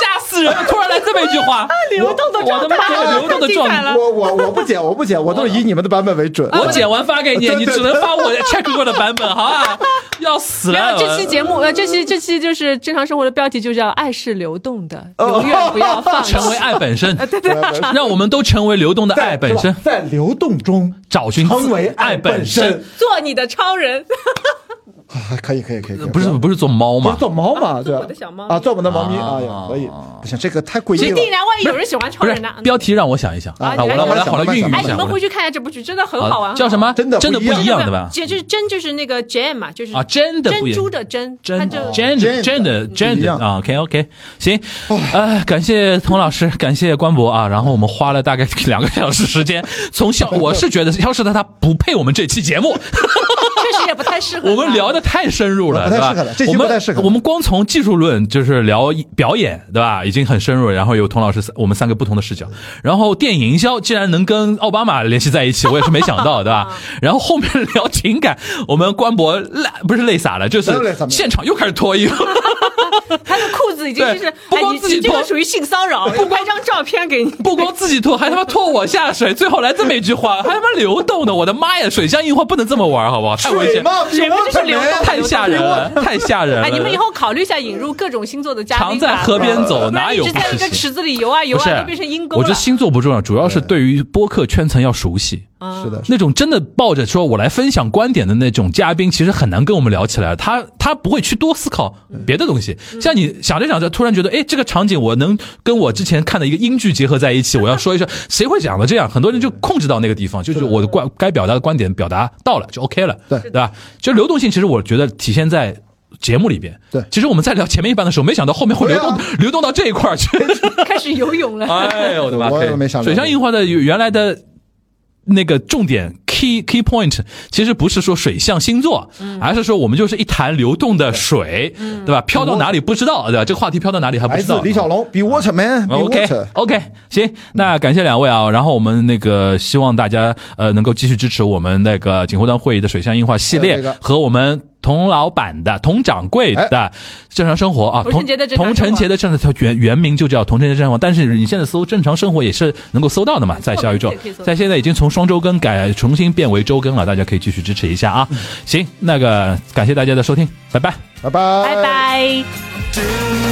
[SPEAKER 2] 吓死人了！突然来这么一句话，
[SPEAKER 4] 啊流动的
[SPEAKER 2] 我
[SPEAKER 4] 状
[SPEAKER 2] 的妈
[SPEAKER 4] 态，
[SPEAKER 2] 呀流动的
[SPEAKER 4] 太精
[SPEAKER 2] 状态
[SPEAKER 4] 彩了。啊
[SPEAKER 3] 我我我不剪，我不剪，我都是以你们的版本为准。
[SPEAKER 2] 我剪完发给你，
[SPEAKER 3] 对
[SPEAKER 2] 你
[SPEAKER 3] 对
[SPEAKER 2] 只能发我 check 过的版本，好吧？要死
[SPEAKER 4] 没
[SPEAKER 2] 了
[SPEAKER 4] 有，！这期节目，呃，这期这期就是正常生活的标题，就叫“爱是流动的，永远不要放弃
[SPEAKER 2] 成为爱本 身，
[SPEAKER 3] 对对对
[SPEAKER 2] 让我们都成为流动的爱哎本身，
[SPEAKER 3] 在流动中
[SPEAKER 2] 找寻自
[SPEAKER 3] 成为
[SPEAKER 2] 爱本身。。
[SPEAKER 4] 做你的超人
[SPEAKER 3] 啊，可以可以可以，可以
[SPEAKER 2] 不是不是做猫
[SPEAKER 3] 不
[SPEAKER 2] 吗
[SPEAKER 3] 是？做猫嘛？对吧
[SPEAKER 4] 我的小猫咪
[SPEAKER 3] 啊，做我们的猫咪
[SPEAKER 2] 啊
[SPEAKER 3] 啊，也可以。不行，这个太诡”。异
[SPEAKER 4] 一定啊
[SPEAKER 3] 了。
[SPEAKER 4] 然，万一有人喜欢超
[SPEAKER 2] 不是
[SPEAKER 4] 人呢？
[SPEAKER 2] 标题让我想一想啊，
[SPEAKER 4] 你
[SPEAKER 2] 我来
[SPEAKER 4] 来
[SPEAKER 2] 我来
[SPEAKER 4] 想
[SPEAKER 2] 好了
[SPEAKER 3] 慢慢
[SPEAKER 2] 孕育
[SPEAKER 3] 想
[SPEAKER 2] 一
[SPEAKER 4] 哎，你
[SPEAKER 2] 下
[SPEAKER 4] 们。回去看一下这部剧，真的很好玩。
[SPEAKER 2] 叫什么？
[SPEAKER 3] 真的
[SPEAKER 2] 真的
[SPEAKER 3] 不一样
[SPEAKER 2] 一样的吧？
[SPEAKER 4] 姐就是真就是那个 Jam 嘛，就是
[SPEAKER 2] 啊真的不一
[SPEAKER 4] 珍
[SPEAKER 2] 样
[SPEAKER 4] 珠的珍，它
[SPEAKER 2] 真
[SPEAKER 4] 就
[SPEAKER 2] 真的
[SPEAKER 3] 真
[SPEAKER 2] 真的真
[SPEAKER 3] 一
[SPEAKER 2] 的
[SPEAKER 3] 样
[SPEAKER 2] 啊，OK OK，行，呃，感谢童老师， 感谢关博啊，然后我们花了大概两个小时时间，从消，我是觉得消失的他不配我们这期节目，
[SPEAKER 4] 确实也不太适合。
[SPEAKER 2] 哦我们聊的太深入了，
[SPEAKER 3] 不太
[SPEAKER 2] 对吧
[SPEAKER 3] 适合了这期
[SPEAKER 2] 我们
[SPEAKER 3] 不太适合
[SPEAKER 2] 我们光从技术论就是聊表演，对吧？已经很深入了，然后有童老师三我们三个不同的视角，然后电影营销竟然能跟奥巴马联系在一起，我也是没想到，对
[SPEAKER 3] 啊
[SPEAKER 2] 吧？然后后面聊情感，我们官博累不是累傻了，就是
[SPEAKER 3] 没有累傻没有
[SPEAKER 2] 现场又开始脱衣 服。
[SPEAKER 4] 他的裤子已经就是
[SPEAKER 2] 对，不
[SPEAKER 4] 哎
[SPEAKER 2] 光
[SPEAKER 4] 你
[SPEAKER 2] 自己
[SPEAKER 4] 你这
[SPEAKER 2] 脱
[SPEAKER 4] 个属于性骚扰，我拍张照片给你。
[SPEAKER 2] 不光自己拖，还他妈拖我下水，最后来这么一句话，还他妈流动的，我的妈呀！水象硬化不能这么玩，好不好？太危
[SPEAKER 3] 水
[SPEAKER 2] 险，
[SPEAKER 3] 嘛，
[SPEAKER 4] 水
[SPEAKER 3] 比
[SPEAKER 4] 不
[SPEAKER 3] 汪
[SPEAKER 4] 就是
[SPEAKER 3] 可
[SPEAKER 4] 流
[SPEAKER 3] 怜
[SPEAKER 4] 动
[SPEAKER 2] 太吓人了，太吓人了。
[SPEAKER 4] 哎，你们以后考虑一下引入各种星座的嘉宾
[SPEAKER 2] 呃
[SPEAKER 4] 吧。
[SPEAKER 2] 常在河边走，
[SPEAKER 4] 不
[SPEAKER 2] 哪
[SPEAKER 4] 然一
[SPEAKER 2] 有
[SPEAKER 4] 直
[SPEAKER 2] 不
[SPEAKER 4] 在一个
[SPEAKER 2] 是
[SPEAKER 4] 池子里游啊游
[SPEAKER 2] 不是
[SPEAKER 4] 啊，都变成阴沟
[SPEAKER 2] 我觉得
[SPEAKER 4] 了。
[SPEAKER 2] 星座不重要，主要是对于播客圈层要熟悉。
[SPEAKER 4] 啊
[SPEAKER 3] 是的，
[SPEAKER 2] 那种真的抱着说我来分享观点的那种嘉宾，其实很难跟我们聊起来。他他不会去多思考别的东西。
[SPEAKER 4] 嗯
[SPEAKER 2] 像你想着想着，突然觉得，哎，这个场景我能跟我之前看的一个英剧结合在一起，我要说一说，谁会讲的这样？很多人就控制到那个地方，就是我的观该表达的观点表达到了就 OK 了，
[SPEAKER 3] 对
[SPEAKER 2] 对吧？就流动性，其实我觉得体现在。节目里边，
[SPEAKER 3] 对
[SPEAKER 2] 其实我们在聊前面一半的时候，没想到后面会流动、
[SPEAKER 3] 对啊
[SPEAKER 2] 流动到这一块儿去。
[SPEAKER 4] 开始游 泳了。
[SPEAKER 2] 哎呦我的妈！
[SPEAKER 3] 我
[SPEAKER 2] 可以
[SPEAKER 3] 也没想到
[SPEAKER 2] 水上硬化的原来的那个重点 key key point，其实不是说水象星座，而是说我们就是一潭流动的水，对吧？飘到哪里不知道，对吧？这个话题飘到哪里还不
[SPEAKER 3] 来
[SPEAKER 2] 知
[SPEAKER 3] 自
[SPEAKER 2] 道。啊
[SPEAKER 3] 李小龙，Be Waterman，Be
[SPEAKER 2] OK
[SPEAKER 3] Water。
[SPEAKER 2] OK，行，那感谢两位啊，然后我们那个希望大家呃能够继续支持我们那个锦湖端会议的水象硬化系
[SPEAKER 3] 呃还有这
[SPEAKER 2] 列
[SPEAKER 3] 个哎
[SPEAKER 2] 和我们童老板的童掌柜的正常生活啊，
[SPEAKER 4] 童
[SPEAKER 2] 童
[SPEAKER 4] 承杰的正常
[SPEAKER 2] 童
[SPEAKER 4] 生活
[SPEAKER 2] 承杰的正常原原名就叫童承杰正常生活，但是你现在搜正常生活也是能够搜到的嘛，在小宇宙
[SPEAKER 4] 哦也可以搜，到
[SPEAKER 2] 在现在已经从双周更改重新变为周更了，大家可以继续支持一下
[SPEAKER 4] 嗯
[SPEAKER 2] 啊。行，那个感谢大家的收听，拜拜。
[SPEAKER 3] 拜拜，
[SPEAKER 4] 拜。拜。
[SPEAKER 6] do